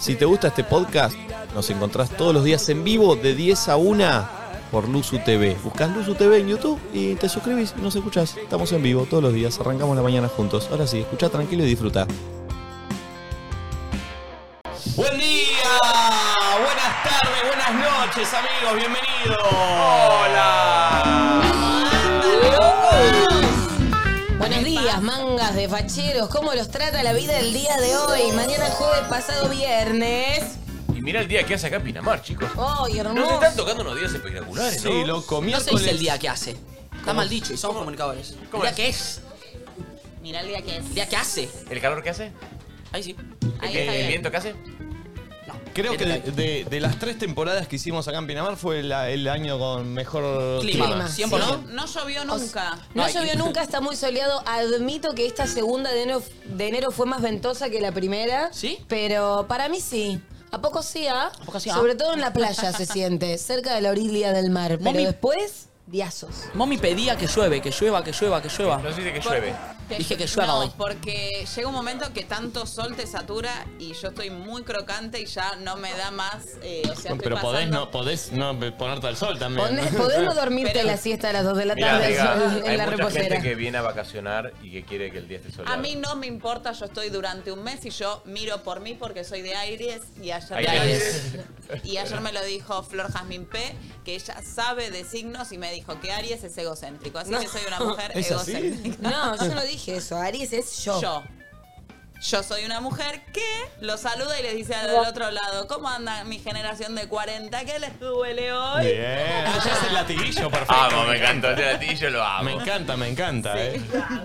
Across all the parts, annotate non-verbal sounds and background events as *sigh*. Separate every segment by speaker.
Speaker 1: Si te gusta este podcast, nos encontrás todos los días en vivo de 10 a 1 por Luzu TV. Buscás Luzu TV en YouTube y te suscribís y nos escuchás. Estamos en vivo todos los días, arrancamos la mañana juntos. Ahora sí, escucha tranquilo y disfruta. Buen día, buenas tardes, buenas noches amigos, bienvenidos.
Speaker 2: Hola. Buenos días, mangas de facheros. ¿Cómo los trata la vida el día de hoy? Mañana jueves, pasado viernes.
Speaker 3: Y mira el día que hace acá en Pinamar, chicos.
Speaker 2: ¡Ay,
Speaker 3: Nos
Speaker 2: hermoso!
Speaker 3: están tocando unos días espectaculares, ¿no?
Speaker 1: Sí, loco,
Speaker 4: No se
Speaker 1: miércoles.
Speaker 4: dice el día que hace. Está mal dicho y somos comunicadores.
Speaker 3: ¿Cómo
Speaker 4: el día
Speaker 3: es?
Speaker 4: que es.
Speaker 2: Mirá el día que es.
Speaker 4: El día que hace.
Speaker 3: ¿El calor que hace?
Speaker 4: Ahí sí.
Speaker 2: Ahí
Speaker 3: ¿El,
Speaker 1: Eh,
Speaker 2: está
Speaker 3: el
Speaker 2: bien.
Speaker 3: viento que hace?
Speaker 4: No.
Speaker 1: Creo que
Speaker 4: Viene
Speaker 1: de,
Speaker 4: ahí.
Speaker 1: de- de las tres temporadas que hicimos acá en Pinamar fue la- el año con mejor
Speaker 4: Clima.
Speaker 1: clima.
Speaker 2: sí.
Speaker 4: 100%.
Speaker 5: No, no llovió nunca.
Speaker 2: No
Speaker 4: Ay.
Speaker 5: *laughs*
Speaker 2: llovió nunca, está muy soleado. Admito que esta segunda de enero, de enero fue más ventosa que la primera.
Speaker 4: ¿Sí?
Speaker 2: Pero para mí sí. ¿A poco sí, ah?
Speaker 4: poco sí, ah?
Speaker 2: Sobre todo en la playa se siente, cerca de la orilla del mar. Pero
Speaker 4: Mami-
Speaker 2: después, diazos.
Speaker 4: Mami pedía que llueve, que llueva, que llueva, que llueva.
Speaker 3: Nos dice que
Speaker 5: Por-
Speaker 3: llueve.
Speaker 4: Dije que llueva
Speaker 5: no,
Speaker 4: hoy.
Speaker 5: porque llega un momento que tanto sol te satura y yo estoy muy crocante y ya no me da más. eh, o sea, estoy
Speaker 1: Pero podés
Speaker 5: pasando-
Speaker 1: no, podés no ponerte al sol también.
Speaker 2: Poné- Podés no dormirte
Speaker 5: Pero-
Speaker 2: la siesta a las 2 de la
Speaker 3: Mira,
Speaker 2: tarde al
Speaker 3: amiga,
Speaker 2: *laughs* sol en
Speaker 3: hay
Speaker 2: la
Speaker 3: mucha
Speaker 2: reposera.
Speaker 3: gente que viene a vacacionar y que quiere que el día esté soleado.
Speaker 5: A mí no me importa, yo estoy durante un mes y yo miro por mí porque soy de Aires y ayer,
Speaker 3: Ahí
Speaker 4: Ya
Speaker 5: me, lo-
Speaker 4: es.
Speaker 1: *laughs*
Speaker 5: y ayer me lo dijo Flor Jazmín P, que ella sabe de signos y me dijo que Aries es egocéntrico. Así que soy
Speaker 2: *laughs*
Speaker 5: una mujer
Speaker 1: ¿Es así?
Speaker 5: egocéntrica.
Speaker 2: No, yo no dije eso. Aries es yo.
Speaker 5: Yo. Yo soy una mujer que los saluda y les dice al otro lado, ¿cómo anda mi generación de 40? ¿Qué les duele hoy?
Speaker 1: Bien. Ya es el latiguillo, perfecto.
Speaker 3: Amo, me encanta. Este latillo lo
Speaker 1: Me
Speaker 3: amo.
Speaker 1: encanta, me encanta. Eh.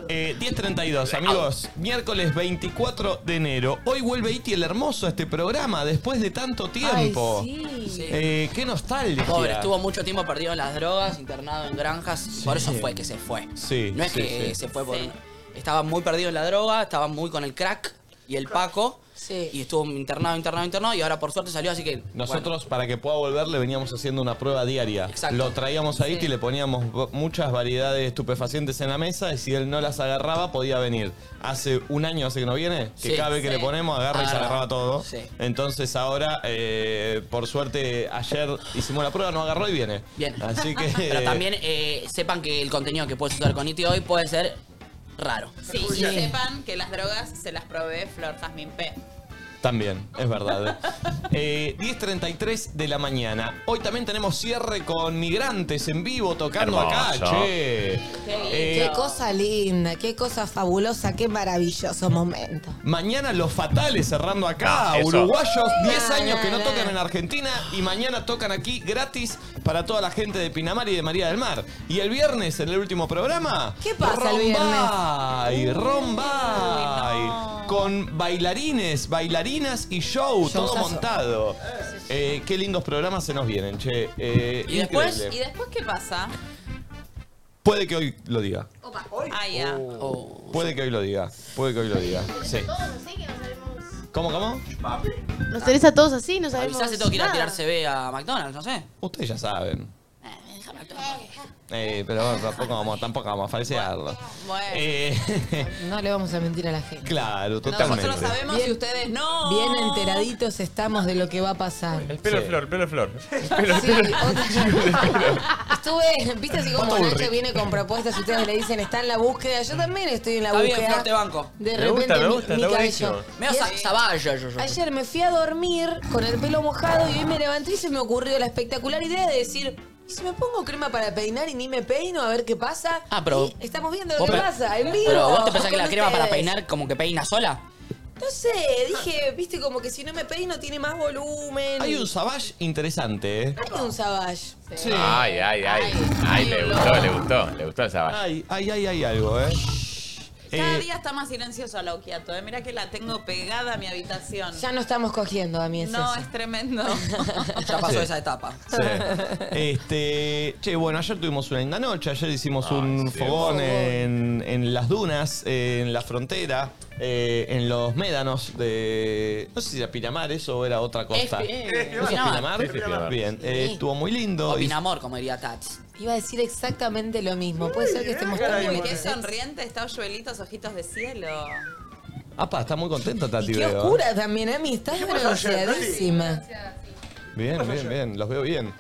Speaker 1: Eh, 10.32, amigos. Miércoles 24 de enero. Hoy vuelve Iti el Hermoso a este programa después de tanto tiempo.
Speaker 4: Sí.
Speaker 1: Eh, qué nostalgia.
Speaker 4: Pobre, estuvo mucho tiempo perdido en las drogas, internado en granjas, y por eso fue que se fue.
Speaker 1: Sí,
Speaker 4: No es
Speaker 1: sí,
Speaker 4: que
Speaker 1: sí.
Speaker 4: se fue por.
Speaker 5: Sí.
Speaker 4: Estaba muy perdido en la droga, estaba muy con el crack y el paco.
Speaker 2: Sí.
Speaker 4: Y estuvo internado, internado, internado y ahora por suerte salió, así que.
Speaker 1: Nosotros, para que pueda volver, le veníamos haciendo una prueba diaria.
Speaker 4: Exacto.
Speaker 1: Lo traíamos a Iti y le poníamos vo- muchas variedades de estupefacientes en la mesa y si él no las agarraba, podía venir. Hace un año, hace que no viene, que
Speaker 4: Sí.
Speaker 1: cada vez que
Speaker 5: Sí.
Speaker 1: le ponemos, agarra y se
Speaker 4: Agarra.
Speaker 1: agarraba todo.
Speaker 4: Sí.
Speaker 1: Entonces ahora, eh, por suerte, ayer hicimos la prueba, no agarró y viene.
Speaker 4: Bien.
Speaker 1: Así que...
Speaker 4: *laughs* Pero también eh, sepan que el contenido que puedes usar con Iti hoy puede ser raro.
Speaker 5: Sí, y sepan que las drogas se las provee Flor Jazmín P.
Speaker 1: También, es verdad. Eh, 10.33 de la mañana. Hoy también tenemos cierre con migrantes en vivo tocando acá,
Speaker 3: Hermoso.
Speaker 1: che. Eh,
Speaker 2: Qué cosa linda, qué cosa fabulosa, qué maravilloso momento.
Speaker 1: Mañana los fatales cerrando acá,
Speaker 3: No, eso.
Speaker 1: uruguayos, 10
Speaker 2: No,
Speaker 1: años que no
Speaker 2: no,
Speaker 1: tocan
Speaker 2: no.
Speaker 1: en Argentina y mañana tocan aquí gratis para toda la gente de Pinamar y de María del Mar. Y el viernes, en el último programa,
Speaker 2: ¿Qué pasa
Speaker 1: Rombay,
Speaker 2: el
Speaker 1: Rombay, con bailarines, bailarinas y show, todo
Speaker 2: Showzazo.
Speaker 1: montado. Eh, qué lindos programas se nos vienen, che. Eh,
Speaker 4: ¿Y después?
Speaker 1: increíble.
Speaker 5: ¿Y después qué pasa?
Speaker 1: Puede que hoy lo diga.
Speaker 5: Ah, ya.
Speaker 1: Oh.
Speaker 4: O-
Speaker 1: Puede que hoy lo diga. Puede que hoy lo diga. Sí. ¿Cómo, cómo?
Speaker 6: Nos tenés a todos así, no sabemos.
Speaker 4: Quizás se tengo que ir a
Speaker 6: nada.
Speaker 4: tirar CB a McDonald's, no sé.
Speaker 1: Ustedes ya saben. Eh, pero bueno, tampoco vamos, tampoco vamos a falsearlo.
Speaker 5: Bueno.
Speaker 1: Eh, *laughs*
Speaker 2: No le vamos a mentir a la gente.
Speaker 1: claro, totalmente.
Speaker 5: Nosotros sabemos
Speaker 2: Bien-
Speaker 5: y ustedes no.
Speaker 2: Bien enteraditos estamos de lo que va a pasar.
Speaker 3: El pelo
Speaker 1: Sí.
Speaker 3: es flor, el pelo es flor.
Speaker 2: *laughs* Sí, otra- Estuve, viste así como
Speaker 1: Pato
Speaker 2: Nacho
Speaker 1: Bullrich.
Speaker 2: viene con propuestas, ustedes le dicen está en la búsqueda, yo también estoy en la
Speaker 4: Está bien,
Speaker 2: búsqueda.
Speaker 4: Flor, te banco.
Speaker 2: De
Speaker 3: Me
Speaker 2: repente
Speaker 3: gusta, me gusta,
Speaker 2: mi- mi,
Speaker 3: está
Speaker 2: cabello.
Speaker 3: buenísimo.
Speaker 4: Medio
Speaker 2: Y
Speaker 4: sa-
Speaker 2: es-
Speaker 4: zapallo, yo, yo.
Speaker 2: Ayer me fui a dormir con el pelo mojado y hoy me levanté y se me ocurrió la espectacular idea de decir, ¿y si me pongo crema para peinar y ni me peino a ver qué pasa?
Speaker 4: Ah, pero-
Speaker 2: Y estamos viendo lo
Speaker 4: Vos
Speaker 2: que
Speaker 4: pe-
Speaker 2: pasa, en vivo.
Speaker 4: Pero vos te pensás
Speaker 2: con
Speaker 4: que la crema para
Speaker 2: ustedes.
Speaker 4: peinar como que peina sola.
Speaker 2: No sé, dije, viste, como que si no me peino tiene más volumen.
Speaker 1: Hay un savage interesante, ¿eh?
Speaker 2: Hay un savage.
Speaker 1: Sí.
Speaker 3: Ay, ay, ay. Ay, le gustó, le gustó. Le gustó el sabaje.
Speaker 1: Ay, ay, ay, hay algo, ¿eh?
Speaker 5: Cada
Speaker 1: Eh,
Speaker 5: día está más silencioso a la Okiato. eh. Mirá que la tengo pegada a mi habitación.
Speaker 2: Ya no estamos cogiendo a mí es
Speaker 5: no,
Speaker 2: eso. *laughs*
Speaker 5: es tremendo.
Speaker 4: Ya pasó
Speaker 1: Sí.
Speaker 4: esa etapa.
Speaker 1: sí. Este, che, bueno, ayer tuvimos una linda noche, ayer hicimos un
Speaker 3: Ay, sí.
Speaker 1: fogón en, en las dunas, en la frontera, eh, en los médanos de... No sé si era Pinamar eso o era otra costa.
Speaker 4: Es-
Speaker 1: ¿No
Speaker 4: es
Speaker 1: es
Speaker 4: Pinamar.
Speaker 1: Pinamar?
Speaker 3: Sí, sí, Pinamar.
Speaker 1: Bien, eh,
Speaker 2: Sí.
Speaker 1: estuvo muy lindo.
Speaker 4: O
Speaker 1: Hic-
Speaker 4: Pinamor, como diría Tats.
Speaker 2: Iba a decir exactamente lo mismo. Puede ser que estemos tan ¿eh?
Speaker 5: Uy, qué
Speaker 2: iguales.
Speaker 5: sonriente está Oyuelitos, ojitos de cielo.
Speaker 1: Apa, está muy contenta Tati.
Speaker 2: Qué
Speaker 1: veo, ¿eh?
Speaker 2: oscura también, Ami. Estás bronceadísima.
Speaker 1: Bien, bien, bien. Los veo bien.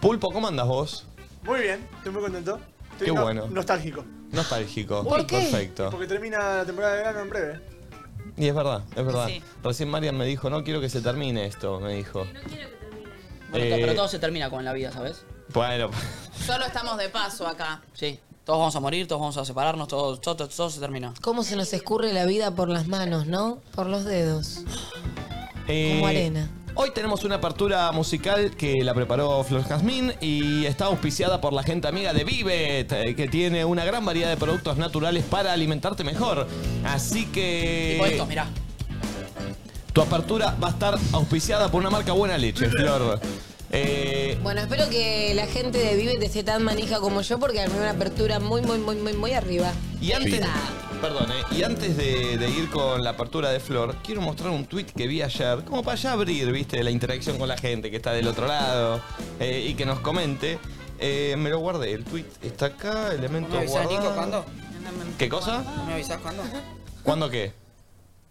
Speaker 1: Pulpo, ¿cómo andas vos?
Speaker 7: Muy bien, estoy muy contento. Estoy
Speaker 1: Qué
Speaker 7: no-
Speaker 1: bueno.
Speaker 7: Nostálgico.
Speaker 1: Nostálgico.
Speaker 7: ¿Por
Speaker 2: qué?
Speaker 1: Perfecto.
Speaker 7: Porque termina la temporada de verano en breve.
Speaker 1: Y es verdad, es verdad.
Speaker 5: Sí.
Speaker 1: Recién Marian me dijo, no quiero que se termine esto, me dijo. no quiero que
Speaker 4: Bueno, to- pero todo se termina con la vida, ¿sabes?
Speaker 1: Bueno,
Speaker 5: Solo estamos de paso acá.
Speaker 4: Sí. Todos vamos a morir, todos vamos a separarnos, todo, todo, todo, todo se termina.
Speaker 2: Cómo se nos escurre la vida por las manos, ¿no? Por los dedos.
Speaker 1: *laughs* eh,
Speaker 2: Como arena.
Speaker 1: Hoy tenemos una apertura musical que la preparó Flor Jazmín y está auspiciada por la gente amiga de Vivet, eh, que tiene una gran variedad de productos naturales para alimentarte mejor. Así que.
Speaker 4: Tipo esto, mirá.
Speaker 1: Tu apertura va a estar auspiciada por una marca buena leche, Flor. Eh,
Speaker 2: Bueno, espero que la gente de Vive te esté tan manija como yo porque armé una apertura muy, muy, muy, muy, muy arriba.
Speaker 1: y antes,
Speaker 2: Pizza.
Speaker 1: perdón, eh, y antes de, de ir con la apertura de Flor, quiero mostrar un tweet que vi ayer, como para ya abrir, viste, la interacción con la gente que está del otro lado eh, y que nos comente. Eh, me lo guardé, el tweet está acá, elemento guardado. ¿Qué cosa?
Speaker 4: ¿Me avisás cuándo?
Speaker 1: ¿Cuándo qué?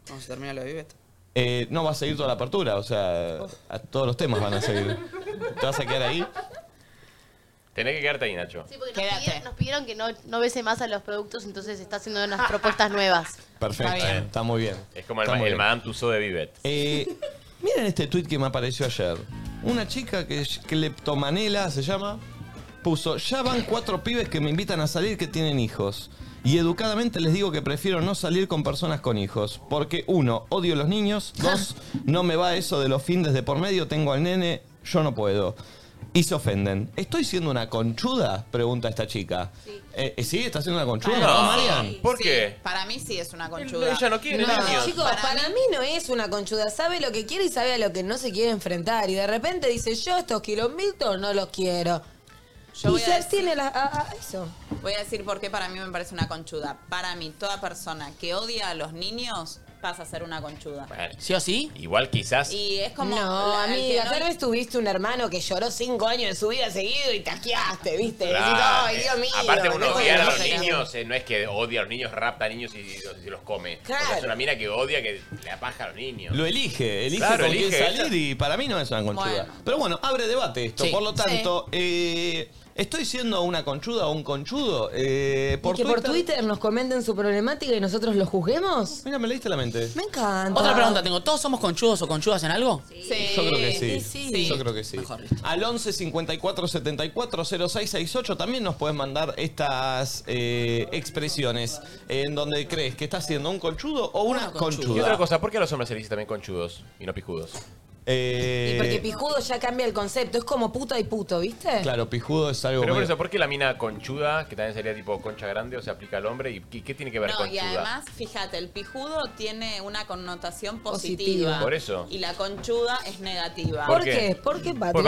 Speaker 4: ¿Cuándo se termina lo de Vivet?
Speaker 1: Eh, no va a seguir toda la apertura, o sea, a todos los temas van a seguir. ¿Te vas a quedar ahí?
Speaker 3: Tenés que quedarte ahí, Nacho.
Speaker 6: Sí, porque nos
Speaker 5: Quédate.
Speaker 6: pidieron, nos pidieron que no, no bese más a los productos, entonces está haciendo unas propuestas nuevas.
Speaker 1: Perfecto,
Speaker 5: Está
Speaker 1: está,
Speaker 5: bien.
Speaker 1: muy bien.
Speaker 3: Es como el,
Speaker 1: Está
Speaker 3: ma-
Speaker 1: muy
Speaker 3: el
Speaker 1: bien.
Speaker 3: Madame Tussauds de Vivet.
Speaker 1: Eh, *laughs* miren este tweet que me apareció ayer. Una chica que es cleptomanela, se llama, puso, ya van cuatro pibes que me invitan a salir que tienen hijos. Y educadamente les digo que prefiero no salir con personas con hijos. Porque uno, odio a los
Speaker 5: *laughs*
Speaker 1: niños. Dos, no me va eso de los fines de por medio, tengo al nene, yo no puedo. Y se ofenden. ¿Estoy siendo una conchuda? Pregunta esta chica. Eh, eh, ¿Sí? ¿Estás siendo una conchuda?
Speaker 3: No.
Speaker 1: Marian?
Speaker 3: ¿Por
Speaker 5: Sí,
Speaker 3: qué?
Speaker 5: Para mí sí es una conchuda.
Speaker 3: Ella no quiere
Speaker 2: No,
Speaker 3: niños.
Speaker 2: chicos, para,
Speaker 5: Para
Speaker 2: mí no es una conchuda. Sabe lo que quiere y sabe a lo que no se quiere enfrentar. Y de repente dice, yo estos kilómetros no los quiero.
Speaker 5: Yo
Speaker 2: y
Speaker 5: voy
Speaker 2: se
Speaker 5: a, decir,
Speaker 2: abstiene la- a, a eso.
Speaker 5: voy a decir por qué para mí me parece una conchuda. Para mí, toda persona que odia a los niños pasa a ser una conchuda.
Speaker 3: Bueno,
Speaker 4: ¿Sí o sí?
Speaker 3: igual quizás.
Speaker 5: Y es como...
Speaker 2: no,
Speaker 5: la- el que
Speaker 2: amiga,
Speaker 5: no-
Speaker 2: tal vez tuviste un hermano que lloró cinco años de su vida seguido y taqueaste, ¿viste? Decís,
Speaker 3: Claro,
Speaker 2: ay,
Speaker 3: eh,
Speaker 2: Dios mío.
Speaker 3: Aparte
Speaker 2: no
Speaker 3: uno
Speaker 2: puedo
Speaker 3: odiar a los
Speaker 2: creer.
Speaker 3: niños, eh, no es que odia a los niños, rapta a niños y, y los, y los come.
Speaker 2: Claro.
Speaker 3: O sea, Es una mina que odia que le apaja a los niños.
Speaker 1: Lo elige, elige
Speaker 3: Claro,
Speaker 1: con
Speaker 3: elige.
Speaker 1: quién salir y para mí no es una conchuda.
Speaker 5: Bueno.
Speaker 1: Pero bueno, abre debate esto.
Speaker 4: Sí.
Speaker 1: Por lo tanto, eh, ¿estoy siendo una conchuda o un conchudo? Eh,
Speaker 2: ¿Y que por Twitter nos comenten su problemática y nosotros lo juzguemos?
Speaker 1: Mira, me leíste la mente.
Speaker 2: Me encanta.
Speaker 4: Otra pregunta tengo. ¿Todos somos conchudos o conchudas en algo?
Speaker 5: Sí.
Speaker 1: Yo creo que sí.
Speaker 2: sí,
Speaker 5: sí.
Speaker 1: Yo creo que sí.
Speaker 4: Mejor, listo.
Speaker 1: Al 11 54 74 0668 también nos puedes mandar estas eh, expresiones en donde crees que estás siendo un conchudo o una,
Speaker 4: Una conchuda.
Speaker 1: conchuda.
Speaker 3: Y otra cosa, ¿por qué a los hombres se les dice también conchudos y no pijudos?
Speaker 1: Eh,
Speaker 2: Y porque pijudo ya cambia el concepto. Es como puta y puto, ¿viste?
Speaker 1: Claro, pijudo es algo
Speaker 3: Pero por
Speaker 1: medio-
Speaker 3: eso, ¿por qué la mina conchuda, que también sería tipo concha grande, o se aplica al hombre? ¿Y qué, qué tiene que ver
Speaker 5: No, y
Speaker 3: conchuda?
Speaker 5: además, fíjate, el pijudo tiene una connotación positiva.
Speaker 2: Positiva.
Speaker 3: Por eso.
Speaker 5: Y la conchuda es negativa.
Speaker 2: ¿Por,
Speaker 3: ¿Por qué?
Speaker 2: qué? Porque
Speaker 3: Por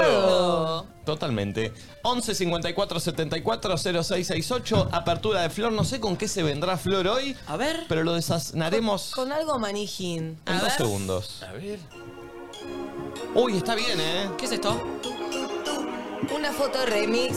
Speaker 3: patriarcado.
Speaker 1: Totalmente. 11 54 74 0668. Apertura de Flor. No sé con qué se vendrá Flor hoy,
Speaker 4: A ver.
Speaker 1: pero lo desasnaremos
Speaker 2: Con algo manijín.
Speaker 1: en
Speaker 5: a
Speaker 1: dos
Speaker 5: ver.
Speaker 1: segundos.
Speaker 3: A ver.
Speaker 1: Uy, está bien, ¿eh?
Speaker 4: ¿Qué es esto?
Speaker 2: Una foto remix.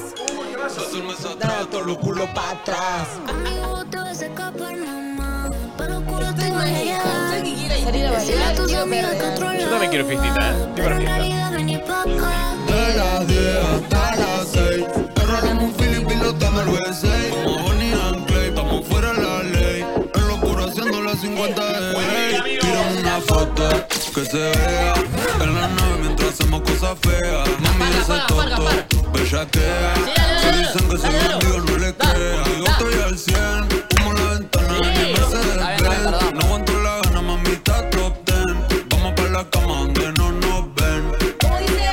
Speaker 2: Da todo culo para atrás.
Speaker 8: Amigo, te vas a escapar, mamá. Pero
Speaker 2: Estoy
Speaker 8: cúrate,
Speaker 2: manija. Sé que quiero salir a
Speaker 8: Decirle a
Speaker 2: bailar,
Speaker 8: tus
Speaker 2: quiero
Speaker 8: amigas que
Speaker 2: perder.
Speaker 8: otro
Speaker 3: Yo también quiero fiestita, ¿eh? Yo quiero
Speaker 8: Pero en
Speaker 3: fiesta.
Speaker 8: realidad vení pa' acá.
Speaker 9: De las 10 hasta las 6 Erraremos un Philip y lo tamo el USA Como Bonnie and Clay, estamos fuera de la ley En locura haciendo las 50 de ley Tiramos una foto que se vea En la nave mientras hacemos cosas feas Mami
Speaker 4: Apaga,
Speaker 9: ese
Speaker 4: apaga, apaga,
Speaker 9: toto,
Speaker 4: apaga.
Speaker 9: bellaquea
Speaker 4: dale,
Speaker 9: Si
Speaker 4: dale,
Speaker 9: dicen que soy
Speaker 4: dale, dale.
Speaker 9: mendigo no le
Speaker 4: Dale,
Speaker 9: crean Yo
Speaker 4: dale.
Speaker 9: estoy al 100, como la ventana de
Speaker 4: Sí.
Speaker 9: mi Mercedes
Speaker 4: Está bien, está bien, perdón.
Speaker 9: no aguanto la gana, mamita, top ten Vamos pa' la cama donde no nos ven
Speaker 2: ¿Cómo dice?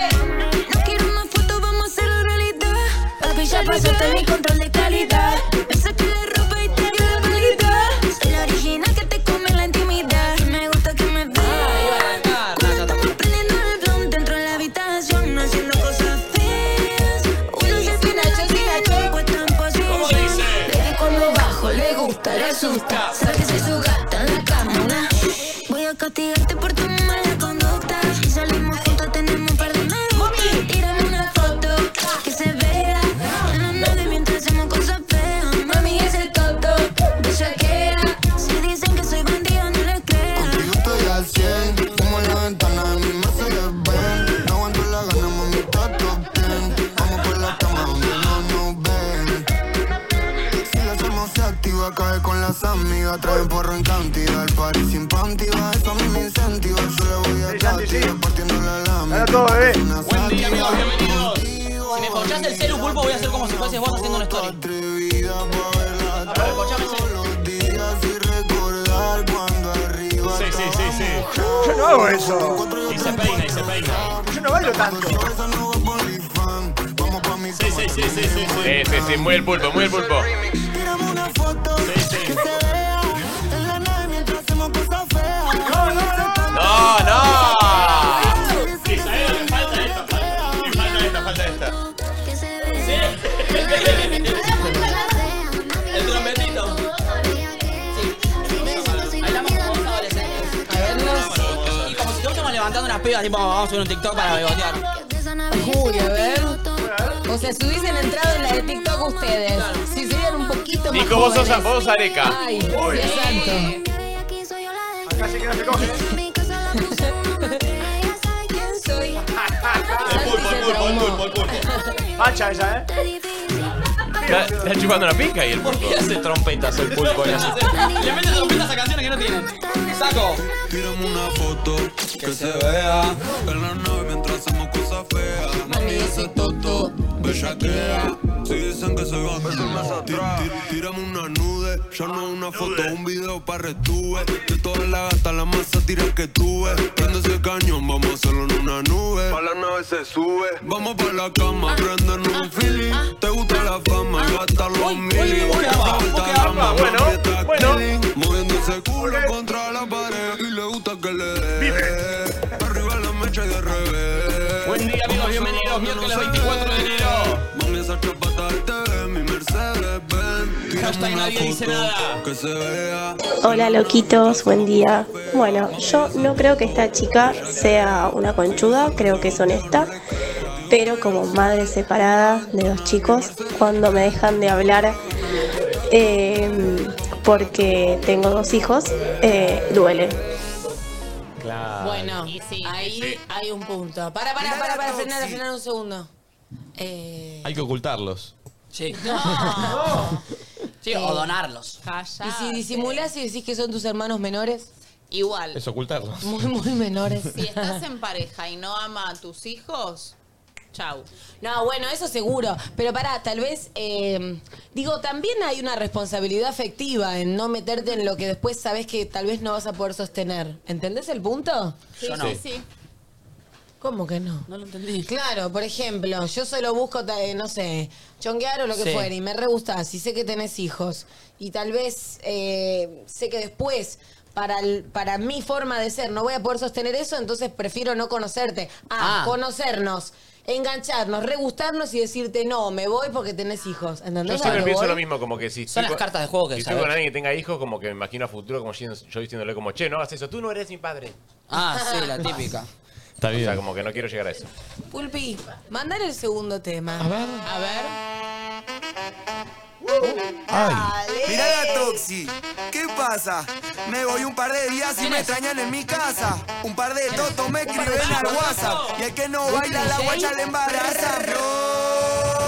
Speaker 8: No quiero más fotos, vamos a hacerlo realidad. Papi, ya pasaste mi control de calidad. Me saqué la ropa y te di la calidad. Soy la original que te come en la intimidad. Y me gusta que me vean.
Speaker 2: Ah,
Speaker 8: Cuando estamos prendiendo el blunt dentro de la habitación, haciendo cosas feas. Uno se espina, yo sí la llevo, está en posición. Baby, cuando bajo le gusta, le asusta. Sabe que soy su gata en la cama. una. Voy a castigarte por tu mala conducta. Si salimos juntos, tenemos un par de minutos. Tírame una foto que se vea. En la nave mientras hacemos cosas feas. Mami, ese toto, bellaquea. Si dicen que soy buena
Speaker 9: las amigas traen porro en cantidad. El party sin panty va, eso a mí me incentiva. Yo le voy a
Speaker 10: Sí, Santi, sí.
Speaker 9: Tati partiendo la lámina.
Speaker 10: Ahora todo, bebé.
Speaker 4: eh. Buen día, amigos, bienvenidos. Si me escuchás el celu pulpo, voy a hacer como si fueses vos haciendo una story.
Speaker 9: Atrevida pa' verla
Speaker 4: A ver, escuchame el celu.
Speaker 9: todos los días y recordar cuando arriba
Speaker 8: Sí, sí, sí, sí.
Speaker 10: Yo no hago eso.
Speaker 8: Y se peina, y se peina.
Speaker 10: Yo no bailo tanto.
Speaker 9: Vamos pa' mi
Speaker 8: Sí, sí, sí, sí, sí.
Speaker 3: Eh, Sí, sí, sí, mueve el pulpo, mueve el pulpo.
Speaker 9: Tiramos una foto que se vea en la nave mientras hacemos cosas feas.
Speaker 3: ¡No, no!
Speaker 8: Sí, ¿sabés lo que falta esta? Falta- Falta esta, falta esta.
Speaker 11: Que se vea en la nave mientras hacemos cosas feas.
Speaker 4: El trompetito. Bailamos como dos adolescentes. Y como si estuviésemos levantando unas pibas, tipo, vamos a subir un TikTok para bebotear.
Speaker 2: Uy, a ver. O sea, si hubiesen entrado en la de TikTok ustedes, si serían un poquito más
Speaker 3: Nico, vos sos,
Speaker 2: jóvenes.
Speaker 3: vos sos areca.
Speaker 2: Ay, Dios santo.
Speaker 10: Casi que no se coge.
Speaker 2: ¿Quién soy?
Speaker 8: El
Speaker 2: Santi
Speaker 8: pulpo,
Speaker 2: se
Speaker 8: el pulpo, el
Speaker 2: traumó.
Speaker 8: pulpo, el pulpo.
Speaker 10: Pacha ella, ¿eh?
Speaker 3: Está, está chupando una pica y el pulpo.
Speaker 12: ¿Qué hace trompetas el pulpo en eso?
Speaker 4: Le meten trompetas a canciones que no tienen. Saco.
Speaker 9: Tiramos una foto que se vea en la nave mientras hacemos cosas feas.
Speaker 2: Mami, ese toto.
Speaker 9: Bellaquea, si dicen que soy bandida Ti- ti- Tirame una nude, ya no una foto, un video pa' retuve De todas las gatas, la más sátira que tuve Prende ese cañón, vamos a hacerlo en una nube Pa' la nave se sube Vamos pa' la cama, prenden un feeling Te gusta la fama, gasta los mil
Speaker 3: bueno, bueno.
Speaker 9: Moviendo ese culo contra la pared Y le gusta que le dé Arriba la mecha y de revés
Speaker 8: Buen día, amigos, bienvenidos. Miércoles 24 de enero.
Speaker 9: Mami, esa chapa te mi Mercedes Benz
Speaker 4: Hashtag nadie dice nada.
Speaker 9: Que se vea
Speaker 13: Hola loquitos, buen día. Bueno, yo no creo que esta chica sea una conchuda, creo que es honesta, pero como madre separada de los chicos, cuando me dejan de hablar eh, porque tengo dos hijos, eh, duele.
Speaker 2: Bueno,
Speaker 5: Y sí.
Speaker 2: ahí hay un punto. Para, para, para, para, frenar, frenar un segundo. Eh,
Speaker 12: Hay que ocultarlos.
Speaker 4: Sí.
Speaker 5: No.
Speaker 4: Sí, o donarlos.
Speaker 5: Calla.
Speaker 2: y si disimulás y decís que son tus hermanos menores,
Speaker 5: Igual.
Speaker 12: Es ocultarlos.
Speaker 2: muy, muy menores.
Speaker 5: Si estás en pareja y no ama a tus hijos, chau.
Speaker 2: No, bueno, eso *laughs* seguro. Pero pará, tal vez, eh, digo, también hay una responsabilidad afectiva en no meterte en lo que después sabes que tal vez no vas a poder sostener. ¿Entendés el punto?
Speaker 4: *laughs* Yo no.
Speaker 5: sí.
Speaker 2: ¿Cómo que no?
Speaker 4: No lo entendí.
Speaker 2: Claro, por ejemplo, yo solo busco, ta- eh, no sé, chonguear o lo que
Speaker 4: Sí.
Speaker 2: fuera, y me re gustás, y sé que tenés hijos, y tal vez eh, sé que después, para, el- para mi forma de ser, no voy a poder sostener eso, entonces prefiero no conocerte. Ah,
Speaker 4: Ah.
Speaker 2: conocernos, engancharnos, re gustarnos y decirte, no, me voy porque tenés hijos.
Speaker 3: Yo
Speaker 2: ¿Entendés? a
Speaker 3: siempre
Speaker 2: lo que
Speaker 3: pienso
Speaker 2: voy?
Speaker 3: lo mismo, como que si estoy
Speaker 4: Son las
Speaker 3: con-
Speaker 4: cartas de juego que
Speaker 3: si estoy
Speaker 4: sabes.
Speaker 3: con alguien que tenga hijos, como que me imagino a futuro, como yo yo diciéndole como, che, no hagas eso, tú no eres mi padre.
Speaker 4: Ah, sí, la típica.
Speaker 12: Está
Speaker 3: O sea,
Speaker 12: bien.
Speaker 3: como que no quiero llegar a eso.
Speaker 9: Eh,
Speaker 2: Pulpi, mandar el segundo tema.
Speaker 5: A ver.
Speaker 12: Ay,
Speaker 9: Mira la Toxi, ¿qué pasa? Me voy un par de días y me extrañan en mi casa. Un par de totos me escriben al WhatsApp. Y el que no baila la guacha le embaraza.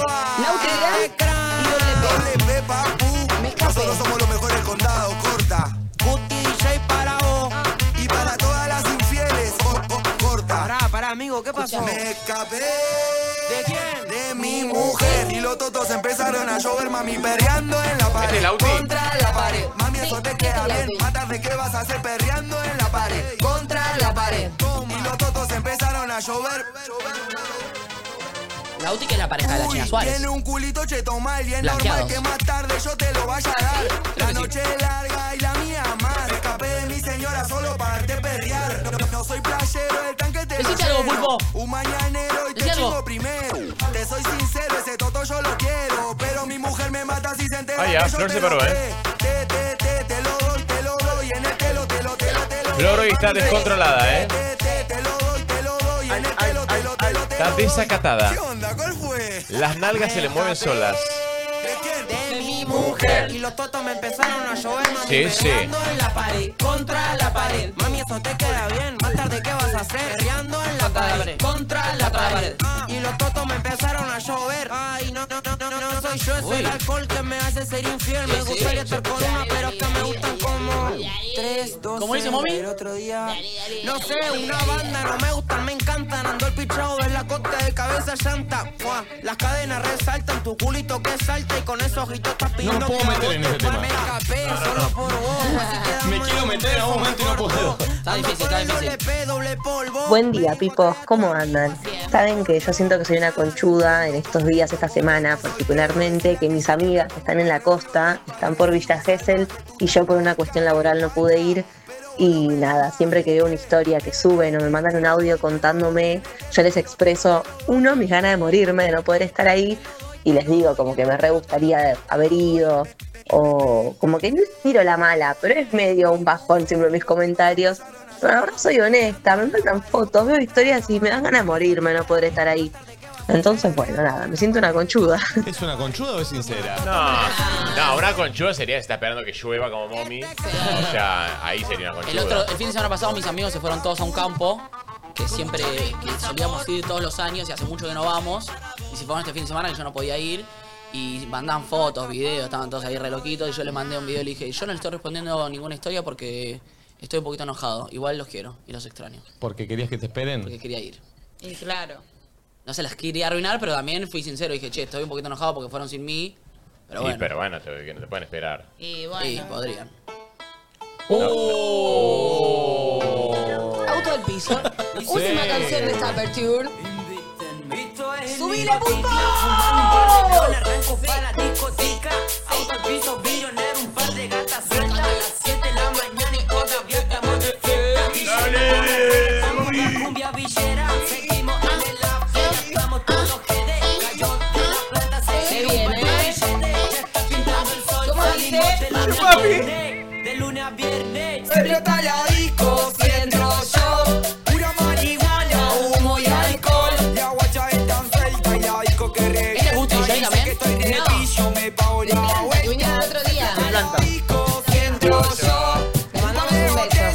Speaker 9: ah, Doble P,
Speaker 2: Me
Speaker 9: papu.
Speaker 2: escapé.
Speaker 9: Nosotros somos los mejores condados, corta. Guti DJ para vos. Y para todas las infieles, co- co- corta.
Speaker 8: pará, amigo, ¿qué pasó?
Speaker 9: Me escapé. ¿De quién? De mi mujer. Y los totos empezaron a llover, mami, perreando en la pared.
Speaker 3: ¿Este es Lauti?
Speaker 9: Contra la pared. Mami,
Speaker 2: Sí,
Speaker 9: eso te
Speaker 2: este es
Speaker 9: queda bien.
Speaker 2: Lauti.
Speaker 9: Más tarde, ¿qué vas a hacer perreando en la pared? Contra la pared. Y los totos empezaron a llover.
Speaker 4: Lauti que es la pareja de la
Speaker 9: Uy,
Speaker 4: China Suárez.
Speaker 9: tiene un culito cheto mal y es normal
Speaker 4: Blanqueados.
Speaker 9: que más tarde yo te lo vaya a dar.
Speaker 4: que
Speaker 9: La
Speaker 4: sí.
Speaker 9: noche es larga y la mía más. Me escapé de mi señora solo para verte perrear. No, no- no soy playero, el tanque te lo
Speaker 4: Decite algo,
Speaker 9: lleno.
Speaker 4: pulpo.
Speaker 9: Un mañanero y te
Speaker 4: Decí algo.
Speaker 9: chingo primero. Te soy sincero, ese toto yo lo quiero. Pero mi mujer me mata si se entera
Speaker 3: Ah, ya,
Speaker 9: que yo
Speaker 3: Flor
Speaker 9: te
Speaker 3: se
Speaker 9: lo
Speaker 3: paró,
Speaker 9: doy.
Speaker 3: eh.
Speaker 9: Te, te, te, te lo doy, te lo doy. En el te lo, te lo, te lo, te lo
Speaker 3: Flor hoy
Speaker 9: doy.
Speaker 3: está
Speaker 9: Te,
Speaker 3: descontrolada, ¿eh?
Speaker 9: Te, te, te lo doy, te lo doy. En el
Speaker 10: ay,
Speaker 9: te lo, te
Speaker 10: ay,
Speaker 9: lo, te lo, te lo
Speaker 3: Está
Speaker 9: doy.
Speaker 3: desacatada.
Speaker 9: ¿Qué onda? ¿Cuál fue?
Speaker 3: Las nalgas se le mueven solas.
Speaker 9: ¿De quién?
Speaker 8: De mi mujer. Y los totos me empezaron a llover, mami.
Speaker 3: Sí, sí.
Speaker 8: Perreando en la pared, contra la pared. Mami, eso te queda bien. Más tarde, ¿qué vas a hacer? Perreando en la pared, contra la pared. Y los totos me empezaron a llover. Ay, no, no, no, no, no soy yo, es el alcohol que me hace ser infiel. Me gustaría estar con una, pero
Speaker 10: que me gustan como tres, dos,
Speaker 4: ¿Cómo dice, mami?
Speaker 10: El otro día. No sé, una banda, no me gustan, me encantan. Ando el pichado de la costa de cabeza llanta. Mua, Las cadenas resaltan, tu culito que salta y con esos ojitos estás
Speaker 1: No
Speaker 10: pidiendo
Speaker 1: me puedo
Speaker 10: que
Speaker 1: meter en ese este tema. Me quiero meter a un momento y no puedo.
Speaker 4: Está difícil, está difícil.
Speaker 2: Buen día, picos. ¿Cómo andan? Saben que yo siento que soy una conchuda en estos días, esta semana particularmente, que mis amigas que están en la costa, están por Villa Gesell y yo por una cuestión laboral no pude ir. Y nada, siempre que veo una historia que suben o me mandan un audio contándome, yo les expreso, uno, mis ganas de morirme, de no poder estar ahí, y les digo como que me re gustaría haber ido, o como que no tiro la mala, pero es medio un bajón siempre mis comentarios. Pero la verdad soy honesta, me mandan fotos, veo historias y me dan ganas de morirme, no poder estar ahí. Entonces, bueno, nada, me siento una conchuda.
Speaker 1: ¿Es una conchuda o es sincera?
Speaker 3: No, no, una conchuda sería estar esperando que llueva como mommy. O sea, ahí sería una
Speaker 4: El, otro,
Speaker 3: conchuda.
Speaker 4: el fin de semana pasado mis amigos se fueron todos a un campo que siempre que solíamos ir todos los años y hace mucho que no vamos. Y se fueron este fin de semana que yo no podía ir. Y mandaban fotos, videos, estaban todos ahí re loquitos. Y yo les mandé un video y le dije, yo no les estoy respondiendo ninguna historia porque estoy un poquito enojado. Igual los quiero y los extraño.
Speaker 1: Porque querías que te esperen.
Speaker 4: Porque quería ir.
Speaker 5: Y claro.
Speaker 4: No se las quería arruinar, pero también fui sincero. Dije, che, estoy un poquito enojado porque fueron sin mí. Pero
Speaker 3: Sí,
Speaker 4: bueno.
Speaker 3: pero bueno, te, que no te pueden esperar.
Speaker 5: Y
Speaker 4: Sí, podrían.
Speaker 8: Auto al piso. Última canción de esta apertura. ¡Subile, pulpo!
Speaker 10: Arranco para la discoteca, auto al piso, billonero, un par de gatas sueltas a las 7 de la mañana y todavía estamos de fiesta. Billonero, estamos en la cumbia villera, seguimos en la fiesta, estamos todos jede, cayó de la plata, se viene. Ya está pintando el sol,
Speaker 5: ¿Cómo
Speaker 10: salimos
Speaker 5: dice?
Speaker 10: de la
Speaker 5: Pero, papi.
Speaker 10: viernes, de lunes a viernes. Siempre está la disco, siempre yo, pura marihuana, humo y alcohol. La guacha es tan suelta y la disco que re
Speaker 4: ¿Este gusta DJ también?
Speaker 10: yo me pago la
Speaker 8: Que viniste el otro día.
Speaker 10: entro yo. Mándame botella,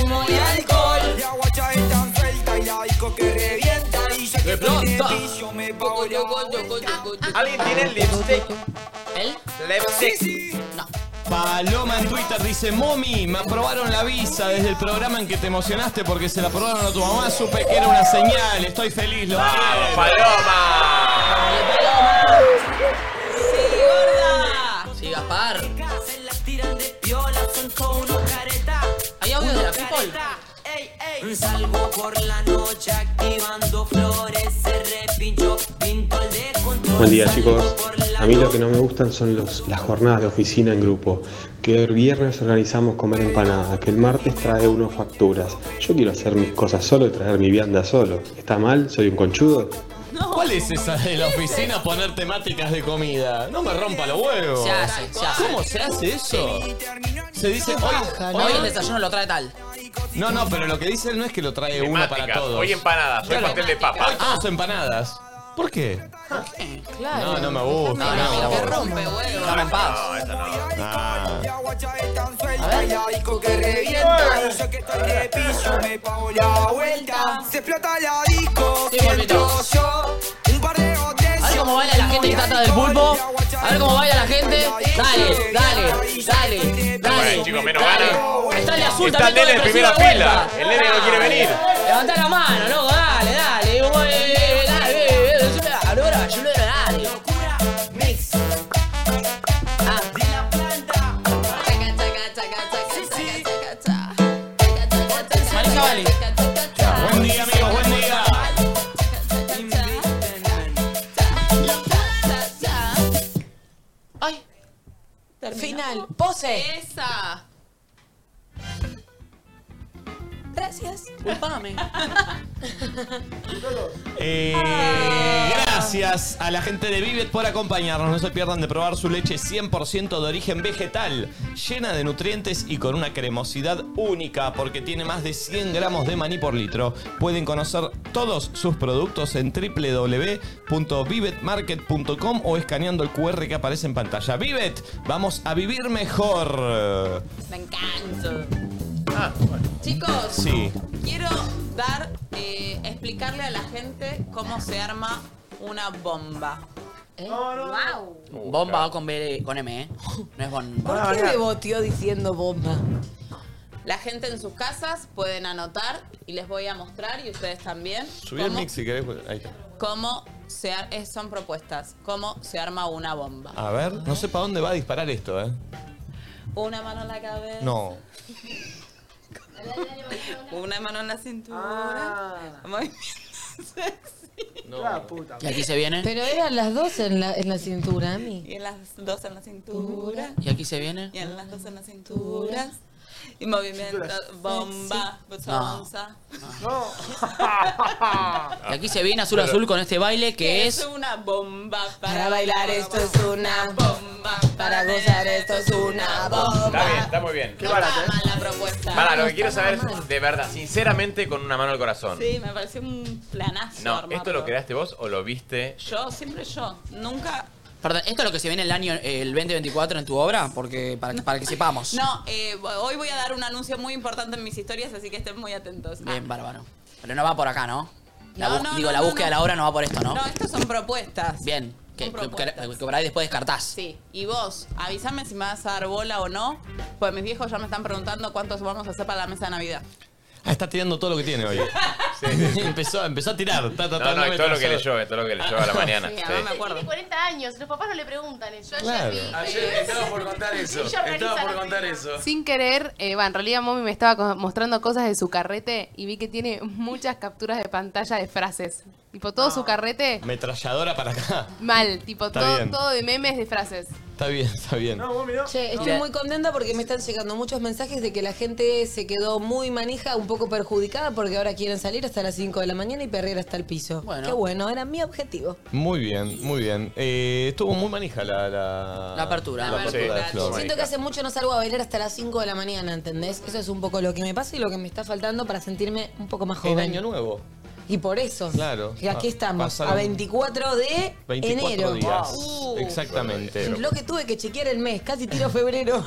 Speaker 10: humo y alcohol. La guacha es tan suelta y la disco que revienta. Y yo que estoy
Speaker 4: Replanta.
Speaker 10: de yo me pago la
Speaker 4: ¿Alguien tiene el lipstick? ¿El?
Speaker 1: Lipstick. Paloma en Twitter dice, Momi, me aprobaron la visa desde el programa en que te emocionaste porque se la aprobaron a tu mamá, supe que era una señal, estoy feliz, lo quiero".
Speaker 5: ¡Sí, gorda!
Speaker 4: Sí, Gaspar.
Speaker 10: Se las tiran de piola, son todos unos caretas.
Speaker 4: ¿Hay audio de la people?
Speaker 10: Salgo por la noche activando flores, se repincho, pinto el descontrol.
Speaker 14: Buen día chicos. A mí lo que no me gustan son los- las jornadas de oficina en grupo. Que el viernes organizamos comer empanadas, que el martes trae uno facturas. Yo quiero hacer mis cosas solo y traer mi vianda solo. ¿Está mal? ¿Soy un conchudo?
Speaker 1: ¿Cuál es esa de la oficina poner temáticas de comida? No me rompa los huevos.
Speaker 4: Se hace, se hace.
Speaker 1: ¿Cómo se hace eso? Se dice, hoy,
Speaker 4: Hoy el desayuno lo trae tal.
Speaker 1: No, no, pero lo que dice él no es que lo trae uno para
Speaker 3: Temáticas.
Speaker 1: todos.
Speaker 3: Hoy empanadas, hoy pastel de papa.
Speaker 1: Hoy todos empanadas. ¿Por qué? No,
Speaker 8: Claro.
Speaker 1: no me gusta.
Speaker 4: No, no,
Speaker 1: no.
Speaker 4: mira,
Speaker 1: me
Speaker 4: que
Speaker 1: rompe,
Speaker 4: Déjame en paz.
Speaker 1: Ah.
Speaker 10: Suelta y la disco que revienta. Y yo que estoy de pillo, me pago la vuelta. Se explota la disco,
Speaker 4: Sí,
Speaker 10: siento
Speaker 4: volvito.
Speaker 10: yo. Un par de botellas.
Speaker 4: A ver cómo baila la gente que trata del pulpo. A ver cómo baila la gente. Dale, dale, dale, dale.
Speaker 3: Bueno, chicos, menos
Speaker 4: dale.
Speaker 3: ganas.
Speaker 4: Está el de azul
Speaker 3: Está
Speaker 4: también.
Speaker 3: el nene
Speaker 4: todo
Speaker 3: en primera
Speaker 4: depresivo de
Speaker 3: fila.
Speaker 4: vuelta.
Speaker 3: El nene no quiere venir.
Speaker 4: Levantá la mano, loco. Dale, dale. Bueno, Dale, dale. Aurora, yo dale.
Speaker 10: Mix.
Speaker 5: Chaca, chaca, chaca, chaca, chaca, chaca, chaca.
Speaker 4: Marisa Vale.
Speaker 1: Buen día, amigos, buen día.
Speaker 8: Ay. Final. Pose.
Speaker 5: Esa.
Speaker 8: Gracias.
Speaker 4: Culpame.
Speaker 1: Eh, gracias a la gente de Vivet por acompañarnos. No se pierdan de probar su leche 100% de origen vegetal, llena de nutrientes y con una cremosidad única porque tiene más de 100 gramos de maní por litro. Pueden conocer todos sus productos en www.vivetmarket.com o escaneando el QR que aparece en pantalla. Vivet, vamos a vivir mejor.
Speaker 5: Me encanta.
Speaker 3: Ah,
Speaker 5: Chicos,
Speaker 1: Sí.
Speaker 5: quiero dar, eh, explicarle a la gente cómo se arma una bomba.
Speaker 2: No, no, wow.
Speaker 4: Bomba va con, B, con M, ¿eh? No es con...
Speaker 2: ¿Por qué me boteó diciendo bomba?
Speaker 5: La gente en sus casas pueden anotar y les voy a mostrar y ustedes también.
Speaker 1: Subí el
Speaker 5: cómo-
Speaker 1: mix si querés. pues, Ahí está.
Speaker 5: Cómo se ar- eh, son propuestas. Cómo se arma una bomba.
Speaker 1: A ver, no sé para dónde va a disparar esto, ¿eh?
Speaker 5: Una mano en la cabeza.
Speaker 1: No.
Speaker 5: Una mano en la cintura. Movimiento sexy.
Speaker 10: Ah. La puta.
Speaker 4: Y aquí se viene.
Speaker 2: Pero eran las dos en la, en la cintura, Ami.
Speaker 5: Y en las dos en la cintura.
Speaker 4: Y aquí se viene.
Speaker 5: Y en las dos en la cintura. Y movimiento bomba. Bonza.
Speaker 10: No.
Speaker 5: *laughs*
Speaker 4: Y aquí se viene azul azul con este baile que es.
Speaker 5: una bomba.
Speaker 2: Para bailar esto es una bomba. Para gozar esto es una
Speaker 3: Está
Speaker 2: bomba.
Speaker 3: bien, está muy bien.
Speaker 5: No está
Speaker 4: ¿eh?
Speaker 5: mal la propuesta.
Speaker 3: Para, lo que quiero saber es, de verdad, sinceramente, con una mano al corazón.
Speaker 5: Sí, me pareció un planazo.
Speaker 3: No,
Speaker 5: armarlo.
Speaker 3: ¿esto lo creaste vos o lo
Speaker 4: *laughs*
Speaker 3: viste?
Speaker 5: Yo, siempre yo. Nunca.
Speaker 4: Perdón, ¿esto es lo que se viene el año el 2024 en tu obra? Porque para, para que sepamos.
Speaker 5: No, eh, hoy voy a dar un anuncio muy importante en mis historias, así que estén muy atentos. Ah,
Speaker 4: Bien, bárbaro. Pero no va por acá, ¿no? La
Speaker 5: No,
Speaker 4: bus-
Speaker 5: no,
Speaker 4: digo,
Speaker 5: no,
Speaker 4: la
Speaker 5: no,
Speaker 4: búsqueda de
Speaker 5: no.
Speaker 4: la obra no va por esto, ¿no?
Speaker 5: No, estas son propuestas.
Speaker 4: Bien. Que, que,
Speaker 5: propuestas.
Speaker 4: que- que por ahí después descartás.
Speaker 5: Sí, y vos, avísame si me vas a dar bola o no, pues mis viejos ya me están preguntando cuántos vamos a hacer para la mesa de Navidad.
Speaker 1: Ah, está tirando todo lo
Speaker 3: *laughs*
Speaker 1: que tiene hoy. *laughs* empezó, empezó a tirar. Ta, ta, ta,
Speaker 3: No, no, es todo lo que
Speaker 1: tras-
Speaker 3: leyó, es todo lo que
Speaker 1: *laughs*
Speaker 3: leyó a la mañana.
Speaker 6: Sí,
Speaker 3: Sí.
Speaker 6: ahora Tiene 40 años, los papás no le preguntan eso.
Speaker 3: Claro.
Speaker 15: Ayer estaba por contar eso.
Speaker 6: Ella organiza
Speaker 15: Estaba por
Speaker 6: la
Speaker 15: contar eso.
Speaker 16: Sin querer, eh, va, en realidad Mommy me estaba co- mostrando cosas de su carrete y vi que tiene muchas capturas de pantalla de frases. Tipo, todo
Speaker 15: Ah.
Speaker 16: su carrete
Speaker 1: Metralladora para acá. *laughs*
Speaker 16: mal. Tipo,
Speaker 1: Está
Speaker 16: todo,
Speaker 1: bien.
Speaker 16: todo de memes de frases.
Speaker 1: Está bien, está bien.
Speaker 2: Che, estoy muy contenta porque me están llegando muchos mensajes de que la gente se quedó muy manija, un poco perjudicada, porque ahora quieren salir hasta las 5 de la mañana y perder hasta el piso. Qué bueno, era mi objetivo.
Speaker 1: Muy bien, muy bien. Eh, estuvo muy manija la, la,
Speaker 4: La apertura.
Speaker 1: la apertura de Flor.
Speaker 2: Siento que hace mucho no salgo a bailar hasta las 5 de la mañana, ¿entendés? Eso es un poco lo que me pasa y lo que me está faltando para sentirme un poco más
Speaker 1: En
Speaker 2: joven.
Speaker 1: Año Nuevo.
Speaker 2: Y por eso.
Speaker 1: Claro.
Speaker 2: Y aquí
Speaker 1: Ah,
Speaker 2: estamos,
Speaker 1: pasaron
Speaker 2: a 24 de
Speaker 1: 24
Speaker 2: enero.
Speaker 1: días.
Speaker 2: Wow.
Speaker 1: Exactamente.
Speaker 2: Lo que tuve que chequear el mes, casi tiro febrero.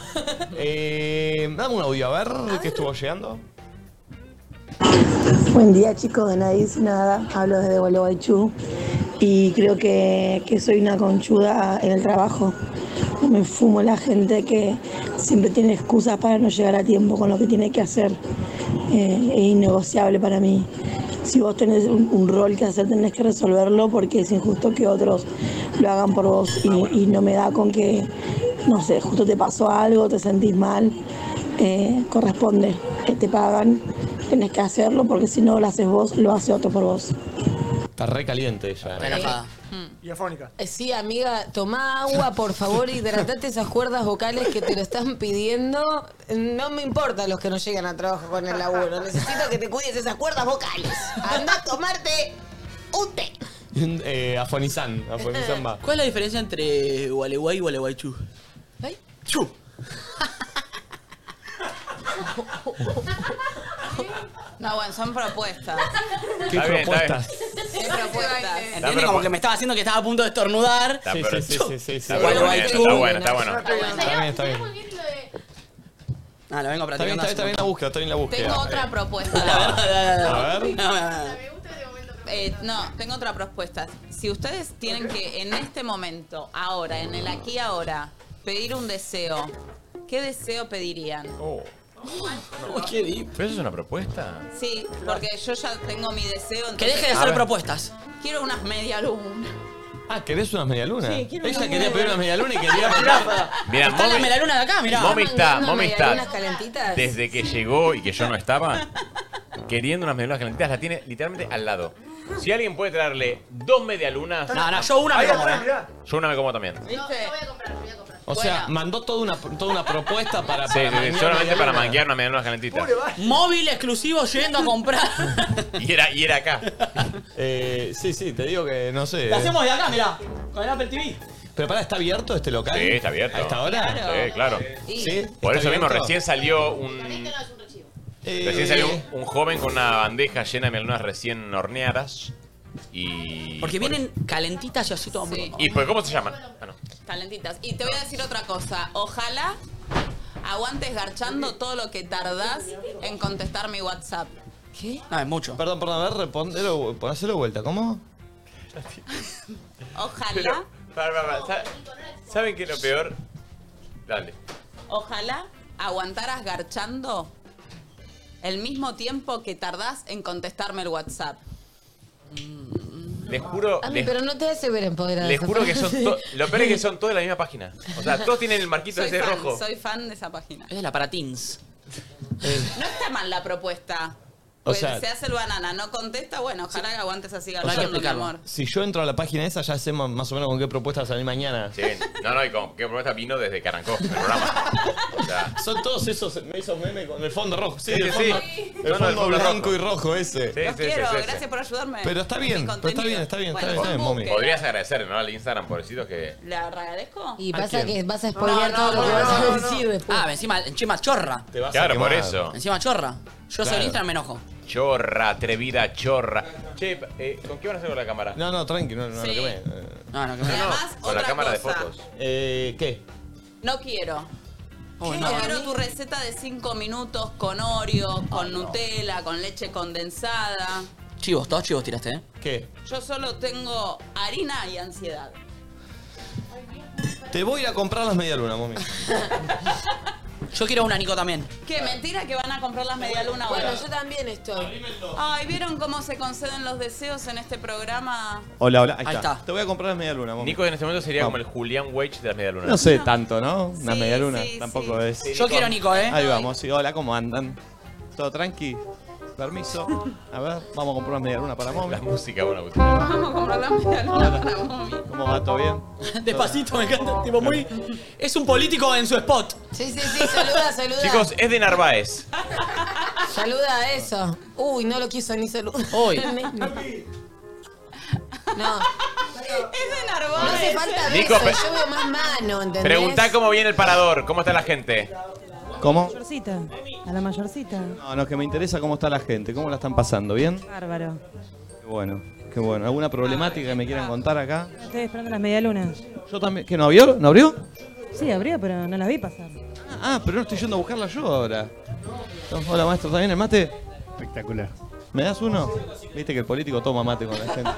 Speaker 1: Eh, dame un audio a ver qué estuvo llegando.
Speaker 17: Buen día chicos de Nadie Dice Nada, hablo desde Gualeguaychú y creo que, que soy una conchuda en el trabajo. Me fumo la gente que siempre tiene excusas para no llegar a tiempo con lo que tiene que hacer. Eh, es innegociable para mí. Si vos tenés un, un rol que hacer, tenés que resolverlo porque es injusto que otros lo hagan por vos y, y no me da con que, no sé, justo te pasó algo, te sentís mal. Eh, corresponde, que te pagan, tenés que hacerlo porque si no lo haces vos, lo hace otro por vos.
Speaker 1: Está re caliente ella. eh.
Speaker 2: Y afónica. Eh, Sí, amiga, toma agua, por favor, hidratate esas cuerdas vocales que te lo están pidiendo. No me importa los que no llegan a trabajo con el laburo. Necesito que te cuides esas cuerdas vocales. Anda a tomarte un té.
Speaker 1: eh, Afonizán, Afonizán va.
Speaker 4: ¿Cuál es la diferencia entre Gualeguay y Gualeguaychú?
Speaker 2: ¿Ay?
Speaker 4: ¡Chu!
Speaker 5: No, bueno, son propuestas.
Speaker 4: ¿Qué
Speaker 1: Está bien, está bien.
Speaker 4: propuestas?
Speaker 5: Son propuestas.
Speaker 4: ¿Entiendes? Como que me estaba haciendo que estaba a punto de estornudar.
Speaker 1: Sí, sí, sí, sí, sí, sí.
Speaker 4: Está Gualeguaychú.
Speaker 3: bueno, está bueno.
Speaker 1: Está bien, está bien.
Speaker 4: Ah, lo vengo
Speaker 1: Está bien,
Speaker 4: practicando.
Speaker 1: está bien, está bien la búsqueda, está bien la búsqueda.
Speaker 5: Tengo
Speaker 1: *laughs*
Speaker 5: otra propuesta.
Speaker 1: A ver.
Speaker 5: Eh, no, tengo otra propuesta. Si ustedes tienen que en este momento, ahora, en el aquí y ahora, pedir un deseo, ¿qué deseo pedirían?
Speaker 1: Oh.
Speaker 3: ¿Pero eso es una propuesta?
Speaker 5: Sí, porque yo ya tengo mi deseo.
Speaker 4: Que deje de
Speaker 1: A
Speaker 4: hacer
Speaker 1: ver.
Speaker 4: propuestas.
Speaker 5: Quiero unas media luna.
Speaker 1: Ah, ¿querés unas medialunas?
Speaker 5: Sí, quiero
Speaker 1: Ella
Speaker 5: unas
Speaker 1: quería pedir unas medialunas *laughs* y quería
Speaker 3: Mirá, Mirá,
Speaker 4: Está la
Speaker 3: Momi-
Speaker 4: melaluna de acá, mirá.
Speaker 3: Momi está,
Speaker 4: Mandando
Speaker 3: Momi
Speaker 4: medialunas
Speaker 3: está.
Speaker 2: calentitas.
Speaker 3: Desde que llegó y que yo no estaba, queriendo unas medialunas calentitas, la tiene literalmente al lado. Si alguien puede traerle dos medialunas.
Speaker 4: No, no, yo una me Ahí como, atrás, eh.
Speaker 3: Yo una me como también.
Speaker 1: O sea, mandó toda una, toda una propuesta para.
Speaker 3: Sí, sí,
Speaker 1: para
Speaker 3: sí,
Speaker 1: manguear
Speaker 3: solamente
Speaker 1: medialunas.
Speaker 3: para manquear unas medialunas calentitas.
Speaker 4: Móvil exclusivo yendo a comprar.
Speaker 3: Y era, y era acá.
Speaker 1: *laughs* Eh, sí, sí, te digo que no sé.
Speaker 4: Lo hacemos de acá, mirá. Con el Apple TV.
Speaker 1: Pero pará, ¿está abierto este local?
Speaker 3: Sí, está abierto.
Speaker 1: ¿A esta hora?
Speaker 3: Sí, claro.
Speaker 1: Sí.
Speaker 3: Por eso
Speaker 1: ¿Está
Speaker 3: mismo,
Speaker 1: abierto?
Speaker 3: recién salió un.
Speaker 4: Eh,
Speaker 3: Recién salió un, un joven con una bandeja llena de melonas recién horneadas. Y.
Speaker 4: Porque vienen calentitas y así todo.
Speaker 3: ¿Y pues cómo se llaman? Ah, no.
Speaker 5: Calentitas. Y te voy a decir otra cosa. Ojalá aguantes garchando todo lo que tardás en contestar mi WhatsApp.
Speaker 2: ¿Qué?
Speaker 4: No, es mucho.
Speaker 1: Perdón, pues, perdón, a ver, respondelo, hacelo vuelta, ¿cómo?
Speaker 5: Ojalá
Speaker 3: Pará, pará, pará. Sa- ¿Saben qué es lo peor? Dale.
Speaker 5: Ojalá aguantaras garchando el mismo tiempo que tardás en contestarme el WhatsApp.
Speaker 3: Les juro.
Speaker 2: Ami,
Speaker 3: les-
Speaker 2: pero no te hace ver empoderada.
Speaker 3: Les juro que son to- lo peor es que
Speaker 5: *laughs*
Speaker 3: son todos de la misma página. O sea, todos tienen el marquito
Speaker 5: Soy
Speaker 3: ese
Speaker 5: fan,
Speaker 3: rojo.
Speaker 5: soy fan de esa página.
Speaker 4: Es la para teens.
Speaker 5: No está mal la propuesta.
Speaker 1: O
Speaker 5: Pues
Speaker 1: sea-
Speaker 5: se hace el banana, no contesta, bueno, ojalá que aguantes así
Speaker 1: O sea,
Speaker 5: garchando, mi amor.
Speaker 1: Si yo entro a la página esa, ya sé ma- más o menos con qué propuesta salir mañana. *laughs*
Speaker 3: Sí, no, no, y con qué propuesta vino desde que arrancó el programa. O sea,
Speaker 1: Son todos esos, esos memes con el fondo rojo. Sí,
Speaker 3: Sí,
Speaker 1: el
Speaker 3: sí.
Speaker 1: fondo,
Speaker 3: Sí.
Speaker 1: el
Speaker 3: No, no, el
Speaker 1: fondo
Speaker 3: fondo rojo.
Speaker 1: blanco y rojo ese.
Speaker 3: Sí,
Speaker 5: Los quiero, gracias por ayudarme.
Speaker 1: Pero está
Speaker 5: con
Speaker 1: bien,
Speaker 5: mi
Speaker 1: pero está
Speaker 5: contenido.
Speaker 1: bien, está bien, está
Speaker 5: Bueno,
Speaker 1: bien, está bien,
Speaker 5: Facebook,
Speaker 1: mami.
Speaker 5: ¿qué?
Speaker 3: Podrías agradecer, ¿no? Al Instagram, pobrecitos que.
Speaker 5: ¿La agradezco?
Speaker 2: Y pasa que vas a
Speaker 5: No,
Speaker 2: spoilear
Speaker 5: no,
Speaker 2: todo lo que
Speaker 5: no,
Speaker 2: vas
Speaker 5: no,
Speaker 2: a decir después.
Speaker 4: Ah, encima, encima chorra.
Speaker 1: Te vas
Speaker 3: Claro, por eso.
Speaker 4: Encima chorra. Yo soy
Speaker 3: Claro.
Speaker 4: el Instagram, me enojo.
Speaker 3: Chorra, atrevida, chorra. Che, eh, ¿con qué van a hacer con la cámara?
Speaker 1: No, no, tranqui, no, no,
Speaker 5: Sí.
Speaker 1: no que me- eh.
Speaker 4: No, no, que
Speaker 3: No, no, con la
Speaker 5: otra
Speaker 3: cámara de
Speaker 5: cosa.
Speaker 3: fotos.
Speaker 1: Eh, ¿Qué?
Speaker 5: No quiero.
Speaker 4: Oh,
Speaker 5: Yo
Speaker 4: no.
Speaker 5: quiero tu receta de 5 minutos con Oreo, con Nutella, con leche condensada.
Speaker 4: Chivos, todos chivos tiraste, ¿eh?
Speaker 1: ¿Qué?
Speaker 5: Yo solo tengo harina y ansiedad.
Speaker 1: Te voy a ir a comprar las medialunas, mami.
Speaker 4: *laughs* Yo quiero una Nico también.
Speaker 5: Qué mentira que van a comprar las medialunas
Speaker 2: Bueno,
Speaker 5: ahora.
Speaker 2: yo también estoy.
Speaker 5: Ay, ¿vieron cómo se conceden los deseos en este programa?
Speaker 1: Hola, hola, ahí,
Speaker 3: Ahí
Speaker 1: está.
Speaker 3: está.
Speaker 1: Te voy a comprar las medialunas, mami.
Speaker 3: Nico en este momento sería como el Julián Wage de las medialunas.
Speaker 1: No sé tanto, ¿no? Una
Speaker 3: Sí,
Speaker 1: medialuna
Speaker 3: sí,
Speaker 1: tampoco
Speaker 3: sí.
Speaker 1: es.
Speaker 3: Yo Nico. quiero Nico, ¿eh?
Speaker 1: Ahí vamos, sí. Hola, ¿cómo andan? ¿Todo tranqui? Permiso. A ver, vamos a comprar unas medialunas para mami. La
Speaker 3: música, buena
Speaker 5: Vamos a comprar las medialunas para Mommy.
Speaker 1: ¿Cómo va? ¿Todo bien?
Speaker 4: *laughs* Despacito, me encanta. Tipo, muy. Es un político en su spot.
Speaker 2: Sí, sí, sí, saluda, saluda.
Speaker 3: Chicos, es de Narváez.
Speaker 2: Saluda a eso. Uy, no lo quiso *laughs* ni saludar.
Speaker 4: Hoy.
Speaker 2: No.
Speaker 5: Es de
Speaker 2: No
Speaker 5: Narváez.
Speaker 2: hace falta
Speaker 3: Nico,
Speaker 2: beso,
Speaker 3: pe-
Speaker 2: yo veo más mano, ¿entendés?
Speaker 3: Preguntá cómo viene el parador, cómo está la gente.
Speaker 1: ¿Cómo?
Speaker 18: Mayorcita, a la mayorcita.
Speaker 1: No, no, que me interesa cómo está la gente, cómo la están pasando, ¿bien?
Speaker 18: Bárbaro.
Speaker 1: Qué bueno, qué bueno. ¿Alguna problemática que me quieran contar acá?
Speaker 18: Estoy esperando las medialunas.
Speaker 1: Yo también. ¿Qué no abrió? ¿No abrió?
Speaker 18: Sí, abrió, pero no las vi pasar.
Speaker 1: Ah, pero no estoy yendo a buscarla yo ahora. Hola, maestro, ¿está bien el mate?
Speaker 14: Espectacular.
Speaker 1: ¿Me das uno? Viste que el político toma mate con la gente.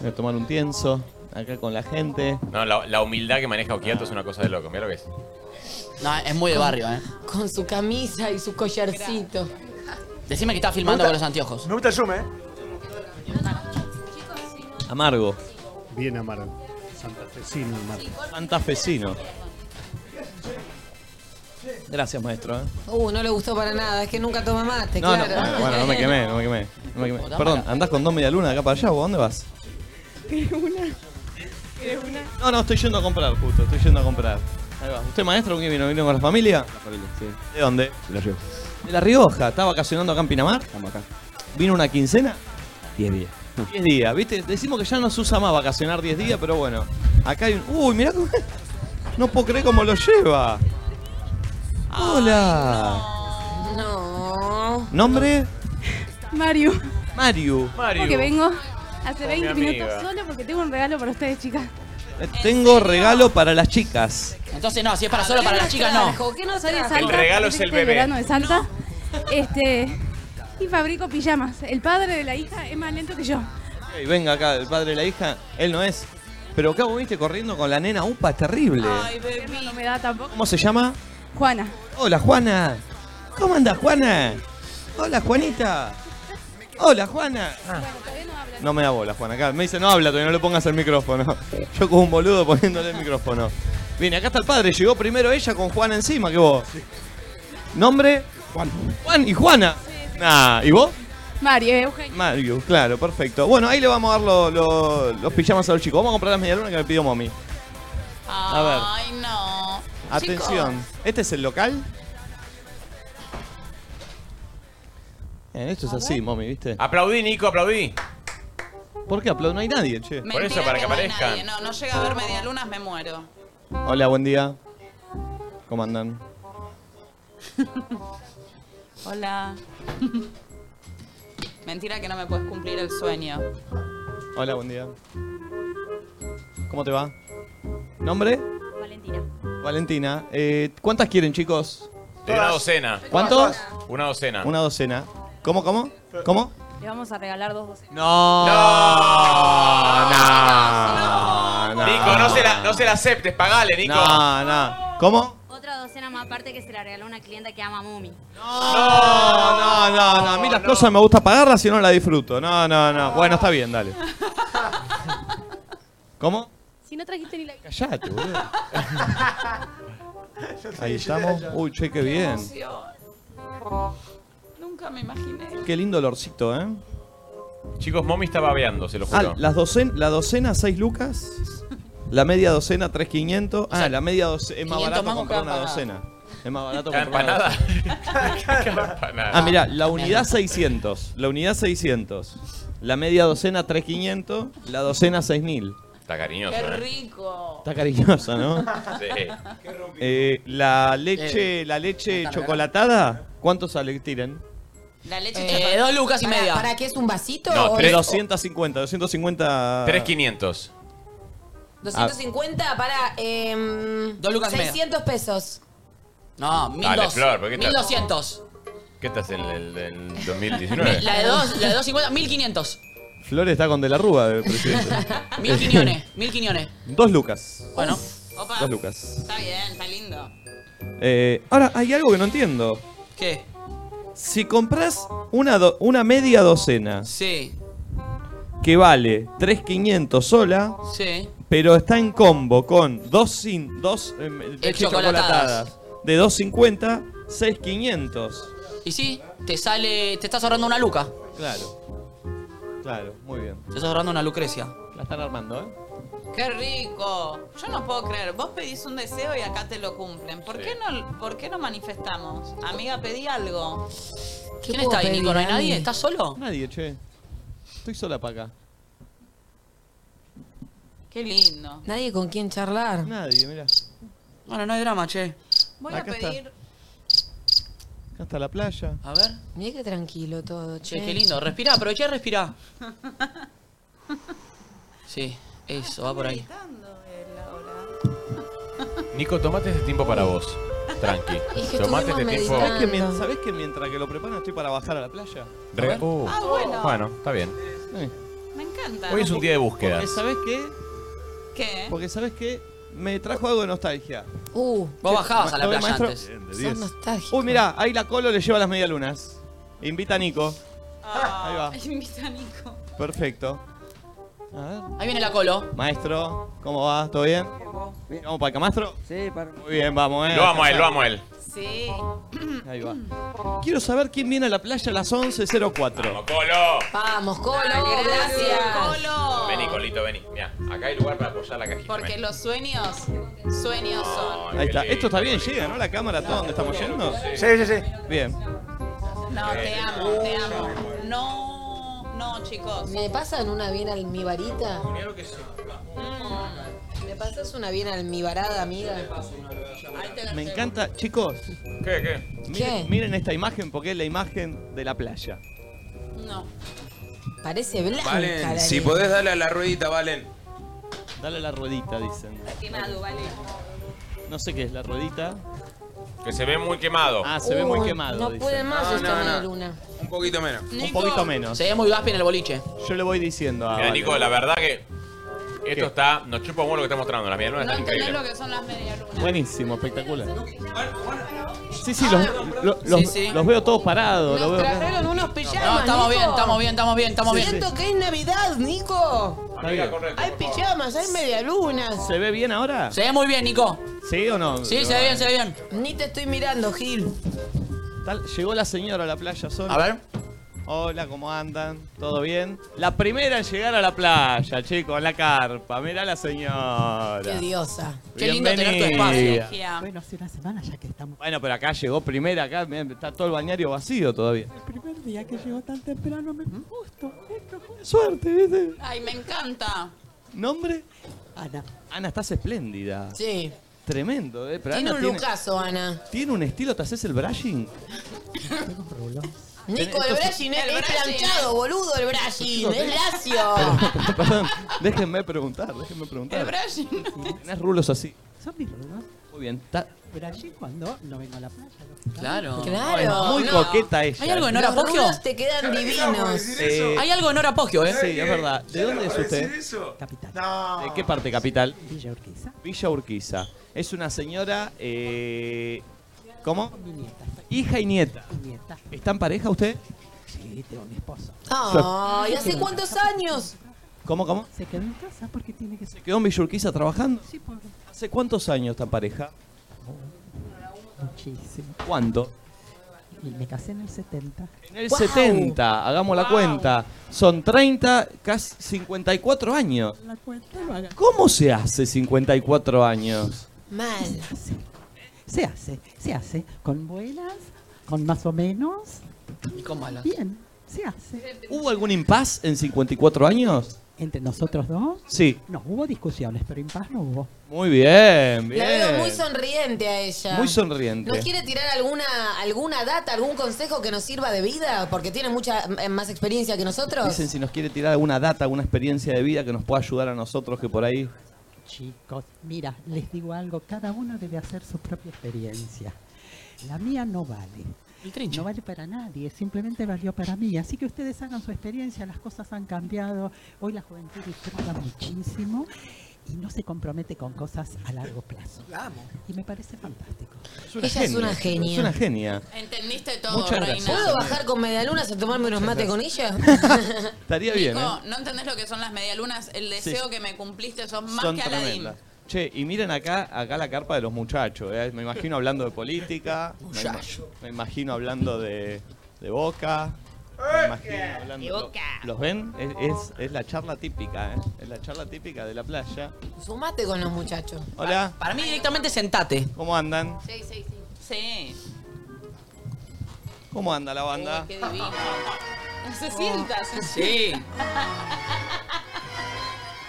Speaker 1: Voy a tomar un tienso acá con la gente.
Speaker 3: No, la, la humildad que maneja Okiato es una cosa de loco, mira lo que es.
Speaker 4: No, es muy de barrio, ¿eh?
Speaker 2: Con su camisa y su collarcito.
Speaker 4: Decime que estás filmando con los anteojos.
Speaker 10: Me gusta el zoom, ¿eh?
Speaker 1: Amargo.
Speaker 14: Bien amargo. Santafesino amargo.
Speaker 1: Santafesino. Gracias, maestro. ¿eh?
Speaker 2: Uh, no le gustó para nada, es que nunca toma mate,
Speaker 1: No, no,
Speaker 2: claro.
Speaker 1: bueno, bueno, no me quemé, no me quemé. no me quemé. Perdón, ¿andás con dos medialunas acá para allá o a dónde vas?
Speaker 18: una? ¿Querés una?
Speaker 1: No, no, estoy yendo a comprar justo, estoy yendo a comprar. Ahí va. ¿Usted maestro con quién vino? ¿Vino con la familia? ¿De dónde?
Speaker 14: De la Rioja.
Speaker 1: De La Rioja. ¿Está vacacionando acá en Pinamar?
Speaker 14: Estamos acá.
Speaker 1: ¿Vino una quincena?
Speaker 14: 10 días.
Speaker 1: 10 días, ¿viste? Decimos que ya no se usa más vacacionar 10 días, pero bueno. Acá hay un... Uy, mirá cómo... No puedo creer cómo lo lleva. Hola.
Speaker 2: No.
Speaker 1: ¿Nombre?
Speaker 19: Mario.
Speaker 1: Mario.
Speaker 19: Porque vengo hace 20
Speaker 1: mi
Speaker 19: minutos
Speaker 1: amiga.
Speaker 19: solo porque tengo un regalo para ustedes, chicas.
Speaker 1: Eh, Tengo regalo para las chicas.
Speaker 4: Entonces, no, si es para solo para las chicas, Ah, no.
Speaker 19: ¿Qué no soy de
Speaker 1: trajo?
Speaker 19: Salta?
Speaker 1: El regalo
Speaker 19: porque
Speaker 1: es el
Speaker 19: este
Speaker 1: bebé.
Speaker 19: verano de Salta. Este. Y fabrico pijamas. El padre de la hija es más lento que yo.
Speaker 1: Ey, venga acá, el padre de la hija, él no es. Pero acá vos viste corriendo con la nena UPA, es terrible.
Speaker 19: No, no me da tampoco.
Speaker 1: ¿Cómo se llama?
Speaker 19: Juana.
Speaker 1: Hola, Juana. ¿Cómo andas, Juana? Hola, Juanita. Hola, Juana. Ah, No me da bola, Juana. Acá me dice, no habla, todavía no le pongas el micrófono. *laughs* Yo como un boludo poniéndole el micrófono. Bien, acá está el padre. Llegó primero ella con Juana encima que vos. ¿Nombre? Juan. Juan y Juana. Nah, ¿y vos?
Speaker 19: Mario, eh, Eugenio.
Speaker 1: Mario, claro, perfecto. Bueno, ahí le vamos a dar lo- lo- los pijamas a los chicos. Vamos a comprar las medialunas que me pidió mommy. A ver.
Speaker 5: Ay, no.
Speaker 1: Atención, ¿este es el local? Eh, esto es así, mommy, ¿viste?
Speaker 3: Aplaudí, Nico, aplaudí.
Speaker 1: ¿Por qué aplaudo? No hay nadie, che.
Speaker 5: Mentira que no hay nadie. No, no llega a ver medialunas, me muero.
Speaker 1: Hola, buen día. ¿Cómo
Speaker 5: *laughs*
Speaker 1: andan?
Speaker 5: Hola. *laughs* Mentira que no me puedes cumplir el sueño.
Speaker 1: Hola, buen día. ¿Cómo te va? ¿Nombre?
Speaker 19: Valentina.
Speaker 1: Valentina. Eh, ¿Cuántas quieren, chicos?
Speaker 3: Una docena.
Speaker 1: ¿Cuántos?
Speaker 3: Una docena.
Speaker 1: Una docena. ¿Cómo, cómo? ¿Cómo?
Speaker 20: Le vamos a regalar dos docenas.
Speaker 3: No. No. No. Nico, no se, la, no se la aceptes, pagale, Nico.
Speaker 1: No, no. ¿Cómo?
Speaker 20: Otra docena más aparte que se la regaló una clienta que ama a Mumi.
Speaker 16: *laughs*
Speaker 1: No, no, no, no. A mí las cosas me gusta pagarlas si no las disfruto. No, no, no. Bueno, está bien, dale. ¿Cómo?
Speaker 19: Si no trajiste ni la
Speaker 1: Callate, boludo. Ahí estamos. Uy, che, qué bien.
Speaker 5: Nunca me imaginé.
Speaker 1: *laughs* Qué lindo olorcito, ¿eh?
Speaker 3: Chicos, mommy está babeando, se lo
Speaker 1: Ah,
Speaker 3: juro.
Speaker 1: las docen- la docena, 6 lucas. La media docena, 3,500. Ah, la media docena. Es más
Speaker 8: 500
Speaker 1: barato
Speaker 8: más
Speaker 1: comprar una
Speaker 8: cada empanada.
Speaker 1: docena. Es más barato
Speaker 3: Cada
Speaker 1: comprar una docena. Ah, mira, la unidad 600. La unidad 600. La media docena 3500. La docena 6000.
Speaker 3: Está cariñoso.
Speaker 1: eh.
Speaker 5: Qué rico.
Speaker 1: Está cariñosa, ¿no?
Speaker 3: Sí.
Speaker 1: *laughs* Eh, la leche, la leche chocolatada, ¿cuánto sale? Tiren.
Speaker 5: La leche
Speaker 4: Eh, dos lucas y
Speaker 2: Pará,
Speaker 4: media.
Speaker 2: ¿Para qué es un vasito?
Speaker 1: No,
Speaker 2: o
Speaker 1: tres-
Speaker 2: es-
Speaker 1: 250, 250.
Speaker 3: 3500.
Speaker 2: 250 para. Eh,
Speaker 4: Dos lucas y media.
Speaker 2: 600 pesos.
Speaker 4: No,
Speaker 3: Dale,
Speaker 4: 1200.
Speaker 3: Flor, ¿por qué te-
Speaker 4: 1200.
Speaker 3: ¿Qué estás en el, el 2019?
Speaker 4: La de, dos, la de 250, 1500.
Speaker 1: Flor está con de la rúa de presidente.
Speaker 4: *laughs* Mil quiñones, mil quiñones.
Speaker 1: Dos lucas.
Speaker 4: Bueno.
Speaker 1: Dos lucas.
Speaker 5: Está bien, está lindo.
Speaker 1: Eh, ahora, hay algo que no entiendo.
Speaker 4: ¿Qué?
Speaker 1: Si compras una, do- una media docena
Speaker 4: Sí,
Speaker 1: que vale 3,500 sola,
Speaker 4: sí.
Speaker 1: pero está en combo con dos, sin, dos eh, leches
Speaker 4: chocolatadas.
Speaker 1: chocolatadas de 250, 6500.
Speaker 4: Y sí, te sale. Te estás ahorrando una luca.
Speaker 1: Claro. Claro, muy bien.
Speaker 4: Te estás ahorrando una lucrecia.
Speaker 1: La están armando, ¿eh?
Speaker 5: Qué rico. Yo no puedo creer. Vos pedís un deseo y acá te lo cumplen. ¿Por, qué, no, ¿por qué no manifestamos? Amiga, pedí algo.
Speaker 4: ¿Quién está ahí, Nico? ¿No hay nadie? ¿Estás solo?
Speaker 1: Nadie, che. Estoy sola para acá.
Speaker 5: Qué lindo.
Speaker 2: Nadie con quien charlar.
Speaker 1: Nadie, mira.
Speaker 4: Bueno, no hay drama, che.
Speaker 5: Voy
Speaker 1: Acá
Speaker 5: a
Speaker 1: está.
Speaker 5: pedir.
Speaker 1: Acá está la playa.
Speaker 4: A ver.
Speaker 2: Mira qué tranquilo todo, che.
Speaker 4: Che, qué lindo. Respira, aprovechá, y respira. Sí, eso, va por ahí.
Speaker 3: Nico, tomate este tiempo para vos. Tranqui. Tomate este tiempo.
Speaker 1: ¿Sabés que, mien- sabés que mientras que lo preparan estoy para bajar a la playa?
Speaker 3: Re-
Speaker 1: A ver.
Speaker 3: Uh,
Speaker 5: Ah, bueno.
Speaker 3: Bueno, está bien.
Speaker 5: Me encanta.
Speaker 3: Hoy es un día de búsqueda.
Speaker 1: Porque sabés qué?
Speaker 5: ¿Qué?
Speaker 1: Porque sabés qué? Me trajo algo de nostalgia.
Speaker 2: Uh,
Speaker 4: Vos bajabas a la
Speaker 1: ¿Lo ve,
Speaker 4: playa
Speaker 1: maestro?
Speaker 4: antes.
Speaker 1: Bien, de
Speaker 4: Sos
Speaker 1: 10.
Speaker 2: nostálgico.
Speaker 1: Uy, mirá, ahí la colo le lleva las medialunas. Invita a Nico. Ahí va.
Speaker 5: Invita a Nico.
Speaker 1: Perfecto. A ver.
Speaker 4: Ahí viene la colo.
Speaker 1: Maestro, ¿cómo va? ¿Todo bien? Bien, ¿Vamos para acá, maestro? Sí, para. Muy bien, vamos, eh. Mm.
Speaker 3: Lo amo a él, lo amo a él.
Speaker 5: Sí.
Speaker 1: Ahí va. Quiero saber quién viene a la playa a las 11.04.
Speaker 3: Vamos, Colo.
Speaker 2: Vamos, Colo,
Speaker 5: Dale,
Speaker 2: gracias.
Speaker 5: Colo.
Speaker 3: Vení, Colito, vení. Mira, acá hay lugar para apoyar la cajita.
Speaker 5: Porque los sueños, sueños son.
Speaker 1: Ahí está. Esto está bien, llega, ¿no? La cámara, ¿todo donde estamos yendo?
Speaker 5: Sí, sí,
Speaker 1: sí. Bien. Oh,
Speaker 5: No, te amo, te amo. No, no, chicos.
Speaker 2: ¿Me pasan una bien al mi varita?
Speaker 3: que sí.
Speaker 5: Mm,
Speaker 2: ¿Me pasas una bien al mi varada, amiga?
Speaker 1: Me encanta, chicos.
Speaker 3: ¿Qué, qué?
Speaker 1: Miren, miren esta imagen porque es la imagen de la playa.
Speaker 5: No.
Speaker 2: Parece blanca. la
Speaker 15: Valen, si
Speaker 2: leche.
Speaker 15: podés dale a la ruedita, Valen.
Speaker 1: Dale a la ruedita, dicen.
Speaker 5: Quemado, vale.
Speaker 1: No sé qué es la ruedita.
Speaker 3: Que se ve muy quemado.
Speaker 1: Ah, se ve muy quemado.
Speaker 2: No
Speaker 1: dicen.
Speaker 2: puede más este
Speaker 15: No,
Speaker 2: esta
Speaker 15: no, no.
Speaker 2: medialuna.
Speaker 15: Un poquito menos.
Speaker 1: Un poquito menos.
Speaker 4: Se ve muy gaspi en el boliche.
Speaker 1: Yo le voy diciendo a.
Speaker 3: Mira,
Speaker 1: Valen.
Speaker 3: Nico, la verdad que esto está. Nos chupa un huevo lo que está mostrando. La medialuna
Speaker 5: No
Speaker 3: está
Speaker 5: entendés lo
Speaker 3: increíble.
Speaker 5: que son las medialunas.
Speaker 1: Buenísimo, espectacular. Sí, sí, los, lo- los,
Speaker 4: Ah, Sí, sí.
Speaker 1: los veo todos parados. Los veo
Speaker 2: Trajeron unos pijamas.
Speaker 4: No, estamos
Speaker 2: Nico.
Speaker 4: bien, estamos bien, estamos bien, estamos bien.
Speaker 2: Siento que es Navidad, Nico.
Speaker 1: Está bien.
Speaker 2: Hay pijamas, hay medialunas.
Speaker 1: ¿Se ve bien ahora?
Speaker 4: Se ve muy bien, Nico.
Speaker 1: ¿Sí o no?
Speaker 4: Sí, se ve bien, se ve bien.
Speaker 2: Ni te estoy mirando, Gil.
Speaker 1: Tal- llegó la señora a la playa sola.
Speaker 4: A ver.
Speaker 1: Hola, ¿cómo andan? ¿Todo bien? La primera en llegar a la playa, chicos, en la carpa. Mirá la señora.
Speaker 2: Qué diosa.
Speaker 18: Qué lindo
Speaker 1: Bienvenida.
Speaker 18: tener tu
Speaker 2: Energía.
Speaker 18: Bueno, hace una semana ya que estamos.
Speaker 1: Bueno, pero acá llegó primera, acá mirá, está todo el bañario vacío todavía.
Speaker 18: El primer día que llegó tan temprano me justo.
Speaker 1: ¿Mm? Suerte, ¿viste?
Speaker 5: Ay, me encanta.
Speaker 1: ¿Nombre?
Speaker 18: Ana.
Speaker 1: Ana, estás espléndida.
Speaker 2: Sí.
Speaker 1: Tremendo, ¿eh? Pero
Speaker 2: Tiene
Speaker 1: Ana
Speaker 2: un lucazo, Ana.
Speaker 1: Tiene un estilo, ¿te haces el brushing?
Speaker 2: Nico, el
Speaker 1: Entonces-
Speaker 2: Brashin es,
Speaker 5: El
Speaker 2: es
Speaker 5: Brashin.
Speaker 2: planchado, boludo, el Brashin. Es
Speaker 1: *laughs*
Speaker 2: lacio.
Speaker 1: Perdón, déjenme preguntar, déjenme preguntar.
Speaker 5: El brushing.
Speaker 1: *laughs* ¿Tenés rulos así?
Speaker 18: ¿Son mis rulos?
Speaker 1: Uy,
Speaker 14: Muy bien. Pero allí cuando no vengo a la playa.
Speaker 1: *laughs*
Speaker 4: Claro.
Speaker 14: Claro,
Speaker 1: Bueno, muy
Speaker 4: no.
Speaker 1: coqueta ella.
Speaker 4: ¿Hay algo en hora
Speaker 2: Los
Speaker 4: Poggio?
Speaker 2: rulos te quedan divinos.
Speaker 1: Eh,
Speaker 4: Hay algo en hora Poggio, ¿eh?
Speaker 1: Sí, es verdad. ¿De dónde es usted?
Speaker 14: Capital.
Speaker 1: ¿De qué parte capital?
Speaker 14: Villa Urquiza.
Speaker 1: Villa Urquiza. Es una señora. eh, ¿Cómo? Hija y nieta.
Speaker 14: nieta.
Speaker 1: ¿Están pareja usted?
Speaker 14: Sí, tengo mi esposo.
Speaker 2: Ay, ¿hace cuántos años?
Speaker 1: ¿Cómo, cómo?
Speaker 14: Se quedó en casa porque tiene que ser.
Speaker 1: ¿Quedó en Villa Urquiza trabajando?
Speaker 14: Sí, pobre.
Speaker 1: ¿Hace cuántos años están pareja?
Speaker 14: Muchísimo.
Speaker 1: ¿Cuánto?
Speaker 14: Y me casé en el 70.
Speaker 1: En el 70, hagamos la cuenta. Son 30, casi 54 años.
Speaker 14: La cuenta lo haga.
Speaker 1: ¿Cómo se hace 54 años?
Speaker 2: Mal.
Speaker 14: Se hace, se hace. Con buenas, con más o menos.
Speaker 4: Y con malas.
Speaker 14: Bien, se hace.
Speaker 1: ¿Hubo algún impas en 54 años?
Speaker 14: Entre nosotros dos.
Speaker 1: Sí.
Speaker 14: No, hubo discusiones, pero impas no hubo.
Speaker 1: Muy bien, bien.
Speaker 2: La veo muy sonriente a ella.
Speaker 1: Muy sonriente.
Speaker 2: ¿Nos quiere tirar alguna, alguna data, algún consejo que nos sirva de vida? Porque tiene mucha eh, más experiencia que nosotros.
Speaker 1: Dicen si nos quiere tirar alguna data, alguna experiencia de vida que nos pueda ayudar a nosotros que por ahí.
Speaker 14: Chicos, mira, les digo algo, cada uno debe hacer su propia experiencia. La mía no vale. No vale para nadie, simplemente valió para mí. Así que ustedes hagan su experiencia, las cosas han cambiado, hoy la juventud disfruta muchísimo y no se compromete con cosas a largo plazo. Y me parece fantástico.
Speaker 2: una Ella es genia, una genia.
Speaker 1: Es una genia.
Speaker 5: Entendiste todo,
Speaker 1: Muchas gracias.
Speaker 5: Reina.
Speaker 2: ¿Puedo bajar con medialunas a tomarme unos mates con ella?
Speaker 1: Estaría bien, ¿eh?
Speaker 5: Nico, no entendés lo que son las medialunas. El
Speaker 1: Sí,
Speaker 5: deseo
Speaker 1: sí.
Speaker 5: que me cumpliste son más
Speaker 1: Son
Speaker 5: que Aladín.
Speaker 1: tremendas. Che, y miren acá, acá la carpa de los muchachos. ¿eh? Me imagino hablando de política. me ima-
Speaker 5: Muchacho.
Speaker 1: Me, imagino hablando de, de boca. Me imagino hablando.
Speaker 2: De Boca.
Speaker 1: ¿Los ven? Es, es- es la charla típica, ¿eh? Es la charla típica de la playa.
Speaker 2: Sumate con los muchachos.
Speaker 1: Hola.
Speaker 4: Para mí directamente sentate.
Speaker 1: ¿Cómo andan?
Speaker 5: Sí, sí, sí. Sí.
Speaker 1: ¿Cómo anda la banda?
Speaker 5: Uy,
Speaker 4: Eh,
Speaker 5: qué divino. Se sienta, se
Speaker 4: Sí.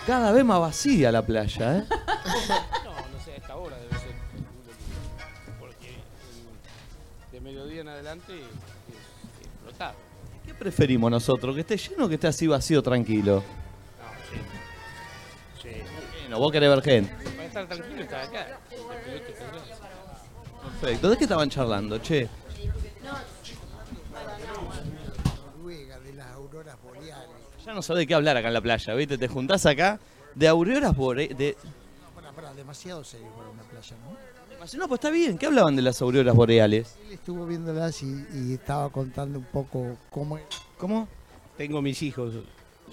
Speaker 1: Cada vez más vacía la playa,
Speaker 4: *laughs*
Speaker 1: ¿eh?
Speaker 11: No, no sé, a esta hora debe ser. Porque en- de mediodía en adelante es explotado.
Speaker 1: ¿Qué preferimos nosotros? ¿Que esté lleno o que esté así vacío, tranquilo?
Speaker 11: Sí.
Speaker 1: Bueno, vos querés ver gente.
Speaker 11: Para estar tranquilo está acá. Este pelota está acá.
Speaker 1: Perfecto. ¿De qué estaban charlando, che?
Speaker 21: Noruega, de las auroras boreales.
Speaker 1: Ya no sabés de qué hablar acá en la playa, ¿viste? Te juntás acá de auroras boreales. De...
Speaker 21: Pará, pará, demasiado serio para una playa, ¿no?
Speaker 1: No, pues está bien. ¿Qué hablaban de las auroras boreales?
Speaker 21: Él estuvo viéndolas y, y estaba contando un poco cómo era.
Speaker 1: ¿Cómo?
Speaker 11: Tengo mis hijos,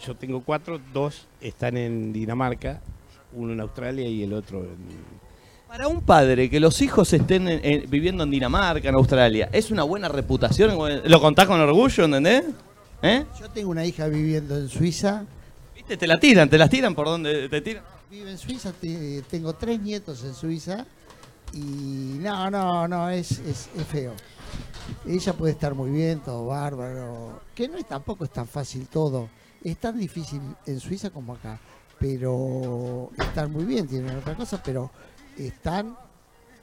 Speaker 11: yo tengo cuatro, dos están en Dinamarca, uno en Australia y el otro en...
Speaker 1: Para un padre que los hijos estén en- en- viviendo en Dinamarca, en Australia, ¿es una buena reputación? ¿Lo contás con orgullo, entendés? ¿Eh?
Speaker 21: Yo tengo una hija viviendo en Suiza.
Speaker 1: ¿Viste? Te la tiran, te las tiran por donde te tiran.
Speaker 21: Vive en Suiza, te- tengo tres nietos en Suiza. Y no, no, no, es, es, es feo. Ella puede estar muy bien, todo bárbaro. Que no es tampoco es tan fácil todo. Es tan difícil en Suiza como acá. Pero están muy bien, tienen otra cosa, pero están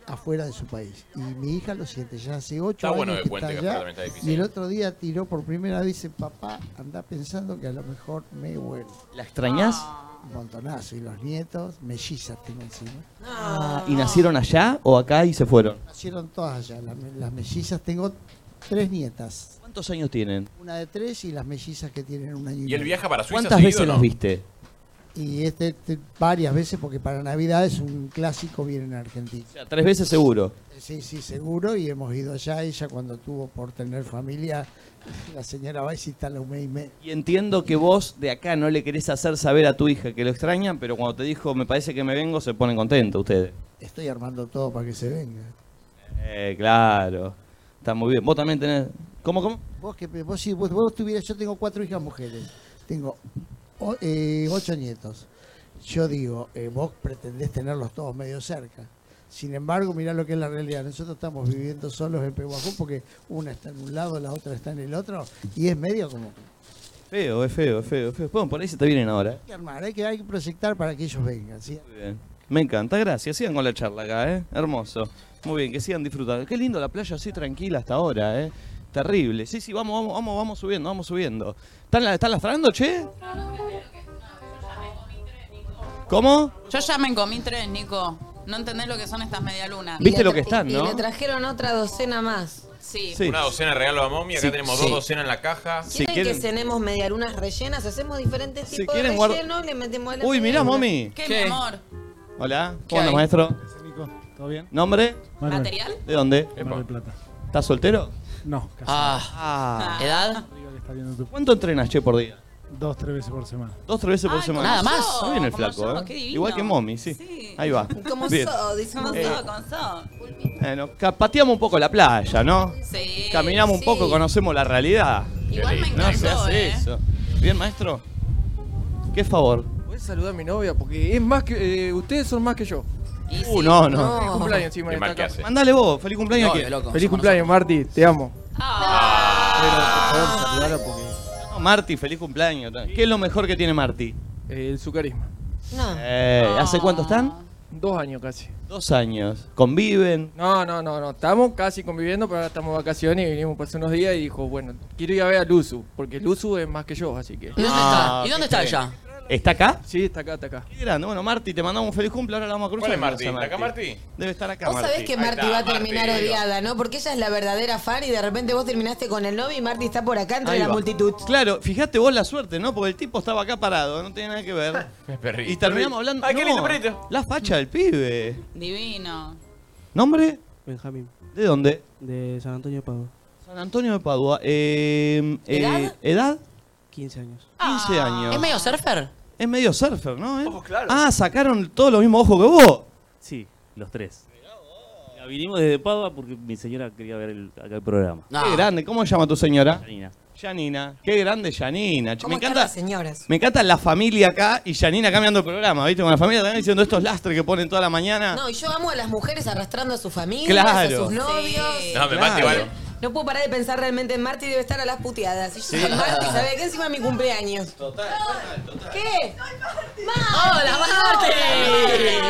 Speaker 21: afuera de su país. Y mi hija lo siente, ya hace
Speaker 3: Está
Speaker 21: ocho años
Speaker 3: bueno que
Speaker 21: que
Speaker 3: cuente
Speaker 21: está
Speaker 3: que afuera
Speaker 21: allá,
Speaker 3: también está difícil.
Speaker 21: Y el otro día tiró por primera vez, dice, papá, anda pensando que a lo mejor me vuelvo.
Speaker 1: ¿La extrañás?
Speaker 21: Un montonazo. Y los nietos, mellizas tengo encima.
Speaker 1: Ah, ¿Y nacieron allá o acá y se fueron?
Speaker 21: Nacieron todas allá, las, las mellizas. Tengo tres nietas.
Speaker 1: ¿Cuántos años tienen?
Speaker 21: Una de tres y las mellizas que tienen un año
Speaker 3: ¿Y él
Speaker 21: medio.
Speaker 3: viaja Ah, para Suiza
Speaker 1: ¿Cuántas
Speaker 3: seguido
Speaker 1: veces
Speaker 3: o no?
Speaker 1: las viste?
Speaker 21: Y este, este, varias veces, porque para Navidad es un clásico, vienen a Argentina.
Speaker 1: O sea, Tres veces seguro.
Speaker 21: Sí, sí, seguro. Y hemos ido allá. Ella, cuando tuvo por tener familia, *laughs* la señora va y se instala un mes y medio.
Speaker 1: Y entiendo que vos de acá no le querés hacer saber a tu hija que lo extrañan, pero cuando te dijo, me parece que me vengo, se ponen contentos ustedes.
Speaker 21: Estoy armando todo para que se venga.
Speaker 1: Eh, claro. Está muy bien. Vos también tenés... ¿Cómo, cómo?
Speaker 21: Vos que vos, si vos, vos tuvieras, yo tengo cuatro hijas mujeres, tengo o- eh, ocho nietos. Yo digo, eh, vos pretendés tenerlos todos medio cerca. Sin embargo, mirá lo que es la realidad. Nosotros estamos viviendo solos en Pehuajó porque una está en un lado, la otra está en el otro, y es medio como
Speaker 1: Feo, es feo, es feo, es feo. Bueno, por ahí se te vienen ahora. ¿eh?
Speaker 21: hay que armar, hay que, hay que proyectar para que ellos vengan. ¿sí?
Speaker 1: Muy bien. Me encanta, gracias. Sigan con la charla acá, ¿eh? Hermoso. Muy bien, que sigan disfrutando. Qué lindo la playa así tranquila hasta ahora, ¿eh? Terrible. Sí, sí, vamos, vamos, vamos, vamos subiendo, vamos subiendo. ¿Están, la- están lastrando, che? ¿Cómo?
Speaker 5: Yo ya me comí tres, Nico. No entendés lo que son estas medialunas.
Speaker 1: Viste lo que están,
Speaker 2: Y
Speaker 1: ¿no?
Speaker 2: le trajeron otra docena más.
Speaker 5: Sí.
Speaker 1: Sí.
Speaker 3: Una docena de regalo a momia, acá
Speaker 1: Sí,
Speaker 3: tenemos
Speaker 1: sí.
Speaker 3: dos docenas en la caja.
Speaker 1: Si
Speaker 2: ¿Quieren que cenemos medialunas rellenas? Hacemos diferentes
Speaker 1: Si
Speaker 2: tipos
Speaker 1: quieren,
Speaker 2: de
Speaker 1: guarda-
Speaker 2: relleno, le metemos la
Speaker 1: Uy, mirá,
Speaker 2: medialuna.
Speaker 1: mami. ¿Qué,
Speaker 5: mi amor?
Speaker 1: Hola,
Speaker 2: ¿Qué
Speaker 1: ¿cómo andas,
Speaker 2: hay?
Speaker 1: maestro?
Speaker 12: ¿Todo bien?
Speaker 1: ¿Nombre?
Speaker 12: Manuel.
Speaker 5: ¿Material?
Speaker 1: ¿De dónde?
Speaker 12: Mar del Plata.
Speaker 1: ¿Estás soltero?
Speaker 12: No, casi.
Speaker 1: Ah.
Speaker 12: ¿Edad?
Speaker 1: ¿Cuánto entrenas, che, por día?
Speaker 12: Dos, tres veces por semana.
Speaker 1: Dos, tres veces por semana.
Speaker 12: nada más.
Speaker 1: Muy bien el
Speaker 12: Como
Speaker 1: flaco,
Speaker 12: yo,
Speaker 1: ¿eh?
Speaker 12: qué divino.
Speaker 1: Igual que Mommy, sí. Ahí va.
Speaker 5: Como
Speaker 1: Bien.
Speaker 5: so, dice como
Speaker 1: Eh,
Speaker 5: so, como so.
Speaker 1: Bueno, ca- pateamos un poco la playa, ¿no?
Speaker 5: Sí,
Speaker 1: Caminamos
Speaker 5: sí.
Speaker 1: un poco, conocemos la realidad.
Speaker 5: Igual me
Speaker 1: No se
Speaker 5: encantó,
Speaker 1: hace
Speaker 5: ¿eh?
Speaker 1: eso. Bien, maestro. ¿Qué favor?
Speaker 12: ¿Puedes saludar a mi novia? Porque es más que. eh, ustedes son más que yo.
Speaker 1: Uh, no, no.
Speaker 12: Feliz cumpleaños, sí, María, está acá.
Speaker 1: Mándale vos, feliz cumpleaños
Speaker 12: Novio,
Speaker 1: aquí.
Speaker 12: loco, Feliz cumpleaños, Marti, te amo. Ah.
Speaker 1: No, Marti, feliz cumpleaños. ¿Qué es lo mejor que tiene Marti?
Speaker 12: El su carisma.
Speaker 2: No.
Speaker 1: Eh, ¿Hace
Speaker 12: Ah.
Speaker 1: cuánto están?
Speaker 12: Dos años casi.
Speaker 1: Dos años. ¿Conviven?
Speaker 12: No, no, no, no. Estamos casi conviviendo, pero ahora estamos de vacaciones y vinimos pasar unos días y dijo, bueno, quiero ir a ver a Luzu, porque Luzu es más que yo, así que.
Speaker 1: Ah,
Speaker 12: ¿Y dónde está
Speaker 1: qué
Speaker 12: ella?
Speaker 1: bien. ¿Está acá?
Speaker 12: Sí, está acá, está acá.
Speaker 1: Qué grande. Bueno, Marti, te mandamos un feliz cumple. Ahora la vamos a cruzar.
Speaker 12: ¿Cuál es
Speaker 1: con esa
Speaker 12: Marti? ¿Está acá
Speaker 3: Marti?
Speaker 1: Debe estar acá,
Speaker 2: Vos
Speaker 1: Marti.
Speaker 2: sabés que
Speaker 1: Ahí
Speaker 2: Marti
Speaker 1: está,
Speaker 2: va a terminar
Speaker 1: Marti.
Speaker 2: odiada, ¿no? Porque ella es la verdadera fan y de repente vos terminaste con el novio y Marti está por acá entre
Speaker 1: Ahí
Speaker 2: la
Speaker 1: va.
Speaker 2: multitud.
Speaker 1: Claro, fíjate vos la suerte, ¿no? Porque el tipo estaba acá parado, no tenía nada que ver. Y terminamos hablando.
Speaker 5: Ay, qué
Speaker 1: no,
Speaker 5: lindo perrito.
Speaker 1: La facha del pibe.
Speaker 5: Divino.
Speaker 1: ¿Nombre?
Speaker 12: Benjamín.
Speaker 1: ¿De dónde?
Speaker 12: De San Antonio Pago.
Speaker 1: San Antonio de Padua. Eh, eh,
Speaker 12: ¿Edad?
Speaker 1: ¿Edad?
Speaker 12: 15 años.
Speaker 1: 15
Speaker 2: Ah,
Speaker 1: años.
Speaker 12: ¿Es medio surfer?
Speaker 1: Es medio surfer, ¿no? ¿Eh? Ah, sacaron todos los mismos ojos que vos.
Speaker 13: Sí, los tres. Ya, Vinimos desde Padua porque mi señora quería ver el, acá el programa.
Speaker 1: Qué grande. ¿Cómo se llama tu señora?
Speaker 13: Janina.
Speaker 1: Janina. Qué grande Janina. Me encanta,
Speaker 2: señoras.
Speaker 1: me encanta la familia acá y Janina cambiando el programa, ¿viste? Con la familia también diciendo estos lastres que ponen toda la mañana.
Speaker 2: No, y yo amo a las mujeres arrastrando a su familia, a
Speaker 1: Ah. Claro.
Speaker 2: sus novios.
Speaker 3: No, me mate
Speaker 1: Claro.
Speaker 3: igual.
Speaker 2: No puedo parar de pensar realmente en Marti debe estar a las puteadas. Y yo *laughs*
Speaker 1: Sí.
Speaker 2: soy
Speaker 1: *laughs*
Speaker 2: Marti, ¿sabes qué? Encima es mi cumpleaños. Total, total, ¿Qué?
Speaker 8: ¡Hola, Marte!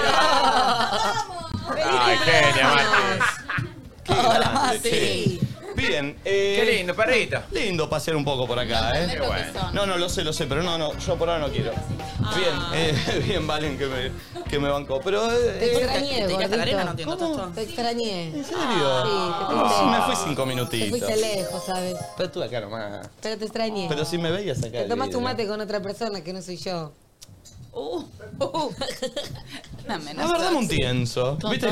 Speaker 3: Ay, genia, Marti.
Speaker 1: Hola,
Speaker 3: Mati.
Speaker 1: Bien. eh,
Speaker 3: Qué lindo, perrito.
Speaker 1: Lindo pasear un poco por acá, ¿eh?
Speaker 3: Qué bueno.
Speaker 1: No, no, lo sé, lo sé, pero no, no, yo por ahora no quiero.
Speaker 2: Ah.
Speaker 1: Bien, eh, *laughs* bien, Valen, que me, que me bancó. Pero, eh,
Speaker 2: Te extrañé,
Speaker 5: ¿Te tiraste a la arena? No
Speaker 2: gordito.
Speaker 5: entiendo
Speaker 2: ¿Cómo? Te extrañé. ¿En
Speaker 1: serio? Ah.
Speaker 2: Sí, te fuiste-
Speaker 1: Sí, me fui cinco
Speaker 2: te
Speaker 1: minutitos.
Speaker 2: fuiste lejos, ¿sabes?
Speaker 1: Pero estuve acá nomás.
Speaker 2: Pero te extrañé.
Speaker 1: Pero si me veías acá.
Speaker 2: Te tomaste
Speaker 1: Lidia.
Speaker 2: un mate con otra persona que no soy yo.
Speaker 5: Uh, uh. *laughs* Una
Speaker 1: La verdad, me un tienso. ¿Viste?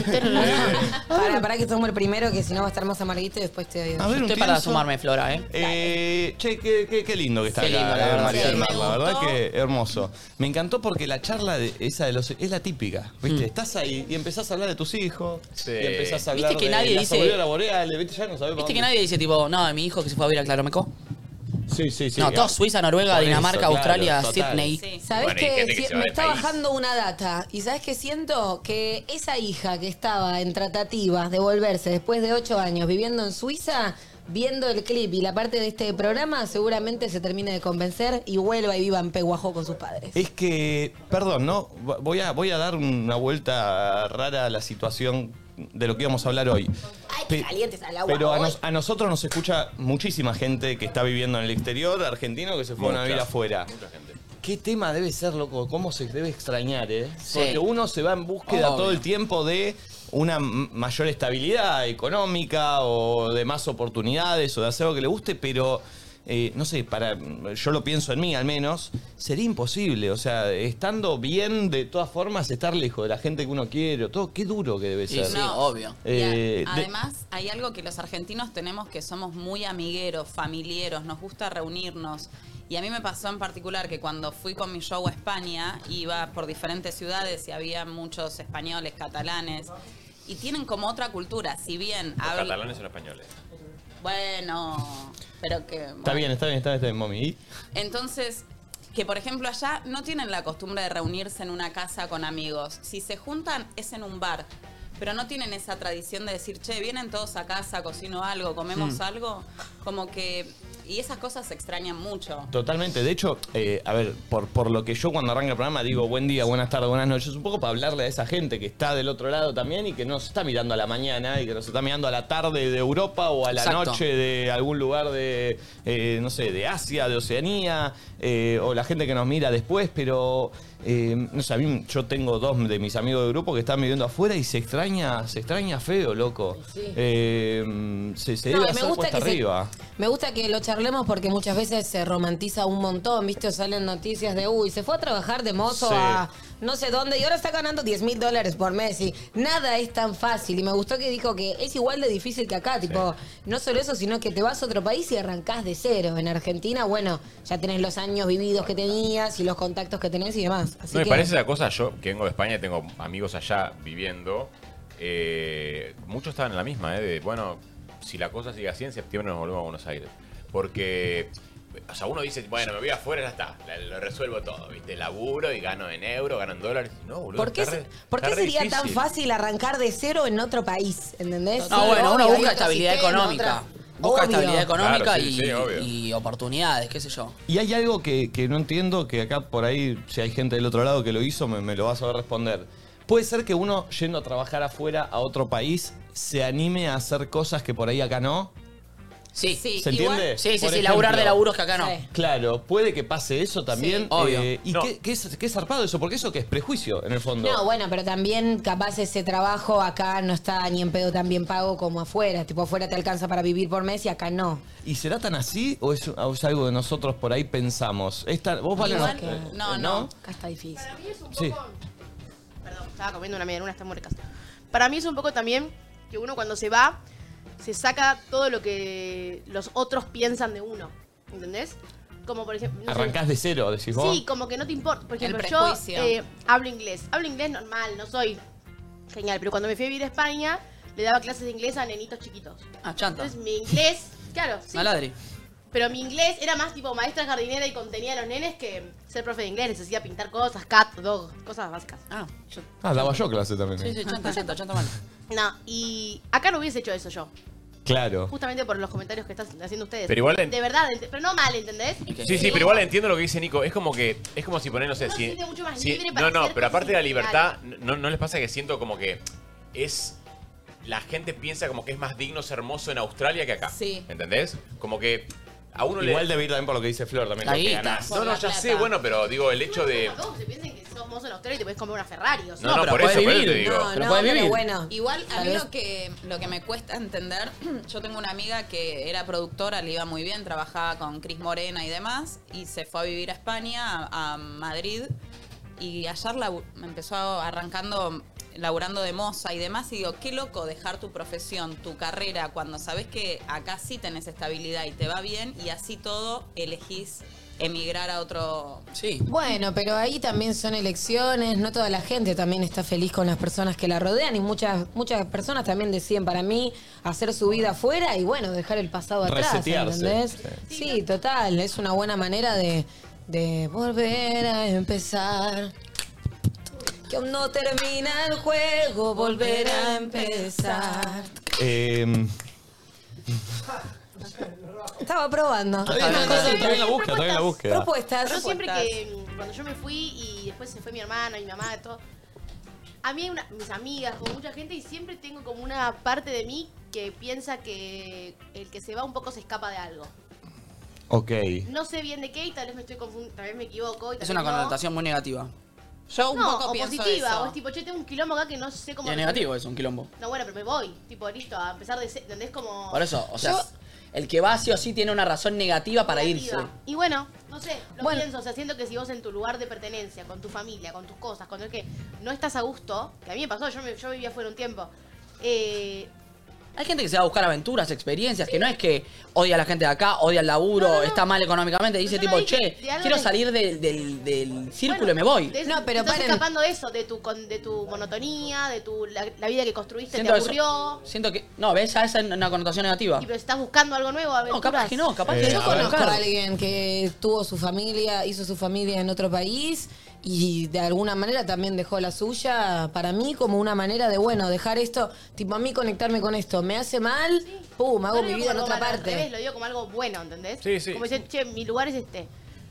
Speaker 2: Para, para que tomo el primero, que si no va a estar más amarguito y después te oigo.
Speaker 1: A ver, un
Speaker 4: Estoy para
Speaker 1: tienso.
Speaker 4: sumarme, Flora, ¿eh?
Speaker 1: Eh, che, qué, qué- qué lindo que está
Speaker 4: Qué
Speaker 1: acá,
Speaker 4: lindo, la
Speaker 1: eh,
Speaker 4: verdad,
Speaker 1: María
Speaker 4: sí.
Speaker 1: del Mar, la
Speaker 4: Me
Speaker 1: verdad
Speaker 4: gustó.
Speaker 1: que hermoso. Me encantó porque la charla de, esa de los es la típica, ¿viste? Estás ahí y empezás a hablar de tus hijos, y empezás a hablar
Speaker 4: Mm. Viste que
Speaker 1: de
Speaker 4: nadie
Speaker 1: las
Speaker 4: dice-
Speaker 1: auroras boreales, ¿viste? Ya no sabemos dónde.
Speaker 4: ¿Viste que nadie dice, tipo, no, mi hijo que se fue a vivir a Claromeco?
Speaker 1: Sí, sí, sí.
Speaker 4: No, todo Suiza, Noruega,
Speaker 1: Por eso,
Speaker 4: Dinamarca,
Speaker 1: claro,
Speaker 4: Australia,
Speaker 1: total.
Speaker 4: Sydney.
Speaker 2: ¿Sabes
Speaker 4: Bueno, hay
Speaker 2: qué?
Speaker 4: gente que
Speaker 2: Si-
Speaker 4: se va
Speaker 2: me
Speaker 4: del
Speaker 2: está
Speaker 4: país.
Speaker 2: bajando una data. ¿Y sabes qué siento? Que esa hija que estaba en tratativas de volverse después de ocho años viviendo en Suiza, viendo el clip y la parte de este programa, seguramente se termine de convencer y vuelva y viva en Peguajó con sus padres.
Speaker 1: Es que, perdón, ¿no? Va- Voy a, voy a dar una vuelta rara a la situación de lo que íbamos a hablar hoy. Pe-
Speaker 2: Calientes al agua.
Speaker 1: Pero a, nos- a nosotros nos escucha muchísima gente que está viviendo en el exterior, argentino, que se fueron a
Speaker 13: Mucha.
Speaker 1: vivir afuera. ¿Qué tema debe ser, loco? ¿Cómo se debe extrañar, eh? Porque uno se va en búsqueda
Speaker 13: Obvio.
Speaker 1: todo el tiempo de una m- mayor estabilidad económica o de más oportunidades o de hacer algo que le guste, pero eh, no sé, para yo lo pienso en mí al menos, sería imposible. O sea, estando bien de todas formas, estar lejos de la gente que uno quiere, o todo, qué duro que debe
Speaker 4: Y
Speaker 1: ser.
Speaker 4: sí, No. obvio.
Speaker 1: Eh,
Speaker 5: Y a-
Speaker 1: de-
Speaker 5: además, hay algo que los argentinos tenemos que somos muy amigueros, familieros, nos gusta reunirnos. Y a mí me pasó en particular que cuando fui con mi show a España, iba por diferentes ciudades y había muchos españoles, catalanes. Y tienen como otra cultura, si bien
Speaker 3: Los
Speaker 5: hablan-
Speaker 3: catalanes son españoles.
Speaker 5: Bueno, pero que.
Speaker 1: Está bien, está bien, está bien, está bien, mami. ¿Y?
Speaker 5: Entonces, que por ejemplo allá no tienen la costumbre de reunirse en una casa con amigos. Si se juntan es en un bar, pero no tienen esa tradición de decir, che, vienen todos a casa, cocino algo, comemos
Speaker 22: Mm.
Speaker 5: algo. Como que y esas cosas se extrañan mucho.
Speaker 1: Totalmente. De hecho, eh, a ver, por, por lo que yo cuando arranca el programa digo buen día, buenas tardes, buenas noches, un poco para hablarle a esa gente que está del otro lado también y que nos está mirando a la mañana y que nos está mirando a la tarde de Europa o a la
Speaker 9: Exacto.
Speaker 1: noche de algún lugar de, eh, no sé, de Asia, de Oceanía, eh, o la gente que nos mira después, pero... eh, no sé, a mí yo tengo dos de mis amigos de grupo que están viviendo afuera y se extraña, se extraña feo, loco.
Speaker 2: Sí.
Speaker 1: Eh, se se
Speaker 2: No,
Speaker 1: debe
Speaker 2: y me
Speaker 1: hacer
Speaker 2: gusta
Speaker 1: cuesta
Speaker 2: que se-
Speaker 1: arriba.
Speaker 2: Me gusta que lo charlemos porque muchas veces se romantiza un montón, ¿viste? O Salen noticias de, uy, se fue a trabajar de mozo
Speaker 1: Sí.
Speaker 2: a no sé dónde y ahora está ganando 10 mil dólares por mes y nada es tan fácil. Y me gustó que dijo que es igual de difícil que acá, tipo, no solo eso, sino que te vas a otro país y arrancás de cero. En Argentina, bueno, ya tenés los años vividos que tenías y los contactos que tenés y demás. Así
Speaker 3: no me
Speaker 2: que-
Speaker 3: parece esa cosa, yo que vengo de España, tengo amigos allá viviendo. eh, muchos estaban en la misma, eh, de bueno, si la cosa sigue así, en septiembre nos volvemos a Buenos Aires. Porque, o sea, uno dice, bueno, me voy afuera, ya está, la- lo resuelvo todo, ¿viste? Laburo y gano en euro, gano en dólares. No, boludo.
Speaker 2: ¿Por qué,
Speaker 3: está
Speaker 2: se-
Speaker 3: re-
Speaker 2: por qué
Speaker 3: está re
Speaker 2: sería tan
Speaker 3: difícil.
Speaker 2: fácil arrancar de cero en otro país? ¿Entendés?
Speaker 4: No,
Speaker 2: Sí,
Speaker 4: Ah, bueno, uno
Speaker 2: obvio, hay
Speaker 4: busca
Speaker 2: otro
Speaker 4: estabilidad
Speaker 2: sistema,
Speaker 4: económica.
Speaker 2: otra-
Speaker 4: Busca
Speaker 2: Obvio.
Speaker 4: estabilidad
Speaker 1: Claro,
Speaker 4: económica
Speaker 1: sí,
Speaker 4: y,
Speaker 1: sí, obvio.
Speaker 4: y oportunidades, qué sé yo.
Speaker 1: Y hay algo que, que no entiendo, que acá por ahí, si hay gente del otro lado que lo hizo, me, me lo va a saber responder. Puede ser que uno yendo a trabajar afuera a otro país se anime a hacer cosas que por ahí acá no.
Speaker 4: Sí,
Speaker 1: ¿Se entiende? Por
Speaker 4: Sí, sí, sí,
Speaker 1: ejemplo.
Speaker 4: laburar de laburos que acá no.
Speaker 1: Claro, puede que pase eso también. Eh,
Speaker 4: Sí. Obvio.
Speaker 1: ¿Y qué, qué es, qué es zarpado eso? Porque eso que es prejuicio, en el fondo.
Speaker 2: No, bueno, pero también capaz ese trabajo acá no está ni en pedo tan bien pago como afuera. Tipo, afuera te alcanza para vivir por mes y acá no.
Speaker 1: ¿Y será tan así o es, o es algo que nosotros por ahí pensamos? Es tan- ¿Vos vale
Speaker 2: Igual
Speaker 1: no?
Speaker 2: que-
Speaker 1: eh,
Speaker 2: Acá está difícil.
Speaker 1: Sí.
Speaker 6: Estaba comiendo una medialuna, están muy ricas. Para mí es un poco también que uno cuando se va, se saca todo lo que los otros piensan de uno. ¿Entendés? Como por ejemplo. no sé,
Speaker 1: Arrancás de cero, decís vos.
Speaker 6: Sí, como que no te importa. Por
Speaker 5: El
Speaker 6: ejemplo, yo
Speaker 5: prejuicio.
Speaker 6: eh, hablo inglés. Hablo inglés normal, no soy genial. Pero cuando me fui a vivir a España, le daba clases de inglés a nenitos chiquitos.
Speaker 4: Ah, chanta.
Speaker 6: Entonces mi inglés, claro, sí.
Speaker 4: Maladri.
Speaker 6: Pero mi inglés era más tipo maestra jardinera y contenía a los nenes que ser profe de inglés. Les hacía pintar cosas, cat, dog, cosas básicas.
Speaker 4: Ah,
Speaker 1: Ah, daba yo clase también.
Speaker 6: *laughs*
Speaker 4: Sí, sí, chanta, chanta, chanta mal.
Speaker 6: No, y acá no hubiese hecho eso yo.
Speaker 1: Claro.
Speaker 6: Justamente por los comentarios que están haciendo ustedes.
Speaker 3: Pero igual en-
Speaker 6: De verdad, ente- pero no mal, ¿entendés?
Speaker 3: Sí, sí, pero igual entiendo lo que dice Nico. Es como que, es como si poner, no sé,
Speaker 6: Uno
Speaker 3: si-
Speaker 6: se siente mucho más
Speaker 3: si-
Speaker 6: libre para
Speaker 3: No, no,
Speaker 6: hacer
Speaker 3: pero aparte de la
Speaker 6: cosas
Speaker 3: libertad, no, ¿no les pasa que siento como que es. La gente piensa como que es más digno ser hermoso en Australia que acá.
Speaker 5: Sí.
Speaker 3: ¿Entendés? Como que a uno le.
Speaker 1: Igual debe ir también por lo que dice Flor también.
Speaker 3: La
Speaker 1: tengo que
Speaker 3: guita.
Speaker 1: ganar.
Speaker 3: No, no, ya sé, bueno, pero digo, el hecho de.
Speaker 6: Tampoco se piensen que sos mozo en Australia y te puedes comprar una Ferrari. O sea.
Speaker 3: No, no, por eso, por eso te digo.
Speaker 5: No,
Speaker 3: Pero
Speaker 5: no,
Speaker 3: podés vivir.
Speaker 5: Igual a
Speaker 2: tal
Speaker 5: mí
Speaker 2: vez-
Speaker 5: lo que, lo que me cuesta entender, *clears throat* yo tengo una amiga que era productora, le iba muy bien, trabajaba con Cris Morena y demás, y se fue a vivir a España, a, a Madrid, y ayer labu- empezó arrancando, laburando de moza y demás, y digo, qué loco dejar tu profesión, tu carrera, cuando sabes que acá sí tenés estabilidad y te va bien, y así todo elegís emigrar a otro...
Speaker 4: Sí.
Speaker 2: Bueno, pero ahí también son elecciones, no toda la gente también está feliz con las personas que la rodean y muchas muchas personas también deciden para mí hacer su vida afuera y bueno, dejar el pasado atrás,
Speaker 8: Resetearse.
Speaker 2: ¿entendés? Sí, total, es una buena manera de, de volver a empezar. Que aún no termina el juego, volver a empezar.
Speaker 1: Eh,
Speaker 2: Estaba probando.
Speaker 1: Está bien, está bien, está bien la búsqueda, está bien la búsqueda.
Speaker 2: Propuestas.
Speaker 6: Yo siempre
Speaker 2: Propuestas.
Speaker 6: que mm, cuando yo me fui y después se fue mi hermana y mi mamá y todo, a mí hay una- mis amigas, con mucha gente, y siempre tengo como una parte de mí que piensa que el que se va un poco se escapa de algo.
Speaker 1: ok.
Speaker 6: No sé bien de qué y tal vez me estoy confundiendo, tal vez me equivoco. Y tal
Speaker 4: Es una
Speaker 6: vez no.
Speaker 4: connotación muy negativa.
Speaker 5: Yo un
Speaker 6: No,
Speaker 5: poco
Speaker 6: o
Speaker 5: pienso
Speaker 6: positiva,
Speaker 5: eso.
Speaker 6: o es tipo, che, tengo un quilombo acá que no sé
Speaker 4: Y
Speaker 6: cómo...
Speaker 4: es negativo eso, un quilombo.
Speaker 6: No, bueno, pero me voy, tipo, listo, a empezar de cero, ¿entendés? Como...
Speaker 4: Por eso, o sea,
Speaker 6: Yo-
Speaker 4: el que va sí o sí tiene una razón negativa para irse.
Speaker 6: Y bueno, no sé, lo pienso, o sea, siento que si vos en tu lugar de pertenencia, con tu familia, con tus cosas, con el que no estás a gusto, que a mí me pasó, yo, me- yo vivía fuera un tiempo, eh,
Speaker 4: Hay gente que se va a buscar aventuras, experiencias, que no es que odia a la gente de acá, odia el laburo, está mal económicamente, dice tipo,
Speaker 6: dije
Speaker 4: che,
Speaker 6: de algo
Speaker 4: quiero
Speaker 6: de-
Speaker 4: salir del, del- del círculo y me voy.
Speaker 6: bueno, de-
Speaker 2: No, pero
Speaker 6: te estás
Speaker 2: paren.
Speaker 6: escapando de eso, de tu, con- de tu monotonía, de tu, la, la vida que construiste,
Speaker 4: Siento
Speaker 6: te
Speaker 4: eso.
Speaker 6: aburrió,
Speaker 4: Siento que. No, ves, ya esa es una connotación negativa.
Speaker 6: y pero estás buscando algo nuevo, aventuras.
Speaker 4: capaz que no, capaz que Eh, no.
Speaker 2: Yo
Speaker 4: a
Speaker 2: conozco
Speaker 4: ver.
Speaker 2: a alguien que tuvo su familia, hizo su familia en otro país y de alguna manera también dejó la suya para mí como una manera de, bueno, dejar esto, tipo a mí conectarme con esto, me hace mal, pum, hago
Speaker 6: No lo
Speaker 2: mi
Speaker 6: digo
Speaker 2: vida en
Speaker 6: como
Speaker 2: otra
Speaker 6: algo al
Speaker 2: parte.
Speaker 6: revés, lo digo como algo bueno, ¿entendés?
Speaker 2: Sí, sí.
Speaker 6: Como decir, che, mi lugar es este.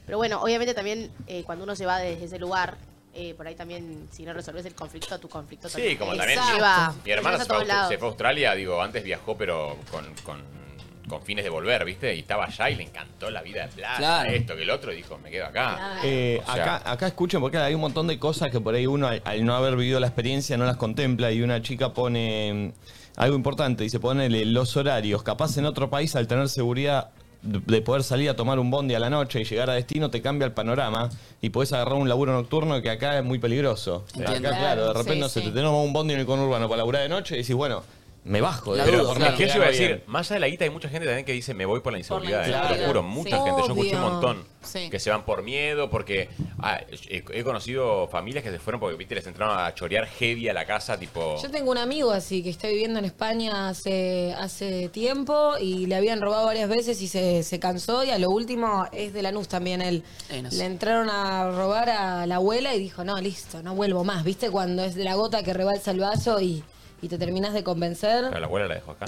Speaker 6: Pero bueno, obviamente también eh, cuando uno se va desde ese lugar, eh, por ahí también, si no resolves el conflicto, tu conflicto
Speaker 3: Sí, como también
Speaker 6: te
Speaker 3: mi-
Speaker 6: lleva-
Speaker 3: mi hermana
Speaker 6: te
Speaker 3: se fue, a,
Speaker 6: llevas
Speaker 3: Aust- se
Speaker 6: todos
Speaker 3: fue a
Speaker 6: lados.
Speaker 3: Australia, digo, antes viajó pero con, con, con fines de volver, ¿viste? Y estaba allá y le encantó la vida de playa,
Speaker 1: Claro.
Speaker 3: esto que el otro, y dijo, me quedo acá.
Speaker 1: Eh,
Speaker 3: O sea,
Speaker 1: acá, acá escuchen, porque hay un montón de cosas que por ahí uno, al, al no haber vivido la experiencia, no las contempla. Y una chica pone mm, algo importante, dice, ponele los horarios. Capaz en otro país, al tener seguridad de de poder salir a tomar un bondi a la noche y llegar a destino, te cambia el panorama y podés agarrar un laburo nocturno que acá es muy peligroso.
Speaker 3: Entiendo.
Speaker 1: Acá, claro, de
Speaker 3: Sí,
Speaker 1: repente no sé,
Speaker 3: sí.
Speaker 1: te tenemos un bondi en el conurbano para laburar de noche y decís, bueno, me bajo. de
Speaker 3: Pero,
Speaker 1: por
Speaker 3: ¿sabes
Speaker 1: más
Speaker 3: ¿Qué
Speaker 1: que
Speaker 3: yo iba a
Speaker 1: haga bien.
Speaker 3: decir? Más allá de la guita, hay mucha gente también que dice me voy por la inseguridad.
Speaker 1: inseguridad.
Speaker 3: eh. Te lo juro,
Speaker 1: Sí.
Speaker 3: mucha gente. Yo escuché un
Speaker 1: Obvio.
Speaker 3: montón
Speaker 1: Sí.
Speaker 3: que se van por miedo, porque ah, he, he conocido familias que se fueron porque viste, les entraron a chorear heavy a la casa, tipo.
Speaker 2: Yo tengo un amigo así que está viviendo en España hace, hace tiempo y le habían robado varias veces y se, se cansó y a lo último es de Lanús también él.
Speaker 4: Eh, no sé.
Speaker 2: Le entraron a robar a la abuela y dijo, no, listo, no vuelvo más. ¿Viste cuando es de la gota que rebalsa el vaso y, y te terminas de convencer?
Speaker 3: Pero la abuela la dejó acá.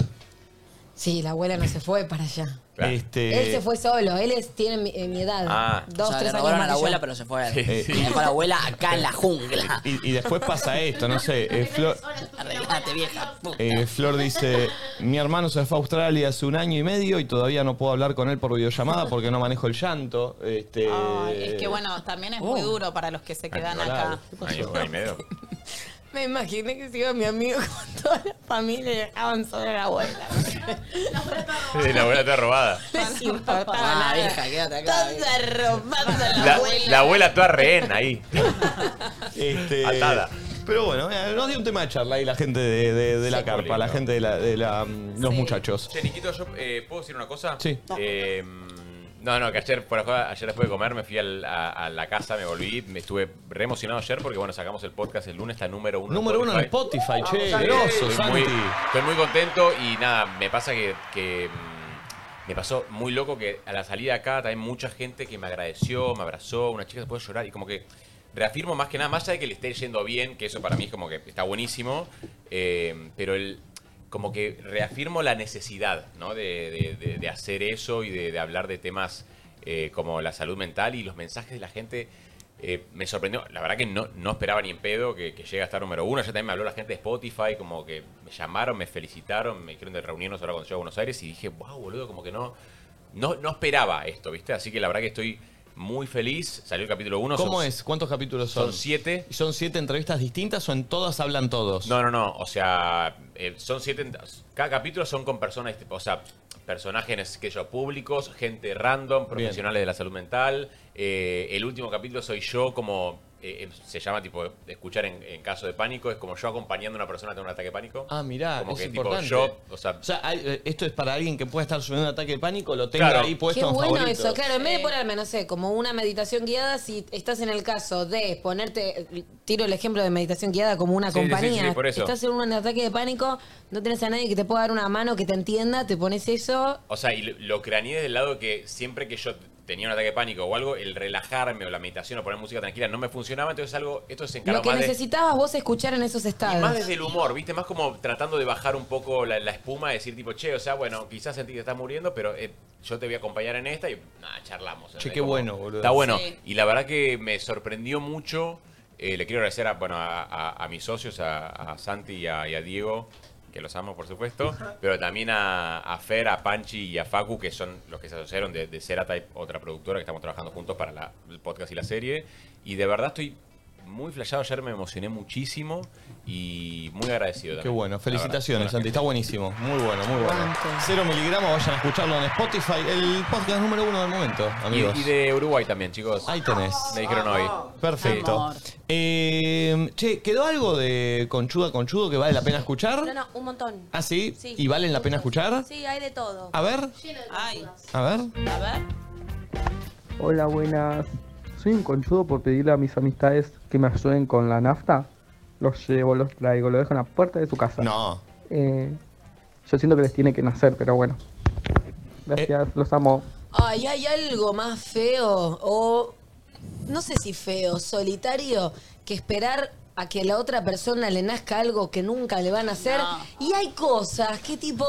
Speaker 2: Sí, la abuela no se fue para allá.
Speaker 3: Eh,
Speaker 1: Este-
Speaker 2: Él
Speaker 3: *laughs*
Speaker 2: se fue solo, él es, tiene mi, eh, mi edad. Dos,
Speaker 4: o sea, le
Speaker 2: tres años más
Speaker 4: robaron a la
Speaker 2: que yo.
Speaker 4: abuela, pero se fue.
Speaker 1: Sí.
Speaker 4: Y dejó a la abuela acá en la jungla.
Speaker 1: *laughs* Y, y después pasa esto,
Speaker 3: *laughs*
Speaker 1: no sé. eh, Flor,
Speaker 4: Arreglate, vieja. puta.
Speaker 1: Eh, Flor dice, mi hermano se fue a Australia hace un año y medio y todavía no puedo hablar con él por videollamada porque no manejo el llanto. Este,
Speaker 5: Es que bueno, también es muy duro para los que se quedan acá.
Speaker 2: Me imaginé que se iba mi amigo *laughs* con toda la familia y dejaban solo a la
Speaker 4: *laughs*
Speaker 2: abuela.
Speaker 3: la abuela está robada.
Speaker 2: No les importaba
Speaker 4: Ah,
Speaker 2: nada.
Speaker 4: vieja, quédate acá. vieja.
Speaker 2: robando a la,
Speaker 3: La,
Speaker 2: abuela.
Speaker 3: la abuela toda rehén ahí.
Speaker 1: Este,
Speaker 3: Atada.
Speaker 1: Pero bueno, eh, nos dio un tema de charla ahí la gente de, de- de la carpa, la gente de, la- de la- mm, los muchachos.
Speaker 3: Che, Niquito, yo eh, puedo decir una cosa.
Speaker 1: Sí.
Speaker 3: Eh, no, no, que ayer, por acá, ayer después de comer me fui al- a, a la casa, me volví, me estuve re emocionado ayer porque bueno, sacamos el podcast el lunes, está número uno.
Speaker 1: Número uno en Spotify, che, grosso,
Speaker 3: estoy, muy,
Speaker 1: Santi.
Speaker 3: estoy muy contento y nada, me pasa que, que, mm, me pasó muy loco que a la salida acá también mucha gente que me agradeció, me abrazó, una chica se puede llorar y como que reafirmo más que nada, más allá de que le esté yendo bien, que eso para mí es como que está buenísimo, eh, pero el, como que reafirmo la necesidad ¿no? de, de- de- de hacer eso y de, de hablar de temas eh, como la salud mental y los mensajes de la gente. eh, me sorprendió, la verdad que no, no esperaba ni en pedo que, que llegue a estar número uno. Ya también me habló la gente de Spotify, como que me llamaron, me felicitaron, me dijeron de reunirnos ahora cuando llego a Buenos Aires y dije, wow, boludo, como que no, no, no esperaba esto, ¿viste? Así que la verdad que estoy muy feliz. Salió el capítulo uno.
Speaker 1: ¿Cómo
Speaker 3: son-
Speaker 1: es? ¿Cuántos capítulos son?
Speaker 3: Son siete.
Speaker 1: ¿Y ¿Son siete entrevistas distintas o en todas hablan todos?
Speaker 3: No, no, no. O sea, eh, son siete. Cada capítulo son con personas, tipo, o sea, personajes que yo públicos, gente random, profesionales de la salud mental. Eh, el último capítulo soy yo como eh, eh, se llama tipo escuchar en, en caso de pánico es como yo acompañando a una persona que tiene un ataque de pánico.
Speaker 1: Ah, mirá,
Speaker 3: como
Speaker 1: es
Speaker 3: que
Speaker 1: importante.
Speaker 3: tipo yo, o sea,
Speaker 1: O sea, hay- eh, esto es para alguien que pueda estar subiendo un ataque de pánico, lo tenga
Speaker 3: Claro.
Speaker 1: ahí puesto
Speaker 2: Qué
Speaker 1: en
Speaker 2: bueno
Speaker 1: favoritos.
Speaker 2: eso, claro, en vez de ponerme, no sé, como una meditación guiada, si estás en el caso de ponerte, tiro el ejemplo de meditación guiada como una
Speaker 3: Sí, sí, sí,
Speaker 2: compañía,
Speaker 3: sí, por eso.
Speaker 2: estás en un ataque de pánico, no tenés a nadie que te pueda dar una mano, que te entienda, te pones eso,
Speaker 3: O sea, y lo, lo craneé del lado que siempre que yo tenía un ataque de pánico o algo, el relajarme o la meditación o poner música tranquila no me funcionaba, entonces algo, esto se encarga
Speaker 2: lo que
Speaker 3: más de-
Speaker 2: necesitabas vos escuchar en esos estados.
Speaker 3: Más desde el humor, ¿viste? Más como tratando de bajar un poco la, la espuma, decir tipo, che, o sea, bueno, quizás sentí que estás muriendo, pero eh, yo te voy a acompañar en esta y nada, charlamos.
Speaker 1: Che,
Speaker 3: ¿entendés?
Speaker 1: qué
Speaker 3: Como-
Speaker 1: bueno, boludo.
Speaker 3: Está bueno.
Speaker 1: Sí.
Speaker 3: Y la verdad que me sorprendió mucho. Eh, le quiero agradecer a, bueno, a, a- a mis socios, a, a Santi y a, y a Diego, que los amo, por supuesto, pero también a, a Fer, a Panchi y a Facu, que son los que se asociaron de, de Ceratype, otra productora que estamos trabajando juntos para la- el podcast y la serie. Y de verdad estoy muy flashado, ayer me emocioné muchísimo y muy agradecido.
Speaker 1: Qué
Speaker 3: también,
Speaker 1: bueno,
Speaker 3: la verdad.
Speaker 1: felicitaciones,
Speaker 3: Bueno,
Speaker 1: Santi, está buenísimo. Muy bueno, muy bueno.
Speaker 3: Aguante.
Speaker 1: Cero miligramos, vayan a escucharlo en Spotify, el podcast número uno del momento, amigos.
Speaker 3: Y, y de Uruguay también, chicos.
Speaker 1: Ahí tenés.
Speaker 3: Me dijeron hoy.
Speaker 1: Perfecto. Eh, che, ¿quedó algo de Conchuda Conchudo que vale la pena
Speaker 20: No,
Speaker 1: escuchar?
Speaker 20: no, un montón.
Speaker 1: ¿Ah, sí? ¿Y valen la pena escuchar?
Speaker 20: Sí, hay de todo.
Speaker 1: A ver.
Speaker 20: Ay.
Speaker 1: A ver.
Speaker 20: A ver.
Speaker 9: Hola, buenas. Soy un conchudo por pedirle a mis amistades que me ayuden con la nafta. Los llevo, los traigo, lo dejo en la puerta de su casa. Eh,
Speaker 1: No.
Speaker 9: yo siento que les tiene que nacer, pero bueno. Gracias, los amo.
Speaker 2: Ay, hay algo más feo o no sé si feo, solitario, que esperar a que a la otra persona le nazca algo que nunca le van a hacer. Y hay cosas que tipo.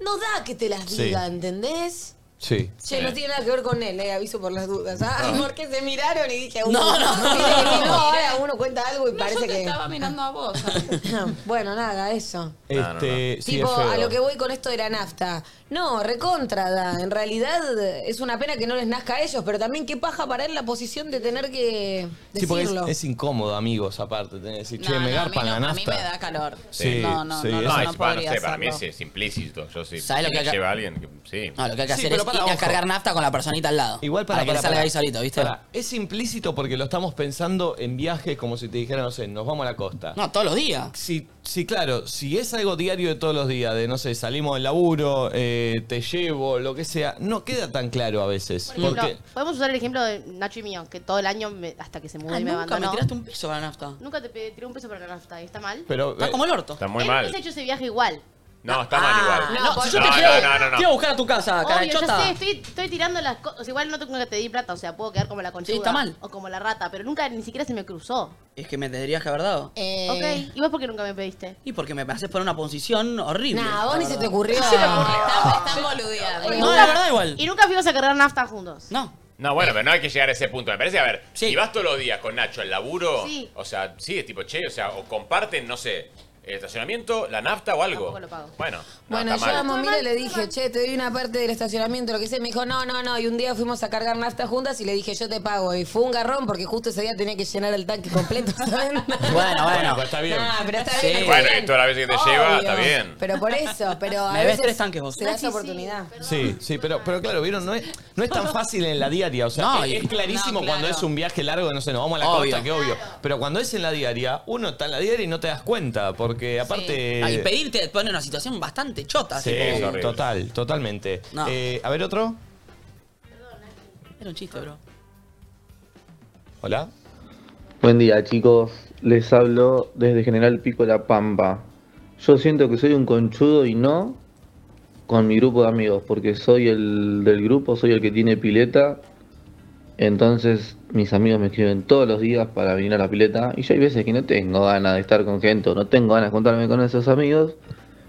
Speaker 2: No da que te las
Speaker 1: Sí.
Speaker 2: diga, ¿entendés?
Speaker 1: Sí.
Speaker 2: Che, no tiene nada que ver con él, eh, aviso por las dudas. Ah,
Speaker 1: Ah.
Speaker 2: *laughs* porque se miraron y dije,
Speaker 5: No,
Speaker 2: uy,
Speaker 5: no.
Speaker 2: *laughs* no, no, ahora uno cuenta algo y
Speaker 5: No,
Speaker 2: parece
Speaker 5: yo te
Speaker 2: que.
Speaker 5: estaba mirando
Speaker 2: *laughs*
Speaker 5: a vos.
Speaker 2: bueno, nada, eso.
Speaker 1: Este, sí,
Speaker 2: tipo,
Speaker 1: es feo.
Speaker 2: a lo que voy con esto de la nafta. No, recontra da. En realidad es una pena que no les nazca a ellos, pero también qué paja para él la posición de tener que
Speaker 1: Sí, porque es,
Speaker 2: decirlo.
Speaker 1: es incómodo, amigos, aparte. Tenés que decir, che,
Speaker 2: No,
Speaker 1: me
Speaker 2: no, a mí
Speaker 1: garpan
Speaker 2: no,
Speaker 1: la
Speaker 2: a mí
Speaker 1: nafta.
Speaker 2: me da
Speaker 5: calor.
Speaker 1: Sí,
Speaker 5: no, no,
Speaker 1: sí,
Speaker 5: no,
Speaker 1: es-
Speaker 5: no,
Speaker 1: Ah,
Speaker 5: no
Speaker 1: es-
Speaker 3: Para, no
Speaker 5: podría
Speaker 3: sé, para mí es,
Speaker 5: hacerlo.
Speaker 3: es implícito. Yo sí.
Speaker 4: ¿Sabes lo que
Speaker 3: me
Speaker 4: acá-
Speaker 3: lleva a alguien? que- sí.
Speaker 4: No, lo que hay que
Speaker 1: Sí,
Speaker 4: hacer
Speaker 1: pero
Speaker 4: es
Speaker 1: para,
Speaker 4: ir a
Speaker 1: ojo.
Speaker 4: cargar nafta con la personita al lado.
Speaker 1: Igual para,
Speaker 4: para, que
Speaker 1: para,
Speaker 4: salga
Speaker 1: para.
Speaker 4: ahí solito, ¿viste?
Speaker 1: Para, Es implícito porque lo estamos pensando en viajes como si te dijeran, no sé, nos vamos a la costa.
Speaker 4: No, todos los días.
Speaker 1: Sí, sí, claro. Si es algo diario de todos los días, de no sé, salimos del laburo, eh, te llevo, lo que sea, no queda tan claro a veces.
Speaker 6: Por ejemplo,
Speaker 1: Porque
Speaker 6: podemos usar el ejemplo de Nacho y mío, que todo el año, me- hasta que se mudó
Speaker 4: Ah,
Speaker 6: y me
Speaker 4: nunca me
Speaker 6: abandonó.
Speaker 4: tiraste un peso para la nafta.
Speaker 6: Nunca te pe- tiré un peso para la nafta, ¿está mal?
Speaker 1: Pero, Está eh, como el orto.
Speaker 3: Está muy
Speaker 6: Él
Speaker 3: mal.
Speaker 6: hubiese hecho ese viaje igual.
Speaker 3: No, está mal igual.
Speaker 6: Ah, no, pues
Speaker 4: si Ah, pues
Speaker 6: porque-
Speaker 4: yo te
Speaker 3: No,
Speaker 4: quiero,
Speaker 3: no, no, no, no.
Speaker 4: te iba a buscar a tu casa,
Speaker 6: Obvio, yo
Speaker 4: carachota.
Speaker 6: sé, estoy, estoy tirando las cosas. igual no tengo que pedir plata, o sea, puedo quedar como la conchuda.
Speaker 4: está mal.
Speaker 6: O como la rata, pero nunca ni siquiera se me cruzó.
Speaker 4: Es que me tendrías que haber dado.
Speaker 6: Ok, ¿y vos por qué nunca me pediste?
Speaker 4: Y porque me haces poner una posición horrible.
Speaker 6: Nah,
Speaker 4: la
Speaker 6: vos ni se
Speaker 4: verdad.
Speaker 6: te ocurrió.
Speaker 4: No se me ocurrió.
Speaker 5: Están
Speaker 6: Ah.
Speaker 5: boludeando.
Speaker 4: No, la verdad igual.
Speaker 6: Y nunca fuimos a cargar nafta juntos.
Speaker 4: No.
Speaker 3: No, bueno, pero no hay que llegar a ese punto. Me parece, a ver, si vas todos los días con Nacho al laburo, o sea, sí, es tipo, che, o sea, o comparten, no sé, el estacionamiento, la nafta o algo. Bueno, no,
Speaker 2: Bueno,
Speaker 3: está
Speaker 2: yo a
Speaker 3: mal.
Speaker 2: Momile le dije, che, te doy una parte del estacionamiento, lo que sea. Me dijo, no, no, no. Y un día fuimos a cargar nafta juntas y le dije, yo te pago. Y fue un garrón porque justo ese día tenía que llenar el tanque completo. *laughs* ¿saben?
Speaker 4: Bueno, bueno.
Speaker 1: pues
Speaker 3: pero está bien.
Speaker 2: Nah, pero está
Speaker 4: bien, Sí.
Speaker 3: Bueno, y toda la vez que te
Speaker 2: Obvio.
Speaker 3: lleva, está bien.
Speaker 2: Pero por eso, pero a
Speaker 4: Me ves
Speaker 2: veces
Speaker 4: tres tanques vos.
Speaker 2: Se da esa
Speaker 4: Nachi, sí.
Speaker 2: oportunidad.
Speaker 1: Sí, sí, pero, pero claro, vieron, no es, no es tan fácil en la diaria. O sea,
Speaker 4: No,
Speaker 1: es,
Speaker 4: y-
Speaker 1: es clarísimo
Speaker 4: no, claro.
Speaker 1: cuando es un viaje largo, no sé, nos vamos a la
Speaker 4: Obvio.
Speaker 1: costa, que obvio. Pero cuando es en la diaria, uno está en la diaria y no te das cuenta, porque aparte.
Speaker 4: Ah, y pedirte te pone en una situación bastante chota.
Speaker 1: Sí,
Speaker 4: tipo,
Speaker 1: total, totalmente.
Speaker 4: No.
Speaker 1: Eh, a ver otro.
Speaker 4: Era un chiste, bro.
Speaker 1: Hola.
Speaker 23: Buen día chicos, les hablo desde General Pico La Pampa. Yo siento que soy un conchudo y no con mi grupo de amigos, porque soy el del grupo, soy el que tiene pileta. Entonces mis amigos me escriben todos los días para venir a la pileta y yo hay veces que no tengo ganas de estar con gente o no tengo ganas de juntarme con esos amigos.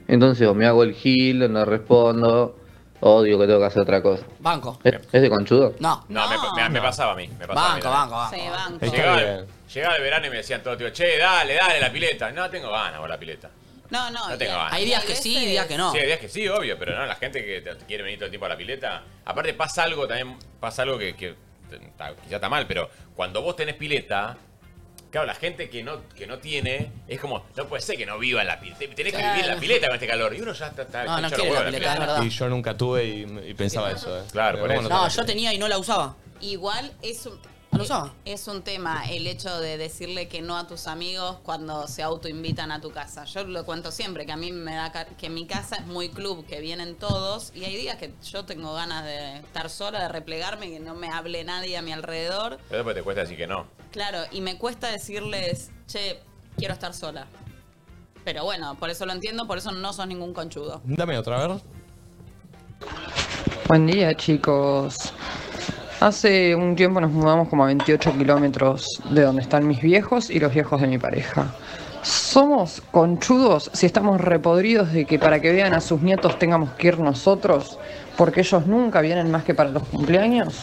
Speaker 23: Entonces o me hago el gil, o no respondo, o digo que tengo que hacer otra cosa.
Speaker 4: Banco.
Speaker 23: ¿Es es de conchudo?
Speaker 4: No.
Speaker 3: No, me- me, me pasaba a mí. Me pasaba
Speaker 4: Banco,
Speaker 3: a mí.
Speaker 4: banco, banco. Sí,
Speaker 5: banco.
Speaker 23: Está
Speaker 3: Llegaba,
Speaker 23: bien.
Speaker 3: llegaba el verano y me decían todos, tío, che, dale, dale la pileta. No, tengo ganas con la pileta.
Speaker 5: No, no.
Speaker 3: No tengo ganas.
Speaker 4: Hay días que sí, días que no.
Speaker 3: Sí, hay días que sí, obvio, pero no, la gente que te- te quiere venir todo el tiempo a la pileta. Aparte pasa algo también, pasa algo que, que te- ta- quizá está mal, pero cuando vos tenés pileta, claro, la gente que no, que no tiene, es como, no puede ser que no viva en la pileta. Tenés que vivir en la
Speaker 4: Claro.
Speaker 3: pileta con este calor. Y uno ya está, está
Speaker 4: No, no
Speaker 3: hincha los
Speaker 4: quiere
Speaker 3: huevos
Speaker 4: la
Speaker 3: de
Speaker 4: pileta, es verdad.
Speaker 1: Y yo nunca tuve y, y pensaba eso, ¿eh? Claro,
Speaker 3: por eso.
Speaker 4: No, yo tenía y no la usaba.
Speaker 5: Igual es un, eh,
Speaker 4: No la usaba.
Speaker 5: es un tema el hecho de decirle que no a tus amigos cuando se autoinvitan a tu casa. Yo lo cuento siempre, que a mí me da ca- que mi casa es muy club, que vienen todos y hay días que yo tengo ganas de estar sola, de replegarme, que no me hable nadie a mi alrededor.
Speaker 3: Pero después te cuesta decir que no.
Speaker 5: Claro, y me cuesta decirles, che, quiero estar sola. Pero bueno, por eso lo entiendo, por eso no sos ningún conchudo.
Speaker 1: Dame otra, a ver.
Speaker 24: Buen día, chicos. Hace un tiempo nos mudamos como a 28 kilómetros de donde están mis viejos y los viejos de mi pareja. Somos conchudos si estamos repodridos de que para que vean a sus nietos tengamos que ir nosotros, porque ellos nunca vienen más que para los cumpleaños.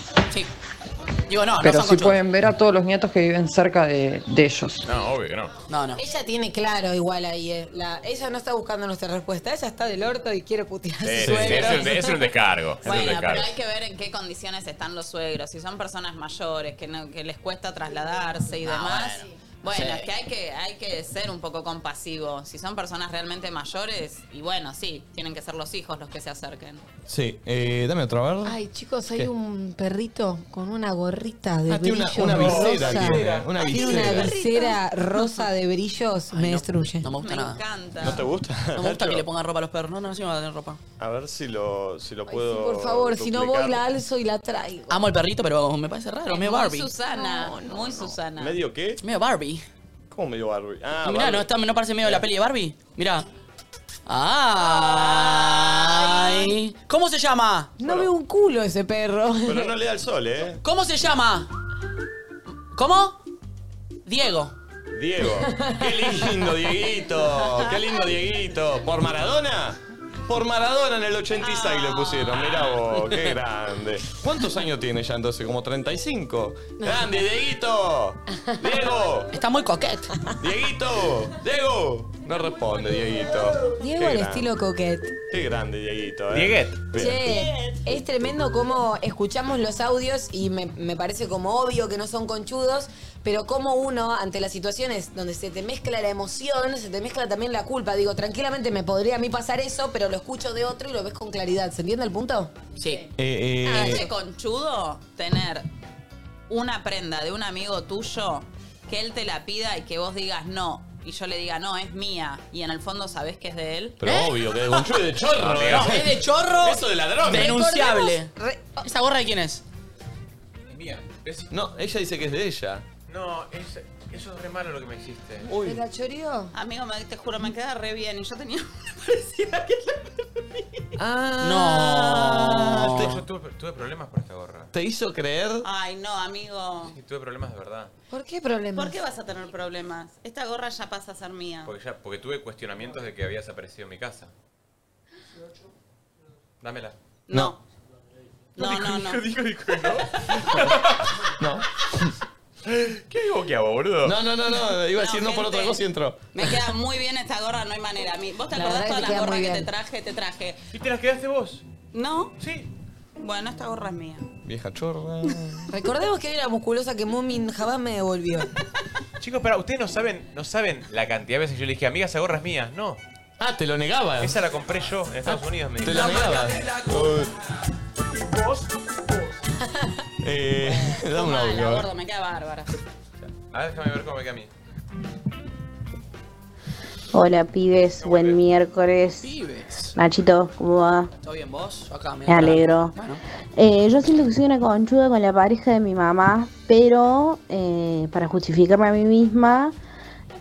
Speaker 4: Digo, no,
Speaker 24: Pero
Speaker 4: no
Speaker 24: sí
Speaker 4: son conchudos.
Speaker 24: pueden ver a todos los nietos que viven cerca de, de ellos.
Speaker 3: No, obvio que no.
Speaker 4: No, no.
Speaker 2: Ella tiene claro igual ahí, eh. La- ella no está buscando nuestra respuesta, ella está del orto y quiere putear a
Speaker 3: Sí,
Speaker 2: su
Speaker 3: sí, sí,
Speaker 2: suegro.
Speaker 3: es, un, es un descargo. es un
Speaker 5: Bueno,
Speaker 3: descargo.
Speaker 5: pero hay que ver en qué condiciones están los suegros. Si son personas mayores, que, no- que les cuesta trasladarse y
Speaker 4: Ah,
Speaker 5: demás.
Speaker 4: bueno.
Speaker 5: Bueno,
Speaker 4: Sí.
Speaker 5: es que hay, que hay que ser un poco compasivo. Si son personas realmente mayores, y bueno, sí, tienen que ser los hijos los que se acerquen.
Speaker 1: Sí, eh, dame otra, a ver.
Speaker 2: Ay, chicos, hay
Speaker 1: ¿Qué?
Speaker 2: un perrito con una gorrita de
Speaker 1: Ah, tiene una-
Speaker 2: brillos
Speaker 1: una visera
Speaker 2: rosa.
Speaker 1: tiene, una
Speaker 2: Tiene una
Speaker 1: visera.
Speaker 2: visera rosa de brillos, me destruye.
Speaker 4: No me gusta nada.
Speaker 1: ¿No te gusta?
Speaker 4: No me gusta
Speaker 1: Nacho?
Speaker 4: que le pongan ropa a los perros. No, no, sí me va a tener ropa.
Speaker 22: A ver si lo, si lo puedo.
Speaker 2: Por favor, si no voy
Speaker 22: duplicar.
Speaker 2: la alzo y la traigo.
Speaker 4: Amo el perrito, pero me parece raro.
Speaker 5: Es
Speaker 4: Medio
Speaker 5: muy
Speaker 4: Barbie.
Speaker 5: Susana, muy Susana.
Speaker 22: ¿Medio qué?
Speaker 4: Medio Barbie.
Speaker 22: ¿Cómo medio Barbie? Ah,
Speaker 4: Mirá,
Speaker 22: Barbie.
Speaker 4: ¿no, está- ¿no parece medio la peli de Barbie? Mirá. Ay. ¿Cómo se llama?
Speaker 2: No veo un culo ese perro.
Speaker 22: Pero no le da el sol, ¿eh?
Speaker 4: ¿Cómo se llama? ¿Cómo? Diego.
Speaker 1: Diego. Qué lindo, Dieguito. Qué lindo, Dieguito. ¿Por Maradona? Por Maradona en el 86 le pusieron. Mirá vos, qué grande. ¿Cuántos años tiene ya entonces? ¿Como 35? ¡Grande, Dieguito! ¡Diego!
Speaker 4: Está muy coquete.
Speaker 1: ¡Dieguito! ¡Diego! No responde, Dieguito.
Speaker 2: Diego
Speaker 1: Qué
Speaker 2: al
Speaker 1: gran-
Speaker 2: estilo coquete.
Speaker 1: Qué grande, Dieguito. ¿eh?
Speaker 3: Dieguet.
Speaker 1: Bien.
Speaker 2: Che, es tremendo cómo escuchamos los audios y me, me parece como obvio que no son conchudos, pero como uno, ante las situaciones donde se te mezcla la emoción, se te mezcla también la culpa. Digo, tranquilamente me podría a mí pasar eso, pero lo escucho de otro y lo ves con claridad. ¿Se entiende el punto?
Speaker 5: Sí.
Speaker 1: Eh, eh,
Speaker 5: Ah, che, conchudo tener una prenda de un amigo tuyo que él te la pida y que vos digas no. Y yo le diga, no, es mía. Y en el fondo sabés que es de él. ¿Eh?
Speaker 1: Pero obvio, que de Gonchú es de chorro.
Speaker 4: No,
Speaker 1: digamos.
Speaker 4: ¿Eh? es de chorro.
Speaker 1: Eso de ladrón.
Speaker 4: Denunciable.
Speaker 2: oh.
Speaker 4: ¿Esa gorra de quién es?
Speaker 3: Mía. Es-
Speaker 1: No, ella dice que es de ella.
Speaker 3: No, es- eso es re malo lo que me hiciste.
Speaker 2: ¿Me la choreó?
Speaker 5: Amigo, me- te juro, me queda re bien. Y yo tenía *laughs*
Speaker 1: Ah.
Speaker 3: No.
Speaker 1: No.
Speaker 3: Yo tuve, tuve problemas por esta gorra.
Speaker 1: ¿Te hizo creer?
Speaker 5: Ay, no, amigo.
Speaker 3: Sí, tuve problemas de verdad.
Speaker 2: ¿Por qué problemas?
Speaker 5: ¿Por qué vas a tener problemas? Esta gorra ya pasa a ser mía.
Speaker 3: Porque, ya, porque tuve cuestionamientos de que habías aparecido en mi casa. Dámela.
Speaker 5: No. No, no, no.
Speaker 1: *laughs* No.
Speaker 3: ¿Qué digo que hago, boludo?
Speaker 1: No, no, no, no. Iba a
Speaker 5: No,
Speaker 1: decir no por otra
Speaker 5: gente.
Speaker 1: cosa y entró.
Speaker 5: Me queda muy bien esta gorra, no hay manera. Mi- ¿Vos te
Speaker 1: La
Speaker 5: acordás
Speaker 1: verdad
Speaker 5: todas
Speaker 1: que
Speaker 5: las
Speaker 1: queda
Speaker 5: gorras
Speaker 1: muy
Speaker 5: que te
Speaker 1: bien.
Speaker 5: traje? Te traje.
Speaker 3: ¿Y te las quedaste vos?
Speaker 5: ¿No? Sí. Bueno, esta gorra es mía.
Speaker 1: Vieja chorra.
Speaker 2: Recordemos que hay una musculosa que Mumin jamás me devolvió.
Speaker 3: *laughs* Chicos, pero ustedes no saben, no saben la cantidad de veces que yo le dije, amiga, esa gorra es mía. No.
Speaker 1: Ah, te lo negaba.
Speaker 3: Esa la compré yo en Estados Unidos. Me
Speaker 1: Te lo negaba.
Speaker 3: ¿Vos?
Speaker 1: Eh, dame un
Speaker 5: Mala,
Speaker 1: audio. a ver.
Speaker 5: gordo, me queda bárbara. *laughs*
Speaker 3: A ver, déjame ver cómo me queda a mí.
Speaker 10: Hola pibes, buen miércoles. Nachito, ¿cómo va?
Speaker 4: ¿Todo bien vos? Yo acá,
Speaker 10: Me
Speaker 4: mirá.
Speaker 10: alegro.
Speaker 4: Bueno.
Speaker 10: Eh, yo siento que soy una conchuda con la pareja de mi mamá, pero eh, para justificarme a mí misma,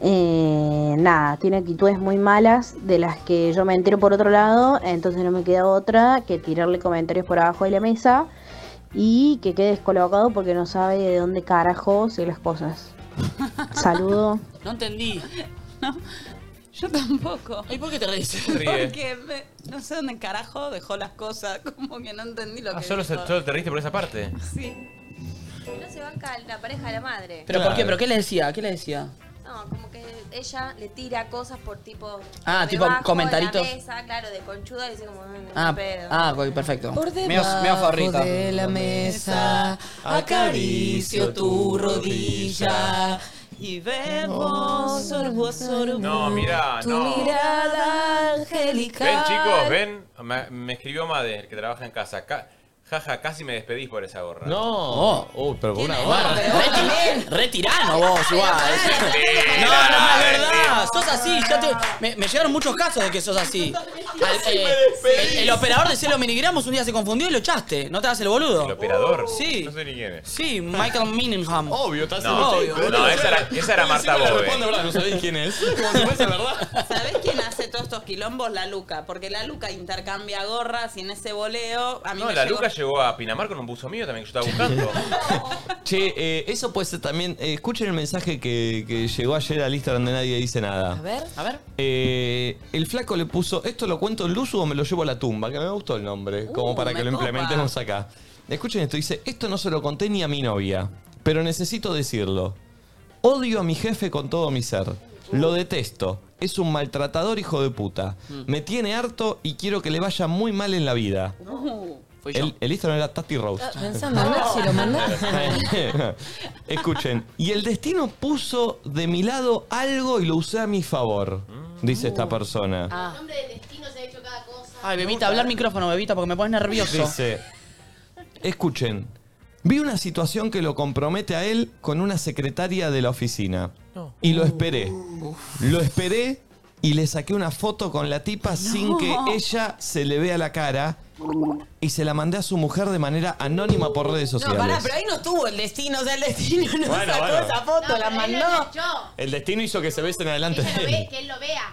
Speaker 10: eh, nada, tiene actitudes muy malas de las que yo me entero por otro lado, entonces no me queda otra que tirarle comentarios por abajo de la mesa y que quede descolocado porque no sabe de dónde carajo sé las cosas. Saludo.
Speaker 4: No entendí.
Speaker 5: Yo tampoco.
Speaker 4: ¿Y por qué te
Speaker 5: *laughs*
Speaker 4: reís?
Speaker 5: Porque me- no sé dónde carajo dejó las cosas. *laughs* Como que no entendí lo
Speaker 3: Ah,
Speaker 5: que
Speaker 3: solo, se-
Speaker 5: dijo.
Speaker 3: solo te reíste por esa parte.
Speaker 5: Sí.
Speaker 20: No se banca la pareja de la madre.
Speaker 4: ¿Pero por qué?
Speaker 3: Claro.
Speaker 4: ¿Pero qué le decía? ¿Qué le decía?
Speaker 20: No, como que ella le tira cosas por tipo.
Speaker 4: Ah,
Speaker 20: por
Speaker 4: tipo
Speaker 20: debajo de
Speaker 4: comentaritos.
Speaker 20: La mesa, claro, de conchuda, dice como. "Ay, no,
Speaker 4: Ah,
Speaker 20: qué pedo".
Speaker 4: ah, ok, perfecto.
Speaker 20: Por
Speaker 4: Medio-
Speaker 20: debajo
Speaker 4: medio forrita.
Speaker 20: de la
Speaker 2: mesa,
Speaker 20: acaricio
Speaker 2: tu
Speaker 20: rodilla
Speaker 5: y vemos sorbo a sorbo.
Speaker 3: No, mirá,
Speaker 5: tu
Speaker 3: no.
Speaker 5: mirada
Speaker 3: Ven,
Speaker 5: angelical.
Speaker 3: chicos, ven. Me, me escribió Made, el que trabaja en casa. Ca- Jaja, casi me despedís por esa gorra.
Speaker 5: Oh.
Speaker 1: No. Uy, Uh, pero con una
Speaker 4: Bueno,
Speaker 1: barra.
Speaker 4: re, re tirano vos, igual. No, no, es verdad. Ah, Sos así. ya te- me, me llegaron muchos casos de que sos así. Al-
Speaker 8: Casi
Speaker 4: eh,
Speaker 8: me despedís.
Speaker 4: el, el operador de cero miligramos un día se confundió y lo echaste. ¿No te hagas el boludo? ¿El
Speaker 3: operador?
Speaker 4: Sí.
Speaker 3: No sé ni quién es.
Speaker 4: Sí, Michael Minningham.
Speaker 1: Obvio, estás
Speaker 3: No, no, esa era, esa era Marta
Speaker 1: Encima le
Speaker 3: Bove.
Speaker 1: responde, "Bra, no sabés quién es.
Speaker 5: ¿Sabés quién hace todos estos quilombos? La Luca. Porque la Luca intercambia gorras y en ese voleo. A mí
Speaker 3: No,
Speaker 5: me
Speaker 3: la
Speaker 5: llegó-
Speaker 3: Luca llegó a Pinamar con un buzo mío también que yo estaba buscando.
Speaker 1: *laughs* Che, eh, eso puede ser también. eh, escuchen el mensaje que, que llegó ayer al Instagram de Nadie Dice Nada.
Speaker 2: ver.
Speaker 4: A ver.
Speaker 1: Eh, el flaco le puso, ¿esto lo cuento en Luzu o me lo llevo a la tumba? Que me gustó el nombre, como para
Speaker 4: Uh, me
Speaker 1: que lo
Speaker 4: copa.
Speaker 1: implementemos acá. Escuchen esto, dice, esto no se lo conté ni a mi novia, pero necesito decirlo. Odio a mi jefe con todo mi ser. Lo detesto. Es un maltratador hijo de puta.
Speaker 4: Mm.
Speaker 1: Me tiene harto y quiero que le vaya muy mal en la vida. El, el Instagram era Tati
Speaker 2: Ah,
Speaker 1: Rose.
Speaker 2: Pensando a ver si lo mandás.
Speaker 1: *laughs* Escuchen, y el destino puso de mi lado algo y lo usé a mi favor, dice
Speaker 2: Uh.
Speaker 1: esta persona.
Speaker 20: Ah.
Speaker 6: nombre del destino se ha hecho cada cosa.
Speaker 4: Ay, bebita, hablar micrófono, bebita, porque me pones nervioso.
Speaker 1: Dice, escuchen, vi una situación que lo compromete a él con una secretaria de la oficina.
Speaker 8: No.
Speaker 1: Y lo esperé. Lo esperé y le saqué una foto con la tipa sin que ella se le vea la cara y se la mandé a su mujer de manera anónima por redes
Speaker 2: No,
Speaker 1: sociales.
Speaker 2: pará, pero ahí no estuvo el destino, o sea, el destino no
Speaker 1: Bueno,
Speaker 2: sacó
Speaker 1: bueno.
Speaker 2: esa foto, la
Speaker 6: Pero él
Speaker 2: mandó.
Speaker 6: lo desechó.
Speaker 1: El destino hizo que se besen adelante
Speaker 6: Ella lo
Speaker 1: de él.
Speaker 6: ve, que él lo vea.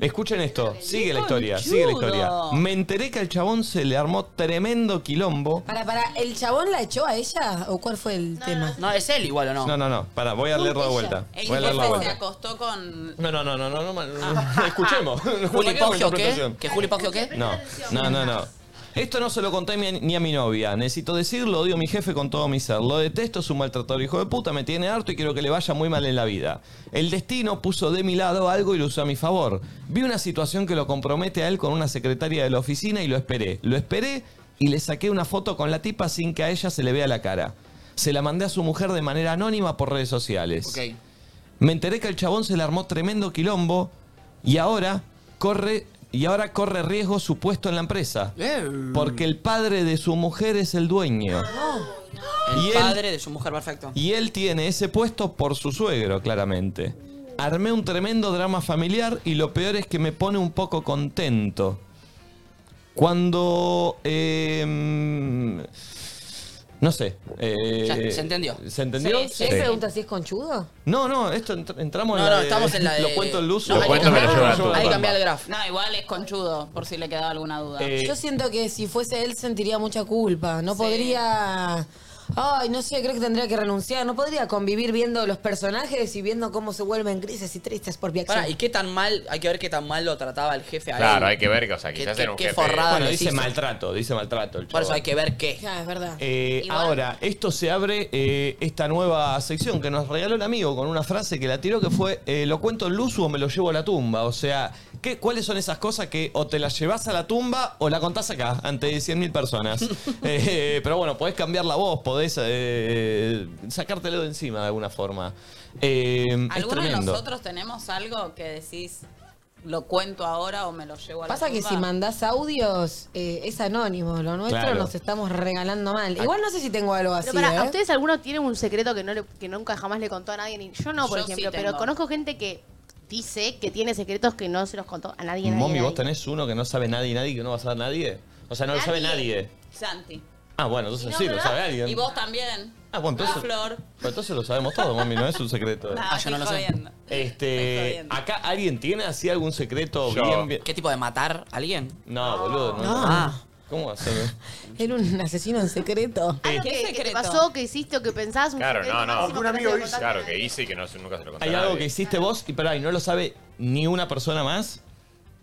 Speaker 1: Escuchen esto, sigue la historia, sigue la historia. Me enteré que al chabón se le armó tremendo quilombo.
Speaker 2: Para, para, ¿el chabón la echó a ella o cuál fue el tema?
Speaker 4: No, es él igual o no.
Speaker 1: No, no, no, para, voy a leerlo de vuelta.
Speaker 5: El
Speaker 1: Voy a leerlo de
Speaker 5: jefe se
Speaker 1: vuelta.
Speaker 5: acostó con.
Speaker 1: No, no, no, no, no, no, no, no, escuchemos.
Speaker 4: *laughs* ¿Juli
Speaker 1: Saquemos
Speaker 4: Poggio qué?
Speaker 1: interpretación.
Speaker 4: ¿Que Juli Poggio qué?
Speaker 1: No, no, no, no. Esto no se lo conté ni a- ni a mi novia. Necesito decirlo, odio a mi jefe con todo mi ser. Lo detesto, es un maltratador hijo de puta, me tiene harto y quiero que le vaya muy mal en la vida. El destino puso de mi lado algo y lo usó a mi favor. Vi una situación que lo compromete a él con una secretaria de la oficina y lo esperé. Lo esperé y le saqué una foto con la tipa sin que a ella se le vea la cara. Se la mandé a su mujer de manera anónima por redes sociales.
Speaker 4: Ok.
Speaker 1: Me enteré que el chabón se le armó tremendo quilombo y ahora corre y ahora corre riesgo su puesto en la empresa. Porque el padre de su mujer es el dueño.
Speaker 4: El
Speaker 1: Y él-
Speaker 4: padre de su mujer, perfecto.
Speaker 1: Y él tiene ese puesto por su suegro, claramente. Armé un tremendo drama familiar y lo peor es que me pone un poco contento. Cuando... eh, no sé. eh,
Speaker 2: Ya, ¿se entendió?
Speaker 1: ¿Se entendió?
Speaker 2: ¿Sí? ¿Él pregunta si es conchudo?
Speaker 1: No, no, esto entr- entramos en
Speaker 4: No,
Speaker 1: la
Speaker 4: no,
Speaker 1: de- *laughs*
Speaker 4: estamos en la de-
Speaker 1: Lo cuento el luz.
Speaker 4: No, Lo hay que cuento, me lo cambiar- llevo a la hay que tumba. cambiar el graf.
Speaker 5: No, igual es conchudo, por si le quedaba alguna duda.
Speaker 2: Yo siento que si fuese él sentiría mucha culpa. No
Speaker 5: Eh, Sí.
Speaker 2: podría. Ay, no sé, creo que tendría que renunciar. No podría convivir viendo los personajes y viendo cómo se vuelven grises y tristes por mi acción.
Speaker 4: Pará, ¿y qué tan mal? Hay que ver qué tan mal lo trataba el jefe a él.
Speaker 3: Claro, hay que ver, o sea, quizás
Speaker 4: qué-
Speaker 3: era un
Speaker 4: qué
Speaker 3: jefe.
Speaker 4: forrada
Speaker 1: Bueno,
Speaker 4: les
Speaker 1: dice
Speaker 4: hizo.
Speaker 1: maltrato, dice maltrato el
Speaker 4: Por eso
Speaker 1: chabón.
Speaker 4: hay que ver qué.
Speaker 2: Ah, es verdad.
Speaker 1: Eh, ahora, esto se abre eh, esta nueva sección que nos regaló el amigo con una frase que la tiró que fue eh, lo cuento en luz o me lo llevo a la tumba. O sea, ¿qué, ¿cuáles son esas cosas que o te las llevas a la tumba o la contás acá ante 100.000
Speaker 5: *laughs*
Speaker 1: personas? Eh, pero bueno, podés cambiar la voz, podés eh, sacártelo de encima de alguna forma. Eh, es
Speaker 5: ¿Alguno de
Speaker 1: tremendo.
Speaker 5: nosotros tenemos algo que decís, lo cuento ahora o me lo llevo a la
Speaker 2: Pasa que
Speaker 5: tumba?
Speaker 2: si mandás audios, eh, es anónimo. Lo nuestro
Speaker 1: Claro.
Speaker 2: nos estamos regalando mal. Igual no sé si tengo algo así.
Speaker 6: Pero para, ¿a
Speaker 2: ¿eh?
Speaker 6: ustedes alguno tiene un secreto que, no le- que nunca jamás le contó a nadie? Ni- Yo no, por
Speaker 5: Yo sí
Speaker 6: ejemplo,
Speaker 5: tengo.
Speaker 6: pero conozco gente que dice que tiene secretos que no se los contó a nadie. nadie,
Speaker 1: Mommy,
Speaker 6: nadie.
Speaker 1: ¿vos tenés uno que no sabe nadie, nadie, que no va a saber nadie? O sea, no lo sabe nadie.
Speaker 5: Santi.
Speaker 1: Ah, bueno, entonces
Speaker 5: No,
Speaker 1: sí, lo
Speaker 5: ¿verdad?
Speaker 1: sabe alguien.
Speaker 5: Y vos también.
Speaker 1: Ah, bueno,
Speaker 5: La
Speaker 1: entonces-
Speaker 5: Flor.
Speaker 1: Pero entonces lo sabemos todo, mami, no es un secreto.
Speaker 5: Ah, yo *laughs* no lo sé.
Speaker 1: Este, acá alguien tiene así algún secreto
Speaker 4: Yo.
Speaker 1: bien, bien-
Speaker 4: ¿Qué tipo de matar a alguien?
Speaker 1: No, boludo, no.
Speaker 2: No.
Speaker 1: Ah. ¿Cómo va a ser?
Speaker 2: *laughs* Era un asesino en secreto.
Speaker 1: Eh,
Speaker 6: ¿Algo que, que te pasó, que hiciste o que pensabas? Un
Speaker 3: Claro, no,
Speaker 6: secreto
Speaker 3: no.
Speaker 6: máximo que no se lo contaste a
Speaker 3: Claro,
Speaker 6: nadie?
Speaker 3: que hice y que no, nunca se lo conté.
Speaker 1: Hay
Speaker 3: a
Speaker 1: algo que
Speaker 3: nadie.
Speaker 1: hiciste vos y pará, y no lo sabe ni una persona más.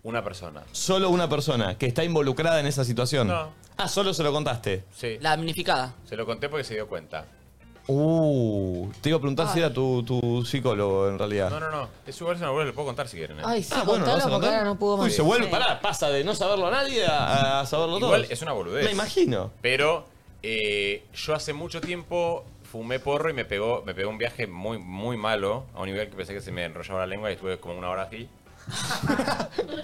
Speaker 3: Una persona.
Speaker 1: Solo una persona que está involucrada en esa situación.
Speaker 3: No.
Speaker 1: Ah, solo se lo contaste.
Speaker 3: Sí.
Speaker 4: La damnificada.
Speaker 3: Se lo conté porque se dio cuenta.
Speaker 1: Uh, te iba a preguntar si
Speaker 3: Ay.
Speaker 1: era tu, tu psicólogo en realidad.
Speaker 3: No, no, no. Es su versión, abuelo, lo puedo contar si quieren. ¿eh?
Speaker 2: Ay, sí,
Speaker 1: Ah, bueno, ¿lo vas a
Speaker 2: contalo porque
Speaker 1: contar?
Speaker 2: ahora no pudo más.
Speaker 1: Uy, se vuelve,
Speaker 2: Sí.
Speaker 1: pará, pasa de no saberlo a nadie a, a saberlo todo.
Speaker 3: Igual es una boludez.
Speaker 1: Me imagino.
Speaker 3: Pero eh, yo hace mucho tiempo fumé porro y me pegó, me pegó un viaje muy, muy malo, a un nivel que pensé que se me enrollaba la lengua y estuve como una hora
Speaker 2: *laughs*
Speaker 3: así.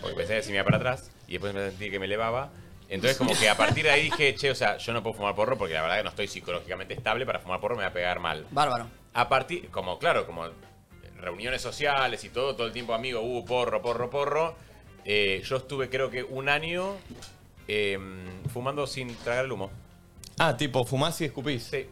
Speaker 3: Porque pensé que se me iba para atrás y después me sentí que me elevaba. Entonces como que a partir de ahí dije, che, o sea, yo no puedo fumar porro porque la verdad que no estoy psicológicamente estable para fumar porro, me va a pegar mal.
Speaker 4: Bárbaro.
Speaker 3: A partir, como claro, como reuniones sociales y todo, todo el tiempo amigo, uh, porro, porro, porro. Eh, yo estuve creo que un año eh, fumando sin tragar el humo.
Speaker 1: Ah, tipo, fumás y escupís.
Speaker 3: Sí.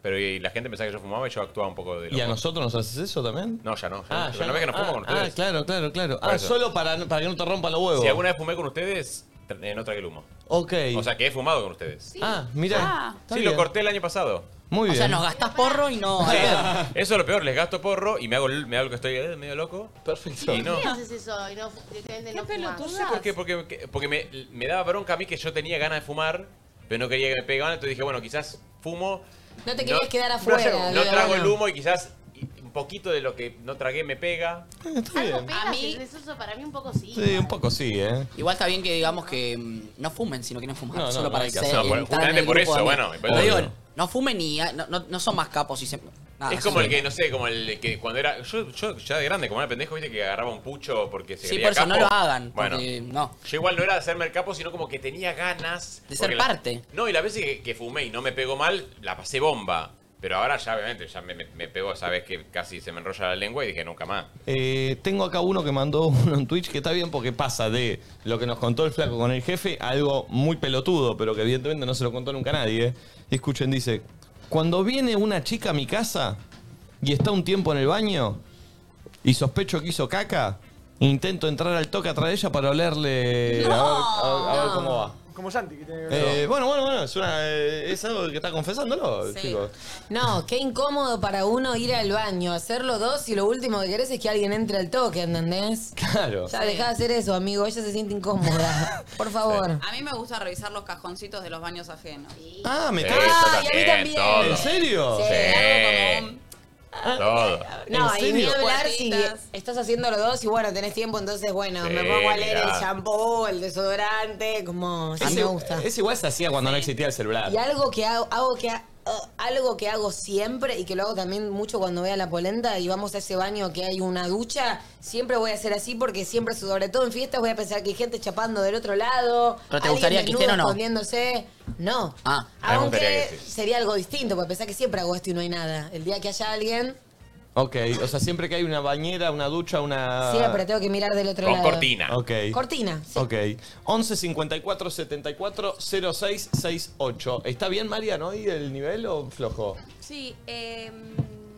Speaker 3: Pero y la gente pensaba que yo fumaba y yo actuaba un poco de
Speaker 1: ¿Y a
Speaker 3: loco.
Speaker 1: nosotros nos haces eso también?
Speaker 3: No, ya no. Ya
Speaker 1: Ah,
Speaker 3: no.
Speaker 1: ya
Speaker 3: Pero no
Speaker 1: no.
Speaker 3: ve que no fumo
Speaker 1: Ah,
Speaker 3: con ustedes.
Speaker 1: ah, claro, claro, claro.
Speaker 3: Por
Speaker 1: Ah,
Speaker 3: eso.
Speaker 1: solo para, para que no te rompan los huevos.
Speaker 3: Si alguna vez fumé con ustedes, tra- eh, no tragué el humo.
Speaker 1: Ok.
Speaker 3: O sea que he fumado con ustedes. Sí,
Speaker 1: Ah, mira.
Speaker 4: Ah.
Speaker 1: está
Speaker 3: lo
Speaker 1: bien.
Speaker 3: corté el año pasado.
Speaker 1: Muy
Speaker 4: O
Speaker 1: bien.
Speaker 4: sea, nos gastás porro
Speaker 1: *laughs*
Speaker 4: y no.
Speaker 3: Sí, Eso es lo peor, les gasto porro y me hago, el- me hago el que estoy eh, medio loco.
Speaker 1: Perfecto.
Speaker 3: Y no.
Speaker 6: ¿Por qué haces eso y no directamente no
Speaker 3: No
Speaker 6: fumás?
Speaker 3: sé por qué, porque, que- porque me, me daba bronca a mí que yo tenía ganas de fumar, pero no quería que me pegaban, entonces dije, bueno, quizás fumo.
Speaker 2: No te querías quedar afuera,
Speaker 3: No,
Speaker 2: digo,
Speaker 3: trago
Speaker 2: bueno.
Speaker 3: el humo y quizás y- un poquito de lo que no tragué me pega.
Speaker 6: ¿Algo pega? A mí... Eso para mí un poco sí.
Speaker 1: Sí, un poco sí, ¿eh?
Speaker 4: Igual está bien que digamos que mm, no fumen si no quieren fumar,
Speaker 1: No, no,
Speaker 4: solo
Speaker 1: no
Speaker 4: para
Speaker 1: hay que
Speaker 4: ser-
Speaker 1: hacerlo.
Speaker 4: entrar en
Speaker 3: Justamente
Speaker 4: el
Speaker 3: por
Speaker 4: grupo
Speaker 3: eso,
Speaker 4: de
Speaker 3: bueno,
Speaker 4: amigos.
Speaker 3: pero-
Speaker 4: Pero digo, no fumen y ah, no, no- no son más capos y se. nada,
Speaker 3: es como
Speaker 4: sí.
Speaker 3: el que, no sé, como el que cuando era. Yo, yo ya de grande, como era pendejo, viste que agarraba un pucho porque se
Speaker 4: Sí,
Speaker 3: creía
Speaker 4: por eso no
Speaker 3: capo.
Speaker 4: lo hagan.
Speaker 3: Bueno,
Speaker 4: porque no.
Speaker 3: yo igual no era de hacerme el capo, sino como que tenía ganas.
Speaker 4: De ser
Speaker 3: porque la-
Speaker 4: parte.
Speaker 3: no, y las veces que, que fumé y no me pegó mal, la pasé bomba. Pero ahora ya, obviamente, ya me, me, me pegó esa vez que casi se me enrolla la lengua y dije nunca más.
Speaker 1: Eh, tengo acá uno que mandó *laughs* uno en Twitch que está bien porque pasa de lo que nos contó el flaco con el jefe a algo muy pelotudo, pero que evidentemente no se lo contó nunca a nadie. ¿eh? Escuchen, dice, cuando viene una chica a mi casa y está un tiempo en el baño y sospecho que hizo caca, Intento entrar al toque atrás de ella para olerle. a ver- a ver- a ver cómo va.
Speaker 9: Como Santi, que tiene
Speaker 1: Eh, bueno, bueno, bueno, es, una, eh, es algo que está confesándolo,
Speaker 2: Sí.
Speaker 1: chicos.
Speaker 2: No, qué incómodo para uno ir al baño, hacerlo dos y lo último que querés es que alguien entre al toque, ¿entendés?
Speaker 1: Claro.
Speaker 2: Ya dejá de hacer eso, amigo, ella se
Speaker 1: *laughs*
Speaker 2: siente incómoda. Por favor.
Speaker 5: A mí me gusta revisar los cajoncitos de los baños ajenos.
Speaker 1: Ah, me
Speaker 3: Sí,
Speaker 1: cago.
Speaker 3: yo Ah, y a mí también, también. todo.
Speaker 1: ¿En serio?
Speaker 3: Sí, hago como Todo.
Speaker 2: No,
Speaker 1: ¿En
Speaker 2: y ni
Speaker 1: serio?
Speaker 2: hablar si estás haciendo los dos y bueno, tenés tiempo, entonces bueno,
Speaker 1: Sí,
Speaker 2: me pongo a leer el
Speaker 1: mirá.
Speaker 2: shampoo, el desodorante, como sí
Speaker 1: Ese-
Speaker 2: me gusta.
Speaker 1: ese igual se hacía cuando no existía el celular.
Speaker 2: Y algo que hago, hago que ha- eh, algo que hago siempre y que lo hago también mucho cuando voy a la polenta y vamos a ese baño que hay una ducha, siempre voy a hacer así porque siempre, sobre todo en fiestas, voy a pensar que hay gente chapando del otro lado.
Speaker 4: ¿Pero te
Speaker 2: alguien
Speaker 4: gustaría que
Speaker 2: desnudo
Speaker 4: estén o no?
Speaker 2: escondiéndose. No.
Speaker 4: Ah,
Speaker 3: A mí me gustaría
Speaker 2: Aunque
Speaker 3: que sí.
Speaker 2: sería algo distinto, porque pensar que siempre hago esto y no hay nada. El día que haya alguien,
Speaker 1: Ok, o sea, siempre que hay una bañera, una ducha,
Speaker 3: Ah.
Speaker 1: una.
Speaker 2: siempre tengo que mirar del otro lado.
Speaker 1: Ok.
Speaker 2: Cortina.
Speaker 1: Ok. 11 54 74 06 68. ¿Está bien, Mariano, hoy el nivel o flojo?
Speaker 20: Sí, eh,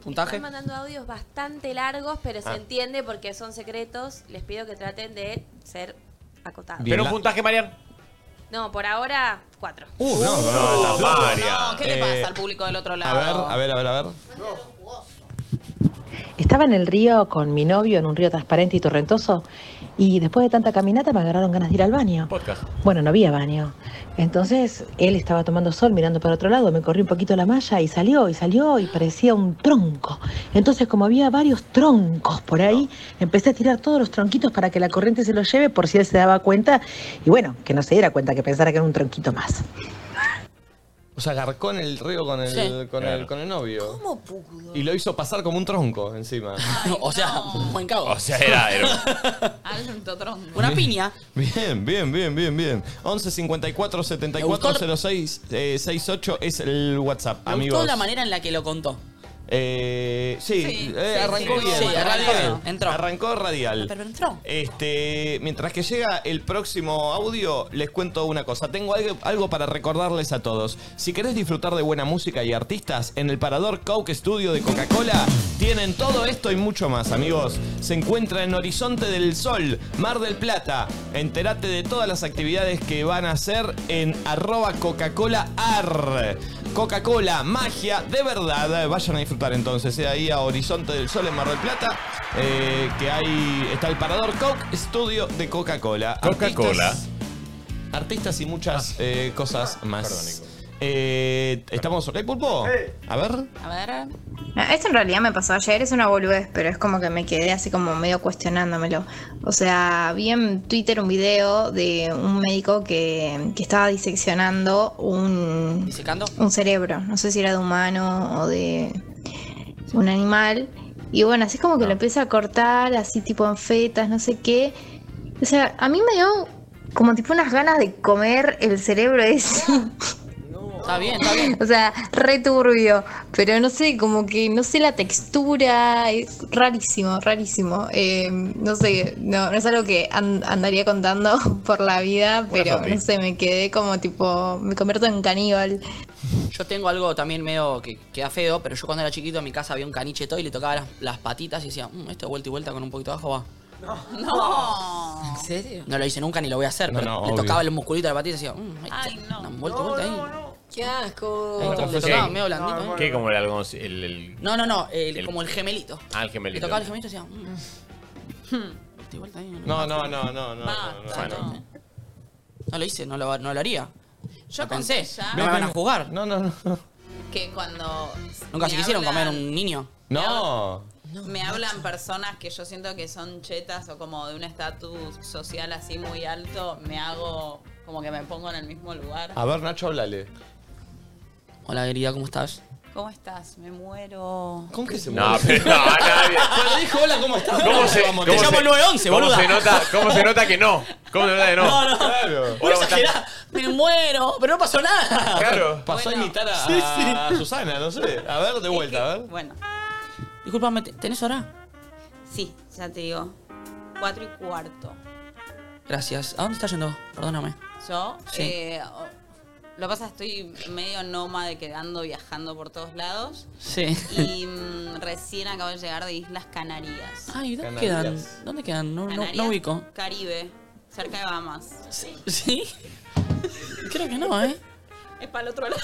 Speaker 1: ¿Puntaje?
Speaker 20: están mandando audios bastante largos, pero se
Speaker 1: Ah.
Speaker 20: entiende porque son secretos. Les pido que traten de ser acotados.
Speaker 3: Pero un puntaje, Marian.
Speaker 20: No, por ahora, cuatro.
Speaker 1: Uh, no,
Speaker 3: no,
Speaker 1: tampoco.
Speaker 3: Marian.
Speaker 5: No, ¿qué le pasa al
Speaker 1: Eh,
Speaker 5: público del otro
Speaker 1: A
Speaker 5: lado?
Speaker 1: ver, a ver, a ver, a ver.
Speaker 25: Estaba en el río con mi novio en un río transparente y torrentoso y después de tanta caminata me agarraron ganas de ir al baño.
Speaker 3: Podcast.
Speaker 25: Bueno, no había baño. Entonces él estaba tomando sol mirando para otro lado, me corrió un poquito la malla y salió y salió y parecía un tronco. Entonces como había varios troncos por ahí, empecé a tirar todos los tronquitos para que la corriente se los lleve por si él se daba cuenta y bueno, que no se diera cuenta, que pensara que era un tronquito más.
Speaker 1: O sea, agarcó en el río con el,
Speaker 25: Sí.
Speaker 1: con el,
Speaker 25: Claro.
Speaker 1: con el novio.
Speaker 2: ¿Cómo pudo?
Speaker 1: Y lo hizo pasar como un tronco
Speaker 4: *laughs*
Speaker 1: encima.
Speaker 4: o sea, un buen cago.
Speaker 1: O sea, era- era
Speaker 5: Alto tronco.
Speaker 4: Una piña.
Speaker 1: Bien, bien, bien, bien, bien. 11 54 74 06 eh, 68 es el WhatsApp,
Speaker 4: Me
Speaker 1: amigos.
Speaker 4: gustó la manera en la que lo contó.
Speaker 1: Eh, sí,
Speaker 4: Sí,
Speaker 1: eh,
Speaker 4: sí,
Speaker 1: arrancó
Speaker 4: sí,
Speaker 1: bien.
Speaker 4: sí, arrancó
Speaker 1: radial.
Speaker 4: bien, entró.
Speaker 1: Arrancó radial.
Speaker 4: Pero entró.
Speaker 1: Este, mientras que llega el próximo audio, les cuento una cosa. Tengo algo, algo para recordarles a todos. Si querés disfrutar de buena música y artistas, en el Parador Coke Studio de Coca-Cola tienen todo esto y mucho más, amigos. Se encuentra en Horizonte del Sol, Mar del Plata. Entérate de todas las actividades que van a hacer en arroba Coca-Cola AR. Coca-Cola, magia de verdad. Vayan a disfrutar entonces, eh, ahí a Horizonte del Sol en Mar del Plata, eh, que ahí está el Parador Coke Studio de Coca-Cola.
Speaker 3: Coca-Cola. Ah.
Speaker 1: Artistas- Artistas y muchas eh, cosas más. Eh, ¿Estamos ok, Pulpo? A ver.
Speaker 5: A ver.
Speaker 12: No, Ah, Esto en realidad me pasó ayer, es una boludez, pero es como que me quedé así como medio cuestionándomelo. O sea, vi en Twitter un video de un médico que, que estaba diseccionando un, un cerebro. No sé si era de humano o de un animal. Y bueno, así como que lo empieza a cortar, así tipo en fetas, no sé qué. O sea, a mí me dio como tipo unas ganas de comer el cerebro ese. *laughs*
Speaker 4: Está bien, está bien.
Speaker 12: O sea, re turbio, pero no sé, como que no sé la textura, es rarísimo, rarísimo. Eh, no sé, no, no es algo que an- andaría contando *laughs* por la vida, pero
Speaker 4: papi.
Speaker 12: no sé, me quedé como tipo, me convierto en caníbal.
Speaker 4: Yo tengo algo también medio que queda feo, pero yo cuando era chiquito en mi casa había un caniche todo y le tocaba las, las patitas y decía, mmm, esto vuelta y vuelta con un poquito de ajo va.
Speaker 5: No.
Speaker 2: ¿En serio?
Speaker 4: No lo hice nunca ni lo voy a hacer,
Speaker 1: No,
Speaker 4: pero
Speaker 1: no,
Speaker 4: le
Speaker 1: obvio.
Speaker 4: tocaba el musculito de la patita y decía, mmm,
Speaker 5: Ay, no.
Speaker 4: vuelta y vuelta ahí.
Speaker 2: Qué asco.
Speaker 4: Ahí to- le Oh, tocaba medio blandito. ¿eh?
Speaker 3: ¿Qué? Como el algodón- el- el-
Speaker 4: No, no, no, el-
Speaker 3: El-
Speaker 4: como el gemelito.
Speaker 3: Ah, el
Speaker 4: Le
Speaker 3: gemelito.
Speaker 4: tocaba el gemelito y mm. decía, mmm. vuelta y vuelta ahí.
Speaker 1: No, no, no, no, no. no, no.
Speaker 4: Bueno. No lo hice, no lo, no lo haría.
Speaker 5: Yo
Speaker 4: Lo pensé,
Speaker 5: conté ya.
Speaker 4: no me van a jugar.
Speaker 1: No, no, no.
Speaker 5: Que cuando.
Speaker 4: Nunca
Speaker 5: me
Speaker 4: se quisieron
Speaker 5: hablan-
Speaker 4: comer un niño.
Speaker 1: No.
Speaker 5: Me hablan personas que yo siento que son chetas o como de un estatus social así muy alto, me hago como que me pongo en el mismo lugar.
Speaker 1: A ver, Nacho, háblale.
Speaker 4: Hola, querida, ¿cómo estás?
Speaker 5: ¿Cómo estás? Me muero.
Speaker 1: ¿Con qué se
Speaker 3: No, pero *laughs* no, nadie.
Speaker 1: Pero dijo, hola, ¿cómo estás?
Speaker 3: ¿Cómo se,
Speaker 1: Vamos,
Speaker 3: cómo
Speaker 1: te llamo
Speaker 3: se-
Speaker 1: 911,
Speaker 3: cómo
Speaker 1: boluda.
Speaker 3: Se nota, ¿Cómo se nota que no? ¿Cómo se nota que no?
Speaker 1: No, no.
Speaker 3: Claro.
Speaker 4: Vos exagerás, me muero, pero no pasó nada.
Speaker 1: Claro. *laughs* Pasó a imitar a,
Speaker 4: Sí, sí.
Speaker 1: a Susana, no sé. A ver, de vuelta, a ver.
Speaker 5: Bueno,
Speaker 4: Disculpame, ¿te- ¿tenés hora?
Speaker 5: sí, ya te digo. Cuatro y cuarto.
Speaker 4: Gracias. ¿A dónde estás yendo? Perdóname.
Speaker 5: Yo,
Speaker 4: Sí.
Speaker 5: eh, Lo que pasa es que estoy medio nómade quedando viajando por todos lados.
Speaker 4: Sí.
Speaker 1: *laughs*
Speaker 5: Y mm, recién acabo de llegar de Islas Canarias.
Speaker 4: Ay, ¿dónde quedan? ¿Dónde quedan? No, no, no ubico. *laughs*
Speaker 5: Caribe, cerca de Bahamas. Sí.
Speaker 4: ¿Sí? Creo que no, ¿eh?
Speaker 5: Es para el otro lado.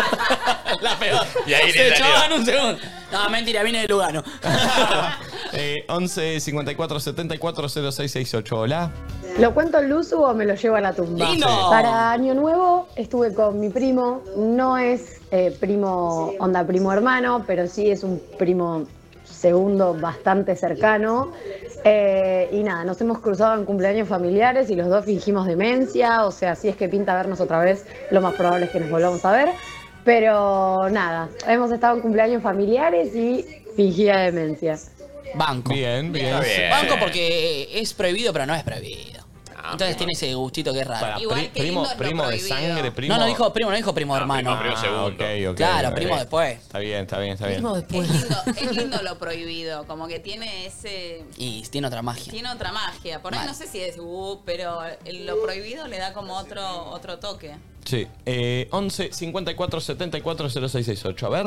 Speaker 1: *laughs*
Speaker 4: La peor.
Speaker 1: Y ahí
Speaker 4: Se
Speaker 1: gritaría.
Speaker 4: echaban un segundo. No, mentira, vine de Lugano.
Speaker 1: *laughs* *laughs* Eh, 11 54 74 0668. Hola.
Speaker 15: ¿Lo cuento en luz o me lo llevo a la tumba?
Speaker 1: Lindo.
Speaker 15: Para Año Nuevo estuve con mi primo. No es eh, primo, onda primo hermano, pero sí es un primo segundo bastante cercano. Eh, y nada, nos hemos cruzado en cumpleaños familiares y los dos fingimos demencia. O sea, si es que pinta vernos otra vez, lo más probable es que nos volvamos a ver. Pero nada, hemos estado en cumpleaños familiares y fingía demencia.
Speaker 4: Banco.
Speaker 1: Bien, bien.
Speaker 4: Banco porque es prohibido, pero no es prohibido.
Speaker 1: Ah,
Speaker 4: Entonces tiene ese gustito que es raro.
Speaker 1: Para, pri- primo, primo de sangre, primo.
Speaker 4: No, no dijo primo, no dijo primo hermano.
Speaker 1: Ah, primo segundo. ok, ok,
Speaker 4: Claro,
Speaker 1: ok.
Speaker 4: primo después.
Speaker 1: Está bien, está bien, está bien.
Speaker 4: después.
Speaker 5: es lindo lo prohibido, como que tiene ese...
Speaker 4: Y tiene otra magia.
Speaker 5: Tiene otra magia. Por ahí
Speaker 4: Mal.
Speaker 5: no sé si es uh, pero lo prohibido le da como otro, otro toque.
Speaker 1: Sí. Eh, 11 54 74 0668. A ver.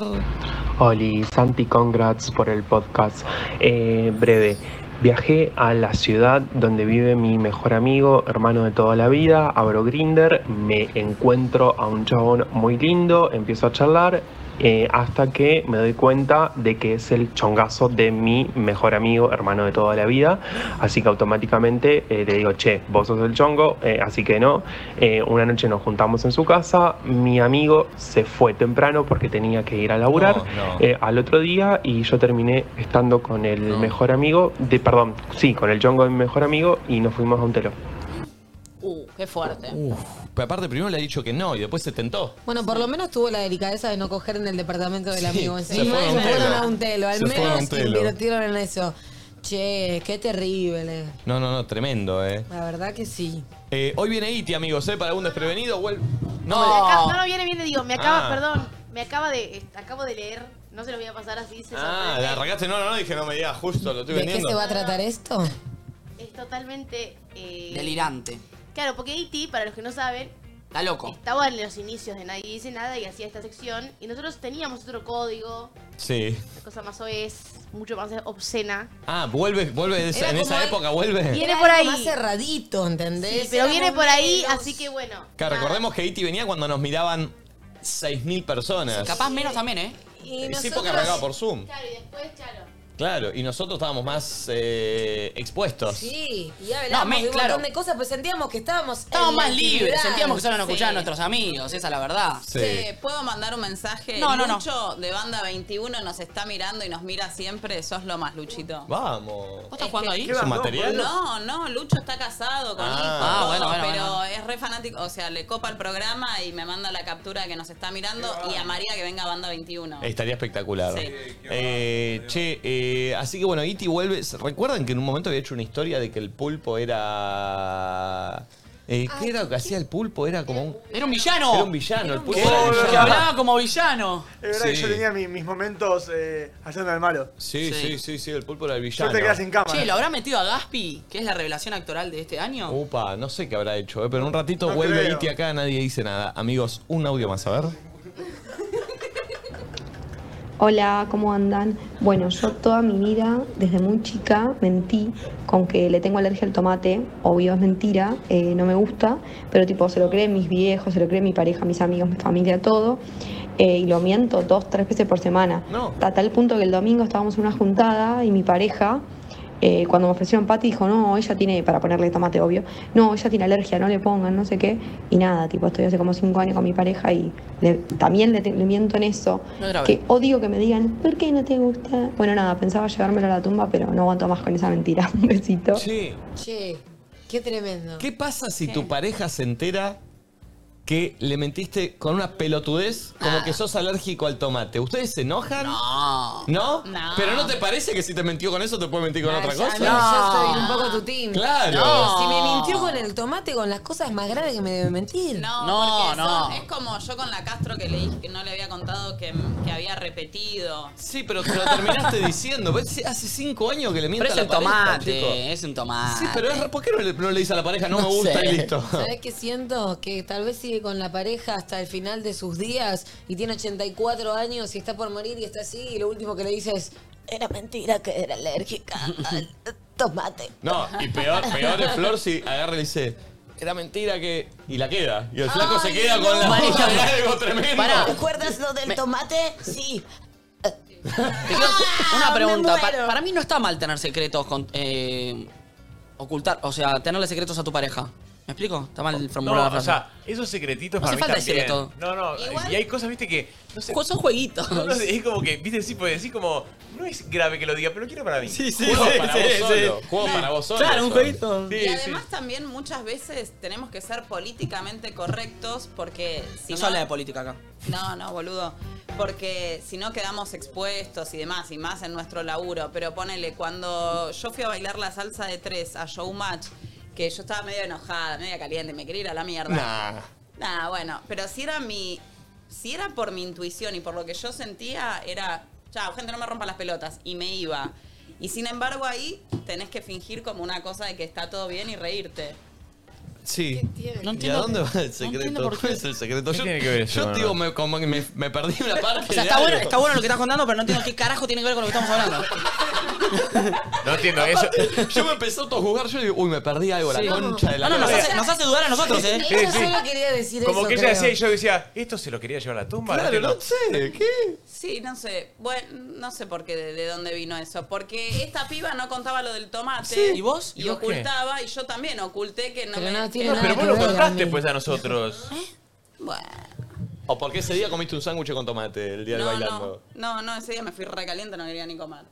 Speaker 18: Oli, Santi, congrats por el podcast. Eh, breve. Viajé a la ciudad donde vive mi mejor amigo, hermano de toda la vida, abro Grinder, me encuentro a un chabón muy lindo, empiezo a charlar, eh, hasta que me doy cuenta de que es el chongazo de mi mejor amigo, hermano de toda la vida. Así que automáticamente eh, le digo, che, vos sos el chongo, eh, así que no. Eh, una noche nos juntamos en su casa, mi amigo se fue temprano porque tenía que ir a laburar
Speaker 22: No, no.
Speaker 18: eh, al otro día y yo terminé estando con el mejor amigo, de, perdón, sí, con el chongo de mi mejor amigo y nos fuimos a un telón.
Speaker 5: Uh, qué fuerte.
Speaker 1: Pero aparte, primero le ha dicho que no y después se tentó.
Speaker 2: Bueno, por lo menos tuvo la delicadeza de no coger en el departamento del
Speaker 1: Sí,
Speaker 2: amigo.
Speaker 1: se
Speaker 2: Encima
Speaker 1: fueron
Speaker 2: se
Speaker 1: a un
Speaker 2: fueron
Speaker 1: telo.
Speaker 2: a un telo. Al
Speaker 1: Se fueron a
Speaker 2: menos
Speaker 1: un telo.
Speaker 2: invirtieron en eso. Che, qué terrible.
Speaker 1: No, no, no, tremendo, eh.
Speaker 2: La verdad que sí.
Speaker 1: Eh, hoy viene Iti, amigos, ¿eh? Para un desprevenido, vuel-
Speaker 6: Me acaba- no, no, viene, viene, digo, me acaba,
Speaker 1: Ah.
Speaker 6: perdón, me acaba de, eh, acabo de leer, no se lo voy a pasar así, se
Speaker 1: Ah,
Speaker 6: sorprende.
Speaker 1: la arrancaste. No, no, no, dije, no me digas, justo, lo estoy
Speaker 2: ¿De qué
Speaker 1: vendiendo.
Speaker 2: se va a tratar esto?
Speaker 6: Es totalmente... eh,
Speaker 4: Delirante.
Speaker 6: Claro, porque E.T., para los que no saben,
Speaker 4: Está loco.
Speaker 6: estaba en los inicios de Nadie Dice Nada y hacía esta sección, y nosotros teníamos otro código,
Speaker 1: Sí.
Speaker 6: una cosa más es mucho más obscena.
Speaker 1: Ah, vuelve, vuelve de esa-
Speaker 6: Era
Speaker 1: en
Speaker 6: como
Speaker 1: esa
Speaker 6: el-
Speaker 1: época, vuelve.
Speaker 6: Viene
Speaker 2: Era
Speaker 6: por
Speaker 2: algo
Speaker 6: ahí.
Speaker 2: más cerradito, ¿entendés?
Speaker 6: Sí, pero
Speaker 2: Era
Speaker 6: viene
Speaker 2: como
Speaker 6: por ahí,
Speaker 2: menos-
Speaker 6: así que bueno.
Speaker 1: Claro, recordemos que Iti venía cuando nos miraban 6.000 personas.
Speaker 4: Capaz menos también, ¿eh?
Speaker 6: Y
Speaker 1: Sí, porque arrancaba por Zoom.
Speaker 6: Claro, y después, claro.
Speaker 1: Claro, y nosotros estábamos más eh, expuestos.
Speaker 2: Sí, y hablábamos
Speaker 4: No, me-
Speaker 2: de un
Speaker 4: claro.
Speaker 2: montón de cosas, pues sentíamos que estábamos.
Speaker 4: Estábamos
Speaker 2: en la
Speaker 4: más libres,
Speaker 2: actividad.
Speaker 4: sentíamos que solo nos escuchaban
Speaker 2: Sí.
Speaker 4: nuestros amigos, esa es la verdad.
Speaker 1: Sí.
Speaker 5: Che, Eh, ¿puedo mandar un mensaje?
Speaker 4: No, no, no.
Speaker 5: Lucho de Banda 21 nos está mirando y nos mira siempre. Sos lo más, Luchito.
Speaker 1: Vamos. ¿Vos
Speaker 4: estás jugando ahí?
Speaker 1: ¿Es un material?
Speaker 5: No, no, Lucho está casado con
Speaker 1: Ah.
Speaker 5: hijos,
Speaker 1: Ah,
Speaker 5: todo,
Speaker 1: bueno, bueno,
Speaker 5: pero
Speaker 1: bueno.
Speaker 5: es re fanático, o sea, le copa el programa y me manda la captura que nos está mirando y a María que venga a Banda 21.
Speaker 1: Estaría espectacular.
Speaker 5: Sí.
Speaker 1: Eh, che, eh, así que bueno, Iti vuelve. ¿Recuerdan que en un momento había hecho una historia de que el pulpo era. eh, ¿Qué era lo que hacía el pulpo? Era como un.
Speaker 4: Era un villano.
Speaker 1: Era un villano, el pulpo.
Speaker 4: Que
Speaker 1: era un villano.
Speaker 4: hablaba como villano.
Speaker 19: Es verdad que yo tenía mi- mis momentos eh, haciendo el malo.
Speaker 1: Sí, sí, sí, sí, el pulpo era el villano.
Speaker 19: Yo te quedas sin cámara.
Speaker 4: Che, ¿lo habrá metido a Gaspi, que es la revelación actoral de este año?
Speaker 1: Upa, no sé qué habrá hecho, eh, pero en un ratito
Speaker 4: No
Speaker 1: vuelve
Speaker 4: creo.
Speaker 1: Iti acá, nadie dice nada. Amigos, un audio más, a ver.
Speaker 15: Hola, ¿cómo andan? Bueno, yo toda mi vida, desde muy chica, mentí con que le tengo alergia al tomate. Obvio, es mentira, eh, no me gusta, pero tipo, se lo creen mis viejos, se lo creen mi pareja, mis amigos, mi familia, todo. eh, y lo miento dos, tres veces por semana. A tal punto que el domingo estábamos en una juntada y mi pareja, eh, cuando me ofrecieron Pati, dijo, no, ella tiene, para ponerle tomate, obvio, no, ella tiene alergia, no le pongan, no sé qué. Y nada, tipo, estoy hace como cinco años con mi pareja y le- también le, te- le miento en eso.
Speaker 4: No es grave.
Speaker 15: que odio que me digan, ¿por qué no te gusta? Bueno, nada, pensaba llevármelo a la tumba, pero no aguanto más con esa mentira. *laughs* Un besito.
Speaker 1: Sí.
Speaker 2: Che, qué tremendo.
Speaker 1: ¿Qué pasa si tu pareja se entera que le mentiste con una pelotudez
Speaker 2: Ah.
Speaker 1: como que sos alérgico al tomate? ¿Ustedes se enojan?
Speaker 4: No.
Speaker 1: ¿No?
Speaker 4: No.
Speaker 1: Pero ¿no te parece que si te mintió con eso te puede mentir con
Speaker 2: Ah,
Speaker 1: otra
Speaker 2: ya,
Speaker 1: cosa?
Speaker 2: no, ya estoy un poco tu team.
Speaker 1: Claro.
Speaker 2: No,
Speaker 1: No.
Speaker 2: Si me mintió con el tomate, con las cosas más graves que me debe mentir.
Speaker 5: No, porque son- es como yo con la Castro que le dije que no le había contado que, que había repetido.
Speaker 1: Sí, pero te lo terminaste diciendo. Ves, Hace cinco años que le
Speaker 4: Pero
Speaker 1: mientas
Speaker 4: es
Speaker 1: a
Speaker 4: un
Speaker 1: la pareja, chico.
Speaker 4: tomate, es un tomate.
Speaker 1: Sí, pero es- ¿por qué no le, no le dice a la pareja no,
Speaker 4: No
Speaker 1: me gusta *laughs*
Speaker 4: sé.
Speaker 1: y listo?
Speaker 2: ¿Sabes qué siento? Que tal vez si sigue con la pareja hasta el final de sus días y tiene 84 años y está por morir y está así y lo último que le dice es, era mentira que era alérgica al tomate.
Speaker 1: No, y
Speaker 2: *laughs*
Speaker 1: peor, peor es Flor si agarra y dice. Era mentira que. Y la queda. Y el flaco se queda con la
Speaker 8: Pará,
Speaker 1: boca de algo tremendo.
Speaker 2: Pará, ¿recuerdas lo del tomate? Sí. Ah,
Speaker 4: Una
Speaker 2: me
Speaker 4: pregunta. pa-
Speaker 2: muero.
Speaker 4: Para, mí no está mal tener secretos con. eh, ocultar, o sea, tenerle secretos a tu pareja. ¿Me explico? Está mal formulada la
Speaker 3: No, o
Speaker 4: frase.
Speaker 3: sea, esos secretitos
Speaker 4: No
Speaker 3: para
Speaker 4: hace
Speaker 3: mí
Speaker 4: falta
Speaker 3: también.
Speaker 4: decirle todo.
Speaker 3: No, no, y hay cosas, viste, que... No sé,
Speaker 4: son jueguitos.
Speaker 3: No, no sé, es como que, viste, sí, puedes decir como... No es grave que lo diga, pero lo quiero para mí. Sí,
Speaker 1: sí,
Speaker 3: Juego
Speaker 1: sí,
Speaker 3: para
Speaker 1: sí,
Speaker 3: vos
Speaker 1: sí.
Speaker 3: solo. Juego
Speaker 1: Sí.
Speaker 3: para vos solo.
Speaker 1: Claro, un
Speaker 3: solo.
Speaker 1: jueguito.
Speaker 3: Sí,
Speaker 5: y
Speaker 3: sí.
Speaker 5: además también muchas veces tenemos que ser políticamente correctos porque si
Speaker 4: no
Speaker 5: no,
Speaker 4: se habla de política acá.
Speaker 5: No, no, boludo. Porque si no quedamos expuestos y demás, y más en nuestro laburo. Pero ponele, cuando yo fui a bailar la salsa de tres a Showmatch, que yo estaba medio enojada, medio caliente, me quería ir a la mierda.
Speaker 1: Nah.
Speaker 5: Nah, bueno, pero si era mi. Si era por mi intuición y por lo que yo sentía, era. Chao, gente, no me rompa las pelotas. Y me iba. Y sin embargo, ahí tenés que fingir como una cosa de que está todo bien y reírte.
Speaker 1: Sí.
Speaker 5: No
Speaker 1: ¿Y a
Speaker 5: entiendo-
Speaker 1: dónde va el secreto?
Speaker 5: entiendo por
Speaker 1: ¿Cuál es el secreto?
Speaker 3: ¿Qué
Speaker 1: Yo,
Speaker 3: tiene que ver eso,
Speaker 1: yo,
Speaker 3: no?
Speaker 1: tío, me, como que me, me perdí una parte.
Speaker 4: O sea,
Speaker 1: de
Speaker 4: está bueno,
Speaker 1: algo.
Speaker 4: está bueno lo que estás contando, pero no entiendo qué carajo tiene que ver con lo que estamos hablando.
Speaker 3: No
Speaker 1: *laughs*
Speaker 3: entiendo eso.
Speaker 1: Yo me empecé a autojuzgar, yo digo, uy, me perdí algo,
Speaker 4: Sí.
Speaker 1: la concha de la
Speaker 4: No, no, nos
Speaker 1: lora.
Speaker 4: hace- nos hace dudar a nosotros, ¿eh?
Speaker 3: Sí,
Speaker 2: Yo
Speaker 3: sí.
Speaker 2: solo quería decir
Speaker 3: Como
Speaker 2: eso.
Speaker 3: que ella
Speaker 2: creo.
Speaker 3: decía y yo decía, ¿esto se lo quería llevar a la tumba?
Speaker 1: Claro,
Speaker 3: entiendo.
Speaker 1: no sé, ¿qué?
Speaker 5: Sí, no sé. Bueno, no sé por qué, de, de dónde vino eso. Porque esta piba no contaba lo del tomate.
Speaker 3: Sí. ¿Y vos?
Speaker 5: Y,
Speaker 3: ¿Y vos qué?
Speaker 5: ocultaba, y yo también oculté que no me...
Speaker 3: No, pero vos lo contaste pues a *laughs* nosotros.
Speaker 5: Bueno,
Speaker 1: ¿O por qué ese día comiste un sándwich con tomate el día
Speaker 5: no,
Speaker 1: del bailando?
Speaker 5: no, no, no, ese día me fui recaliente, no quería ni comer.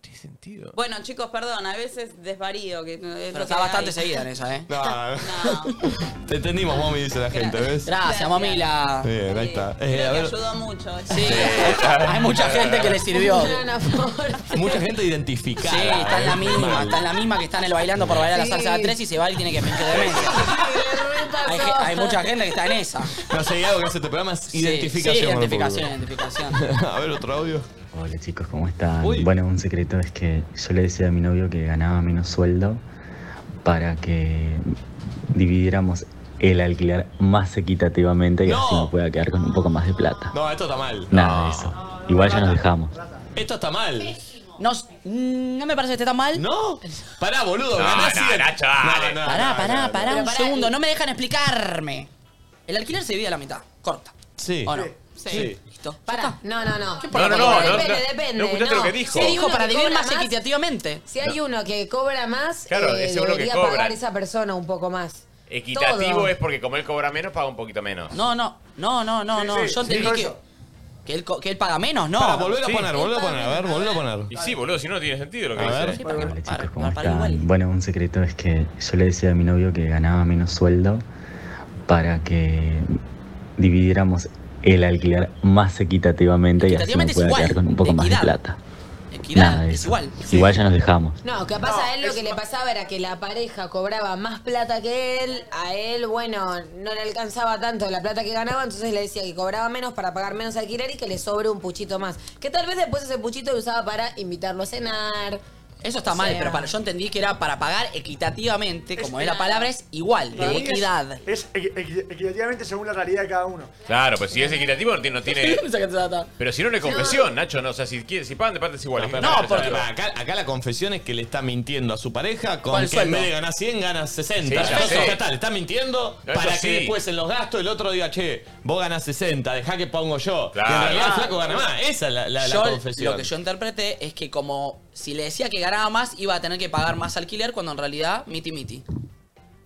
Speaker 3: tiene sentido.
Speaker 5: Bueno, chicos, perdón, a veces desvarío. Que es lo
Speaker 4: Pero
Speaker 5: que
Speaker 4: está
Speaker 5: hay.
Speaker 4: bastante seguida en esa, ¿eh?
Speaker 1: No. Te entendimos, mami, dice la gente, ¿ves?
Speaker 4: Gracias, mamila.
Speaker 1: Bien, ahí está. Eh, a
Speaker 5: Me
Speaker 1: ver,
Speaker 5: ayudó mucho.
Speaker 4: Sí.
Speaker 1: *laughs*
Speaker 4: Hay mucha gente que le sirvió.
Speaker 5: Un gran aporte.
Speaker 1: mucha gente identificada.
Speaker 4: Sí, está en la
Speaker 1: eh,
Speaker 4: misma,
Speaker 1: mal.
Speaker 4: está en la misma que está en el bailando por bailar
Speaker 1: Sí.
Speaker 4: la salsa de tres y se va y tiene que fingir demencia. Hay, ge- hay mucha gente que está en esa.
Speaker 1: No sé, algo que hace este programa es identificación.
Speaker 4: Sí,
Speaker 1: con el
Speaker 4: identificación,
Speaker 1: público. *laughs*
Speaker 4: identificación.
Speaker 1: A ver, otro audio.
Speaker 11: Hola chicos, ¿cómo están? Bueno, un secreto es que yo le decía a mi novio que ganaba menos sueldo para que dividiéramos el alquiler más equitativamente y así me pueda quedar con un poco más de plata.
Speaker 1: No, esto está mal.
Speaker 11: Nada de eso. Igual ya nos dejamos.
Speaker 1: Esto está mal.
Speaker 4: No, mm, no me parece que esté tan mal.
Speaker 1: No. Pará, boludo,
Speaker 4: No,
Speaker 1: ganás
Speaker 4: no,
Speaker 1: ident-
Speaker 4: no,
Speaker 3: chavales.
Speaker 1: No, no,
Speaker 4: Pará,
Speaker 1: no,
Speaker 4: pará,
Speaker 1: no,
Speaker 4: pará
Speaker 1: no.
Speaker 4: un segundo. No me dejan explicarme. El alquiler se divide a la mitad. Corta.
Speaker 1: Sí.
Speaker 4: ¿O no?
Speaker 2: Sí.
Speaker 1: Sí.
Speaker 4: Listo.
Speaker 2: Para, no, no, no.
Speaker 4: importa No, no, cómo? no, no,
Speaker 2: depende,
Speaker 4: no,
Speaker 2: depende.
Speaker 4: no escuchaste lo que dijo.
Speaker 2: hay
Speaker 4: Sí, dijo
Speaker 2: uno
Speaker 4: para
Speaker 2: que
Speaker 4: vivir
Speaker 2: cobra
Speaker 4: más equitativamente.
Speaker 2: Si hay uno que cobra más,
Speaker 3: Claro,
Speaker 2: eh,
Speaker 3: ese uno que
Speaker 2: debería
Speaker 3: cobra.
Speaker 2: pagar esa persona un poco más.
Speaker 3: Equitativo
Speaker 2: Todo.
Speaker 3: es porque como él cobra menos, paga un poquito menos.
Speaker 4: No, no, no, no, no,
Speaker 3: Sí,
Speaker 4: no.
Speaker 3: sí,
Speaker 4: Yo entendí
Speaker 3: dijo
Speaker 4: que,
Speaker 3: eso.
Speaker 4: que él, co- que él paga menos, no.
Speaker 1: Pará, volvelo a poner, volvelo a poner, a ver, volvelo a poner.
Speaker 3: Y sí, boludo, si no, no tiene sentido lo que
Speaker 1: A
Speaker 3: dice.
Speaker 4: ver.
Speaker 11: Hola chicos, ¿cómo están? Bueno, un secreto es que yo le decía a mi novio que ganaba menos sueldo para que dividiéramos el alquiler más equitativamente y así me
Speaker 2: Equitativamente es
Speaker 11: pueda
Speaker 2: igual,
Speaker 11: quedar con un poco más de
Speaker 2: equidad.
Speaker 11: plata.
Speaker 4: Equidad,
Speaker 11: Nada de
Speaker 4: es
Speaker 11: eso.
Speaker 4: igual.
Speaker 11: Igual ya nos dejamos.
Speaker 2: No, capaz a él lo que le pasaba era que la pareja cobraba más plata que él, a él, bueno, no le alcanzaba tanto la plata que ganaba, entonces le decía que cobraba menos para pagar menos alquiler y que le sobre un puchito más. Que tal vez después ese puchito lo usaba para invitarlo a cenar.
Speaker 4: Eso está
Speaker 2: O
Speaker 4: mal,
Speaker 2: sea,
Speaker 4: pero para, yo entendí que era para pagar equitativamente, como es la
Speaker 19: nada.
Speaker 4: palabra, es igual,
Speaker 19: Para mí es-
Speaker 4: equidad.
Speaker 19: Es, equi- equi- equitativamente según la calidad de cada uno.
Speaker 3: Claro, pues si es equitativo, no tiene. no tiene-
Speaker 4: *laughs*
Speaker 3: Pero si no, no hay confesión, Nacho. No, o sea, si, quiere- si pagan de partes iguales.
Speaker 1: No, porque acá, acá la confesión es que le está mintiendo a su pareja con
Speaker 3: ¿Cuál
Speaker 1: que en
Speaker 3: sueldo?
Speaker 1: vez de ganar 100 ganas 60.
Speaker 3: Sí, ya
Speaker 1: Entonces,
Speaker 3: sé.
Speaker 1: ya está, le está mintiendo
Speaker 3: Eso
Speaker 1: para
Speaker 3: sí.
Speaker 1: que después en los gastos el otro diga, che, vos ganás 60, dejá que pongo yo. Que en
Speaker 3: Claro.
Speaker 1: realidad el flaco gana más. Esa es la, la- la
Speaker 4: Ah. Yo,
Speaker 1: confesión.
Speaker 4: Lo que yo interpreté es que como si le decía que ganaba más, iba a tener que pagar más alquiler cuando en realidad miti miti.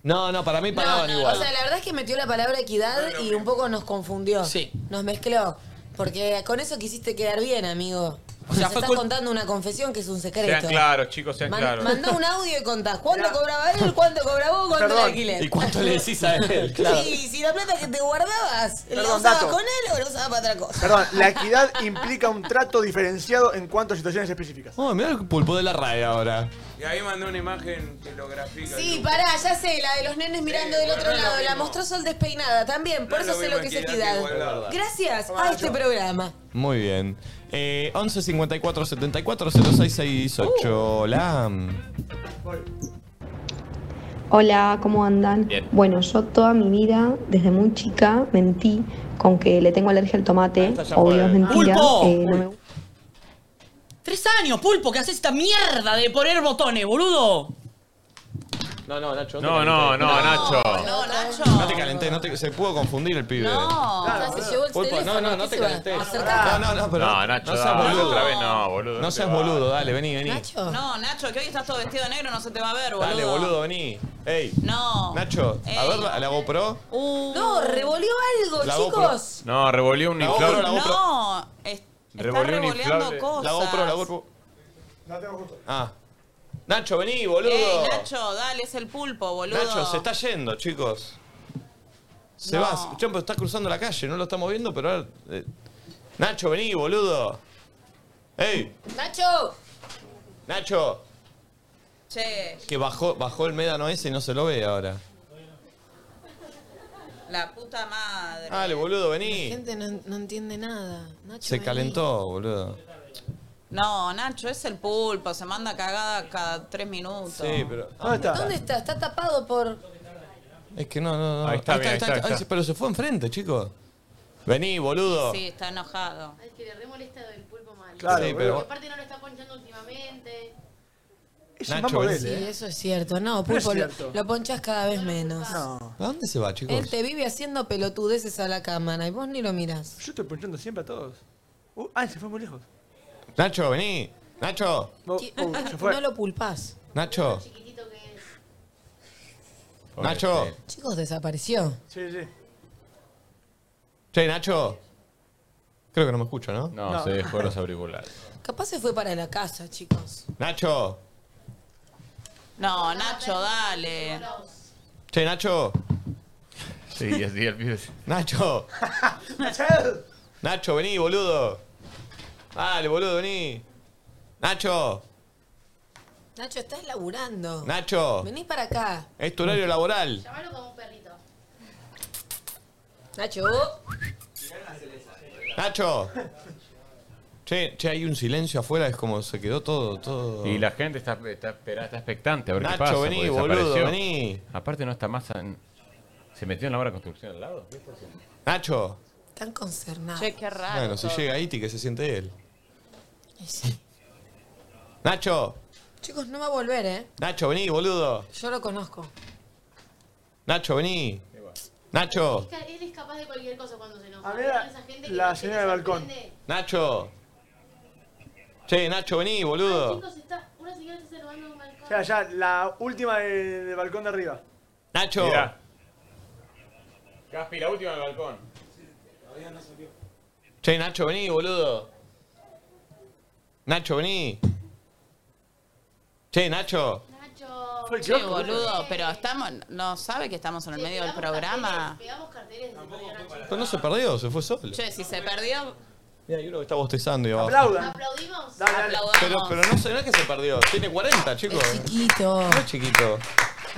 Speaker 1: No, no, para mí pagaban
Speaker 2: O
Speaker 1: igual.
Speaker 2: sea, la verdad es que metió la palabra equidad y un poco nos confundió.
Speaker 4: Sí.
Speaker 2: Nos mezcló. Porque con eso quisiste quedar bien, amigo. O sea,
Speaker 3: fue
Speaker 2: estás
Speaker 3: cul-
Speaker 2: contando una confesión que es un secreto.
Speaker 3: Sean claros, chicos, sean
Speaker 2: Man-
Speaker 3: claros.
Speaker 1: *laughs*
Speaker 2: Mandá un audio y contás cuánto cobraba él, cuánto cobraba vos, cuánto el
Speaker 3: Perdón.
Speaker 2: alquiler.
Speaker 3: ¿Y cuánto le decís a él?
Speaker 2: *laughs*
Speaker 19: Claro.
Speaker 2: Sí, si la plata que te guardabas, ¿la
Speaker 19: Perdón,
Speaker 2: usabas
Speaker 19: dato.
Speaker 2: con él o la usabas para otra cosa?
Speaker 19: Perdón, la equidad implica un trato diferenciado en cuanto a situaciones específicas.
Speaker 1: Oh, mirá el pulpo de la raya ahora.
Speaker 14: Y ahí mandé una imagen que lo grafica.
Speaker 2: Sí, pará, ya sé, la de los nenes mirando del otro
Speaker 14: no es lo
Speaker 2: lado, la
Speaker 14: mismo.
Speaker 2: mostró Sol despeinada también, por
Speaker 14: No es
Speaker 2: eso
Speaker 14: lo
Speaker 2: sé lo que
Speaker 14: mismo
Speaker 2: es
Speaker 14: equidad
Speaker 2: equidad.
Speaker 14: que igualdad.
Speaker 2: Gracias a este programa.
Speaker 1: Muy bien. Eh, 11 54
Speaker 3: Uh.
Speaker 1: 74 06 68. Hola.
Speaker 15: Hola, ¿cómo andan? Bueno, yo toda mi vida, desde muy chica, mentí con que le tengo alergia al tomate.
Speaker 4: Ah, ya
Speaker 15: Obvio,
Speaker 4: fue.
Speaker 15: es mentira.
Speaker 4: ¡Pulpo!
Speaker 15: Eh, no me
Speaker 4: Tres años, pulpo, que haces esta mierda de poner botones, boludo.
Speaker 1: No, no, Nacho.
Speaker 3: No, no, no, Nacho.
Speaker 1: No, Nacho. No te calenté, no te, se pudo confundir el pibe.
Speaker 2: No, ya se llevó el
Speaker 1: Pulpo,
Speaker 2: teléfono.
Speaker 1: no, no, no
Speaker 2: ¿qué
Speaker 1: te
Speaker 2: se va?
Speaker 1: calenté.
Speaker 2: Acercate.
Speaker 1: No, no, pero.
Speaker 3: No, Nacho,
Speaker 1: No seas
Speaker 3: dale,
Speaker 1: boludo.
Speaker 3: otra vez no, boludo,
Speaker 1: No
Speaker 3: no
Speaker 1: seas
Speaker 3: te va.
Speaker 1: boludo, dale, vení, vení.
Speaker 5: No, Nacho, que hoy estás todo vestido de negro, no se te va a ver, boludo.
Speaker 1: Dale, boludo, vení. Ey.
Speaker 5: No.
Speaker 1: Nacho, a ver la, la GoPro.
Speaker 2: No, revolvió algo,
Speaker 1: La
Speaker 2: chicos.
Speaker 3: No, revolvió un
Speaker 1: La GoPro,
Speaker 3: inflable.
Speaker 1: la GoPro.
Speaker 5: No, es-
Speaker 3: Revolvió un
Speaker 5: revoleando
Speaker 3: inflable.
Speaker 5: cosas.
Speaker 1: La GoPro, la GoPro.
Speaker 19: No tengo justo.
Speaker 1: Ah. Nacho, vení, boludo.
Speaker 5: Ey, Eh, Nacho, dale, es el pulpo, boludo.
Speaker 1: Nacho, se está yendo, chicos. Se
Speaker 5: No.
Speaker 1: va, Che, pero está cruzando la calle, no lo estamos viendo, pero ahora. eh, Nacho, vení, boludo. ¡Ey!
Speaker 2: Nacho.
Speaker 1: ¡Nacho!
Speaker 5: Che,
Speaker 1: Que bajó, bajó el médano ese y no se lo ve ahora.
Speaker 5: la puta madre.
Speaker 1: Dale, boludo,
Speaker 2: La
Speaker 1: Ah, vení.
Speaker 2: gente no, no entiende nada. Nacho,
Speaker 1: Se
Speaker 2: vení.
Speaker 1: calentó, boludo.
Speaker 5: No, Nacho, es el pulpo, se manda cagada cada tres minutos.
Speaker 1: Sí, pero.
Speaker 2: ¿Dónde está? Está tapado por.
Speaker 1: Es que no, no, no.
Speaker 3: Ahí está, mira, ahí está, ahí
Speaker 1: Ay,
Speaker 3: está.
Speaker 1: pero se fue enfrente, chicos. Vení, boludo.
Speaker 5: Sí, está enojado.
Speaker 6: Es que le re molesta del pulpo mal.
Speaker 1: Claro, Sí, pero-
Speaker 6: Porque aparte no lo está ponchando últimamente.
Speaker 1: Nacho, vení.
Speaker 19: ¿eh?
Speaker 2: Sí, eso es cierto. No,
Speaker 1: No es
Speaker 2: Pulpo, lo-
Speaker 1: cierto.
Speaker 2: lo, ponchas cada vez menos.
Speaker 1: ¿A dónde se va, chicos?
Speaker 2: Él te vive haciendo pelotudeces a la cámara y vos ni lo mirás.
Speaker 19: Yo estoy ponchando siempre a todos. Uh, ah, se fue muy lejos.
Speaker 1: Nacho, vení. Nacho,
Speaker 19: Oh,
Speaker 5: *laughs*
Speaker 19: oh, se fue.
Speaker 2: No lo pulpás.
Speaker 1: Nacho. Nacho.
Speaker 3: este.
Speaker 2: Chicos, desapareció.
Speaker 19: Sí, sí.
Speaker 1: Che, Nacho. Creo que no me escucho, ¿no?
Speaker 3: No,
Speaker 2: No.
Speaker 3: se dejó los auriculares.
Speaker 2: Capaz se fue para la casa, chicos.
Speaker 1: Nacho.
Speaker 5: No, Nacho, dale.
Speaker 1: Che, Nacho.
Speaker 3: Sí, así el pibe.
Speaker 1: Nacho. Nacho, vení, boludo. Dale, boludo, vení. Nacho.
Speaker 2: Nacho, estás laburando.
Speaker 1: Nacho.
Speaker 2: Venís para acá.
Speaker 1: Es tu horario laboral.
Speaker 6: Llámalo como un perrito.
Speaker 2: Nacho.
Speaker 1: Nacho. Che, che, hay un silencio afuera, es como se quedó todo, todo.
Speaker 3: Y la gente está, está, espera- está expectante a ver
Speaker 1: Nacho,
Speaker 3: qué pasa. porque
Speaker 1: vení, boludo,
Speaker 3: desapareció.
Speaker 1: vení.
Speaker 3: Aparte no está más... en- ¿Se metió en la obra de construcción al lado?
Speaker 1: Nacho.
Speaker 2: Están concernados.
Speaker 5: Che, qué
Speaker 2: Ah,
Speaker 5: raro.
Speaker 1: Bueno, si
Speaker 5: todo.
Speaker 1: llega Iti, que se siente él. Nacho,
Speaker 2: Chicos, no va a volver, ¿eh?
Speaker 1: Nacho, vení, boludo.
Speaker 2: Yo lo conozco.
Speaker 1: Nacho, vení. Nacho,
Speaker 6: Es ca- Él es capaz de cualquier cosa cuando se enoja.
Speaker 19: A ver,
Speaker 6: Esa gente que
Speaker 19: la
Speaker 6: no- que
Speaker 19: señora del balcón.
Speaker 1: Nacho. Che, Nacho, vení, boludo.
Speaker 6: Chicos, está, una señora está saludando a un balcón.
Speaker 19: Ya, ya, la última de- del balcón de arriba.
Speaker 1: Nacho.
Speaker 3: Mirá. Gaspi, la última del balcón.
Speaker 19: Todavía no salió.
Speaker 1: Che, Nacho, vení, boludo. Nacho, vení. Che, Nacho.
Speaker 6: Nacho.
Speaker 5: Che, boludo, pero estamos, no sabe que estamos en el medio del programa.
Speaker 6: Pegamos carteles de Nacho.
Speaker 1: Pero no se perdió, se fue solo.
Speaker 5: Che, si se perdió,
Speaker 1: Mira, hay uno que está bostezando ahí abajo.
Speaker 19: Aplaudan.
Speaker 6: ¿Aplaudimos?
Speaker 5: aplaudamos.
Speaker 1: Pero, pero no sé, no es que se perdió. Tiene 40, chicos.
Speaker 2: Chiquito.
Speaker 1: No es chiquito.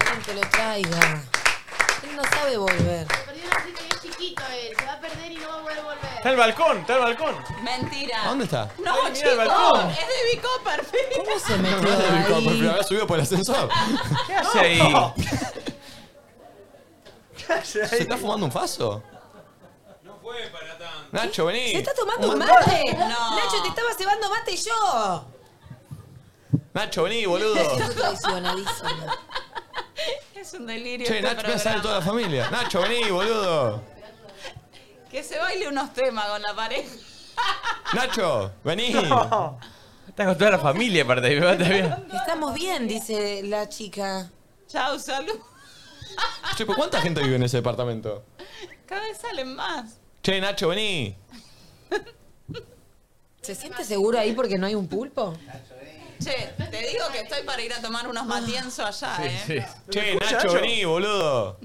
Speaker 2: Alguien que lo traiga. Él no sabe volver.
Speaker 6: Se perdió una chica bien chiquito él. Se va a perder y no va a poder volver.
Speaker 19: Está el balcón, está el balcón.
Speaker 5: Mentira.
Speaker 1: ¿Dónde está?
Speaker 5: No,
Speaker 19: Ay, mira
Speaker 5: chicos,
Speaker 19: el balcón.
Speaker 5: es de mi Copperfield.
Speaker 2: ¿Cómo
Speaker 5: *laughs*
Speaker 2: se
Speaker 1: No, no, no, *laughs* pero habrá subido por el ascensor.
Speaker 19: ¿Qué
Speaker 1: hace ahí? *laughs*
Speaker 19: ¿Qué hace
Speaker 1: ¿Se
Speaker 19: ahí?
Speaker 1: está fumando un faso?
Speaker 14: No fue para tanto.
Speaker 1: Nacho, vení.
Speaker 2: ¡Se está tomando un
Speaker 1: Ma-
Speaker 2: mate!
Speaker 5: No.
Speaker 2: Nacho, te estaba cebando mate yo.
Speaker 1: Nacho, vení, boludo.
Speaker 2: Estoy traicionadísimo.
Speaker 5: Es un delirio.
Speaker 1: Che,
Speaker 5: este
Speaker 1: Nacho, me sale
Speaker 5: programa.
Speaker 1: toda la familia. Nacho, vení, boludo.
Speaker 5: Que se baile unos temas con la pareja.
Speaker 1: Nacho,
Speaker 19: *laughs*
Speaker 1: vení.
Speaker 3: Estás con toda la familia, aparte. levanta bien.
Speaker 2: Estamos bien, dice la chica.
Speaker 5: Chao, salud.
Speaker 1: Che, ¿pero ¿cuánta gente vive en ese departamento?
Speaker 5: Cada vez salen más.
Speaker 1: Che, Nacho, vení.
Speaker 2: ¿Se siente seguro ahí porque no hay un pulpo?
Speaker 5: Che, te digo que estoy para ir a tomar unos matienzo allá, ¿eh?
Speaker 1: Sí. Che,
Speaker 19: Ah, escucha,
Speaker 1: Nacho,
Speaker 19: Nacho?
Speaker 1: vení, boludo.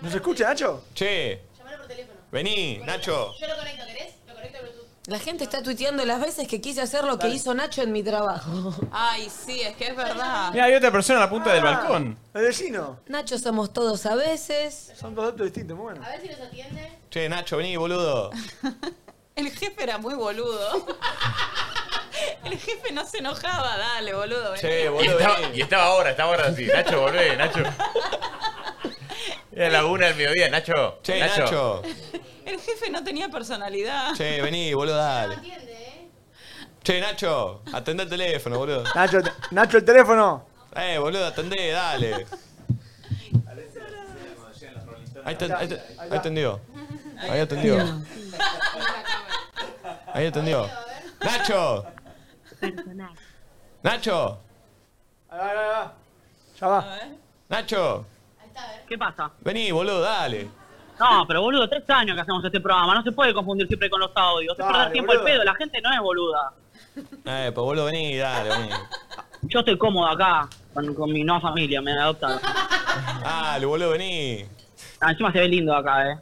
Speaker 19: ¿Nos escucha, Nacho?
Speaker 1: Che. Vení, Nacho.
Speaker 6: Yo lo conecto, ¿querés? Lo conecto a Bluetooth.
Speaker 2: La gente está tuiteando las veces que quise hacer lo que hizo Nacho en mi
Speaker 19: *laughs*
Speaker 2: trabajo.
Speaker 5: eh. Ay, sí, es que es verdad.
Speaker 3: Mira, hay otra persona a la punta del balcón.
Speaker 19: El vecino.
Speaker 2: Nacho somos todos a veces.
Speaker 19: Son conceptos distintos, muy bueno.
Speaker 6: A ver si los atiende.
Speaker 1: Che, Nacho, vení, boludo.
Speaker 5: El jefe era muy boludo. El *laughs* el jefe no se enojaba, dale, boludo.
Speaker 3: Che,
Speaker 5: vení.
Speaker 3: boludo, y estaba, y estaba ahora, estaba ahora así. Nacho, volvé, Nacho. Era la una del mediodía, Nacho.
Speaker 1: Che, Nacho.
Speaker 5: El jefe no tenía personalidad.
Speaker 1: Che, vení, boludo, dale. Che, Nacho, atendé el teléfono, boludo.
Speaker 9: Nacho, Nacho, el teléfono.
Speaker 1: Eh, boludo, atendé, dale. Ahí, ten- ahí ten- ahí atendió. Ahí atendió. Ahí atendió. Nacho, Nacho,
Speaker 9: Ahí va, ahí va, ahí va. Ya va.
Speaker 1: Nacho,
Speaker 8: ¿Qué pasa?
Speaker 1: vení, boludo, dale.
Speaker 8: No, pero boludo, tres años que hacemos este programa. No se puede confundir siempre con los audios. Es
Speaker 1: Dale,
Speaker 8: perder tiempo al
Speaker 1: boludo.
Speaker 8: pedo. La gente no es boluda.
Speaker 1: Eh, pues boludo, vení, dale, vení.
Speaker 8: Yo estoy cómodo acá con, con mi nueva familia. Me adoptan.
Speaker 1: Dale, boludo, vení.
Speaker 8: Ah, encima se ve lindo acá, eh.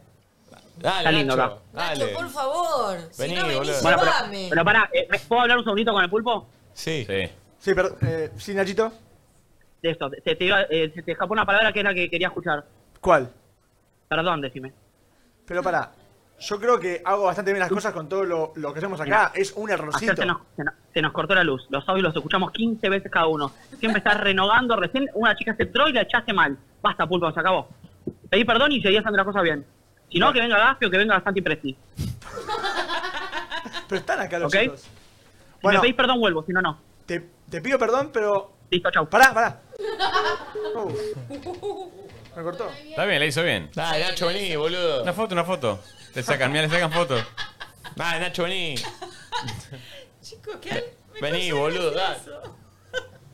Speaker 1: Dale,
Speaker 8: Está lindo
Speaker 1: Nacho,
Speaker 8: acá.
Speaker 1: dale.
Speaker 2: Por favor. si
Speaker 8: Vení,
Speaker 2: no venís,
Speaker 8: Bueno, pero,
Speaker 2: llamame.
Speaker 8: pero pará, eh, ¿me ¿puedo hablar un segundito con el pulpo?
Speaker 1: Sí.
Speaker 3: Sí.
Speaker 9: Sí, pero, eh, sí, Nachito.
Speaker 8: De esto, te, te iba- eh, se te escapó una palabra que era la que quería escuchar.
Speaker 9: ¿Cuál?
Speaker 8: Perdón, decime.
Speaker 9: Pero pará. Yo creo que hago bastante bien las cosas con todo lo, lo que hacemos acá.
Speaker 8: Mira,
Speaker 9: es un
Speaker 8: Ayer
Speaker 9: errorcito.
Speaker 8: se, nos, se nos- se nos cortó la luz. Los audios los escuchamos 15 veces cada uno. Siempre estás renogando. Recién una chica se entró y la echaste mal. Basta, pulpo, se acabó. Pedí perdón y seguí haciendo las cosas bien. Si no, que venga Gaspi o que venga Santi Presti.
Speaker 9: *laughs* Pero están acá los
Speaker 8: ¿Ok?
Speaker 9: chicos.
Speaker 8: Si me pedís perdón, vuelvo. Si no, no.
Speaker 9: Te, te pido perdón, pero.
Speaker 8: Listo, chau.
Speaker 9: Pará, pará. Uh, me cortó.
Speaker 3: Está bien, la hizo bien.
Speaker 1: Dale, Nacho, vení, boludo.
Speaker 3: Una foto, una foto. Le sacan, mira, le sacan fotos.
Speaker 1: Dale, Nacho, vení.
Speaker 5: Chicos, ¿qué?
Speaker 1: Vení, boludo, dale.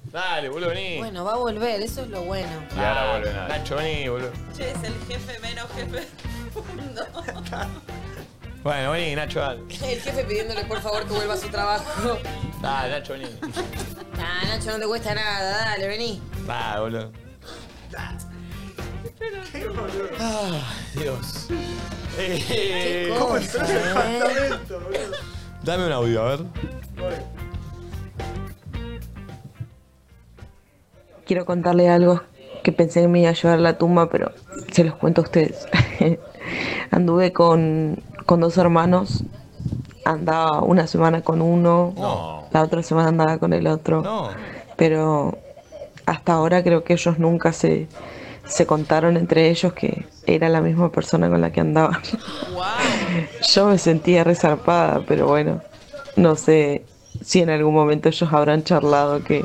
Speaker 1: Dale, boludo, vení.
Speaker 2: Bueno, va a volver, eso es lo bueno.
Speaker 1: Y ahora vuelve Nacho. Nacho, vení, boludo.
Speaker 5: Che, es el jefe menos jefe del mundo.
Speaker 1: Bueno, vení, Nacho, dale.
Speaker 2: *laughs* El jefe pidiéndole por favor que vuelva a su trabajo.
Speaker 1: Dale, Nacho, vení.
Speaker 2: Nah, Nacho, no te cuesta nada, dale, vení.
Speaker 1: Dale, boludo. Ah, Dios. Eh,
Speaker 9: ¿Cómo entró en el apartamento, boludo?
Speaker 1: Dame un audio, a ver.
Speaker 18: Quiero contarle algo que pensé que me iba a llevar a la tumba, pero se los cuento a ustedes. *laughs* Anduve con, con dos hermanos. Andaba una semana con uno, la otra semana andaba con el otro. Pero hasta ahora creo que ellos nunca se, se contaron entre ellos que era la misma persona con la que andaba. Yo me sentía resarpada, pero bueno, no sé si en algún momento ellos habrán charlado que,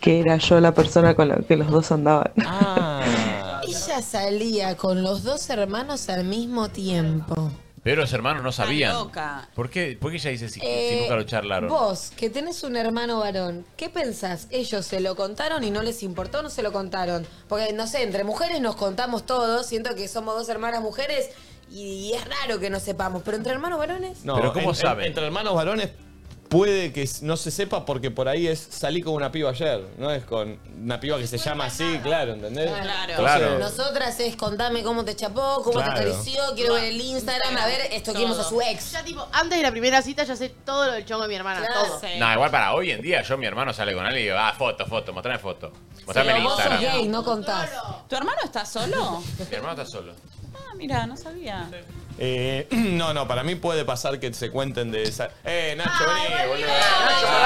Speaker 18: que era yo la persona con la que los dos andaban.
Speaker 3: Ah.
Speaker 2: Ella salía con los dos hermanos al mismo tiempo.
Speaker 3: Pero los hermanos no sabían.
Speaker 2: loca.
Speaker 3: ¿Por qué, ¿Por qué ella dice si, si
Speaker 2: Eh,
Speaker 3: nunca lo charlaron?
Speaker 2: Vos, que tenés un hermano varón, ¿qué pensás? ¿Ellos se lo contaron y no les importó no se lo contaron? Porque, no sé, entre mujeres nos contamos todos, siento que somos dos hermanas mujeres y, y es raro que no sepamos, pero entre hermanos varones...
Speaker 1: No,
Speaker 3: Pero ¿cómo
Speaker 1: en- en-
Speaker 3: saben?
Speaker 1: entre hermanos varones puede que no se sepa porque por ahí es salí con una piba ayer, no es con una piba que se llama así, claro, ¿entendés?
Speaker 2: Claro.
Speaker 1: Claro.
Speaker 2: Ah, Nosotras es contame cómo te chapó, cómo
Speaker 1: Claro.
Speaker 2: te acarició, quiero ver el Instagram, a ver, estoquemos a su ex.
Speaker 6: Ya, tipo, antes de la primera cita ya sé todo lo del chongo de mi hermana. Todo.
Speaker 2: eh.
Speaker 3: No, igual para hoy en día yo mi hermano sale con alguien y digo, ah, foto, foto, mostrame foto. Mostrame el
Speaker 2: Pero vos sos
Speaker 3: Instagram.
Speaker 2: gay, no contás.
Speaker 5: ¿Tu hermano está solo?
Speaker 3: Mi hermano está solo.
Speaker 5: Ah, mira, no sabía.
Speaker 1: Eh, *clears throat* no, no, para mí puede pasar que se cuenten de esa. Eh, Nacho,
Speaker 3: Ah,
Speaker 1: vení, boludo.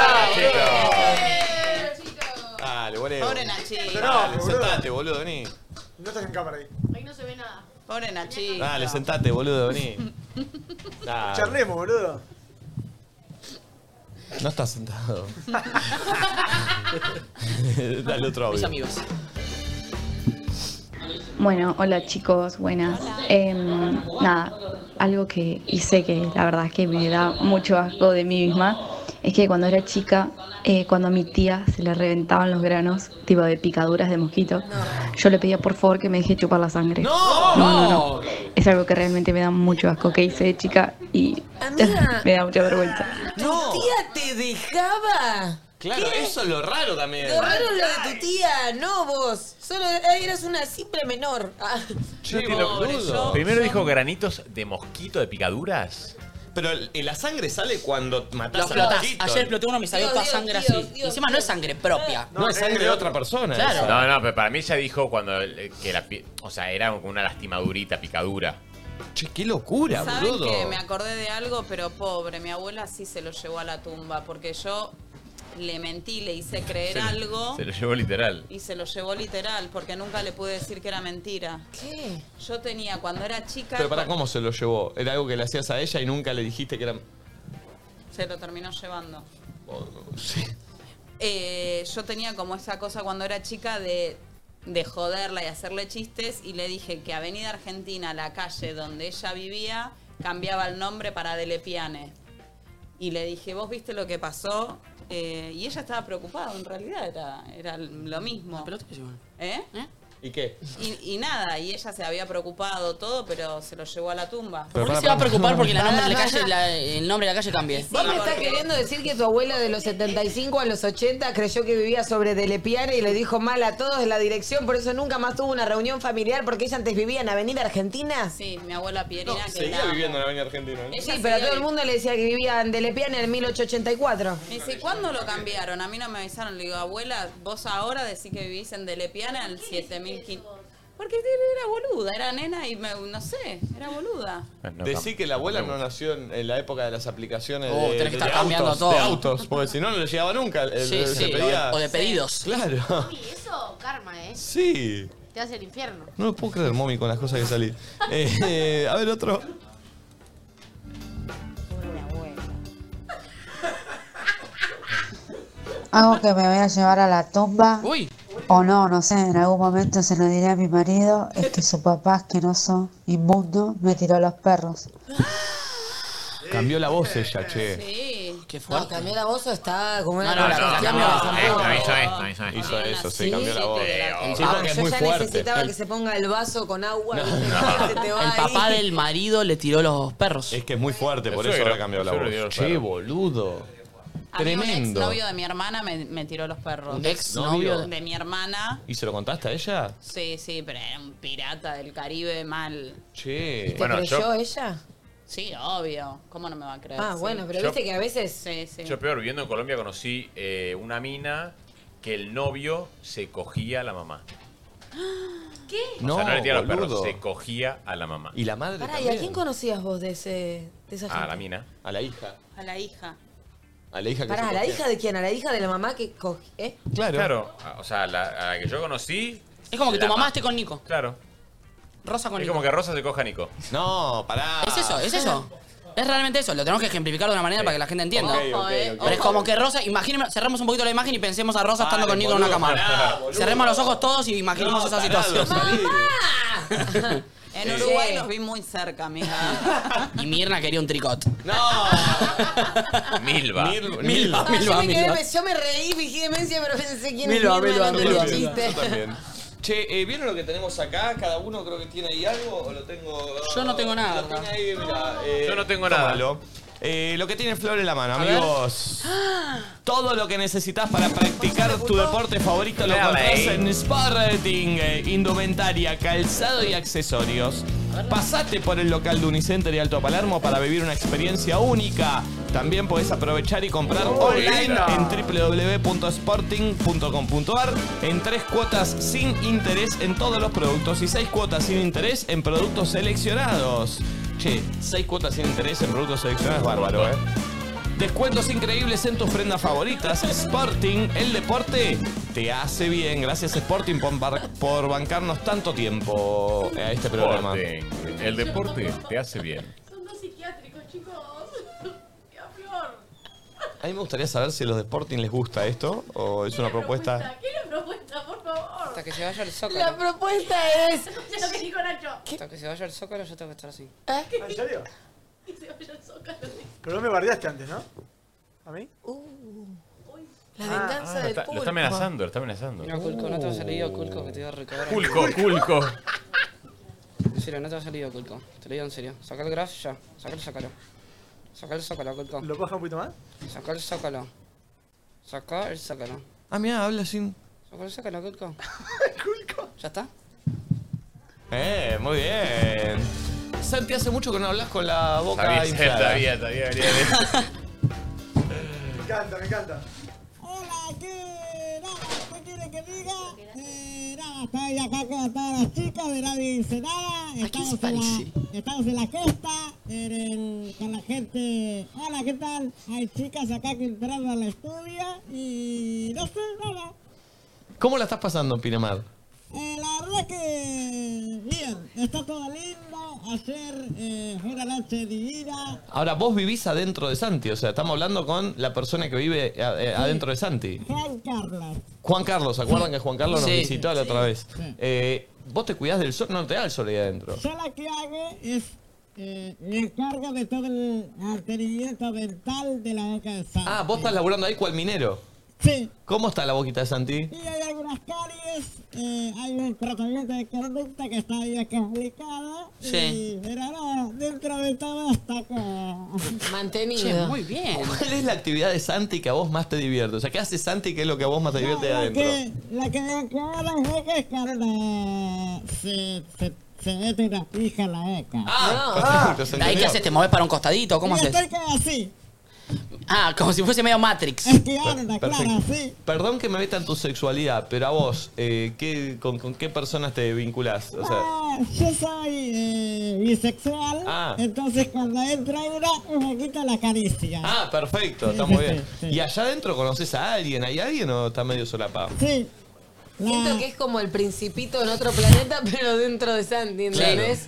Speaker 1: Nacho, chico. Dale, boludo.
Speaker 5: Pobre Nachito.
Speaker 1: Dale, sentate, boludo, vení.
Speaker 9: No estás en cámara ahí.
Speaker 6: Ahí no se ve nada.
Speaker 5: Pobre Nachito.
Speaker 1: Dale, sentate, boludo, vení. Dale.
Speaker 9: Charlemos,
Speaker 2: *laughs*
Speaker 9: boludo.
Speaker 1: No estás sentado. *laughs* Dale otro audio.
Speaker 8: Mis amigos.
Speaker 12: Bueno, hola chicos, buenas. Em, nada, algo que hice que la verdad es que me da mucho asco de mí misma es que cuando era chica, eh, cuando a mi tía se le reventaban los granos, tipo de picaduras de mosquito, yo le pedía por favor que me deje chupar la sangre.
Speaker 26: ¡No!
Speaker 12: no, no. Es algo que realmente me da mucho asco que hice de chica y *laughs* me da mucha vergüenza.
Speaker 2: ¿Tu tía te dejaba?
Speaker 1: Claro, eso es lo raro también.
Speaker 2: Lo raro es lo de tu tía, no vos. Solo eras una simple menor. Ah.
Speaker 1: Yo te lo dudo.
Speaker 3: Primero dijo granitos de mosquito de picaduras.
Speaker 1: Pero la sangre sale cuando
Speaker 4: Lo
Speaker 1: matás al
Speaker 4: explotás.
Speaker 1: mosquito.
Speaker 4: Ayer exploté uno y me salió toda sangre así. Y encima no es sangre propia.
Speaker 1: No, es sangre de otra persona.
Speaker 4: Claro.
Speaker 1: eso.
Speaker 3: No, no, pero para mí ella dijo cuando eh, que la pi- o sea, era como una lastimadurita, picadura.
Speaker 1: Che, qué locura,
Speaker 5: ¿Saben
Speaker 1: boludo.
Speaker 5: que me acordé de algo, pero pobre, mi abuela sí se lo llevó a la tumba, porque yo le mentí, le hice creer
Speaker 3: Se lo-
Speaker 5: algo
Speaker 3: Se lo llevó literal.
Speaker 5: y se lo llevó literal, porque nunca le pude decir que era mentira. ¿Qué? Yo tenía, cuando era chica,
Speaker 1: Pero para cómo se lo llevó. Era algo que le hacías a ella y nunca le dijiste que era.
Speaker 5: se lo terminó llevando.
Speaker 1: Sí.
Speaker 5: Eh, yo tenía como esa cosa cuando era chica de, de joderla y hacerle chistes y le dije que Avenida Argentina, la calle donde ella vivía, cambiaba el nombre para Delepiane. Y le dije, vos viste lo que pasó. Eh, y ella estaba preocupada, en realidad era, era lo mismo. Ah, ¿Eh?
Speaker 1: ¿Y qué?
Speaker 5: Y, y nada, y ella se había preocupado todo, pero se lo llevó a la tumba.
Speaker 4: ¿Por qué se va a preocupar
Speaker 5: *laughs*
Speaker 4: porque la nombre de la
Speaker 2: Pará,
Speaker 4: calle, la- el nombre de la calle cambie?
Speaker 2: ¿Vos me estás queriendo decir que tu abuela de los 75 a los 80 creyó que vivía sobre Delepiane y le dijo mal a todos en la dirección, por eso nunca más tuvo una reunión familiar porque ella antes vivía en Avenida Argentina?
Speaker 5: Sí, mi abuela Pierina, que la
Speaker 22: Seguía
Speaker 5: amo.
Speaker 22: viviendo en la avenida argentina. ¿no?
Speaker 2: Sí, pero a todo el mundo le decía que vivía en Delepiane en el 1884.
Speaker 5: Me dice, ¿cuándo lo cambiaron? A mí no me avisaron. Le digo, abuela, vos ahora decís que vivís en Delepiana al 7500. Porque era boluda, era nena y me- no sé, era boluda.
Speaker 1: Decí que la abuela no nació en, en la época de las aplicaciones
Speaker 4: Oh,
Speaker 1: de,
Speaker 4: tenés que
Speaker 1: de
Speaker 4: estar cambiando
Speaker 1: autos,
Speaker 4: todo.
Speaker 1: de autos, porque si no no le llegaba nunca. el-
Speaker 4: Sí,
Speaker 1: el-
Speaker 4: sí,
Speaker 1: se pedía-
Speaker 4: o de pedidos.
Speaker 1: Claro.
Speaker 6: Y eso, karma, ¿eh?
Speaker 1: Sí.
Speaker 6: Te hace el infierno.
Speaker 1: No lo puedo creer, mommy, con las cosas que salí. Eh, eh, a ver, otro.
Speaker 9: Algo que me voy a llevar a la tumba. O no, no sé, en algún momento se lo diré a mi marido, es que su papá asqueroso, inmundo, me tiró los perros.
Speaker 1: Cambió la voz ella, che.
Speaker 5: Sí.
Speaker 4: Qué
Speaker 2: No, cambió la voz o está como
Speaker 1: No,
Speaker 2: una
Speaker 1: no, no,
Speaker 2: colación.
Speaker 1: cambió.
Speaker 3: hizo esto, hizo esto.
Speaker 1: Hizo eso, sí,
Speaker 2: Sí,
Speaker 1: cambió la voz.
Speaker 2: te la-
Speaker 1: Sí,
Speaker 2: Ah,
Speaker 1: porque es
Speaker 2: yo
Speaker 1: muy
Speaker 2: ya
Speaker 1: fuerte.
Speaker 2: necesitaba
Speaker 4: El-
Speaker 2: que se ponga el vaso con agua. ¿viste? Se te va
Speaker 4: *laughs* El papá
Speaker 2: ahí.
Speaker 4: del marido le tiró los perros. Es
Speaker 1: que es muy fuerte,
Speaker 22: por eso ahora cambió la voz.
Speaker 1: Che, boludo.
Speaker 5: A mí un
Speaker 1: Tremendo.
Speaker 5: exnovio de mi hermana me, me tiró los perros.
Speaker 1: ¿Un exnovio?
Speaker 5: De mi hermana.
Speaker 1: ¿Y se lo contaste a ella?
Speaker 5: Sí, sí, pero era un pirata del Caribe mal.
Speaker 1: Che.
Speaker 2: ¿Te creyó ella?
Speaker 5: Sí, obvio. ¿Cómo no me va a creer?
Speaker 2: Ah,
Speaker 5: Sí.
Speaker 2: bueno, pero
Speaker 3: Yo-
Speaker 2: viste que a veces...
Speaker 5: Sí, sí.
Speaker 3: Yo peor, viviendo en Colombia conocí eh, una mina que el novio se cogía a la mamá.
Speaker 2: ¿Qué?
Speaker 3: o sea, no
Speaker 1: No,
Speaker 3: le tiraba los
Speaker 1: boludo.
Speaker 3: perros, se cogía a la mamá.
Speaker 1: ¿Y la madre
Speaker 2: Pará, ¿y a quién conocías vos de, ese, de esa gente?
Speaker 3: A la mina.
Speaker 1: A Ah, la hija.
Speaker 5: A la hija.
Speaker 1: A la hija que
Speaker 2: Pará,
Speaker 1: se
Speaker 2: ¿a la
Speaker 1: cogía.
Speaker 2: hija de quién? ¿A la hija de la mamá que coge? ¿Eh?
Speaker 1: Claro.
Speaker 3: Claro. Ah, O sea, la, a la que yo conocí.
Speaker 4: Es como que
Speaker 3: la
Speaker 4: tu mamá
Speaker 3: ma-
Speaker 4: esté con Nico.
Speaker 3: Claro.
Speaker 4: Rosa con
Speaker 3: Es
Speaker 4: Nico.
Speaker 3: como que Rosa se coja a Nico.
Speaker 1: No, pará.
Speaker 4: Es eso, es eso. Es realmente eso, lo tenemos que ejemplificar de una manera para que la gente entienda.
Speaker 1: Ok, ok, ok.
Speaker 2: eh,
Speaker 4: Pero es como que Rosa, imagínense, cerramos un poquito la imagen y pensemos a Rosa estando
Speaker 1: Dale,
Speaker 4: con Nico en una
Speaker 1: boludo,
Speaker 4: cama.
Speaker 1: pará, boludo.
Speaker 4: Cerremos los ojos todos y imaginemos
Speaker 1: No,
Speaker 4: esa
Speaker 1: tarado,
Speaker 4: situación.
Speaker 5: En
Speaker 4: Sí.
Speaker 5: Uruguay los vi muy cerca, amiga.
Speaker 2: *laughs*
Speaker 5: Oh,
Speaker 4: Y Mirna quería un tricot.
Speaker 3: No. Milva.
Speaker 4: Milva,
Speaker 2: Ah,
Speaker 4: Milva,
Speaker 2: yo,
Speaker 4: Milva.
Speaker 2: me quedé- yo me reí, fingí demencia, pero pensé quién es
Speaker 1: Milo,
Speaker 2: mi
Speaker 1: Milo,
Speaker 2: hermano, no
Speaker 1: Milo,
Speaker 2: entendí el
Speaker 1: Milo, yo
Speaker 2: chiste.
Speaker 1: también. Che, eh, ¿vieron lo que tenemos acá? Cada uno creo que tiene ahí algo o lo tengo.
Speaker 4: Yo no tengo nada.
Speaker 1: Lo tiene ahí, mirá, eh,
Speaker 3: Yo no tengo
Speaker 1: tómalo. Eh, lo que tiene Flor en la mano,
Speaker 4: ver.
Speaker 1: amigos.
Speaker 19: Ah.
Speaker 1: Todo lo que necesitas para practicar tu deporte favorito lo
Speaker 4: Dale.
Speaker 1: encontrás en Sporting. eh, Indumentaria, calzado y accesorios. Pasate por el local de Unicenter y Alto Palermo para vivir una experiencia única. También podés aprovechar y comprar online en www.sporting.com.ar en tres cuotas sin interés en todos los productos y seis cuotas sin interés en productos seleccionados. Che, seis cuotas sin interés en productos seleccionados es bárbaro, ¿eh? Descuentos increíbles en tus prendas favoritas. Sporting, el deporte te hace bien. Gracias Sporting por, bar- por bancarnos tanto tiempo a este programa.
Speaker 3: Sporting, el deporte te hace bien.
Speaker 6: Son dos psiquiátricos, chicos. *laughs* Qué peor.
Speaker 1: A mí me gustaría saber si a los de Sporting les gusta esto o es una propuesta.
Speaker 6: ¿Qué es la propuesta, por favor?
Speaker 4: Hasta que se vaya el zócalo.
Speaker 2: La propuesta
Speaker 4: *laughs*
Speaker 2: es...
Speaker 6: lo que dijo Nacho.
Speaker 4: Hasta que se vaya el zócalo, yo tengo que estar así.
Speaker 19: ¿En
Speaker 6: ¿Eh? *laughs*
Speaker 19: serio?
Speaker 6: Que se vaya el zócalo.
Speaker 19: Pero no me bardeaste antes, ¿no? ¿A mí?
Speaker 4: Uh.
Speaker 2: La
Speaker 19: Ah,
Speaker 2: venganza
Speaker 3: Ah, lo,
Speaker 2: del
Speaker 3: está, lo
Speaker 2: pulpo.
Speaker 3: está amenazando, lo está amenazando.
Speaker 4: No, Culco, no te va a salir, Culco, que te voy a recobrar.
Speaker 3: Culco, Culco.
Speaker 4: En serio, no te ha salido, Culco. Te lo digo en serio. Saca el graf ya. Saca el zócalo. Saca el zócalo, Culco.
Speaker 19: ¿Lo baja un poquito más?
Speaker 4: Saca el zócalo. Saca el zócalo.
Speaker 1: Ah, mira, habla sin.
Speaker 4: Saca el zócalo, Culco. ¿Ya está?
Speaker 1: Eh, muy bien. Santi, hace mucho que no hablas con la boca
Speaker 3: Sabía,
Speaker 1: inflada.
Speaker 3: sabía, sabía, venía
Speaker 19: Me encanta, me encanta.
Speaker 8: Hola, cultura, cultura, que diga. Eh, nada, estoy acá con todas las chicas de Radio Ensenada. Estamos, en la, estamos en la costa, en el- con la gente. Hola, ¿qué tal? Hay chicas acá que entraron al estudio y no sé, nada.
Speaker 1: *laughs* ¿Cómo la estás pasando, Pinamar?
Speaker 8: Eh, la verdad que bien, está todo lindo. Ayer eh, fue una noche divina.
Speaker 1: Ahora, vos vivís adentro de Santi, o sea, estamos hablando con la persona que vive eh, eh, adentro de Santi.
Speaker 8: Juan Carlos.
Speaker 1: Juan Carlos, ¿se acuerdan que Juan Carlos nos
Speaker 8: Sí. Mm.
Speaker 1: visitó la otra vez? Eh, vos te cuidás del sol, no te da el sol ahí adentro.
Speaker 8: Yo lo que hago es eh, me encargo de todo el mantenimiento mental de la boca de sal.
Speaker 1: Ah, vos estás laburando ahí cual minero.
Speaker 8: Sí.
Speaker 1: ¿Cómo está la boquita de Santi?
Speaker 8: Y hay algunas caries, eh, hay un tratamiento de conducta que está bien complicado.
Speaker 1: Sí.
Speaker 8: Y, pero no, dentro de todo está como...
Speaker 2: Mantenido.
Speaker 8: Che, muy
Speaker 2: bien.
Speaker 1: ¿Cuál es la actividad de Santi que a vos más te divierte? O sea, ¿qué hace Santi que es lo que a vos más te divierte de
Speaker 8: La
Speaker 1: adentro?
Speaker 8: que, la que me acaba de que es cuando se, se, se mete una pija en la boca.
Speaker 4: Ah,
Speaker 8: Ah.
Speaker 4: ahí qué haces, te mueves para un costadito, ¿cómo
Speaker 8: Y
Speaker 4: haces?
Speaker 8: Estoy como así,
Speaker 4: Ah, como si fuese medio Matrix.
Speaker 8: tirando, claro,
Speaker 1: Perfecto.
Speaker 8: así.
Speaker 1: Perdón que me meta en tu sexualidad, pero a vos, eh, ¿qué- con, con qué personas te vinculás? O sea,
Speaker 8: Ah, Yo soy eh, bisexual,
Speaker 1: Ah.
Speaker 8: entonces cuando entra una, un poquito la caricia.
Speaker 1: ah, perfecto, está muy bien. ¿Y allá adentro conoces a alguien? ¿Hay alguien o está medio solapado?
Speaker 8: Sí.
Speaker 2: Siento que es como el principito en otro planeta, *laughs* pero dentro de Sandy, ¿entendés?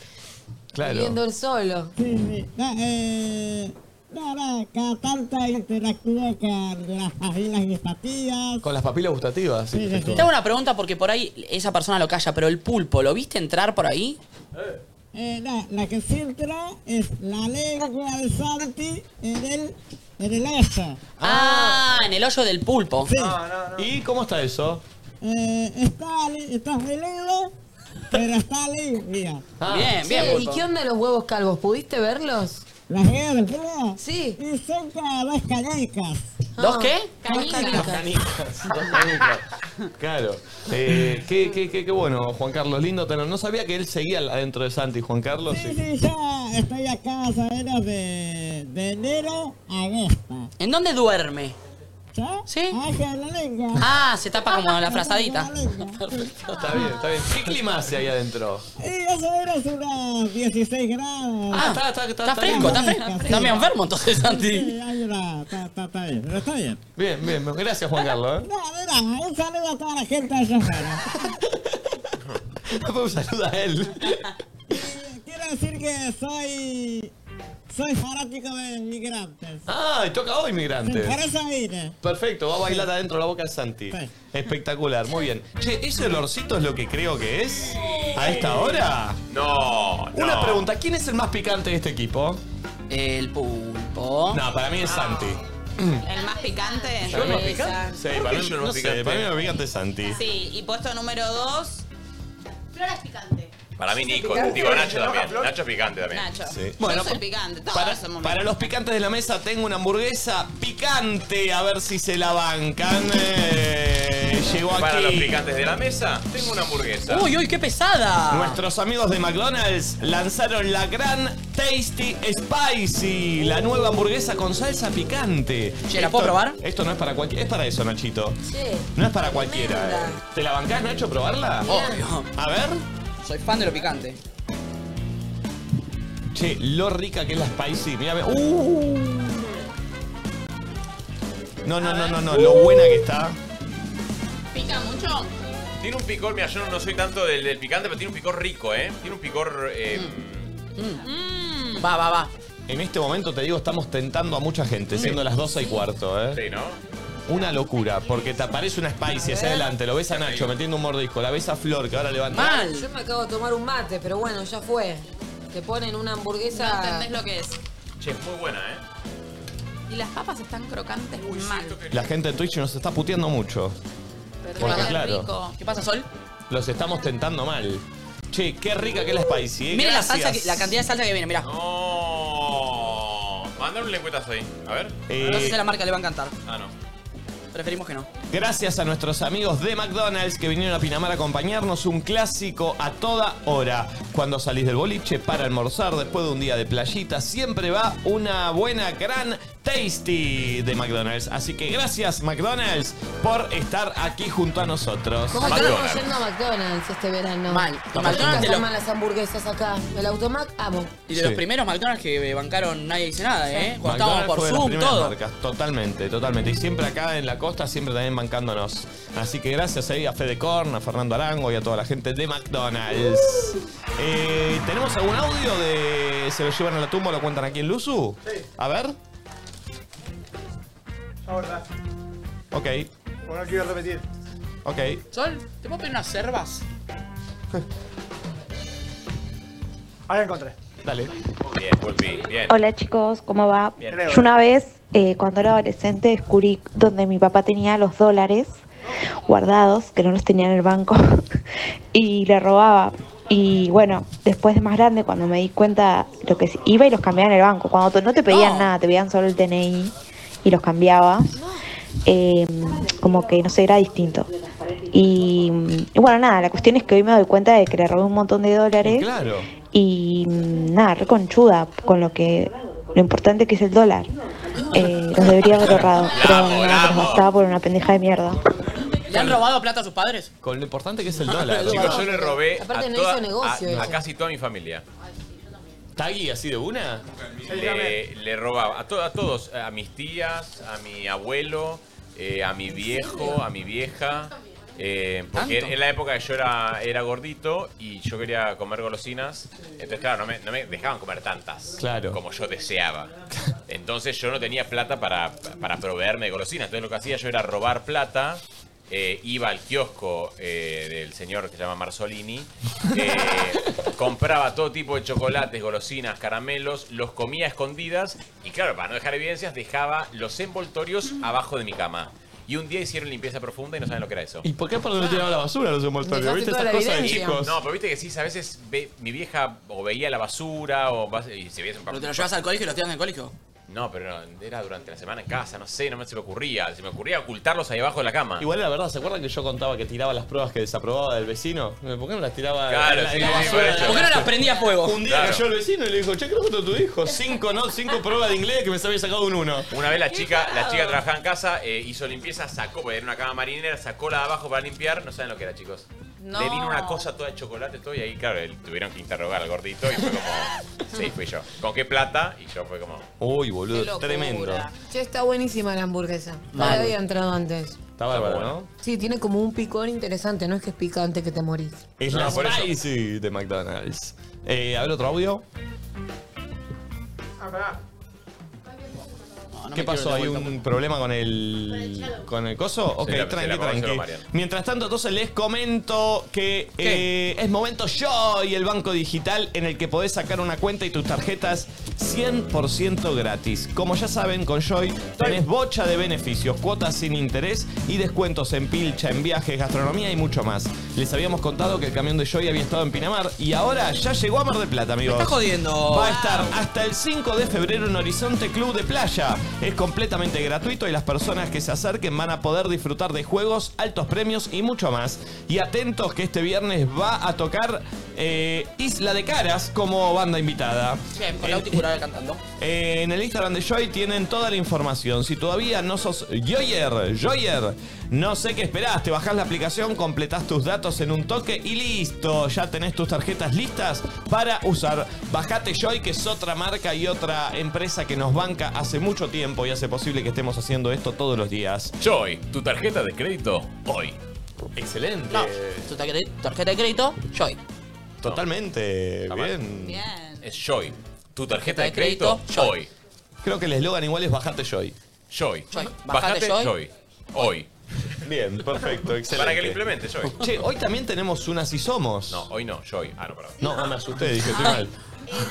Speaker 2: Viviendo el solo.
Speaker 8: Sí, sí. No, eh, no, no, cada tanto interactúo con las familias y patillas.
Speaker 1: Con las papilas gustativas. sí, perfecto.
Speaker 4: Te hago una pregunta porque por ahí esa persona lo calla, pero el pulpo, ¿lo viste entrar por ahí?
Speaker 8: Eh, no, la que sí entra es la lengua de Santi en el, en el este.
Speaker 4: Ah, en el hoyo del pulpo.
Speaker 1: ¿Y cómo está eso?
Speaker 8: Eh, está, li- está libre, pero está limpia.
Speaker 4: Ah,
Speaker 2: Che, ¿Y qué onda los huevos calvos? ¿Pudiste verlos?
Speaker 8: ¿Las huevos del pulpo?
Speaker 2: Sí.
Speaker 8: Y son como dos canicas.
Speaker 4: ¿Dos qué?
Speaker 2: Ah,
Speaker 8: Canicas.
Speaker 1: Dos canicas, dos canicas. Claro. Eh, qué, qué- qué- qué bueno, Juan Carlos, lindo tener. No sabía que él seguía adentro de Santi, Juan Carlos.
Speaker 8: Sí, sí, ya estoy acá más o menos de, de enero a agosto.
Speaker 4: ¿En dónde duerme?
Speaker 8: ¿Ya?
Speaker 4: Sí.
Speaker 8: Ah, con la lengua.
Speaker 4: Ah, se tapa
Speaker 8: *laughs*
Speaker 4: como la frazadita. *laughs*
Speaker 1: Está bien, está bien. ¿Qué clima hace ahí adentro?
Speaker 8: Y más o menos unos 16 grados.
Speaker 4: Ah, está, fresco, está fresco. Está medio enfermo entonces, Santi.
Speaker 8: Sí, hay una- está, está- está bien, pero está bien.
Speaker 1: Bien, bien, bien. gracias Juan Carlos. ¿eh?
Speaker 8: No, mira, un saludo a toda la gente de Sofera.
Speaker 1: Un saludo a él.
Speaker 8: Quiero decir que soy. Soy fanático de migrantes.
Speaker 1: Ah, y toca hoy, migrante.
Speaker 8: Por eso vine.
Speaker 1: Perfecto, va a bailar adentro la boca de Santi. Espectacular, muy bien. Che, ¿ese olorcito es lo que creo que es? ¿A esta hora?
Speaker 3: Eh, No, no.
Speaker 1: Una pregunta, ¿quién es el más picante de este equipo?
Speaker 4: El pulpo.
Speaker 1: No, para mí es
Speaker 3: Ah.
Speaker 1: Santi.
Speaker 5: El más picante.
Speaker 1: ¿Yo no picante? Sí, para mí, no sé, para mí el más picante es Santi.
Speaker 5: Sí, y puesto número dos. Flora es picante.
Speaker 3: Para mí Nico,
Speaker 5: Picante.
Speaker 3: digo Nacho también. Nacho es picante también.
Speaker 5: Nacho.
Speaker 1: Sí.
Speaker 5: Bueno,
Speaker 1: Bueno, pues-
Speaker 5: soy picante. Todos
Speaker 1: Para,
Speaker 5: somos
Speaker 1: para los picantes de la mesa tengo una hamburguesa picante, a ver si se la bancan. Eh, llegó aquí.
Speaker 3: Para los picantes de la mesa, tengo una hamburguesa.
Speaker 4: Uy, uy, qué pesada.
Speaker 1: Nuestros amigos de McDonald's lanzaron la gran Tasty Spicy, la nueva hamburguesa con salsa picante.
Speaker 4: Uh. Che, ¿la puedo probar?
Speaker 1: Esto no es para cualquiera, es para eso, Nachito. No es para cualquiera. eh. ¿Te la bancás, Nacho, probarla?
Speaker 4: Obvio.
Speaker 1: A ver.
Speaker 4: Soy fan de lo picante.
Speaker 1: Che, lo rica que es la Spicy. Mira, uh. No, no, no, no, no, lo buena que está.
Speaker 5: ¿Pica mucho?
Speaker 3: Tiene un picor, mira, yo no- no soy tanto del, del picante, pero tiene un picor rico, ¿eh? Tiene un picor... eh,
Speaker 4: Mm. Va, va, va.
Speaker 1: En este momento te digo, estamos tentando a mucha gente, siendo las 12 y cuarto, ¿eh?
Speaker 3: Sí, ¿no?
Speaker 1: Una locura, porque te aparece una spicy hacia adelante, lo ves a Nacho metiendo un mordisco, la ves a Flor que ahora levanta.
Speaker 2: Yo me acabo de tomar un mate, pero bueno, ya fue. Te ponen una hamburguesa.
Speaker 5: No entendés lo que es.
Speaker 3: Che, es muy buena, ¿eh?
Speaker 5: Y las papas están crocantes mal.
Speaker 1: La gente en Twitch nos está puteando mucho. Porque claro,
Speaker 5: ¿Qué pasa, Sol?
Speaker 1: los estamos tentando mal. Che, qué rica que es la spicy, ¿eh?
Speaker 4: Miren la
Speaker 1: Gracias.
Speaker 4: salsa, que- la cantidad de salsa que viene, mirá.
Speaker 3: No. Mandaron lengüetas ahí. A ver.
Speaker 1: Eh,
Speaker 4: No sé si a la marca le va a encantar.
Speaker 3: Ah, no.
Speaker 4: Preferimos que no.
Speaker 1: Gracias a nuestros amigos de McDonald's que vinieron a Pinamar a acompañarnos, un clásico a toda hora. cuando salís del boliche para almorzar después de un día de playita. Siempre va una buena, gran tasty de McDonald's. Así que gracias, McDonald's, por estar aquí junto a nosotros.
Speaker 2: ¿Cómo estamos yendo a McDonald's este verano? Mal.
Speaker 4: McDonald's te
Speaker 2: McDonald's
Speaker 4: lo-
Speaker 2: aman las hamburguesas acá. El Automac amo.
Speaker 4: Y de los
Speaker 1: Sí.
Speaker 4: primeros McDonald's que eh, bancaron nadie dice nada, ¿eh? Cuando
Speaker 1: McDonald's
Speaker 4: estábamos
Speaker 1: fue de
Speaker 4: por
Speaker 1: las
Speaker 4: Zoom,
Speaker 1: primeras
Speaker 4: todo.
Speaker 1: marcas. Totalmente, totalmente. Y siempre acá en la costa, siempre también bancándonos. Así que gracias ahí a Fede Corn, a Fernando Arango y a toda la gente de McDonald's.
Speaker 4: Uh.
Speaker 1: Eh, ¿Tenemos algún audio de Se lo llevan a la tumba o lo cuentan aquí en Luzu?
Speaker 19: Sí.
Speaker 1: A ver,
Speaker 19: Ahora,
Speaker 1: ok,
Speaker 19: bueno, no quiero repetir.
Speaker 1: ok.
Speaker 4: Sol, ¿te puedo pedir unas cervas?
Speaker 19: Ahora encontré.
Speaker 1: Dale.
Speaker 3: Bien, Pulpi, bien.
Speaker 23: Hola chicos, ¿cómo va?
Speaker 3: Bien.
Speaker 23: Yo una vez, eh, cuando era adolescente, descubrí donde mi papá tenía los dólares guardados, que no los tenía en el banco, *laughs* y le robaba. Y bueno, después de más grande, cuando me di cuenta, lo que sí- iba y los cambiaba en el banco. Cuando te- no te pedían nada, te pedían solo el DNI y los cambiaba. eh, como que no sé, era distinto. Y, y bueno, nada, la cuestión es que hoy me doy cuenta de que le robé un montón de dólares.
Speaker 1: Claro.
Speaker 23: Y mm, nada, reconchuda con lo que lo importante que es el dólar. Eh, los debería haber ahorrado, pero nada, me los gastaba por una pendeja de mierda.
Speaker 4: ¿Le han robado plata a sus padres?
Speaker 1: Con lo importante que es
Speaker 4: Ah.
Speaker 1: el dólar.
Speaker 3: Chicos, Ah, yo le robé a,
Speaker 4: Aparte no
Speaker 3: toda-
Speaker 4: hizo negocio
Speaker 3: a-
Speaker 4: ella.
Speaker 3: a casi toda mi familia.
Speaker 1: ¿Tagui así de una?
Speaker 3: Le, le robaba a, to- a todos, a mis tías, a mi abuelo, eh, a mi viejo, a mi vieja. eh, porque
Speaker 24: ¿Tanto?
Speaker 3: en la época que yo era, era gordito y yo quería comer golosinas, entonces claro, no me, no me dejaban comer tantas
Speaker 1: Claro.
Speaker 3: como yo
Speaker 1: *laughs*
Speaker 3: deseaba. Entonces yo no tenía plata para, para proveerme de golosinas, entonces lo que hacía yo era robar plata, eh, iba al kiosco eh, del señor que se llama Marzolini, eh, *laughs* compraba todo tipo de chocolates, golosinas, caramelos, los comía a escondidas y claro, para no dejar evidencias, dejaba los envoltorios abajo de mi cama. Y un día hicieron limpieza profunda y no saben lo que era eso.
Speaker 1: ¿Y por qué por no tiraba la basura los envoltorios?
Speaker 3: Dejaste
Speaker 1: ¿Viste
Speaker 3: toda
Speaker 1: esas
Speaker 3: la
Speaker 1: cosas de
Speaker 3: evidencia.
Speaker 1: chicos?
Speaker 3: No, pero viste que sí, a veces ve- mi vieja o veía la basura o vas- y se veía
Speaker 4: ¿Pero te lo llevas al colegio y lo tiras en el colegio?
Speaker 3: No, pero no, era durante la semana en casa, no sé, no me se me ocurría, se me ocurría ocultarlos ahí abajo de la cama.
Speaker 1: Igual la verdad, ¿se acuerdan que yo contaba que tiraba las pruebas que desaprobaba del vecino? ¿Por qué no las tiraba
Speaker 3: Claro,
Speaker 1: en la,
Speaker 3: sí,
Speaker 1: en la
Speaker 3: sí,
Speaker 1: basura?
Speaker 3: por eso. ¿Por qué no las prendía a fuego?
Speaker 1: Un día
Speaker 3: Claro.
Speaker 1: cayó el vecino y le dijo, che, creo que esto es tu hijo. Cinco, no, cinco pruebas de inglés que me había sacado un uno.
Speaker 3: Una vez la chica, la chica trabajaba en casa, eh, hizo limpieza, sacó, porque era una cama marinera, sacó la de abajo para limpiar, no saben lo que era, chicos.
Speaker 5: No.
Speaker 3: Le vino una cosa toda de chocolate, todo, y ahí, claro, él- tuvieron que interrogar al gordito y fue
Speaker 4: *laughs*
Speaker 3: como, sí, fui yo. ¿Con qué plata? Y yo fue como...
Speaker 1: Uy,
Speaker 2: Qué
Speaker 1: boludo,
Speaker 2: locura.
Speaker 1: tremendo.
Speaker 2: Che, está buenísima la hamburguesa. No
Speaker 1: Mal.
Speaker 2: la había entrado antes.
Speaker 1: Está bárbaro, ¿no?
Speaker 2: Sí, tiene como un picor interesante. No es que es picante que te morís.
Speaker 1: Es
Speaker 3: No,
Speaker 1: la
Speaker 3: por eso.
Speaker 1: spicy de McDonald's. Eh, a ver, otro audio.
Speaker 19: Ah, pará.
Speaker 1: ¿Qué pasó? ¿Hay un problema con el, con el coso? Ok,
Speaker 3: Se pues. la- se la
Speaker 1: tranqui,
Speaker 3: acabó, se lo
Speaker 1: tranqui.
Speaker 3: marearon.
Speaker 1: Mientras tanto, entonces les comento que eh, es momento yo y el banco digital en el que podés sacar una cuenta y tus tarjetas 100% gratis. Como ya saben, con Joy tenés bocha de beneficios, cuotas sin interés y descuentos en pilcha, en viajes, gastronomía y mucho más. Les habíamos contado que el camión de Joy había estado en Pinamar y ahora ya llegó a Mar del Plata, amigos.
Speaker 4: estás jodiendo.
Speaker 1: Va a estar hasta el 5 de febrero en Horizonte Club de Playa. Es completamente gratuito y las personas que se acerquen van a poder disfrutar de juegos, altos premios y mucho más. Y atentos que este viernes va a tocar eh, Isla de Caras como banda invitada.
Speaker 4: Bien, con la auricular cantando.
Speaker 1: Eh, en el Instagram de Joy tienen toda la información. Si todavía no sos Joyer, Joyer, no sé qué esperás. Te bajás la aplicación, completás tus datos en un toque y listo. Ya tenés tus tarjetas listas para usar. Bajate Joy, que es otra marca y otra empresa que nos banca hace mucho tiempo y hace posible que estemos haciendo esto todos los días.
Speaker 3: Joy, tu tarjeta de crédito hoy.
Speaker 1: Excelente.
Speaker 4: No, tu tarjeta tarjeta de crédito, Joy.
Speaker 1: Totalmente. Bien.
Speaker 3: Es Joy, tu tarjeta de crédito hoy.
Speaker 1: Creo que el eslogan igual es bajate Joy.
Speaker 3: Joy.
Speaker 4: Joy.
Speaker 3: Bajate
Speaker 1: Joy.
Speaker 3: Joy. Hoy.
Speaker 1: Bien, perfecto,
Speaker 3: *laughs*
Speaker 1: excelente.
Speaker 3: Para que lo implementes, Joy.
Speaker 1: Che, hoy también tenemos una si somos.
Speaker 3: No, hoy no, Joy. Ah, no, perdón.
Speaker 1: No, ah, me asusté, dije, estoy mal.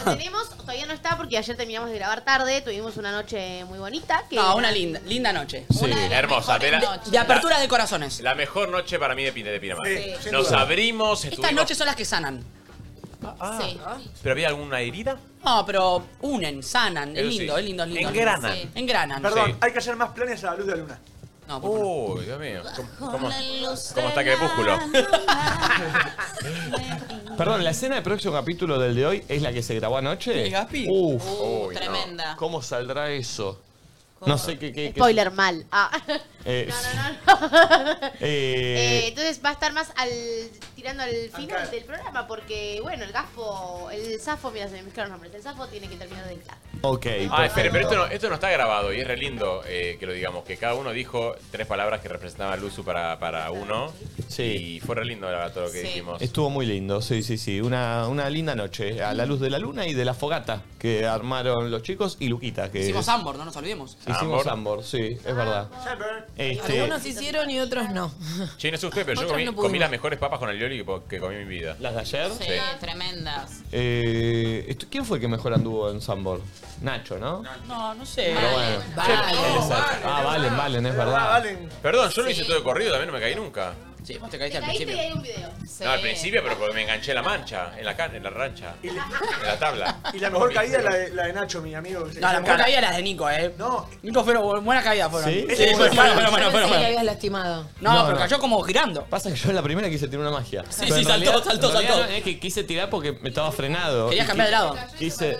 Speaker 6: Lo tenemos, todavía no está porque ayer terminamos de grabar tarde, tuvimos una noche muy bonita. Que
Speaker 4: No, una linda, linda noche.
Speaker 3: Sí, hermosa. De, la-
Speaker 4: De apertura de corazones.
Speaker 3: La mejor noche para mí de, Pin- de Pinamar.
Speaker 4: Sí, sin
Speaker 3: Nos
Speaker 4: duda.
Speaker 3: abrimos,
Speaker 4: Estas
Speaker 3: estuvimos...
Speaker 4: noches son las que sanan. Ah,
Speaker 3: Sí. ¿Pero había alguna herida?
Speaker 4: No, pero unen, sanan. Es
Speaker 3: Eso sí.
Speaker 4: lindo, es lindo, es lindo.
Speaker 3: Engranan.
Speaker 4: Sí. Engranan.
Speaker 19: Perdón,
Speaker 4: Sí.
Speaker 19: hay que hacer más planes a la luz de la luna.
Speaker 4: No,
Speaker 3: Uy, Dios mío. ¿Cómo, cómo- cómo está Crepúsculo?
Speaker 1: Perdón, la escena del próximo capítulo del de hoy es la que se grabó anoche.
Speaker 5: ¿El Gaspi?
Speaker 1: Uf,
Speaker 5: Uh,
Speaker 1: Uy, no.
Speaker 5: tremenda.
Speaker 1: ¿Cómo saldrá eso? No sé qué. qué- qué-
Speaker 6: Spoiler mal.
Speaker 4: *laughs*
Speaker 6: Ah.
Speaker 1: Eh,
Speaker 6: No, no, no.
Speaker 1: eh,
Speaker 6: Eh, entonces va a estar más al tirando al final del programa porque, bueno, el gaspo, el zafo, mira, se me mezclaron los nombres, el zafo tiene que terminar de editar.
Speaker 1: Ok.
Speaker 3: Ah, espere, pero esto no, esto no está grabado y es re lindo eh, que lo digamos, que cada uno dijo tres palabras que representaban a Luzu para, para uno. Sí. Y fue re lindo la- todo lo que dijimos.
Speaker 1: Estuvo muy lindo, sí, sí, sí. Una, una linda noche. A la luz de la luna y de la fogata que armaron los chicos y Luquita. Que
Speaker 4: Hicimos
Speaker 1: es-
Speaker 4: Ambor, no nos olvidemos.
Speaker 1: Hicimos Ambor, sí, es verdad. Este,
Speaker 2: Algunos hicieron y otros no.
Speaker 3: Che, no sé usted, pero yo
Speaker 2: Otros
Speaker 3: comí,
Speaker 2: no
Speaker 3: comí
Speaker 2: pudimos.
Speaker 3: las mejores papas con el Lioli que, po- que comí en mi vida.
Speaker 1: ¿Las de ayer?
Speaker 5: Sí, tremendas.
Speaker 1: eh, esto- ¿Quién fue el que mejor anduvo en Sambor? Nacho, ¿no?
Speaker 4: No, no sé.
Speaker 1: Pero bueno. Che, él es- ah, Valen, Valen, es verdad.
Speaker 3: Perdón, yo lo hice todo de corrido, también no me caí nunca.
Speaker 4: Sí, vos te
Speaker 6: Te
Speaker 4: caíste
Speaker 6: caíste y hay un video.
Speaker 3: No, al principio, pero porque me enganché en la mancha, en la, can- en la rancha, en la tabla.
Speaker 1: *laughs*
Speaker 19: Y la mejor caída es la de, la de Nacho, mi amigo.
Speaker 4: No, la mejor caída las de Nico, eh. No. Nico fueron, buena caída fueron. Sí, fueron, fueron, fueron, fueron,
Speaker 2: Pensé que
Speaker 4: fueron.
Speaker 2: le habías lastimado.
Speaker 4: No, pero cayó como girando.
Speaker 1: Pasa que yo en la primera quise tirar una magia.
Speaker 4: Sí,
Speaker 1: Pero
Speaker 4: sí,
Speaker 1: en
Speaker 4: saltó,
Speaker 1: realidad-
Speaker 4: saltó,
Speaker 1: en realidad
Speaker 4: saltó.
Speaker 1: no, es que quise tirar porque me estaba frenado.
Speaker 4: Querías
Speaker 1: Y
Speaker 4: cambiar de lado.
Speaker 1: Quise.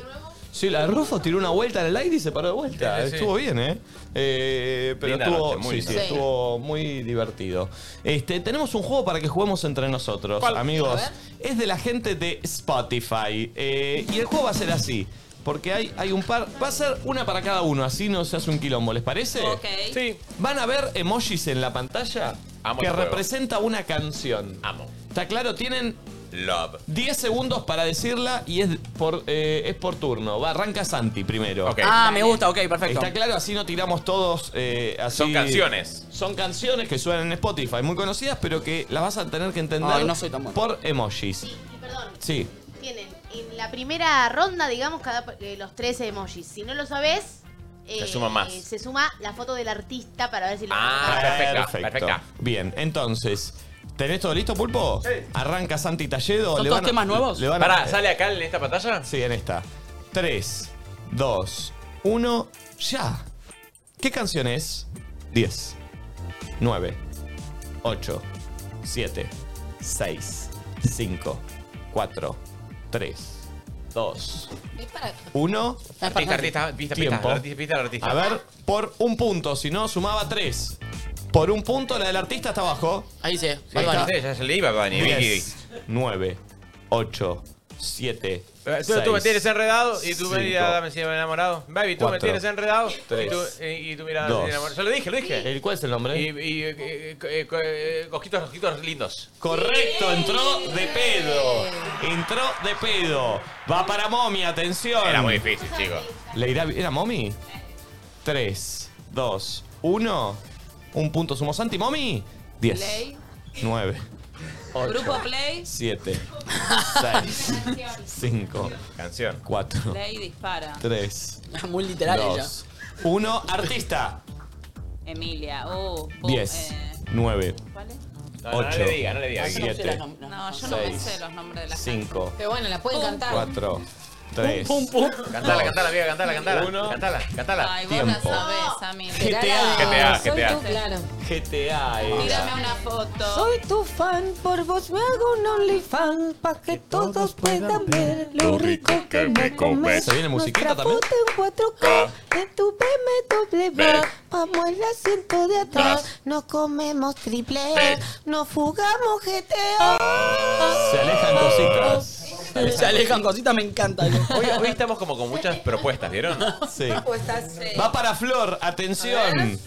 Speaker 1: Sí, la de Rufo tiró una vuelta en el aire y se paró de vuelta.
Speaker 3: Sí, sí, sí.
Speaker 1: Estuvo bien, ¿eh? Eh, pero
Speaker 3: Linda
Speaker 1: estuvo,
Speaker 3: noche, muy
Speaker 1: sí,
Speaker 3: linda
Speaker 1: sí,
Speaker 3: noche.
Speaker 1: estuvo muy divertido. Este, tenemos un juego para que juguemos entre nosotros,
Speaker 3: ¿Cuál?
Speaker 1: amigos.
Speaker 3: A ver.
Speaker 1: Es de la gente de Spotify. Eh, y el juego va a ser así. Porque hay, hay un par. Va a ser una para cada uno, así no se hace un quilombo, ¿les parece?
Speaker 5: Ok.
Speaker 1: Sí. Van a ver emojis en la pantalla
Speaker 3: Amo
Speaker 1: que
Speaker 3: este juego.
Speaker 1: representa una canción.
Speaker 3: Amo.
Speaker 1: ¿Está claro? Tienen
Speaker 3: Love.
Speaker 1: 10 segundos para decirla y es por, eh, es por turno. Va, arranca Santi primero.
Speaker 4: Ah, me gusta, ok, perfecto.
Speaker 1: Está claro, así no tiramos todos. eh, así-
Speaker 3: Son canciones.
Speaker 1: Son canciones que suenan en Spotify, muy conocidas, pero que las vas a tener que entender
Speaker 4: Ay, no soy tan bueno.
Speaker 1: por emojis.
Speaker 6: Perdón.
Speaker 1: Sí.
Speaker 6: Tienen en la primera ronda, digamos, cada eh, los 13 emojis. Si no lo sabes, eh,
Speaker 1: Se suma más. Ah,
Speaker 6: Se suma la foto del artista para ver si lo
Speaker 3: Ah,
Speaker 1: perfecta, perfecta. Bien, entonces, ¿tenés todo listo, Pulpo?
Speaker 6: Sí.
Speaker 1: Arranca Santi Talledo.
Speaker 3: ¿Son
Speaker 1: le
Speaker 3: todos
Speaker 1: van a-
Speaker 3: temas nuevos?
Speaker 1: Le van a-
Speaker 3: Pará, ¿sale acá en esta pantalla?
Speaker 1: Sí, en esta. 3, 2, 1, ya. ¿Qué canción es? 10, 9, 8, 7, 6, 5, 4, 3, 2,
Speaker 2: Es para-
Speaker 1: 1.
Speaker 3: Artista, artista, pista, pista,
Speaker 1: Tiempo.
Speaker 3: artista, pista, artista.
Speaker 1: A ver, por un punto, si no, sumaba 3. Por un punto, la del artista está abajo.
Speaker 4: Ahí se.
Speaker 3: Sí, ya sé, ya se le iba, Bani, Vicky.
Speaker 1: 9, 8, 7.
Speaker 3: Eh, Tú, tú me tienes enredado y tú
Speaker 1: cinco,
Speaker 3: me mirada me sigue enamorado. Baby, tú me
Speaker 1: cuatro,
Speaker 3: tienes enredado y tú,
Speaker 1: tres,
Speaker 3: eh, y tu mirada
Speaker 1: dos.
Speaker 3: me tiene enamorado. Yo lo dije, lo dije.
Speaker 1: ¿El cuál es el nombre?
Speaker 3: Y, y, eh, eh, eh, eh, cojitos, cojitos lindos.
Speaker 1: Correcto, entró de pedo. Entró de pedo. Va para Momi, atención.
Speaker 3: Era muy difícil, chicos.
Speaker 1: ¿Le irá bien? ¿Era Momi? 3, 2, 1. Un punto sumo Santi. ¿Momi? 10,
Speaker 5: Play.
Speaker 1: 9, 8,
Speaker 5: Grupo Play. *laughs*
Speaker 1: 7, 6, 5,
Speaker 3: Canción.
Speaker 1: 4,
Speaker 5: Play dispara.
Speaker 1: 3,
Speaker 4: Muy literal ella.
Speaker 1: 2, 1. Artista.
Speaker 5: Emilia. Oh, vos,
Speaker 1: 10,
Speaker 5: eh,
Speaker 1: 9,
Speaker 5: ¿cuál es?
Speaker 4: No, no, no
Speaker 1: 8,
Speaker 4: le diga, no le diga, Vicky.
Speaker 5: No, yo no me sé los nombres de las
Speaker 1: 5,
Speaker 2: Pero bueno, las pueden cantar.
Speaker 1: 4, 3.
Speaker 2: Pum, pum, pum.
Speaker 3: Cantala, cantala, amiga, cantala, cantala.
Speaker 1: Uh. Uno.
Speaker 3: Cantala, cantala.
Speaker 5: Ay, vos la
Speaker 1: Tiempo.
Speaker 5: sabés, amiga.
Speaker 3: GTA,
Speaker 2: Soy
Speaker 3: GTA.
Speaker 2: tú, claro.
Speaker 1: GTA
Speaker 3: eh.
Speaker 5: Tírame una foto.
Speaker 2: Soy tu fan, por vos me hago un OnlyFans pa' que todos puedan ver lo rico que me comes.
Speaker 1: ¿Se viene musiquita
Speaker 2: Nuestra
Speaker 1: también?
Speaker 2: foto en 4K de tu BMW. Vamos el asiento de atrás, nos comemos triple, nos fugamos GTA.
Speaker 1: Se
Speaker 3: Oh.
Speaker 1: alejan cositas.
Speaker 4: Se alejan cositas, me encanta.
Speaker 3: Hoy, hoy estamos como con muchas propuestas, ¿vieron?
Speaker 5: *laughs*
Speaker 1: Sí.
Speaker 2: eh,
Speaker 1: Va para Flor, atención.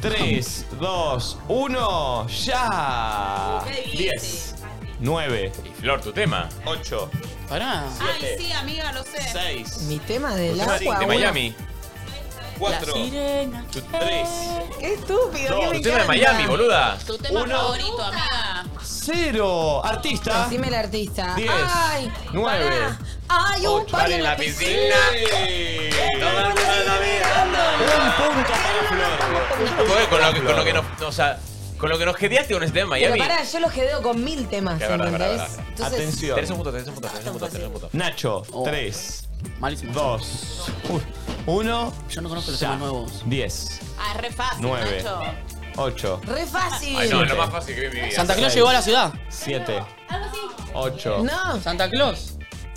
Speaker 1: 3, 2, 1, ya.
Speaker 5: Uh, qué difícil.
Speaker 1: 10, 9.
Speaker 3: Y Flor, tu tema.
Speaker 1: 8.
Speaker 4: Pará.
Speaker 5: Ay, sí, amiga, lo sé.
Speaker 1: 6.
Speaker 2: Mi tema del
Speaker 3: tema
Speaker 2: agua.
Speaker 3: de Miami.
Speaker 1: Cuatro.
Speaker 5: La sirena.
Speaker 3: Tu, tres.
Speaker 2: Qué estúpido.
Speaker 3: No,
Speaker 2: que me
Speaker 3: tu tema de
Speaker 2: encanta.
Speaker 3: Miami, boluda.
Speaker 5: Tu tema
Speaker 1: Uno.
Speaker 5: favorito, amiga.
Speaker 1: 0. Artista.
Speaker 2: Decime el artista.
Speaker 1: 10.
Speaker 2: Ay,
Speaker 1: 9.
Speaker 2: ay, un par en la piscina.
Speaker 1: Un punto para Flor.
Speaker 3: Joder, Con lo que, con lo que nos, o sea, con lo que nos gedeaste con este tema de
Speaker 2: Pero
Speaker 3: Miami.
Speaker 2: pará, yo los quedeo con mil temas,
Speaker 3: Que es verdad, es verdad,
Speaker 2: ¿entendés?
Speaker 3: es verdad.
Speaker 2: Entonces,
Speaker 3: Tenés un punto, tenés un punto, tenés un punto, tenés un punto.
Speaker 1: Nacho,
Speaker 4: Oh.
Speaker 1: 3. Malísimo. 2. 1.
Speaker 4: Yo no conozco los temas nuevos.
Speaker 1: 10.
Speaker 5: Ah, es re fácil,
Speaker 1: Nueve.
Speaker 5: Nacho.
Speaker 1: 8.
Speaker 2: Re fácil.
Speaker 3: Ay, no, es lo más fácil que vi en mi vida.
Speaker 4: Santa Claus llegó a la ciudad.
Speaker 1: 7.
Speaker 6: Algo así.
Speaker 1: 8.
Speaker 4: No. Santa Claus.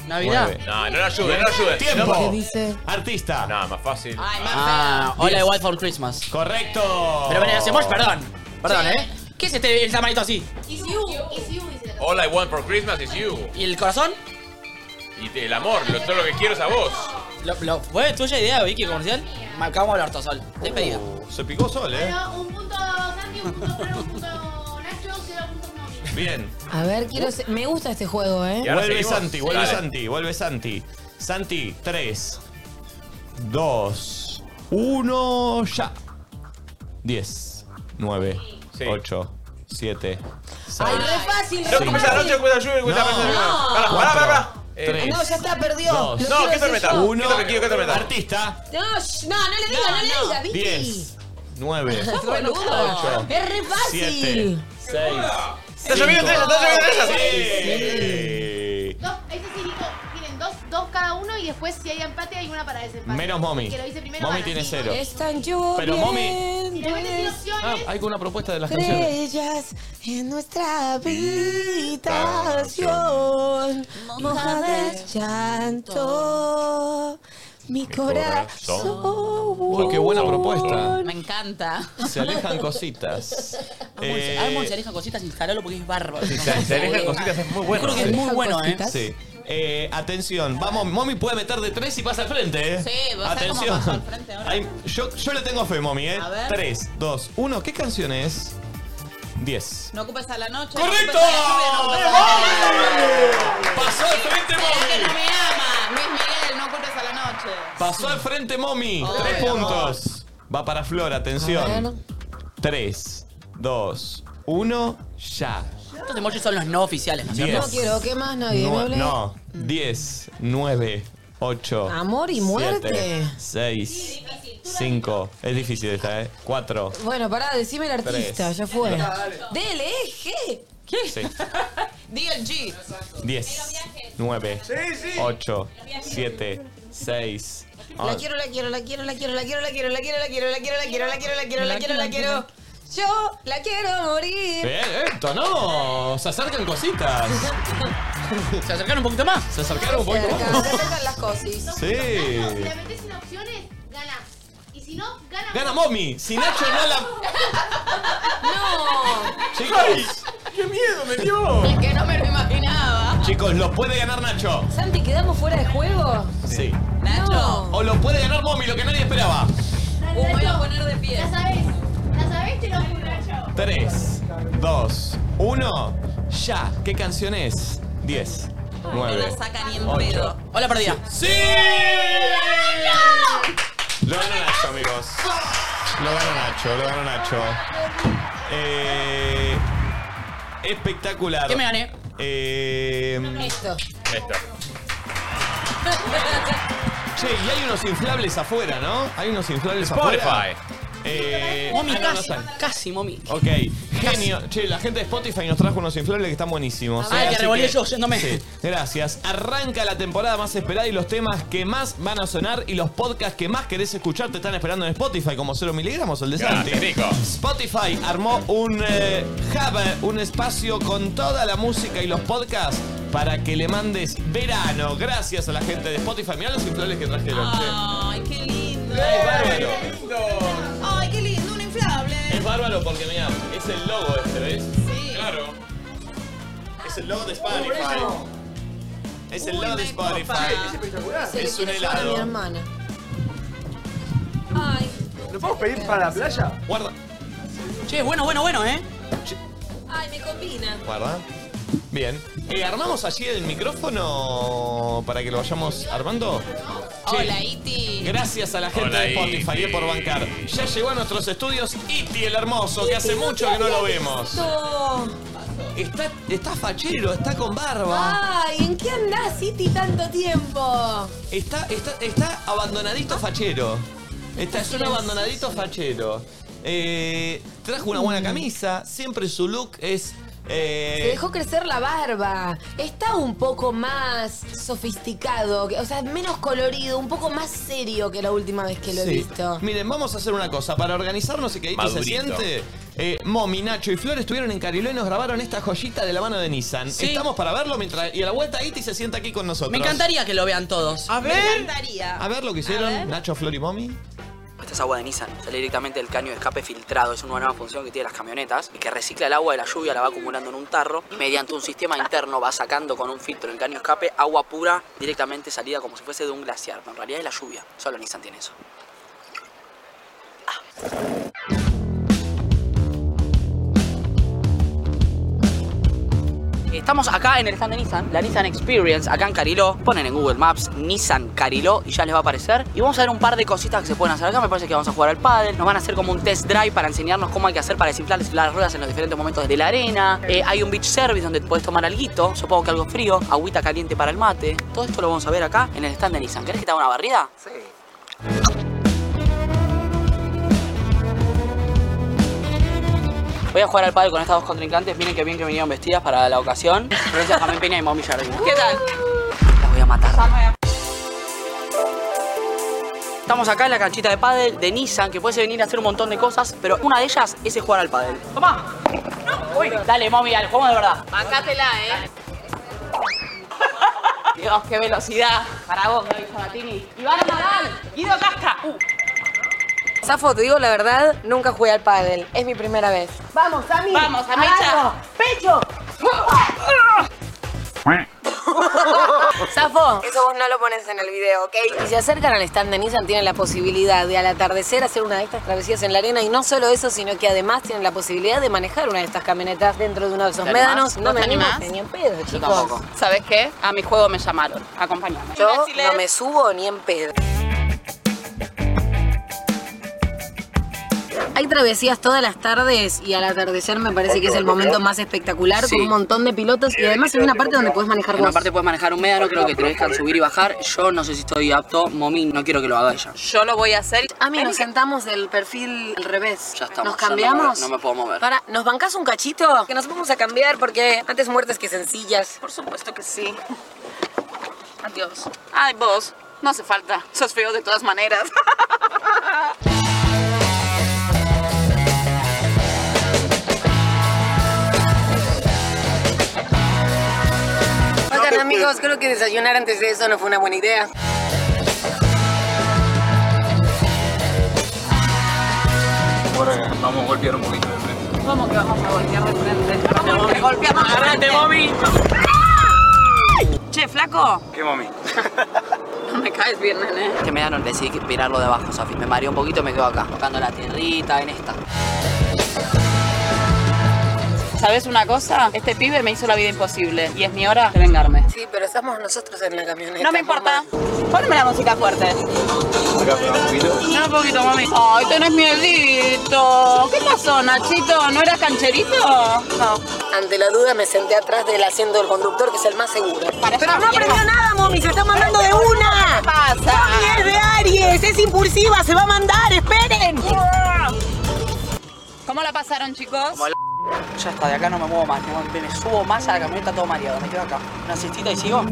Speaker 4: Navidad.
Speaker 3: No, no lo ayude, no lo ayude.
Speaker 1: Tiempo.
Speaker 4: ¿Qué
Speaker 1: Artista.
Speaker 3: No, más fácil.
Speaker 4: Ah, All I Want for Christmas.
Speaker 1: Correcto.
Speaker 4: Pero bueno, hacemos, perdón. Perdón, ¿eh? ¿Qué es este el tamarito así?
Speaker 6: Is you, is you, dice la
Speaker 3: All I want for Christmas is you.
Speaker 4: ¿Y el corazón?
Speaker 3: Y te- el amor, lo, todo lo que quiero es a vos.
Speaker 4: ¿Lo, lo, ¿Fue tuya idea, Vicky, comercial? Marcamos el ortosol. Despedida.
Speaker 1: se picó sol, ¿eh?
Speaker 6: Bueno, un punto Santi, un punto Fran, un punto Nacho, cero puntos Mami.
Speaker 1: Bien.
Speaker 2: A ver, quiero ser- Me gusta este juego, ¿eh?
Speaker 1: Vuelve Santi, vuelve
Speaker 2: Dale.
Speaker 1: Santi, vuelve Santi. Santi, 3, 2, 1, ya. 10, 9, 8, 7, 6.
Speaker 2: Ay, re fácil, re
Speaker 1: No,
Speaker 2: fácil.
Speaker 1: comienza la noche,
Speaker 2: cuesta
Speaker 1: lluvia, comienza la noche.
Speaker 2: No.
Speaker 1: Pará, pará, pará, pará.
Speaker 2: Eh, no, ya está, perdió.
Speaker 1: Dos.
Speaker 2: Lo quiero decir yo.
Speaker 1: Uno, artista,
Speaker 2: No, sh- no, no le digas, no, le digas, Vicky.
Speaker 1: 10, 9,
Speaker 2: Sos boludo.
Speaker 1: 8,
Speaker 2: Es re fácil.
Speaker 1: 7, 6.
Speaker 8: Está lloviendo en ella, está lloviendo en ella.
Speaker 6: Dos, ahí sí, Nico, tienen dos, dos cada uno y después si hay empate hay una para desempate.
Speaker 1: Menos Mommy.
Speaker 6: Que lo dice primero
Speaker 1: Mommy
Speaker 6: gana,
Speaker 1: tiene
Speaker 6: sí.
Speaker 1: cero.
Speaker 2: Están lloviendo.
Speaker 1: Pero,
Speaker 6: Si la gente tiene
Speaker 1: Ah,
Speaker 6: opciones,
Speaker 1: hay una propuesta de las canciones.
Speaker 2: Estrellas en nuestra habitación, mojada de llanto, mi corazón.
Speaker 1: Oh, qué buena propuesta.
Speaker 5: Me encanta.
Speaker 1: Se
Speaker 5: *laughs*
Speaker 1: alejan cositas.
Speaker 4: Amo el-
Speaker 1: Eh,
Speaker 4: Amo el se alejan cositas, instalalo porque es bárbaro.
Speaker 1: Sí, se, se alejan cositas, es muy bueno.
Speaker 4: Creo que es
Speaker 1: Sí.
Speaker 4: muy bueno, ¿eh?
Speaker 1: Sí. Eh, atención, vamos, Mommy puede meter de tres y pasa al frente, ¿eh?
Speaker 5: Sí, vos sabés cómo pasó al
Speaker 1: Atención.
Speaker 5: frente ahora.
Speaker 1: Ahí- yo, yo le tengo fe, Mommy, ¿eh?
Speaker 5: A ver.
Speaker 1: 3, 2, 1. ¿Qué canción es? 10.
Speaker 5: No ocupes a la noche.
Speaker 8: ¡Correcto!
Speaker 1: ¡Pasó al frente,
Speaker 5: Que no
Speaker 1: Mommy!
Speaker 5: me ama. Luis Miguel, no ocupes a la noche.
Speaker 1: Pasó al frente, Mommy.
Speaker 5: Ay,
Speaker 1: Tres
Speaker 5: amor.
Speaker 1: puntos. Va para Flor, atención. 3, 2, 1. Ya.
Speaker 4: Estos emojis son los no oficiales, ¿no es
Speaker 1: Diez.
Speaker 4: cierto?
Speaker 2: No quiero que más nadie me
Speaker 1: Nue-
Speaker 2: hable.
Speaker 1: no, 10, 9, 8.
Speaker 2: Amor y muerte.
Speaker 1: 6, 5. Es difícil esta, ¿eh? 4.
Speaker 2: Bueno, pará, decime el artista,
Speaker 1: Tres.
Speaker 2: ya fue.
Speaker 1: Dale.
Speaker 2: DLG. *laughs*
Speaker 1: Sí.
Speaker 5: DLG.
Speaker 1: 10, 9, 8, 7, 6.
Speaker 2: La quiero, la quiero, la quiero, la quiero, la quiero, la quiero, la quiero, la quiero, la quiero, la quiero, la quiero, la quiero, la quiero, la quiero. Yo la quiero morir.
Speaker 1: Esto no, se acercan cositas.
Speaker 4: Se acercaron un poquito más.
Speaker 1: Se acercaron un
Speaker 2: Se
Speaker 1: poquito
Speaker 2: acercan, se
Speaker 1: más.
Speaker 2: acercan las cosas.
Speaker 1: Sí.
Speaker 6: si la metes sin opciones, ganás. Y si no, ganas.
Speaker 1: Gana Mommy, si Nacho no la.
Speaker 6: ¡No!
Speaker 1: Chicos,
Speaker 6: ¡Qué miedo me
Speaker 1: dio!
Speaker 5: Es que no me lo imaginaba.
Speaker 1: chicos, lo puede ganar Nacho.
Speaker 2: Santi, ¿quedamos fuera de juego?
Speaker 1: Sí.
Speaker 5: Nacho.
Speaker 1: O lo puede ganar Mommy, lo que nadie esperaba.
Speaker 5: Uh, me voy a poner de pie.
Speaker 6: Ya sabes, ya sabes, te lo juro.
Speaker 1: 3, 2, 1, ya. ¿Qué canción es? 10,
Speaker 5: No
Speaker 1: 9.
Speaker 5: la saca ni en pedo.
Speaker 1: ocho.
Speaker 4: Hola, perdida.
Speaker 1: ¡Sí! Lo ganó Nacho, amigos. Lo ganó Nacho, lo ganó Nacho. Eh, espectacular.
Speaker 4: ¿Qué me gané?
Speaker 1: Eh,
Speaker 2: Esto.
Speaker 4: *laughs*
Speaker 3: Esto.
Speaker 1: che, y hay unos inflables afuera, ¿no? Hay unos inflables
Speaker 3: Spotify.
Speaker 1: afuera. Eh, ah,
Speaker 4: Momi,
Speaker 1: no, no
Speaker 4: casi,
Speaker 1: están.
Speaker 4: casi, Momi.
Speaker 1: Ok, genio. Che, la gente de Spotify nos trajo unos inflables que están buenísimos.
Speaker 4: Ah, el que
Speaker 1: Así
Speaker 4: revolví yo yéndome.
Speaker 1: Sí, gracias. Arranca la temporada más esperada y los temas que más van a sonar y los podcasts que más querés escuchar te están esperando en Spotify, como 0 miligramos, el de Santi.
Speaker 3: Gracias, Nico.
Speaker 1: Spotify armó un eh, hub, eh, un espacio con toda la música y los podcasts para que le mandes verano. Gracias a la gente de Spotify. Mirá los inflables que trajeron,
Speaker 4: Ah.
Speaker 5: Ay, qué lindo.
Speaker 1: che. Es bárbaro.
Speaker 5: Ay, qué lindo, un inflable.
Speaker 1: Es bárbaro porque, mirá, es el logo este, ¿ves?
Speaker 5: Sí.
Speaker 1: Claro. Es el logo de Spotify. Es el logo de Spotify.
Speaker 2: Se le
Speaker 1: Es un
Speaker 2: quiere llevar a mi
Speaker 1: helado.
Speaker 2: hermana. Ay.
Speaker 19: ¿Lo podemos pedir para la playa?
Speaker 1: Guarda.
Speaker 4: Che, bueno, bueno, bueno, ¿eh?
Speaker 2: Ay, me combina.
Speaker 1: Guarda. Bien. Eh, ¿Armamos allí el micrófono para que lo vayamos armando? Che,
Speaker 5: Hola, Iti.
Speaker 1: Gracias a la gente
Speaker 3: Hola,
Speaker 1: de Spotify eh, por bancar. Ya llegó a nuestros estudios Iti el hermoso, que hace mucho que no lo vemos. Está, está fachero, está con
Speaker 5: Ah,
Speaker 1: barba.
Speaker 2: Ay, ¿en qué andás, City, tanto tiempo?
Speaker 1: Está, está, está abandonadito fachero. Está, es un abandonadito fachero. Eh, trajo una buena camisa. Siempre su look es. eh,
Speaker 2: Se dejó crecer la barba. Está un poco más sofisticado, que- o sea, menos colorido, un poco más serio que la última vez que lo he
Speaker 1: Sí.
Speaker 2: visto.
Speaker 1: Miren, vamos a hacer una cosa. Para organizarnos y que Iti se
Speaker 3: Madurito.
Speaker 1: siente, Eh, Momi, Nacho y Flor estuvieron en Cariló y nos grabaron esta joyita de la mano de Nissan.
Speaker 8: Sí.
Speaker 1: Estamos para verlo mientras. Y a la vuelta Iti se sienta aquí con nosotros.
Speaker 8: Me encantaría que lo vean todos.
Speaker 1: A ver. Me
Speaker 8: encantaría.
Speaker 1: A ver lo que hicieron Nacho, Flor y Momi.
Speaker 4: Esta es agua de Nissan, sale directamente del caño de escape filtrado, es una nueva función que tienen las camionetas, y que recicla el agua de la lluvia, la va acumulando en un tarro y mediante un sistema interno va sacando con un filtro en caño escape agua pura directamente salida como si fuese de un glaciar, en realidad es la lluvia, solo Nissan tiene eso. Estamos acá en el stand de Nissan, la Nissan Experience, acá en Cariló. Ponen en Google Maps Nissan Cariló y ya les va a aparecer. Y vamos a ver un par de cositas que se pueden hacer acá. Me parece que vamos a jugar al pádel. Nos van a hacer como un test drive para enseñarnos cómo hay que hacer para desinflar las ruedas en los diferentes momentos de la arena. Eh, hay un beach service donde puedes tomar alguito, supongo que algo frío, agüita caliente para el mate. Todo esto lo vamos a ver acá en el stand de Nissan. ¿Querés que te haga una barrida? Sí. Voy a jugar al pádel con estas dos contrincantes. Miren qué bien que vinieron vestidas para la ocasión. Florencia Jamén Peña y Momi Jardín. ¿Qué tal? Las voy a matar. Estamos acá en la canchita de pádel de Nissan, que puedes venir a hacer un montón de cosas, pero una de ellas es el jugar al pádel. Tomá. Uy, dale, Momi, al juego de verdad.
Speaker 5: Bancátela, eh. Dios, qué velocidad. Para vos, Gaby Sabatini. Iván Amaral, Guido Casca. Uh,
Speaker 2: Zafo, te digo la verdad, nunca jugué al pádel. Es mi primera vez.
Speaker 5: Vamos, Ami. Vamos, Amicha. Pecho.
Speaker 2: Zafo, eso vos no lo pones en el video, ¿ok? Si se acercan al stand de Nissan, tienen la posibilidad de al atardecer hacer una de estas travesías en la arena. Y no solo eso, sino que además tienen la posibilidad de manejar una de estas camionetas dentro de uno de esos
Speaker 5: ¿Te
Speaker 2: médanos.
Speaker 5: animás?
Speaker 2: No
Speaker 5: ¿Vos
Speaker 2: me
Speaker 5: te
Speaker 2: animo
Speaker 5: animás?
Speaker 2: ni en pedo, chicos.
Speaker 5: ¿Sabes qué? A mi juego me llamaron. Acompañame.
Speaker 2: Yo no me subo ni en pedo. Hay travesías todas las tardes y al atardecer me parece que es el momento más espectacular
Speaker 4: Sí.
Speaker 2: con un montón de pilotos y además en una parte donde puedes manejar
Speaker 4: En una
Speaker 2: vos.
Speaker 4: parte puedes manejar un médano, creo que te lo dejan subir y bajar. Yo no sé si estoy apto. Momi, no quiero que lo haga ella.
Speaker 2: Yo lo voy a hacer. Ami, nos sentamos del perfil al revés. Ya
Speaker 4: estamos,
Speaker 2: ¿Nos
Speaker 4: ya no me-
Speaker 2: cambiamos?
Speaker 4: no me puedo mover.
Speaker 2: Para, ¿nos bancás un cachito? Que nos vamos a cambiar porque antes muertes que sencillas. Por supuesto que sí.
Speaker 5: Adiós. Ay, vos. No hace falta. Sos feo de todas maneras. *laughs*
Speaker 2: Oigan, amigos, creo que desayunar antes de eso no fue una buena idea.
Speaker 9: Vamos a golpear un poquito de frente.
Speaker 5: ¿Cómo que vamos a golpear de frente? Vamos a golpearnos de frente, mami. Che, flaco.
Speaker 4: ¿Qué, Momi?
Speaker 5: No me caes bien, nene.
Speaker 4: Este médano decidí que mirarlo de abajo, Sofi. Me mareé un poquito y me quedo acá, tocando la tierrita en esta.
Speaker 5: ¿Sabes una cosa? Este pibe me hizo la vida imposible y es mi hora de vengarme.
Speaker 2: Sí, pero estamos nosotros en la camioneta.
Speaker 5: No me importa. Ponme la música fuerte. No, un poquito, mami. Ay, tenés miedito. ¿Qué pasó, Nachito? ¿No eras cancherito? No.
Speaker 2: Ante la duda me senté atrás del asiento del conductor, que es el más seguro.
Speaker 5: Pero no aprendió
Speaker 2: nada, mami, se está mandando
Speaker 5: de una. ¿Qué pasa?
Speaker 2: Mami es de Aries, es impulsiva, se va a mandar, esperen.
Speaker 5: ¿Cómo la pasaron, chicos?
Speaker 4: Como la- *laughs* Ya está, de acá no me muevo más. Me, me subo más a la camioneta todo mareado. Me quedo acá. Una cestita y sigo.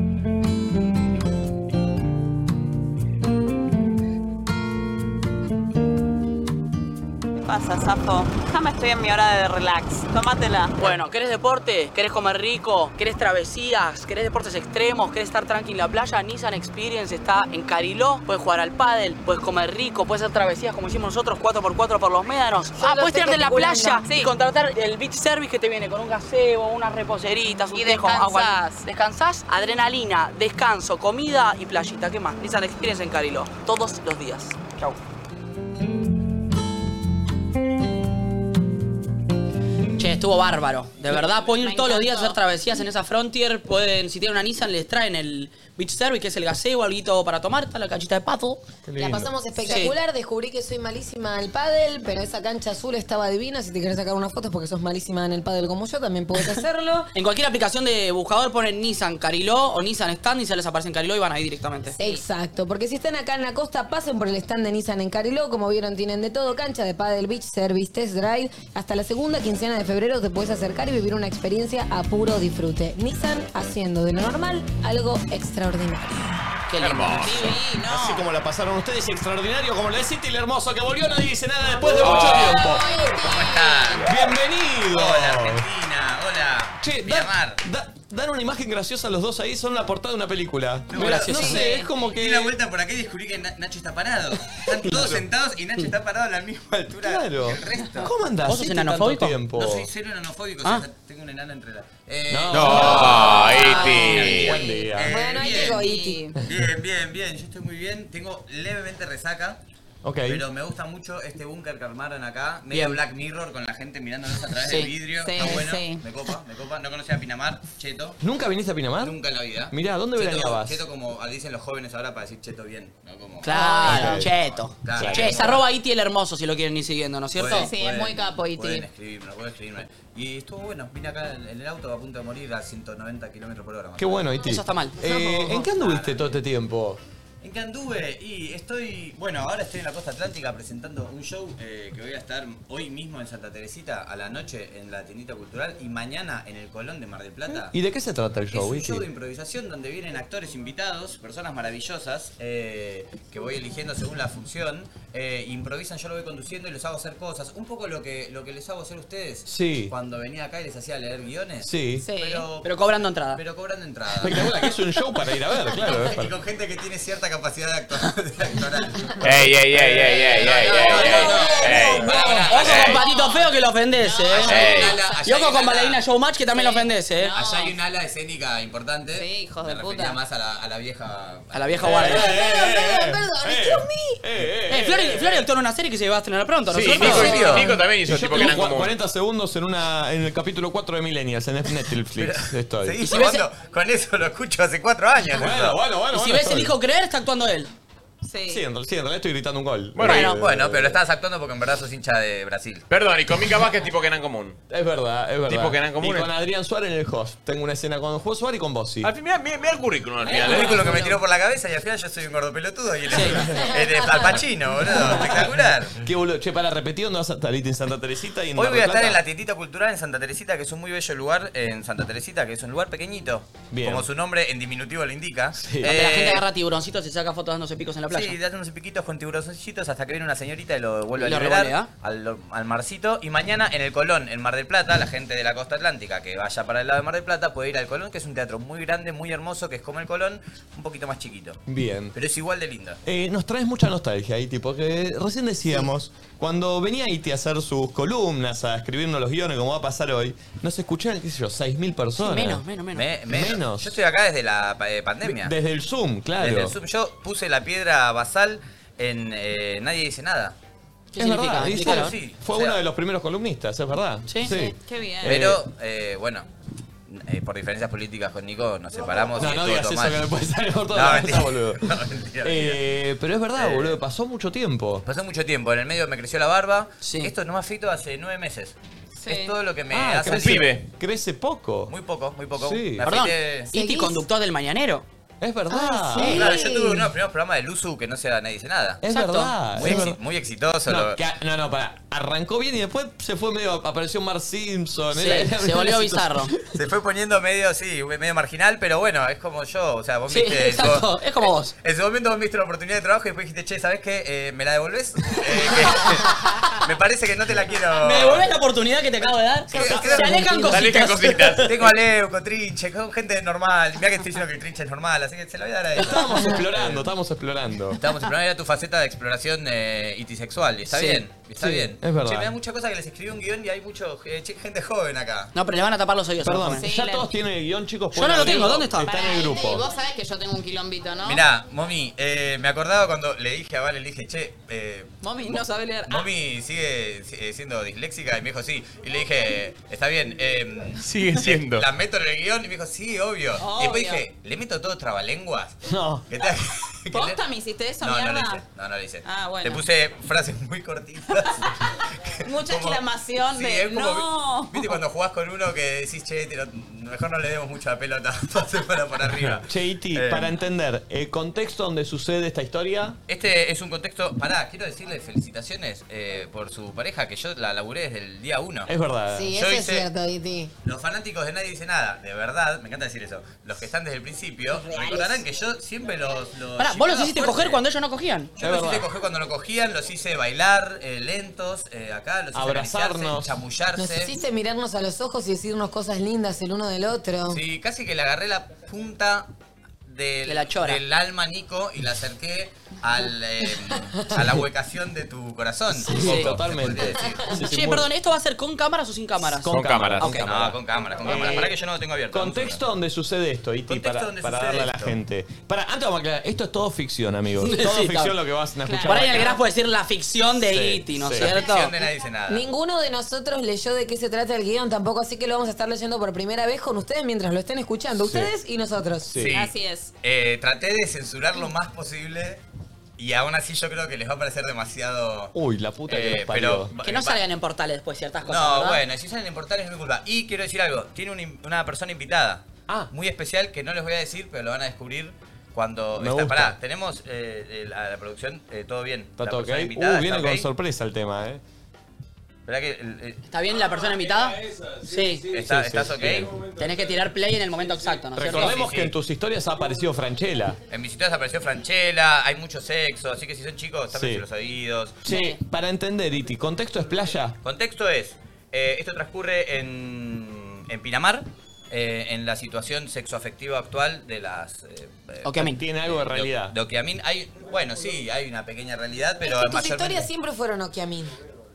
Speaker 5: ¿Qué pasa, Zafo? Ya me estoy en mi hora de relax. Tómatela.
Speaker 4: Bueno, ¿querés deporte? ¿Querés comer rico? ¿Querés travesías? ¿Querés deportes extremos? ¿Querés estar tranqui en la playa? Nissan Experience está en Cariló. Puedes jugar al pádel, puedes comer rico, puedes hacer travesías como hicimos nosotros, 4x4 por los médanos. Ah, puedes
Speaker 5: estoy
Speaker 4: tirarte en la playa
Speaker 5: gesticulando.
Speaker 4: y contratar el beach service que te viene con un gaseo, unas reposeritas, un
Speaker 5: Y
Speaker 4: tejo, agua.
Speaker 5: descansás.
Speaker 4: Descansás, adrenalina, descanso, comida y playita. ¿Qué más? Nissan Experience en Cariló. Todos los días. Chau.
Speaker 8: Che, estuvo bárbaro. De verdad, pueden ir todos los días a hacer travesías en esa frontier. Pueden, si tienen una Nissan, les traen el beach service, que es el gaseo, algo para tomar, está la cachita de pato.
Speaker 27: La pasamos espectacular, descubrí que soy malísima al pádel, pero esa cancha azul estaba divina. Si te querés sacar unas fotos porque sos malísima en el pádel como yo, también podés hacerlo.
Speaker 8: En cualquier aplicación de buscador ponen Nissan Cariló o Nissan Stand y se les aparece en Cariló y van ahí directamente.
Speaker 27: Exacto, porque si están acá en la costa, pasen por el stand de Nissan en Cariló. Como vieron, tienen de todo: cancha de pádel, beach service, test drive. Hasta la segunda quincena de febrero te puedes acercar y vivir una experiencia a puro disfrute. Nissan haciendo de lo normal algo extraordinario.
Speaker 4: Qué lindo.
Speaker 1: Hermoso. Así como la pasaron ustedes, y extraordinario como lo es City, el hermoso que volvió, nadie dice nada después de mucho
Speaker 17: Oh.
Speaker 1: tiempo.
Speaker 17: ¿Cómo están?
Speaker 1: Bienvenido.
Speaker 17: Hola, Argentina. Hola.
Speaker 1: Che,
Speaker 17: Villa
Speaker 1: dan,
Speaker 17: Mar.
Speaker 1: da- dan una imagen graciosa los dos ahí, son la portada de una película.
Speaker 17: No,
Speaker 1: Mira, no sé, es como que...
Speaker 17: Di la vuelta por acá y descubrí que Na- Nacho está parado. Están
Speaker 3: *laughs*
Speaker 17: todos sentados y Nacho está parado a la misma altura
Speaker 1: Claro.
Speaker 17: que el resto.
Speaker 1: ¿Cómo andás?
Speaker 17: ¿Vos sos
Speaker 1: City, tanto
Speaker 17: enanofóbico?
Speaker 1: tiempo?
Speaker 17: No soy cero enanofóbico,
Speaker 1: Ah.
Speaker 17: o sea, tengo una enana entre Eh, Ah, las.
Speaker 1: No. E
Speaker 3: No, Iti.
Speaker 17: Buen
Speaker 3: Buen
Speaker 17: día.
Speaker 3: día.
Speaker 17: Bueno,
Speaker 9: ahí
Speaker 17: bien,
Speaker 9: llegó
Speaker 4: E
Speaker 17: bien, Eh, bien, bien, bien. Yo estoy muy bien. Tengo levemente resaca.
Speaker 1: Ok.
Speaker 17: Pero me gusta mucho este búnker que armaron acá. Medio
Speaker 4: Bien.
Speaker 17: Black Mirror con la gente mirándonos a través
Speaker 4: Sí.
Speaker 17: del vidrio.
Speaker 4: Sí,
Speaker 17: Está bueno.
Speaker 4: sí.
Speaker 17: Me copa, me copa. No conocía a Pinamar, cheto.
Speaker 1: ¿Nunca viniste a Pinamar?
Speaker 17: Nunca en la vida.
Speaker 1: Mirá, ¿dónde
Speaker 17: Cheto-
Speaker 1: veraneabas?
Speaker 17: Cheto como dicen los jóvenes ahora para decir cheto bien. ¿no? Como-
Speaker 4: Claro,
Speaker 17: Ok.
Speaker 4: cheto.
Speaker 17: Claro.
Speaker 4: Che, es arroba
Speaker 8: E
Speaker 4: Iti el hermoso si lo quieren ir siguiendo, ¿no es cierto?
Speaker 17: Pueden- pueden- Pueden
Speaker 27: E
Speaker 4: Iti.
Speaker 17: escribirme, pueden escribirme. Y estuvo bueno, vine acá en en el auto a punto de morir a 190 kilómetros por hora. más
Speaker 1: Qué
Speaker 17: o menos.
Speaker 1: bueno, Iti. Eh, ¿En qué anduviste todo este tiempo?
Speaker 17: ¿En qué anduve? Y estoy. Bueno, ahora estoy en la costa atlántica presentando un show eh, que voy a estar hoy mismo en Santa Teresita a la noche en la tiendita cultural y mañana en el Colón de Mar del Plata.
Speaker 1: ¿Y de qué se trata el
Speaker 17: Es
Speaker 1: show,
Speaker 17: un
Speaker 1: Iti?
Speaker 17: show de improvisación donde vienen actores invitados, personas maravillosas, eh, que voy eligiendo según la función. eh, improvisan, yo lo voy conduciendo y los hago hacer cosas. Un poco lo que, lo que les hago hacer ustedes.
Speaker 1: Sí.
Speaker 17: Cuando venía acá y les hacía leer guiones.
Speaker 1: Sí. Sí.
Speaker 17: Pero,
Speaker 4: Pero cobrando entrada.
Speaker 17: Pero cobrando entrada.
Speaker 1: *laughs* Espectacular, que es un show para ir a ver, claro, es para-
Speaker 17: *laughs* Y con gente que tiene cierta capacidad de, actor, de actoral.
Speaker 3: Ey, ey, ey, ey, ey, ey,
Speaker 8: Oh,
Speaker 3: ey, ey.
Speaker 4: Ojo con Patito Feo que lo ofendés, eh.
Speaker 17: Ey.
Speaker 4: Y ojo con Bailarina Showmatch que también lo ofendés, eh.
Speaker 17: Allá hay una ala escénica importante. Sí, hijos de puta. más a la, a la vieja.
Speaker 4: A la vieja guardia.
Speaker 17: Eh, eh, eh, eh, eh.
Speaker 4: Eh, Flori, Flori actuó en una serie que se va a estrenar pronto, ¿no es
Speaker 3: Sí,
Speaker 4: cierto?
Speaker 3: Nico- ¿En serio? Nico también hizo
Speaker 1: Y yo
Speaker 3: tipo que
Speaker 1: tengo
Speaker 3: eran como-
Speaker 1: 40 segundos en, una, en el capítulo 4 de Millennials, en Netflix. Estoy.
Speaker 17: Seguí llevando- con eso lo escucho hace cuatro años.
Speaker 1: Bueno, bueno, bueno.
Speaker 4: Y si
Speaker 1: bueno,
Speaker 4: ves
Speaker 1: estoy.
Speaker 4: el hijo creer, está actuando él.
Speaker 1: Sí, en, real- sí, en realidad estoy gritando un gol.
Speaker 17: Bueno,
Speaker 1: Eh,
Speaker 17: bueno, pero estás actuando porque en verdad sos hincha de Brasil.
Speaker 3: Perdón, y con Mica Vázquez tipo que eran común.
Speaker 1: Es verdad, es verdad.
Speaker 3: Tipo que eran
Speaker 1: Y
Speaker 3: comunes.
Speaker 1: con Adrián Suárez en el host. Tengo una escena con Juan Suárez y con Bossi.
Speaker 3: Al final, mira, mira el currículum al
Speaker 17: El
Speaker 3: final.
Speaker 17: currículo *laughs* que me tiró por la cabeza y al final yo soy un gordo pelotudo y él es, él *laughs* es Al Pacino, boludo. Espectacular.
Speaker 1: Qué boludo. Che, para repetir, ¿dónde vas a estar? Iti, en Santa Teresita y en
Speaker 17: Hoy
Speaker 1: Mar
Speaker 17: voy a
Speaker 1: del
Speaker 17: estar
Speaker 1: Plata?
Speaker 17: en la tiendita cultural en Santa Teresita, que es un muy bello lugar en Santa Teresita, que es un lugar pequeñito.
Speaker 1: Bien.
Speaker 17: Como su nombre en diminutivo lo indica.
Speaker 4: Donde la
Speaker 17: Eh,
Speaker 4: gente agarra tiburoncitos y saca fotos dándose picos en la playa.
Speaker 17: Sí, date unos piquitos con tiburoncitos hasta que viene una señorita y lo vuelve
Speaker 4: Y
Speaker 17: a
Speaker 4: lo ah?
Speaker 17: liberar
Speaker 4: revolea.
Speaker 17: al, al marcito. Y mañana en el Colón, en Mar del Plata, la gente de la costa atlántica que vaya para el lado de Mar del Plata puede ir al Colón, que es un teatro muy grande, muy hermoso, que es como el Colón, un poquito más chiquito.
Speaker 1: Bien.
Speaker 17: Pero es igual de lindo.
Speaker 1: Eh, nos traes mucha nostalgia, Iti, porque recién decíamos, cuando venía Iti a hacer sus columnas, a escribirnos los guiones, como va a pasar hoy, nos escuchaban, qué sé yo, 6.000 personas.
Speaker 17: Me-
Speaker 1: Menos.
Speaker 17: Yo estoy acá desde la pa- eh, pandemia.
Speaker 1: Desde el Zoom, claro.
Speaker 17: Desde el Zoom. Yo puse la piedra basal en eh, Nadie dice nada.
Speaker 1: Es verdad, dice-
Speaker 17: Sí,
Speaker 1: fue
Speaker 17: o sea,
Speaker 1: uno de los primeros columnistas, es verdad. Sí,
Speaker 17: Qué bien. Pero, eh, bueno, eh, por diferencias políticas con Nico nos separamos.
Speaker 1: No,
Speaker 17: y
Speaker 1: no
Speaker 17: estuvo
Speaker 1: digas
Speaker 17: todo
Speaker 1: eso
Speaker 17: mal.
Speaker 1: que me puede salir por todas
Speaker 17: No,
Speaker 1: las
Speaker 17: mentira.
Speaker 1: cosas, boludo.
Speaker 17: *laughs* No, mentira,
Speaker 1: Eh, pero es verdad,
Speaker 17: Eh.
Speaker 1: boludo, pasó mucho tiempo.
Speaker 17: Pasó mucho tiempo, en el medio me creció la barba. Esto no me afeito hace nueve meses. Es todo lo que me
Speaker 1: Ah,
Speaker 17: ha
Speaker 1: crece-
Speaker 17: salido.
Speaker 1: Crece poco.
Speaker 17: Muy poco, muy poco.
Speaker 1: Sí.
Speaker 17: Me
Speaker 4: Perdón,
Speaker 17: afeité-
Speaker 4: Iti conductor del mañanero.
Speaker 1: Es
Speaker 4: Ah, sí.
Speaker 17: Claro, yo tuve uno de los primeros programas de Luzu que no se nadie dice nada.
Speaker 1: Es Exacto. verdad,
Speaker 17: Muy,
Speaker 1: es
Speaker 17: exi-
Speaker 1: verdad.
Speaker 17: muy exitoso.
Speaker 1: No,
Speaker 17: lo-
Speaker 1: que- no, no, pará. Arrancó bien y después se fue medio. Apareció Mar Simpson.
Speaker 17: Sí,
Speaker 1: era- era-
Speaker 17: se volvió
Speaker 1: *laughs*
Speaker 17: bizarro.
Speaker 1: Sí,
Speaker 17: Se fue poniendo medio, sí, medio marginal, pero bueno, es como yo. O sea, vos
Speaker 4: Sí,
Speaker 17: viste.
Speaker 4: exacto,
Speaker 17: vos-
Speaker 4: es como vos.
Speaker 17: En su momento vos viste la oportunidad de trabajo y después dijiste, che, ¿sabes qué? Eh, ¿Me la devolvés? Eh, *laughs* que- me parece que no te la quiero.
Speaker 4: ¿Me devuelves la oportunidad que te acabo de dar?
Speaker 17: Creo- creo-
Speaker 4: Eh, Se alejan cositas.
Speaker 17: Tengo a Leuco, Trinche, con gente normal. Mirá que estoy diciendo que Trinche es normal, así que se la voy a dar a él.
Speaker 1: Estábamos explorando, estábamos explorando.
Speaker 17: Estábamos explorando era tu faceta de exploración eh, itisexual, y está
Speaker 1: Sí.
Speaker 17: bien, y está
Speaker 1: Sí,
Speaker 17: bien.
Speaker 1: es verdad.
Speaker 17: Che, me da mucha cosa que les escribí un guión *laughs* y hay mucho eh, che, gente joven acá.
Speaker 4: No, pero le van a tapar los oídos.
Speaker 1: Perdón,
Speaker 4: Sí,
Speaker 1: ya
Speaker 4: la-
Speaker 1: todos tienen el guión, chicos.
Speaker 4: Yo
Speaker 1: pueden
Speaker 4: no lo
Speaker 1: abrirlo.
Speaker 4: tengo, ¿dónde está?
Speaker 1: Está en el
Speaker 5: eh, Y
Speaker 1: grupo.
Speaker 5: vos sabés que yo tengo un quilombito, ¿no?
Speaker 17: Mirá, Momi, eh, me acordaba cuando le dije a Vale, le dije, che, eh,
Speaker 5: Mami, no
Speaker 17: *laughs*
Speaker 5: sabe leer.
Speaker 17: Momi sigue eh, siendo disléxica y me dijo sí. Y le dije, está bien. eh,
Speaker 3: Sigue siendo.
Speaker 17: La meto en el guión y me dijo, sí, obvio. Y después
Speaker 5: Obvio.
Speaker 17: dije, ¿le meto todo trabalenguas?
Speaker 1: No.
Speaker 17: ¿Qué tal?
Speaker 5: ¿Posta me hiciste eso,
Speaker 17: No, no
Speaker 5: mierda?
Speaker 17: lo hice. No, no lo hice.
Speaker 5: Ah, bueno.
Speaker 17: Le puse frases muy cortitas
Speaker 5: *laughs* Mucha
Speaker 17: Como-
Speaker 5: exclamación
Speaker 17: Sí,
Speaker 5: de
Speaker 17: es como-
Speaker 5: no.
Speaker 17: Viste cuando jugás con uno que decís, che, te lo- mejor no le demos mucha pelota, *laughs* entonces para por arriba.
Speaker 1: Che, Iti,
Speaker 17: Eh.
Speaker 1: para entender, el contexto donde sucede esta historia.
Speaker 17: Este es un contexto. Pará, quiero decirle felicitaciones eh, por su pareja, que yo la laburé desde el día uno.
Speaker 1: Es verdad.
Speaker 2: Sí,
Speaker 17: Yo
Speaker 2: eso es
Speaker 17: hice-
Speaker 2: cierto, Iti.
Speaker 17: Los fanáticos de Nadie Dice Nada, de verdad, me encanta decir eso. Los que están desde el principio, recordarán que yo siempre los. los
Speaker 24: Pará, vos los
Speaker 17: chivaba
Speaker 24: hiciste
Speaker 17: fuerte.
Speaker 24: coger cuando ellos no cogían.
Speaker 17: Yo los hice coger cuando no cogían, los hice bailar eh, lentos, eh, acá, los hice
Speaker 1: Abrazarnos.
Speaker 17: acariciarse, chamullarse.
Speaker 2: Nos hiciste mirarnos a los ojos y decirnos cosas lindas el uno del otro.
Speaker 17: Sí, casi que le agarré la punta del,
Speaker 2: De la chora.
Speaker 17: del alma Nico y la acerqué al, eh, a la huecación de tu corazón. Un poco, se
Speaker 1: totalmente.
Speaker 17: podría decir.
Speaker 24: Che, perdón, ¿esto va a ser con cámaras o sin cámaras?
Speaker 17: Con cámaras.
Speaker 1: Ok.
Speaker 17: Con cámaras. No, con cámaras, con cámaras.
Speaker 1: Eh,
Speaker 17: Pará que yo no lo tengo abierto.
Speaker 1: Contexto donde sucede esto, Iti,
Speaker 17: Contexto
Speaker 1: para,
Speaker 17: donde
Speaker 1: para
Speaker 17: sucede
Speaker 1: darle a la
Speaker 17: esto.
Speaker 1: gente. Para, antes vamos a aclarar, esto es todo ficción, amigos.
Speaker 24: Sí,
Speaker 1: todo
Speaker 24: sí,
Speaker 1: ficción
Speaker 24: tal.
Speaker 1: lo que vas a escuchar.
Speaker 24: Por ahí
Speaker 1: acá.
Speaker 24: el graf puede decir la ficción de
Speaker 1: Sí,
Speaker 24: Iti, ¿no es
Speaker 1: sí.
Speaker 24: cierto?
Speaker 17: La ficción de nadie dice nada.
Speaker 2: Ninguno de nosotros leyó de qué se trata el guión tampoco, así que lo vamos a estar leyendo por primera vez con ustedes mientras lo estén escuchando.
Speaker 17: Sí.
Speaker 2: Ustedes y nosotros.
Speaker 17: Sí. Eh, traté de censurar lo más posible y aún así yo creo que les va a parecer demasiado...
Speaker 1: Uy, la puta que
Speaker 17: Eh,
Speaker 1: los parió.
Speaker 17: pero-
Speaker 24: Que no salgan en portales después ciertas cosas.
Speaker 17: No,
Speaker 24: ¿verdad?
Speaker 17: bueno, si salen en portales no es mi culpa. Y quiero decir algo, tiene un in- una persona invitada.
Speaker 1: Ah.
Speaker 17: Muy especial que no les voy a decir, pero lo van a descubrir cuando...
Speaker 1: Me
Speaker 17: está,
Speaker 1: gusta.
Speaker 17: Pará, tenemos eh, eh, la, la producción, eh, todo bien.
Speaker 1: Está
Speaker 17: La
Speaker 1: todo ok.
Speaker 17: persona invitada,
Speaker 1: Uh, viene
Speaker 17: está
Speaker 1: con
Speaker 17: ok.
Speaker 1: sorpresa el tema, eh.
Speaker 17: Esperá que... el- el-
Speaker 24: ¿Está bien la persona invitada? Sí.
Speaker 17: está-
Speaker 1: sí,
Speaker 17: ¿Estás
Speaker 1: sí,
Speaker 17: ok?
Speaker 1: bien.
Speaker 24: Tenés que tirar play en el momento exacto, ¿no es cierto?
Speaker 1: Recordemos que en tus historias ha aparecido Franchella.
Speaker 17: En mis historias apareció Franchella, hay mucho sexo, así que si son chicos, tápense
Speaker 1: Sí.
Speaker 17: los oídos.
Speaker 1: Che, para entender, Iti, ¿contexto es playa?
Speaker 17: Contexto es, eh, esto transcurre en, en Pinamar, eh, en la situación sexoafectiva actual de las... eh, eh,
Speaker 24: Okiamin.
Speaker 1: Tiene algo de realidad.
Speaker 17: De Okiamin. Hay, bueno, sí, hay una pequeña realidad, pero
Speaker 2: es que tus
Speaker 17: mayormente-
Speaker 2: historias siempre fueron Okiamin.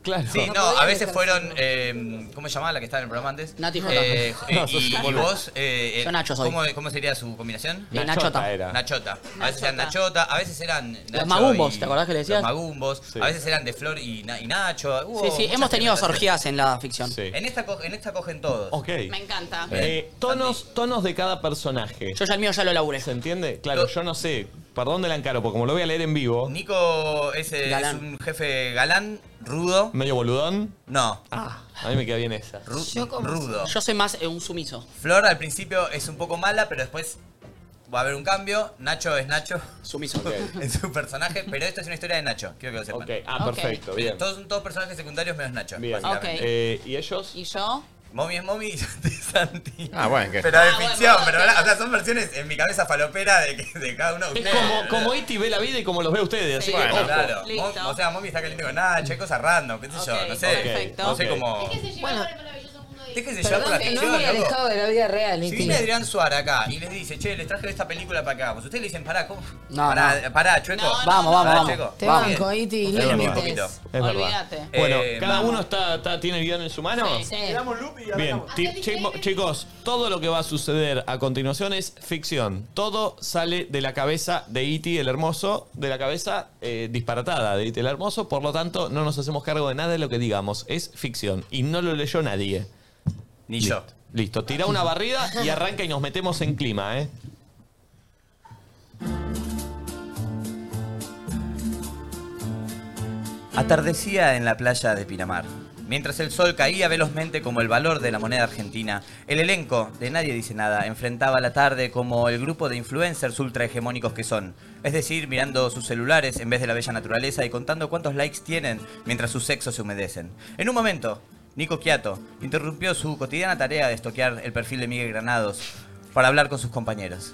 Speaker 1: Claro.
Speaker 17: Sí, no,
Speaker 2: No podían
Speaker 17: a veces
Speaker 2: estar
Speaker 17: fueron. eh, ¿Cómo se llamaba la que estaba en el programa antes?
Speaker 24: Nati Jota.
Speaker 17: eh, eh,
Speaker 24: *laughs* No,
Speaker 17: y,
Speaker 24: sos un
Speaker 17: y
Speaker 24: boludo.
Speaker 17: vos. eh, eh,
Speaker 24: Yo Nacho soy.
Speaker 17: ¿cómo, cómo sería su combinación?
Speaker 24: Eh, Nachota Nachota. era.
Speaker 17: Nachota. A veces eran Nachota, a veces eran. Nacho
Speaker 24: magumbos,
Speaker 17: y-
Speaker 24: ¿te acordás que le decías?
Speaker 17: Los magumbos. A veces eran de Flor y, Na- y Nacho. Hubo
Speaker 24: Sí, sí,
Speaker 17: muchas
Speaker 24: hemos tenido
Speaker 17: experimentaciones.
Speaker 24: orgías en la ficción.
Speaker 17: En esta, co- en esta cogen todos.
Speaker 1: Ok.
Speaker 17: Me
Speaker 5: encanta.
Speaker 1: Eh, tonos, tonos de cada personaje. Yo
Speaker 24: ya el mío ya lo laburé.
Speaker 1: ¿Se entiende? Claro, yo no sé. ¿Para dónde la encaro? Porque como lo voy a leer en vivo.
Speaker 17: Nico es, eh, es
Speaker 1: Galán.
Speaker 17: un jefe galán, rudo.
Speaker 1: ¿Medio boludón? Ah.
Speaker 17: No.
Speaker 1: A mí me queda bien esa.
Speaker 17: rudo.
Speaker 24: Yo soy más eh, un sumiso.
Speaker 17: Flor al principio es un poco mala, pero después va a haber un cambio. Nacho es Nacho.
Speaker 24: Sumiso.
Speaker 17: *laughs* en su personaje, pero esta es una historia de Nacho. Quiero que lo sepan.
Speaker 1: ah, Ok. perfecto, bien.
Speaker 17: Todos son todos personajes secundarios menos Nacho.
Speaker 1: Bien.
Speaker 17: básicamente.
Speaker 5: Ok.
Speaker 1: Eh, ¿Y ellos?
Speaker 5: ¿Y yo?
Speaker 17: Mommy es Mommy y *laughs* Santi es Santi.
Speaker 3: Ah, bueno, que-
Speaker 17: Pero de
Speaker 5: Ah, bueno,
Speaker 17: ficción,
Speaker 5: bueno,
Speaker 17: pero
Speaker 5: bueno.
Speaker 17: ¿verdad? o sea, son versiones en mi cabeza falopera de, que- de cada uno de
Speaker 1: Es
Speaker 17: ustedes.
Speaker 1: como, como Iti ve la vida y como los ve a ustedes. Así que,
Speaker 17: Bueno,
Speaker 1: ojo.
Speaker 17: claro. Mom- o sea, Mommy está caliente con Nacho, hay cosas random, qué sé yo, no sé.
Speaker 1: perfecto.
Speaker 17: No
Speaker 1: Ok.
Speaker 17: sé cómo.
Speaker 2: Bueno,
Speaker 17: Déjense llevar por la
Speaker 2: perdón, que no
Speaker 17: ficción,
Speaker 2: es muy
Speaker 17: loco.
Speaker 2: alejado de la vida real,
Speaker 17: Si
Speaker 2: Iti.
Speaker 17: viene Adrián Suárez acá y les dice, che, les traje esta película para acá, pues ustedes le dicen, pará, ¿cómo?
Speaker 24: No,
Speaker 17: pará,
Speaker 24: no.
Speaker 17: pará, chueco.
Speaker 24: No, no, Vamos, no. vamos,
Speaker 17: Pará,
Speaker 24: vamos.
Speaker 17: chueco.
Speaker 2: Te
Speaker 17: Vamos.
Speaker 2: banco, Iti,
Speaker 17: Ustedes
Speaker 1: Es
Speaker 17: un
Speaker 1: verdad.
Speaker 17: poquito.
Speaker 1: Es verdad.
Speaker 5: Olvídate.
Speaker 1: Bueno,
Speaker 17: Eh,
Speaker 1: cada
Speaker 17: vamos.
Speaker 1: uno está, está- tiene el guión en su
Speaker 3: ah,
Speaker 1: mano.
Speaker 17: Sí,
Speaker 2: sí. Le
Speaker 17: damos loop y
Speaker 1: Bien,
Speaker 17: arrancamos.
Speaker 1: ti- chico- chicos, todo lo que va a suceder a continuación es ficción. Todo sale de la cabeza de Iti el Hermoso, de la cabeza eh, disparatada de Iti el Hermoso, por lo tanto no nos hacemos cargo de nada de lo que digamos, es ficción y no lo leyó nadie.
Speaker 17: Ni yo.
Speaker 1: Listo, tira una barrida y arranca y nos metemos en clima, ¿eh?
Speaker 17: Atardecía en la playa de Pinamar. Mientras el sol caía velozmente como el valor de la moneda argentina, el elenco de Nadie Dice Nada enfrentaba la tarde como el grupo de influencers ultrahegemónicos que son. Es decir, mirando sus celulares en vez de la bella naturaleza y contando cuántos likes tienen mientras sus sexos se humedecen. En un momento, Nico Quiato interrumpió su cotidiana tarea de estoquear el perfil de Miguel Granados para hablar con sus compañeros.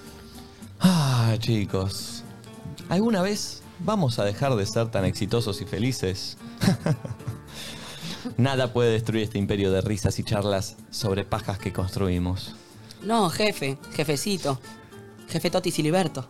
Speaker 1: Ah, chicos. ¿Alguna vez vamos a dejar de ser tan exitosos y felices? *laughs* Nada puede destruir este imperio de risas y charlas sobre pajas que construimos.
Speaker 24: No, jefe, jefecito, jefe Totis y Liberto.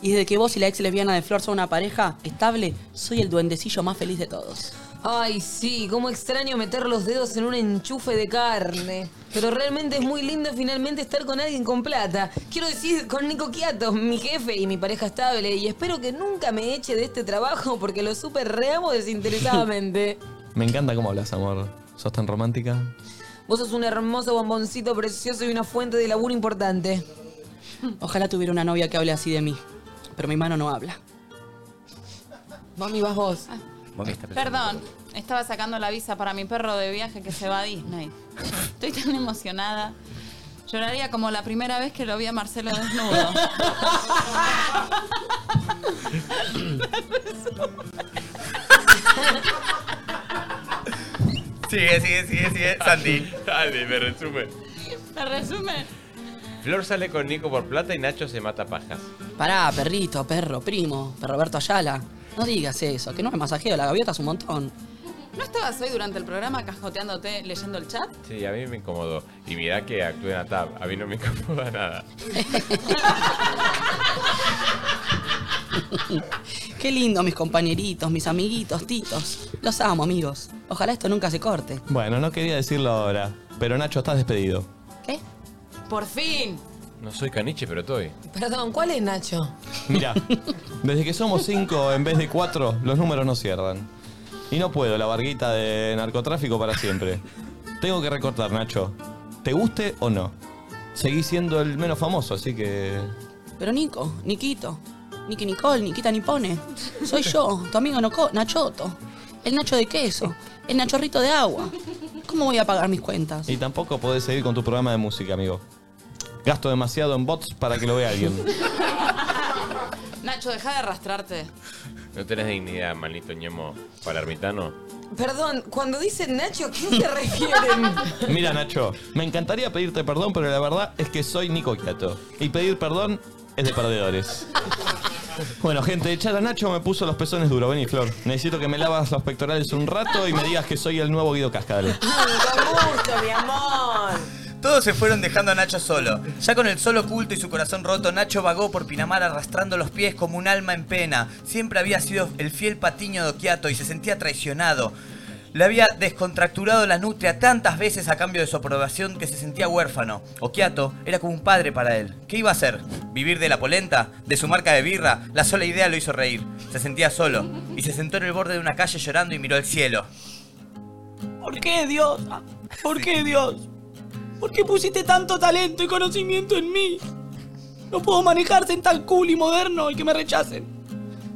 Speaker 24: Y desde que vos y la ex lesbiana de Flor son una pareja estable, soy el duendecillo más feliz de todos.
Speaker 2: Ay, sí, cómo extraño meter los dedos en un enchufe de carne. Pero realmente es muy lindo finalmente estar con alguien con plata. Quiero decir, con Nico Quiato, mi jefe y mi pareja estable. Y espero que nunca me eche de este trabajo porque lo súper
Speaker 17: *laughs*
Speaker 2: reamo desinteresadamente.
Speaker 1: Me encanta cómo hablas, amor. ¿Sos tan romántica?
Speaker 2: Vos sos un hermoso bomboncito precioso y una fuente de laburo importante.
Speaker 24: Ojalá tuviera una novia que hable así de mí, pero mi mano no habla.
Speaker 2: Mami, vas vos.
Speaker 5: Ah.
Speaker 17: Mommy está
Speaker 5: Perdón. Estaba sacando la visa para mi perro de viaje que se va a Disney. Estoy tan emocionada. Lloraría como la primera vez que lo vi a
Speaker 17: *laughs*
Speaker 5: Marcelo desnudo.
Speaker 17: Sigue, sigue, sigue, sigue. Sandy.
Speaker 3: *laughs* Dale, me resume.
Speaker 5: ¿Me resumen?
Speaker 3: Flor sale con Nico por plata y Nacho se mata a pajas.
Speaker 4: Pará, perrito, perro, primo, perro Roberto Ayala. No digas eso, que no me masajeo la gaviota es un montón. *laughs*
Speaker 5: ¿No estabas hoy durante el programa cajoteándote leyendo el chat?
Speaker 3: Sí, a mí me incomodó. Y mirá que actúe en Tab. A mí no me *laughs* incomoda nada.
Speaker 4: Qué lindo, mis compañeritos, mis amiguitos, titos. Los amo, amigos. Ojalá esto nunca se corte.
Speaker 1: Bueno, no quería decirlo ahora, pero Nacho, estás despedido.
Speaker 5: Por fin.
Speaker 3: No soy caniche, pero estoy.
Speaker 2: Perdón, ¿cuál es Nacho?
Speaker 1: Mira, desde que somos cinco en vez de cuatro, los números no cierran. Y no puedo, la barguita de narcotráfico para siempre. Tengo que recortar, Nacho. ¿Te guste o no? Seguís siendo el menos famoso, así que.
Speaker 4: Pero Nico, Niquito, Niki Nicole, Niquita Nipone. Soy yo, tu amigo Noco- Nachoto. El Nacho de queso, el Nachorrito de agua. ¿Cómo voy a pagar mis cuentas?
Speaker 1: Y tampoco podés seguir con tu programa de música, amigo. Gasto demasiado en bots para que lo vea alguien.
Speaker 5: Nacho, deja de arrastrarte.
Speaker 3: No tenés dignidad, manito ñemo palermitano.
Speaker 2: Perdón, cuando dicen Nacho, ¿a quién se refieren?
Speaker 1: Mira, Nacho, me encantaría pedirte perdón, pero la verdad es que soy Nico Quiato. Y pedir perdón es de perdedores. Bueno, gente, echar a Nacho me puso los pezones duros. Vení, Flor. Necesito que me lavas los pectorales un rato y me digas que soy el nuevo Guido Cascadel.
Speaker 2: Con gusto, mi amor.
Speaker 17: Todos se fueron dejando a Nacho solo. Ya con el sol oculto y su corazón roto, Nacho vagó por Pinamar arrastrando los pies como un alma en pena. Siempre había sido el fiel patiño de Okiato y se sentía traicionado. Le había descontracturado la nutria tantas veces a cambio de su aprobación que se sentía huérfano. Okiato era como un padre para él. ¿Qué iba a hacer? ¿Vivir de la polenta? ¿De su marca de birra? La sola idea lo hizo reír. Se sentía solo y se sentó en el borde de una calle llorando y miró al cielo.
Speaker 8: ¿Por qué, Dios?
Speaker 3: Ah,
Speaker 8: ¿Por qué, Dios? ¿Por qué pusiste tanto talento y conocimiento en mí? No puedo manejarse en tan cool y moderno y que me rechacen.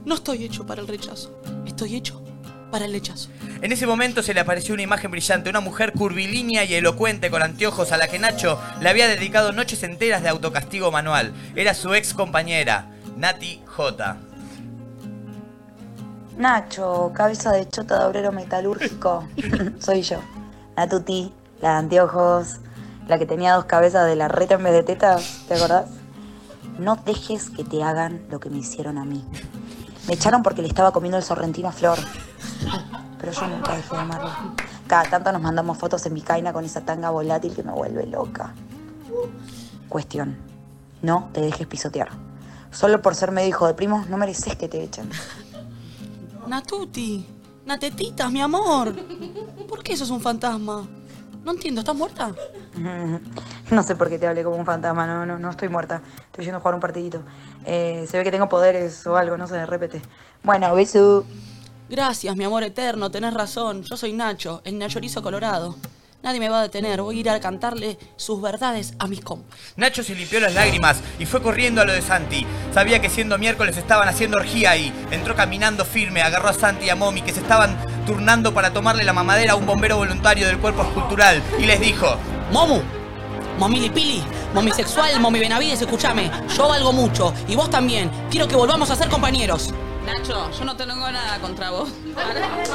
Speaker 4: No estoy hecho para el rechazo. Estoy hecho para el rechazo.
Speaker 17: En ese momento se le apareció una imagen brillante, una mujer curvilínea y elocuente con anteojos a la que Nacho le había dedicado noches enteras de autocastigo manual. Era su ex compañera, Nati J.
Speaker 11: Nacho, cabeza de chota de obrero metalúrgico. Soy yo. La tuti, la de anteojos, la que tenía dos cabezas de la reta en vez de tetas, ¿te acordás? No dejes que te hagan lo que me hicieron a mí. Me echaron porque le estaba comiendo el sorrentino a Flor. Pero yo nunca dejé de amarlo. Cada tanto nos mandamos fotos en mi caina con esa tanga volátil que me vuelve loca. Cuestión. No te dejes pisotear. Solo por ser medio hijo de primos no mereces que te echen.
Speaker 4: Natuti, Natetitas, mi amor. ¿Por qué sos un fantasma? No entiendo, ¿estás muerta?
Speaker 11: *laughs* No sé por qué te hablé como un fantasma, no, no, no estoy muerta. Estoy yendo a jugar un partidito. Eh, se ve que tengo poderes o algo, no sé, repete. Bueno, beso.
Speaker 4: Gracias, mi amor eterno, tenés razón. Yo soy Nacho, el Nachorizo Colorado. Nadie me va a detener, voy a ir a cantarle sus verdades a mis compas.
Speaker 17: Nacho se limpió las lágrimas y fue corriendo a lo de Santi. Sabía que siendo miércoles estaban haciendo orgía ahí. Entró caminando firme, agarró a Santi y a Momi que se estaban turnando para tomarle la mamadera a un bombero voluntario del cuerpo escultural y les dijo:
Speaker 4: ¡Momu! Mami Lipili, mami sexual, mami Benavides, escúchame. Yo valgo mucho y vos también. Quiero que volvamos a ser compañeros.
Speaker 5: Nacho, yo no tengo nada contra vos.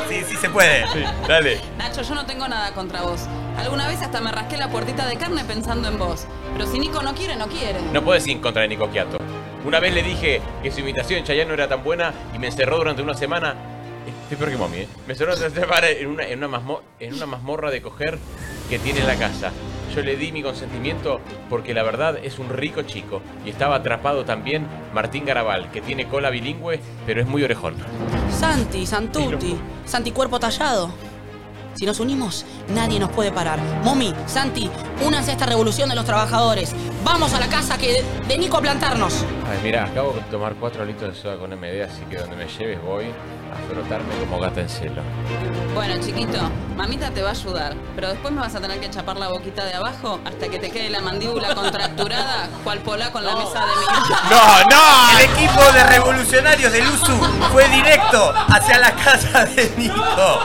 Speaker 17: Sí, sí se puede.
Speaker 3: dale.
Speaker 5: Nacho, yo no tengo nada contra vos. Alguna vez hasta me rasqué la puertita de carne pensando en vos. Pero si Nico no quiere, no quiere.
Speaker 3: No puedes ir en contra de Nico Quiato. Una vez le dije que su imitación en Chayanne no era tan buena y me encerró durante una semana. Estoy peor que mami, ¿eh? Me encerró durante una semana en una, en una masmo- en una mazmorra de coger que tiene en la casa. Yo le di mi consentimiento porque la verdad es un rico chico. Y estaba atrapado también Martín Garabal, que tiene cola bilingüe, pero es muy orejón.
Speaker 4: Santi, Santuti, Santi cuerpo tallado. Si nos unimos, nadie nos puede parar. Momi, Santi, únanse a esta revolución de los trabajadores. Vamos a la casa que de Nico a plantarnos.
Speaker 3: Ay, mira, acabo de tomar 4 litros de soda con MD, así que donde me lleves voy a frotarme como gata en celo.
Speaker 5: Bueno, chiquito, mamita te va a ayudar. Pero después me vas a tener que chapar la boquita de abajo hasta que te quede la mandíbula contracturada, cual pola con la mesa de
Speaker 17: *laughs*
Speaker 5: mi.
Speaker 17: ¡No, no! El equipo de revolucionarios del USU fue directo hacia la casa de Nico.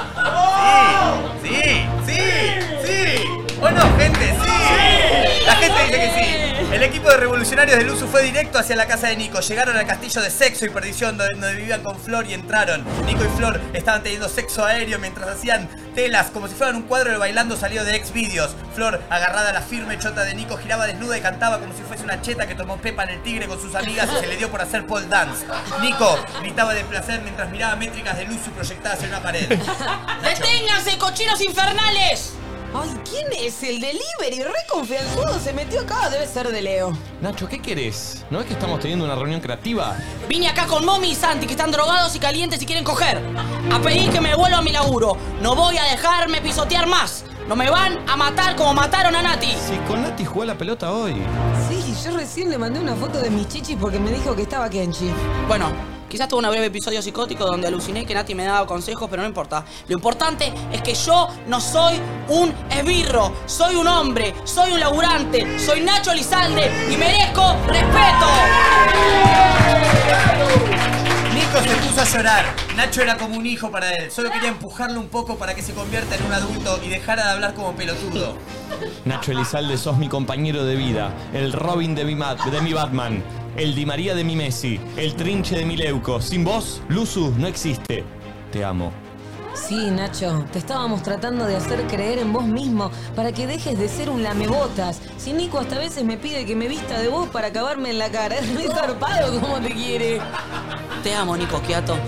Speaker 17: grupo de revolucionarios del Luzu fue directo hacia la casa de Nico. Llegaron al castillo de sexo y perdición donde, donde vivían con Flor y entraron. Nico y Flor estaban teniendo sexo aéreo mientras hacían telas como si fueran un cuadro de bailando salido de ex vídeos. Flor, agarrada a la firme chota de Nico, giraba desnuda y cantaba como si fuese una cheta que tomó Pepa en el tigre con sus amigas y se le dio por hacer pole dance. Nico gritaba de placer mientras miraba métricas de Luzu proyectadas en una pared.
Speaker 2: ¡Deténganse, cochinos infernales! Ay, ¿quién es? El delivery, re confianzudo, se metió acá, debe ser de Leo.
Speaker 1: Nacho, ¿qué querés? ¿No es que estamos teniendo una reunión creativa?
Speaker 24: Vine acá con Momi y Santi, que están drogados y calientes y quieren coger. A pedir que me vuelva a mi laburo. No voy a dejarme pisotear más. No me van a matar como mataron a Nati.
Speaker 1: Si con Nati jugó a la pelota hoy.
Speaker 2: Sí, yo recién le mandé una foto de mis chichis porque me dijo que estaba Kenchi.
Speaker 24: Bueno, quizás tuve un breve episodio psicótico donde aluciné que Nati me daba consejos, pero no importa. Lo importante es que yo no soy un esbirro, soy un hombre, soy un laburante, soy Nacho Lizalde y merezco respeto.
Speaker 17: Nico se puso a llorar. Nacho era como un hijo para él. Solo quería empujarlo un poco para que se convierta en un adulto y dejara de hablar como pelotudo.
Speaker 1: Nacho Elizalde, sos mi compañero de vida. El Robin de mi, Ma- de mi Batman. El Di María de mi Messi. El Trinche de mi Leuco. Sin vos, Luzu no existe. Te amo.
Speaker 2: Sí, Nacho, te estábamos tratando de hacer creer en vos mismo para que dejes de ser un lamebotas. Si Nico hasta a veces me pide que me vista de vos para acabarme en la cara, es re zarpado como te quiere.
Speaker 24: Te amo, Nico Quiato.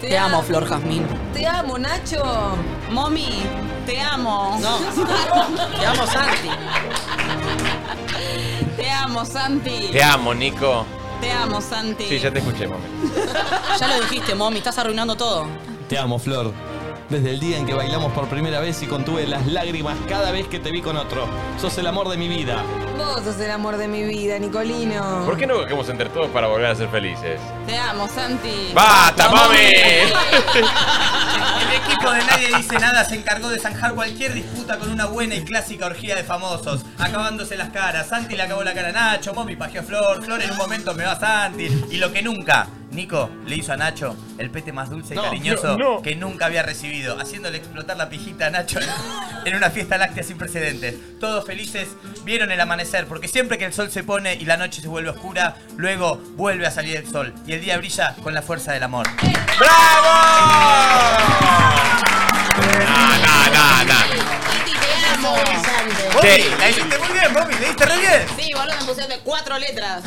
Speaker 2: Te
Speaker 24: Te, amo,
Speaker 2: amo.
Speaker 24: Flor Jazmín.
Speaker 2: Te amo, Nacho.
Speaker 5: Mami, te amo. *laughs*
Speaker 24: No. Te amo, Santi.
Speaker 5: Te amo, Santi.
Speaker 3: Te amo, Nico.
Speaker 5: Te amo, Santi.
Speaker 3: Sí, ya te escuché, mami.
Speaker 24: Ya lo dijiste, Momi, estás arruinando todo.
Speaker 1: Te amo, Flor. Desde el día en que bailamos por primera vez y contuve las lágrimas cada vez que te vi con otro. Sos el amor de mi vida.
Speaker 2: Vos sos el amor de mi vida, Nicolino.
Speaker 3: ¿Por qué no busquemos entre todos para volver a ser felices?
Speaker 5: Te amo, Santi.
Speaker 3: ¡Basta, mami!
Speaker 17: El equipo de Nadie Dice Nada se encargó de zanjar cualquier disputa con una buena y clásica orgía de famosos, acabándose las caras. Santi le acabó la cara a Nacho, Momi pajeó a Flor, Flor en un momento me va a Santi. Y lo que nunca, Nico le hizo a Nacho el pete más dulce y
Speaker 8: No,
Speaker 17: cariñoso
Speaker 8: no, no.
Speaker 17: que nunca había recibido, haciéndole explotar la pijita a Nacho en una fiesta láctea sin precedentes. Todos felices vieron el amanecer, porque siempre que el sol se pone y la noche se vuelve oscura, luego vuelve a salir el sol y el día brilla con la fuerza del amor.
Speaker 3: Nah, nah.
Speaker 5: Te amo.
Speaker 17: Bobby, la hiciste muy bien, Bobby, le diste re bien.
Speaker 5: Sí, boludo, me pusiste cuatro letras.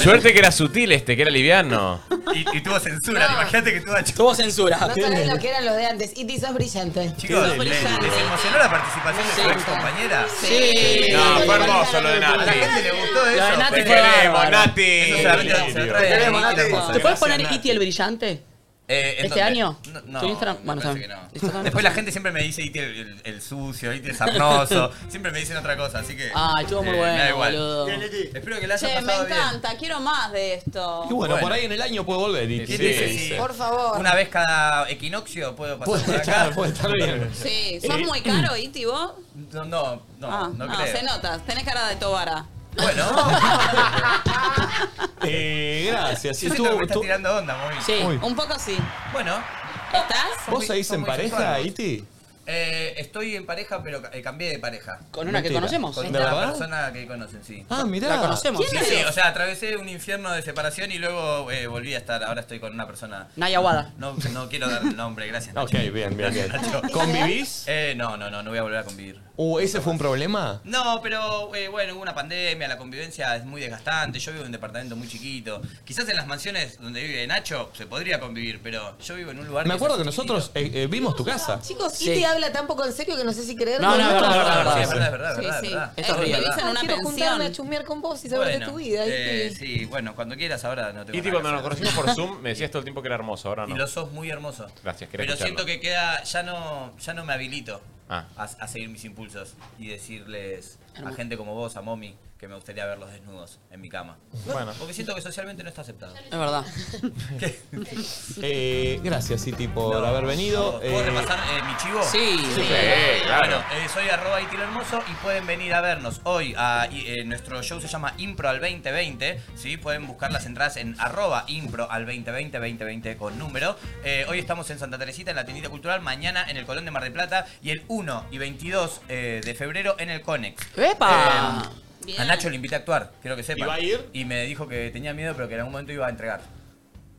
Speaker 3: Suerte que era sutil este, que era liviano.
Speaker 17: Y, tuvo censura, imagínate que tuvo
Speaker 24: Tuvo censura.
Speaker 2: No sabés lo que eran los de antes. Y sos brillante.
Speaker 17: Chicos, ¿les, les emocionó la participación de su ex compañera?
Speaker 2: Sí.
Speaker 3: No, fue hermoso lo de
Speaker 17: A
Speaker 3: Nati.
Speaker 17: la gente le gustó eso.
Speaker 24: Lo de Nati
Speaker 3: Te
Speaker 24: fue
Speaker 3: queremos,
Speaker 24: bárbaro.
Speaker 3: Nati.
Speaker 17: Eso se lo- se lo trae
Speaker 3: Te
Speaker 17: a
Speaker 3: queremos,
Speaker 17: Nati,
Speaker 3: Nati.
Speaker 17: hermoso.
Speaker 24: ¿Te puedes
Speaker 17: Gracias,
Speaker 24: poner
Speaker 17: Nati.
Speaker 24: Iti el brillante?
Speaker 17: Eh, ¿en
Speaker 24: ¿Este
Speaker 17: dónde?
Speaker 24: año?
Speaker 17: No, no,
Speaker 24: ¿Tu Instagram?
Speaker 17: me
Speaker 24: Bueno,
Speaker 17: parece
Speaker 24: está bien.
Speaker 17: que no. Después la gente siempre me dice "Iti el, el- el sucio, Iti el sarnoso.
Speaker 24: *laughs*
Speaker 17: siempre me dicen otra cosa, así que.
Speaker 24: Ah, estuvo muy
Speaker 17: eh,
Speaker 24: bueno,
Speaker 17: me da igual.
Speaker 24: boludo.
Speaker 17: Bien, Iti. Espero que la haya
Speaker 5: Che, me
Speaker 17: pasado bien.
Speaker 5: encanta, quiero más de esto.
Speaker 1: Y bueno, por ahí en el año puede volver. Y
Speaker 17: ¿Quién dice sí? Por
Speaker 2: favor.
Speaker 17: Una vez cada equinoccio puedo pasar
Speaker 1: Puede
Speaker 17: por acá.
Speaker 1: estar, puede estar bien. Eh,
Speaker 5: Sí, sos muy caro, Iti, vos.
Speaker 17: No, no, Eh, mm. no,
Speaker 5: ah,
Speaker 17: no
Speaker 5: ah,
Speaker 17: creo.
Speaker 5: se nota, tenés cara de tobara.
Speaker 1: Eh, gracias. Sí,
Speaker 17: Yo siento
Speaker 1: estuvo-
Speaker 17: que me estás
Speaker 1: estuvo-
Speaker 17: tirando onda, Momi.
Speaker 5: Sí,
Speaker 1: Uy.
Speaker 5: un poco sí.
Speaker 17: Bueno.
Speaker 5: ¿Estás?
Speaker 1: ¿Vos seguís en pareja, Iti?
Speaker 17: Eh, estoy en pareja, pero eh, cambié de pareja.
Speaker 24: ¿Con una que Mentira. conocemos?
Speaker 17: Con
Speaker 24: ¿De
Speaker 17: una
Speaker 24: verdad?
Speaker 17: persona que conocen, sí.
Speaker 24: Ah, mirá. ¿La conocemos?
Speaker 17: Sí,
Speaker 24: ¿Quién
Speaker 17: sí,
Speaker 24: es?
Speaker 17: o sea, atravesé un infierno de separación y luego eh, volví a estar. Ahora estoy con una persona.
Speaker 24: Naya Wada.
Speaker 17: No, no quiero dar el nombre, gracias. Nacho.
Speaker 1: *laughs* Ok, bien, bien,
Speaker 17: Gracias,
Speaker 1: bien.
Speaker 17: Nacho.
Speaker 1: ¿Convivís?
Speaker 17: Eh, no, no, no, no voy a volver a convivir.
Speaker 1: Uh, ¿ese fue un problema?
Speaker 17: No, pero eh, bueno, hubo una pandemia, la convivencia es muy desgastante. Yo vivo en un departamento muy chiquito. Quizás en las mansiones donde vive Nacho se podría convivir, pero yo vivo en un lugar.
Speaker 1: Me acuerdo que
Speaker 17: es chiquitito.
Speaker 1: nosotros eh, eh, vimos tu casa.
Speaker 2: Chicos,
Speaker 17: Sí.
Speaker 2: Iti habla tan poco en serio que no sé si creerlo.
Speaker 1: No, no, es verdad, es verdad,
Speaker 17: Sí,
Speaker 1: es
Speaker 17: es verdad,
Speaker 1: verdad.
Speaker 17: es verdad, es verdad, es verdad.
Speaker 1: Esto es
Speaker 2: Te
Speaker 1: real.
Speaker 2: dicen,
Speaker 5: una
Speaker 2: quiero juntarme a chusmear con vos y saber de tu vida. Iti.
Speaker 17: eh, sí, bueno, cuando quieras ahora no te
Speaker 3: Iti, cuando nos conocimos por Zoom, me decías todo el tiempo que era hermoso, ahora no.
Speaker 17: Y lo sos muy hermoso.
Speaker 3: Gracias, quería
Speaker 17: Pero
Speaker 3: escucharlo.
Speaker 17: siento que queda, ya no, ya no me habilito
Speaker 3: Ah.
Speaker 17: a, a seguir mis impulsos y decirles a
Speaker 24: Hermoso.
Speaker 17: gente como vos, a Momi, que me gustaría verlos desnudos en mi cama.
Speaker 3: Bueno.
Speaker 17: Porque siento que socialmente no está aceptado.
Speaker 24: Es
Speaker 17: *laughs*
Speaker 24: verdad. *laughs*
Speaker 1: Eh, gracias, Iti, por
Speaker 17: No,
Speaker 1: haber venido.
Speaker 17: ¿Puedo
Speaker 1: Eh,
Speaker 17: repasar eh, mi chivo?
Speaker 24: Sí. Sí,
Speaker 1: claro.
Speaker 17: Bueno, eh, soy arroba Itil Hermoso y pueden venir a vernos hoy. a- y, eh, nuestro show se llama Impro al 2020. ¿sí? Pueden buscar las entradas en arroba Impro al 2020, 2020 con número. Eh, hoy estamos en Santa Teresita, en la tiendita cultural. Mañana en el Colón de Mar del Plata. Y el 1 y 22 eh, de febrero en el Conex.
Speaker 24: ¡Epa!
Speaker 17: Eh, A Nacho le invité a actuar, quiero que sepa.
Speaker 1: ¿Y va a ir?
Speaker 17: Y me dijo que tenía miedo, pero que en algún momento iba a entregar.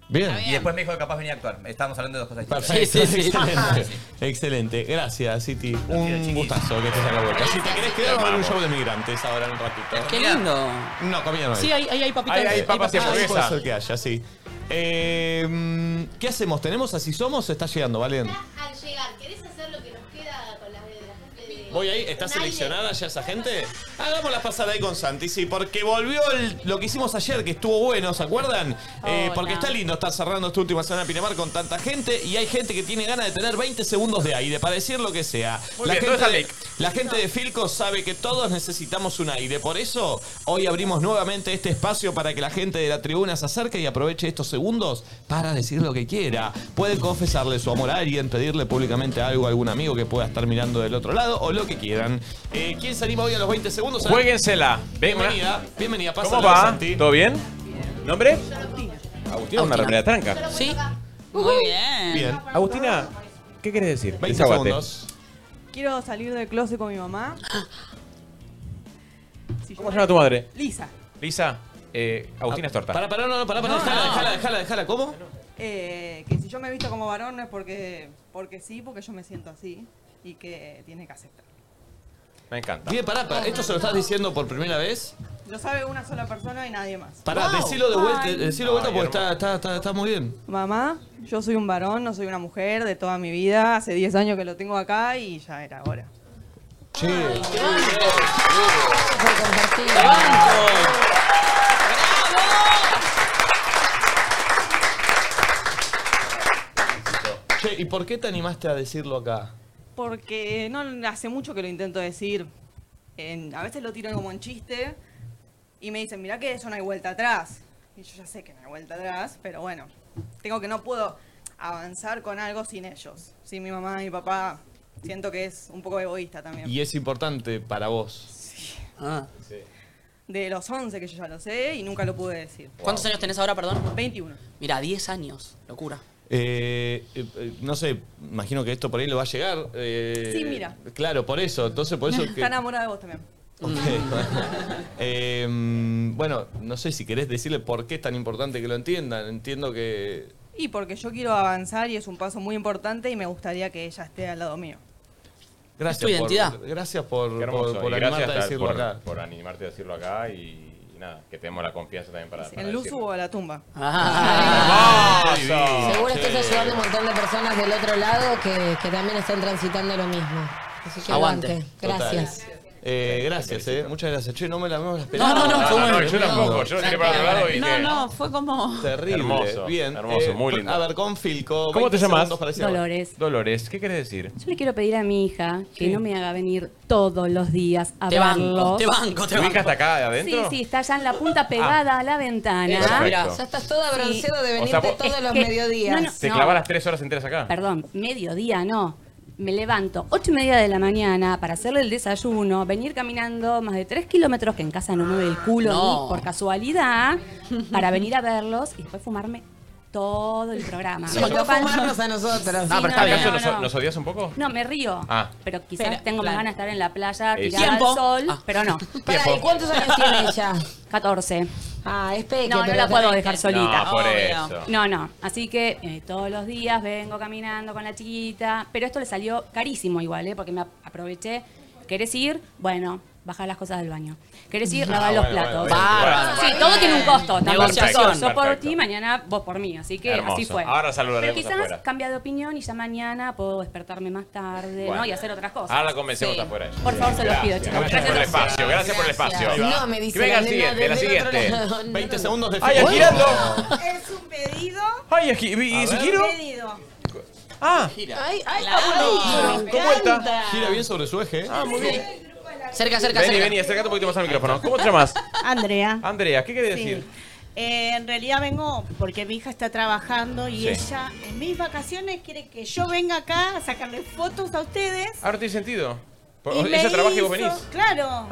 Speaker 1: Bien.
Speaker 17: Y después me dijo que capaz venía a actuar. Estábamos hablando de dos cosas distintas.
Speaker 1: Perfecto, excelente.
Speaker 17: *laughs*
Speaker 1: excelente. Gracias, City. Un gustazo que estés acá de vuelta. Si te querés quedar, va a haber un show de migrantes ahora en un ratito.
Speaker 4: Qué lindo.
Speaker 1: No, comida no hay.
Speaker 4: Sí, ahí hay, hay papitas.
Speaker 1: Ahí hay
Speaker 4: hay
Speaker 1: papas y
Speaker 4: papitas.
Speaker 1: hamburguesas. Puede ser que haya, sí. Eh, mm, ¿Qué hacemos? ¿Tenemos así somos o está llegando, Valen?
Speaker 15: Al llegar, ¿querés hacer lo que nos queda con las de la gente de...
Speaker 1: Voy ahí, ¿está seleccionada ya esa gente? Hagámoslas pasar ahí con Santi, sí, porque volvió el- lo que hicimos ayer, que estuvo bueno, ¿se acuerdan? Eh,
Speaker 15: Hola.
Speaker 1: porque está lindo estar cerrando esta última semana de Pinamar con tanta gente y hay gente que tiene ganas de tener 20 segundos de aire para decir lo que sea.
Speaker 3: Muy
Speaker 1: la,
Speaker 3: bien,
Speaker 1: gente
Speaker 3: todo
Speaker 1: de, la gente de Filco sabe que todos necesitamos un aire, por eso hoy abrimos nuevamente este espacio para que la gente de la tribuna se acerque y aproveche estos segundos para decir lo que quiera. Puede confesarle su amor a alguien, pedirle públicamente algo a algún amigo que pueda estar mirando del otro lado o lo que quieran. Eh, ¿Quién se anima hoy a los 20 segundos?
Speaker 3: Juéguensela. Ven,
Speaker 1: Bienvenida, bienvenida,
Speaker 3: ¿Cómo
Speaker 1: pásala,
Speaker 3: va?
Speaker 1: Santi.
Speaker 3: ¿Todo bien? ¿Nombre? Agustina, una remera tranca.
Speaker 5: Sí. Muy bien.
Speaker 3: Bien. Agustina, ¿qué quieres decir?
Speaker 1: 20
Speaker 3: Desahogate.
Speaker 1: segundos.
Speaker 18: Quiero salir del closet con mi mamá. Si
Speaker 3: ¿Cómo
Speaker 18: yo-
Speaker 3: se llama tu madre?
Speaker 18: Lisa.
Speaker 3: Lisa, eh, Agustina es torta.
Speaker 1: Para, para, no, no, para, para,
Speaker 18: No,
Speaker 1: déjala,
Speaker 18: no.
Speaker 1: déjala, déjala, déjala, ¿cómo?
Speaker 18: Eh, que si yo me he visto como varón no es porque, porque sí, porque yo me siento así y que tiene que aceptar.
Speaker 3: Me encanta.
Speaker 1: Bien, pará, pará, ¿esto se lo estás diciendo por primera vez?
Speaker 18: Lo sabe una sola persona y nadie más.
Speaker 1: Pará, decilo de vuelta, decilo de vuelta porque está, está, está, está muy bien.
Speaker 18: Mamá, yo soy un varón, no soy una mujer de toda mi vida. Hace 10 años que lo tengo acá y ya era hora.
Speaker 1: Che. Che, ¿y por qué te animaste a decirlo acá?
Speaker 18: Porque no hace mucho que lo intento decir. En- a veces lo tiro como en chiste y me dicen, mirá que eso no hay vuelta atrás. Y yo ya sé que no hay vuelta atrás, pero bueno, tengo que no puedo avanzar con algo sin ellos. Sin mi mamá y mi papá, siento que es un poco egoísta también.
Speaker 1: Y es importante para vos.
Speaker 18: De los 11 que yo ya lo sé y nunca lo pude decir.
Speaker 4: ¿Cuántos años tenés ahora, perdón?
Speaker 18: 21.
Speaker 4: Mira, 10 años. Locura.
Speaker 1: Eh, eh, eh, no sé, imagino que esto por ahí lo va a llegar. eh,
Speaker 18: Sí, mira.
Speaker 1: Claro, por eso. Entonces, por
Speaker 18: *laughs*
Speaker 1: eso que.
Speaker 18: Está enamorada de vos también.
Speaker 1: Ok. *laughs* Eh, mm, bueno, no sé si querés decirle por qué es tan importante que lo entiendan. Entiendo que.
Speaker 18: Y porque yo quiero avanzar y es un paso muy importante y me gustaría que ella esté al lado mío.
Speaker 1: Gracias
Speaker 3: tu
Speaker 1: por-
Speaker 3: identidad.
Speaker 1: Gracias por,
Speaker 3: Qué hermoso.
Speaker 1: por- por
Speaker 3: y
Speaker 1: animarte
Speaker 3: gracias
Speaker 1: a decirlo
Speaker 3: por,
Speaker 1: acá.
Speaker 3: por animarte a decirlo acá y, y nada, que tenemos la confianza también para, para
Speaker 18: ¿En Luzu
Speaker 3: decirlo.
Speaker 18: o a
Speaker 3: *laughs*
Speaker 18: la tumba?
Speaker 3: Ah, ¡Hermoso!
Speaker 2: Seguro estás
Speaker 3: Sí.
Speaker 2: ayudando a un montón de personas del otro lado que, que también están transitando lo mismo. Así que aguante.
Speaker 1: Total.
Speaker 2: Gracias.
Speaker 1: Eh, gracias, eh. Muchas gracias. Che, no me la, no me la
Speaker 3: No,
Speaker 1: esperaba.
Speaker 3: no, no, fue Ah, No, no, bueno. yo tampoco. Yo miré para otro lado y
Speaker 5: No, no, fue
Speaker 1: *laughs*
Speaker 5: como...
Speaker 1: Terrible.
Speaker 3: Hermoso,
Speaker 1: Bien. eh,
Speaker 3: hermoso, muy lindo.
Speaker 1: A ver, con Filco.
Speaker 3: ¿Cómo te
Speaker 1: 20
Speaker 3: llamas?
Speaker 1: segundos para decir algo.
Speaker 20: Dolores.
Speaker 3: Dolores, ¿qué querés decir?
Speaker 20: Yo le quiero pedir a mi hija que
Speaker 3: Sí.
Speaker 20: no me haga venir todos los días a
Speaker 3: Te
Speaker 20: verlo.
Speaker 3: banco, te banco, te banco. ¿Ubicas acá de adentro?
Speaker 20: Sí, sí, está allá en la punta pegada a la ventana.
Speaker 3: Eso, mirá. Ya
Speaker 2: estás toda bronceada de venirte todos los mediodías.
Speaker 20: No, no,
Speaker 3: Te
Speaker 20: no,
Speaker 3: clavas las tres horas enteras acá.
Speaker 20: Perdón, mediodía no. Me levanto ocho y media de la mañana para hacerle el desayuno, venir caminando más de tres kilómetros, que en casa no mueve el culo
Speaker 4: No.
Speaker 20: ni por casualidad, para venir a verlos y después fumarme todo el programa.
Speaker 2: Sí,
Speaker 20: Me
Speaker 2: no
Speaker 20: tocan-
Speaker 2: fumarnos a nosotros.
Speaker 20: Sí,
Speaker 3: Ah, pero
Speaker 20: no,
Speaker 3: está bien.
Speaker 20: no,
Speaker 3: ¿Acaso
Speaker 20: no.
Speaker 3: nos, nos odias un poco?
Speaker 20: No, me río.
Speaker 3: Ah.
Speaker 20: Pero quizás Pero, tengo más claro. ganas de estar en la playa,
Speaker 3: Eso.
Speaker 20: tirada al
Speaker 3: Tiempo.
Speaker 20: sol, pero no.
Speaker 2: Pará, ¿y cuántos años tiene ella?
Speaker 20: 14.
Speaker 2: Ah, es peque,
Speaker 20: No, no
Speaker 2: pero
Speaker 20: la puedo
Speaker 2: tenés
Speaker 20: dejar
Speaker 2: que-
Speaker 20: solita.
Speaker 2: No, por Obvio. eso.
Speaker 20: No, no. Así que eh, todos los días vengo caminando con la chiquita. Pero esto le salió carísimo igual, ¿eh? Porque me ap- aproveché. ¿Querés ir? Bueno, baja las cosas del baño. ¿Querés ir? Ah, Lava los bueno, platos. bueno, bueno, Bárbaro. sí, bueno. todo tiene un costo. También
Speaker 3: Negociación.
Speaker 20: yo, yo por
Speaker 3: Perfecto.
Speaker 20: ti, mañana vos por mí. Así que
Speaker 3: Hermoso.
Speaker 20: así fue.
Speaker 3: Ahora saludaremos
Speaker 20: Pero quizás
Speaker 3: afuera.
Speaker 20: cambia de opinión y ya mañana puedo despertarme más tarde,
Speaker 3: Bueno.
Speaker 20: ¿no? Y hacer otras cosas.
Speaker 3: Ahora la convencemos
Speaker 20: Sí.
Speaker 3: afuera.
Speaker 20: Por favor, se los pido,
Speaker 3: Gracias.
Speaker 20: chicos.
Speaker 3: Gracias por el espacio, gracias por el espacio.
Speaker 1: Ahí va.
Speaker 20: No, me dice
Speaker 3: Que venga
Speaker 20: la
Speaker 3: el
Speaker 20: nena
Speaker 3: siguiente, la
Speaker 20: del otro
Speaker 3: siguiente.
Speaker 20: lado.
Speaker 1: 20 segundos de
Speaker 3: ¡Ay,
Speaker 1: Filco.
Speaker 3: girando!
Speaker 25: Es un pedido.
Speaker 3: ¡Ay, ¿y si giro?
Speaker 25: pedido.
Speaker 3: ¡Ah!
Speaker 25: Ay, ay,
Speaker 3: ¿Cómo está?
Speaker 1: Gira bien sobre su eje.
Speaker 3: Ah, muy bien.
Speaker 4: Cerca, cerca,
Speaker 3: Vení,
Speaker 4: cerca.
Speaker 3: vení, acercate un poquito más al micrófono. ¿Cómo te llamas?
Speaker 25: Andrea.
Speaker 3: Andrea, ¿qué querés
Speaker 25: Sí.
Speaker 3: decir?
Speaker 25: Eh, en realidad vengo porque mi hija está trabajando y
Speaker 3: Sí.
Speaker 25: ella en mis vacaciones quiere que yo venga acá a sacarle fotos a ustedes.
Speaker 3: Ahora Ah, tiene sentido. Por-
Speaker 25: Y
Speaker 3: Ella
Speaker 25: me
Speaker 3: trabaja y vos
Speaker 25: hizo-
Speaker 3: venís.
Speaker 25: Claro.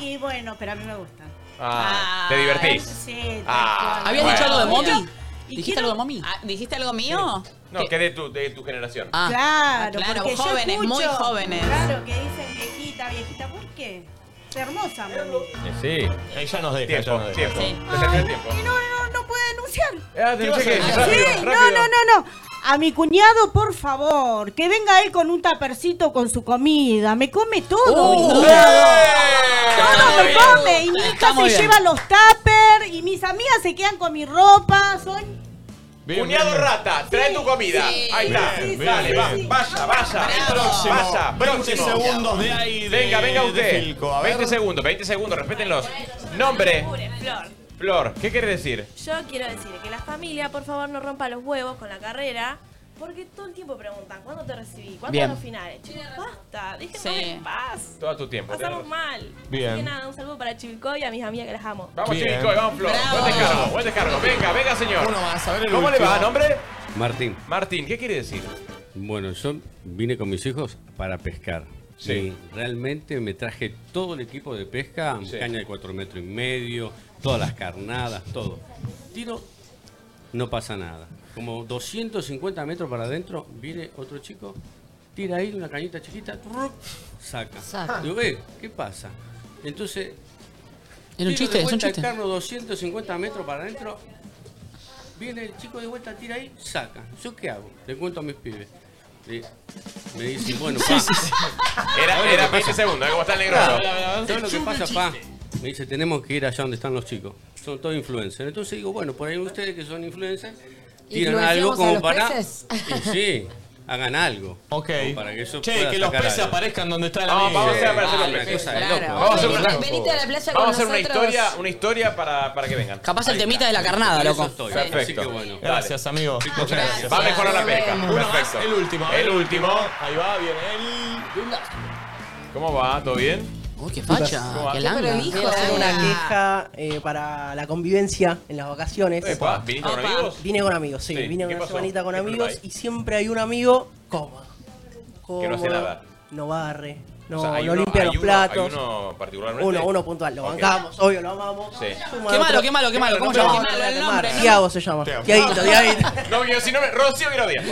Speaker 25: Y bueno, pero a mí me gusta.
Speaker 3: Ah, te divertís.
Speaker 25: Sí.
Speaker 3: Ah,
Speaker 4: ¿Habías dicho algo de
Speaker 3: bueno.
Speaker 4: Moni? ¿Dijiste algo Ah, de Moni?
Speaker 5: ¿Dijiste algo Ah, mío?
Speaker 3: No, que de tu, de tu generación.
Speaker 13: Ah.
Speaker 25: Claro,
Speaker 5: claro,
Speaker 25: porque yo
Speaker 5: jóvenes, muy
Speaker 25: escucho,
Speaker 5: jóvenes.
Speaker 25: Claro, que dicen viejita, viejita, ¿por qué? hermosa, mami.
Speaker 1: Sí. Ella nos deja, ella nos deja.
Speaker 25: Se terminó el tiempo. Y no, no, no puede denunciar.
Speaker 3: Eh,
Speaker 1: Ah,
Speaker 25: Sí,
Speaker 1: denuncié que- rápido,
Speaker 25: no,
Speaker 1: rápido.
Speaker 25: no, no, no. A mi cuñado, por favor, que venga él con un tapercito con su comida. Me come
Speaker 1: Oh,
Speaker 25: todo, mi cuñado. Todo me come. Y mi hija
Speaker 8: muy
Speaker 25: se
Speaker 8: bien.
Speaker 25: lleva los tapers. Y mis amigas se quedan con mi ropa. Soy
Speaker 1: Cuñado rata, trae tu comida. Ahí está. Dale, va. Vaya, vaya.
Speaker 3: Próximo.
Speaker 1: Vaya,
Speaker 3: 20
Speaker 1: próximo.
Speaker 3: segundos
Speaker 1: de ahí.
Speaker 3: Venga, venga usted. 20
Speaker 1: 20
Speaker 3: segundos, 20 segundos, respétenlos. Nombre,
Speaker 12: Flor.
Speaker 3: Flor, ¿qué quiere decir?
Speaker 12: Yo quiero decir que la familia, por favor, no rompa los huevos con la carrera. Porque todo el tiempo preguntan, ¿cuándo te recibí? ¿Cuándo
Speaker 3: Bien.
Speaker 12: los finales? Chicos, basta, déjenme
Speaker 3: Sí.
Speaker 12: en paz.
Speaker 3: Todo tu tiempo. tenés
Speaker 12: Pasamos
Speaker 3: razón.
Speaker 12: mal.
Speaker 3: Bien.
Speaker 12: Así que nada, un saludo para Chivicoy y a mis amigas que las amo.
Speaker 3: Vamos,
Speaker 13: Bien.
Speaker 3: chicos, vamos, Flor. Buen descargo, buen descargo. Venga, venga, señor.
Speaker 13: Uno más, a ver el
Speaker 3: ¿Cómo le va?
Speaker 13: último.
Speaker 3: ¿Nombre?
Speaker 13: Martín.
Speaker 3: Martín, ¿qué quiere decir?
Speaker 13: Bueno, yo vine con mis hijos para pescar.
Speaker 3: Sí.
Speaker 13: Y realmente me traje todo el equipo de pesca, caña de 4 metros y medio, todas las carnadas, todo. Tiro, no pasa nada. Como 250 metros para adentro, viene otro chico, tira ahí una cañita chiquita, truc, saca.
Speaker 8: Saca.
Speaker 13: Digo, "Eh, ¿qué pasa? Entonces,
Speaker 4: Era un
Speaker 13: tiro
Speaker 4: chiste,
Speaker 13: de
Speaker 4: es un
Speaker 13: vuelta el
Speaker 4: chiste.
Speaker 13: carno 250 metros para adentro, viene el chico de vuelta, tira ahí, saca. ¿Yo qué hago? Le cuento a mis pibes. Le- me dicen, bueno, pa.
Speaker 3: Era-
Speaker 13: ¿Sabes lo
Speaker 3: era 20
Speaker 13: que pasa?
Speaker 1: ¿eh?
Speaker 3: segundos, ¿cómo está el negro?
Speaker 13: Claro, claro, ¿Sabes lo
Speaker 3: Te
Speaker 13: que
Speaker 3: chupa el
Speaker 13: pasa, pa? Me dice, tenemos que ir allá donde están los chicos. Son todos influencers. Entonces digo, bueno, por ahí ustedes que son influencers, tiran algo
Speaker 2: ¿Influenciamos a
Speaker 13: como
Speaker 2: los
Speaker 13: para.
Speaker 2: peces?
Speaker 13: *laughs* Y sí, hagan algo.
Speaker 1: Ok.
Speaker 13: Como Para que yo
Speaker 1: Che,
Speaker 13: pueda
Speaker 1: que los
Speaker 13: sacar
Speaker 1: peces
Speaker 13: algo.
Speaker 1: aparezcan donde está la
Speaker 13: No,
Speaker 1: mía.
Speaker 13: vamos a hacer
Speaker 1: Sí,
Speaker 13: aparecer los una peces. cosa de Claro. loco.
Speaker 3: Vamos a hacer una,
Speaker 2: Venite a la playa
Speaker 3: eh, vamos a hacer
Speaker 2: con
Speaker 3: una
Speaker 2: nosotros.
Speaker 3: historia, una historia para, para que vengan.
Speaker 4: Capaz el
Speaker 3: Ahí
Speaker 4: temita
Speaker 3: está.
Speaker 4: de la carnada, loco.
Speaker 3: Perfecto.
Speaker 1: Así que bueno. Gracias, amigo. Muchas gracias.
Speaker 3: Va a mejorar la pesca.
Speaker 1: Uno más,
Speaker 3: Perfecto.
Speaker 1: el último.
Speaker 3: El último.
Speaker 1: Ahí va, viene el.
Speaker 3: ¿Cómo va? ¿Todo bien?
Speaker 4: Uy, qué
Speaker 3: facha, qué langa.
Speaker 14: Quiero hacer una queja eh, para la convivencia en las vacaciones.
Speaker 3: Epa, ¿viniste con Opa. amigos?
Speaker 14: Vine con amigos, sí.
Speaker 3: Sí,
Speaker 14: Vine
Speaker 3: ¿qué
Speaker 14: una
Speaker 3: pasó?
Speaker 14: semanita con
Speaker 3: ¿Qué
Speaker 14: amigos
Speaker 3: problema hay?
Speaker 14: y siempre hay un amigo coma.
Speaker 3: Que no hace
Speaker 14: Cómodo,
Speaker 3: nada.
Speaker 14: No barre, no,
Speaker 3: O sea, hay
Speaker 14: no
Speaker 3: uno-
Speaker 14: limpia
Speaker 3: hay
Speaker 14: los
Speaker 3: uno-
Speaker 14: platos.
Speaker 3: hay uno particularmente.
Speaker 14: Uno, uno puntual. Lo
Speaker 3: Ok.
Speaker 14: bancamos, obvio, lo amamos.
Speaker 3: Sí.
Speaker 14: Suma
Speaker 4: Qué
Speaker 14: otro-
Speaker 4: malo, qué malo, qué malo, ¿cómo se llama?
Speaker 14: No,
Speaker 4: Qué malo el
Speaker 14: no,
Speaker 4: nombre,
Speaker 14: no,
Speaker 4: ¿no?
Speaker 14: Tiago se llama. Tiaguito, Tiaguito.
Speaker 3: *laughs* No, yo si no me. Rocío Guiro Díaz.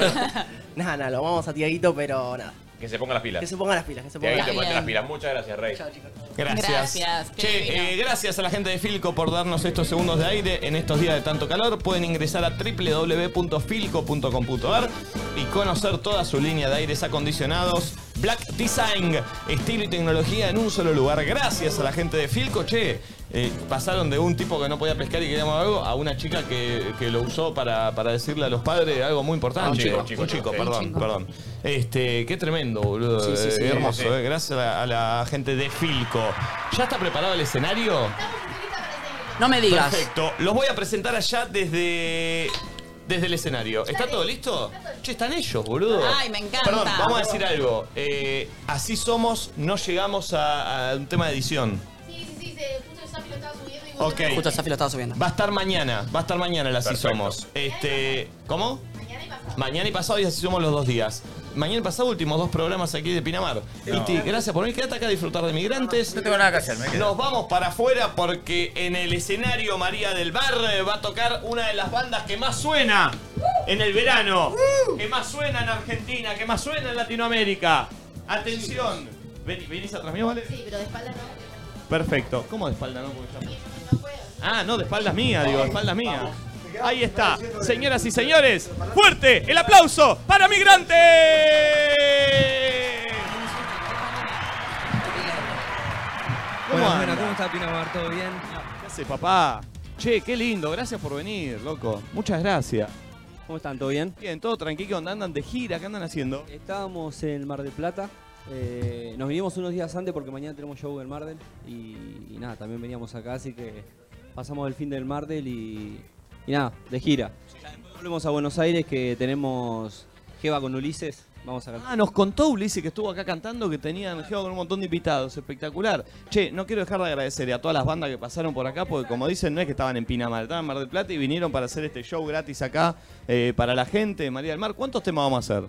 Speaker 14: Nada, nada, lo vamos a Tiaguito, pero nada.
Speaker 3: Que se pongan las pilas.
Speaker 14: Que se pongan las pilas, que se pongan
Speaker 3: Tiaguito,
Speaker 14: las pilas.
Speaker 3: ponete las pilas. Muchas gracias, Rey.
Speaker 1: Gracias.
Speaker 14: Gracias, qué
Speaker 1: Che, eh, gracias a la gente de Filco por darnos estos segundos de aire en estos días de tanto calor. Pueden ingresar a www.filco.com.ar y conocer toda su línea de aires acondicionados. Black Design, estilo y tecnología en un solo lugar. Gracias a la gente de Filco, che. eh, pasaron de un tipo que no podía pescar y queríamos algo a una chica que, que lo usó para, para decirle a los padres algo muy importante.
Speaker 3: Ah, un chico,
Speaker 1: un chico,
Speaker 3: un chico, sí.
Speaker 1: perdón,
Speaker 3: Un chico.
Speaker 1: perdón. Este, qué tremendo, boludo.
Speaker 3: Sí, sí, sí.
Speaker 1: Eh, hermoso,
Speaker 3: Sí.
Speaker 1: eh. Gracias a la, a la gente de Filco. ¿Ya está preparado el escenario?
Speaker 4: No me digas.
Speaker 1: Perfecto. Los voy a presentar allá desde. Desde el escenario. ¿Está todo listo? Che, están ellos, boludo.
Speaker 5: Ay, me encanta.
Speaker 1: Perdón, vamos a decir algo. Eh, así somos, no llegamos a, a un tema de edición.
Speaker 15: Sí, sí, sí, se- justo el Safi lo estaba subiendo y
Speaker 1: Ok.
Speaker 4: Justo el Safi lo estaba subiendo.
Speaker 1: Va a estar mañana, va a estar mañana el Así Somos. Este, ¿Cómo? Mañana y pasado y así somos los dos días. Mañana y pasado, últimos dos programas aquí de Pinamar. Iti, gracias por venir. Quédate acá a disfrutar de migrantes. No tengo nada que hacer. Nos vamos para afuera porque en el escenario María del Bar eh, va a tocar una de las bandas que más suena en el verano. Que más suena en Argentina, que más suena en Latinoamérica. Atención. Ven- ¿Venís atrás mío, vale?
Speaker 15: Sí, pero de espaldas no.
Speaker 1: Perfecto. ¿Cómo de espalda no? Porque está- Ah, no, de espaldas mía, digo, de espaldas mía. Ahí está. Señoras y señores, fuerte el aplauso para Migrantes. ¿Cómo
Speaker 21: Bueno, bueno,
Speaker 1: anda? Ah,
Speaker 21: ¿cómo está Pinamar? ¿Todo bien?
Speaker 1: ¿Qué hace, papá? Che, qué lindo. Gracias por venir, loco. Muchas gracias.
Speaker 21: ¿Cómo están? ¿Todo bien?
Speaker 1: Bien, todo tranquilo. ¿Qué onda? ¿Andan de gira? ¿Qué andan haciendo?
Speaker 21: Estábamos en Mar del Plata. eh, nos vinimos unos días antes porque mañana tenemos show en Mar del. Y, y nada, también veníamos acá, así que pasamos el fin del Mar del y, y nada, de gira. Volvemos a Buenos Aires que tenemos Jeva con Ulises. Vamos a cantar.
Speaker 1: Ah, nos contó Ulises que estuvo acá cantando que tenían Geo con un montón de invitados. Espectacular. Che, no quiero dejar de agradecer a todas las bandas que pasaron por acá, porque como dicen, no es que estaban en Pinamar, estaban en Mar del Plata y vinieron para hacer este show gratis acá eh, para la gente de María del Mar. ¿Cuántos temas vamos a hacer?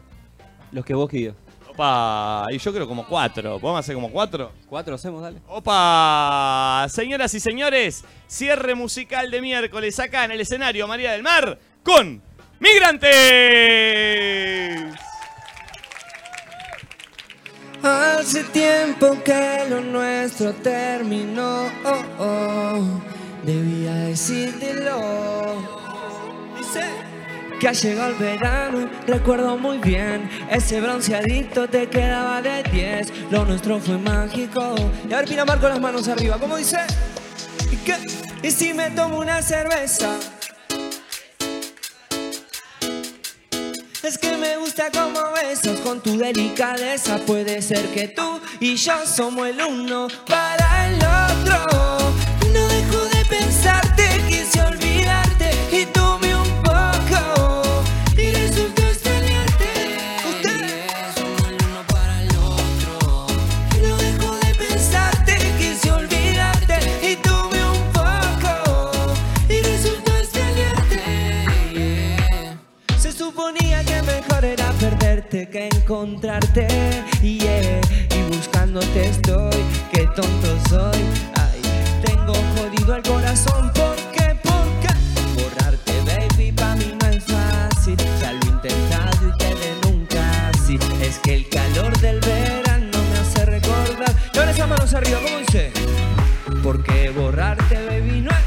Speaker 21: Los que vos quieras.
Speaker 1: Opa, y yo creo como cuatro. ¿Podemos hacer como cuatro?
Speaker 21: Cuatro hacemos, dale.
Speaker 1: Opa, señoras y señores, cierre musical de miércoles acá en el escenario María del Mar con Migrantes.
Speaker 10: Hace tiempo que lo nuestro terminó. oh, oh. Debía decírtelo. Que ha llegado el verano, recuerdo muy bien Ese bronceadito te quedaba de 10 Lo nuestro fue mágico Y a ver Pinamar con las manos arriba, ¿cómo dice? ¿Y qué? ¿Y si me tomo una cerveza? Es que me gusta como besas con tu delicadeza Puede ser que tú y yo somos el uno para el otro No dejo de pensarte, quise olvidarte y tuve un poco Y resultó extrañarte No dejo de pensarte, quise olvidarte y tuve un poco Y resultó extrañarte se suponía que mejor era perderte que encontrarte. Yeah. Y buscándote estoy, qué tonto soy. Ay, tengo jodido el corazón. ¿Por qué? ¿Por qué? Borrarte, baby, pa' mí no es fácil. Ya lo he intentado y quedé nunca así. Es que el calor del verano me hace recordar. Y ahora esas manos arriba, ¿cómo dice? Porque borrarte, baby, no es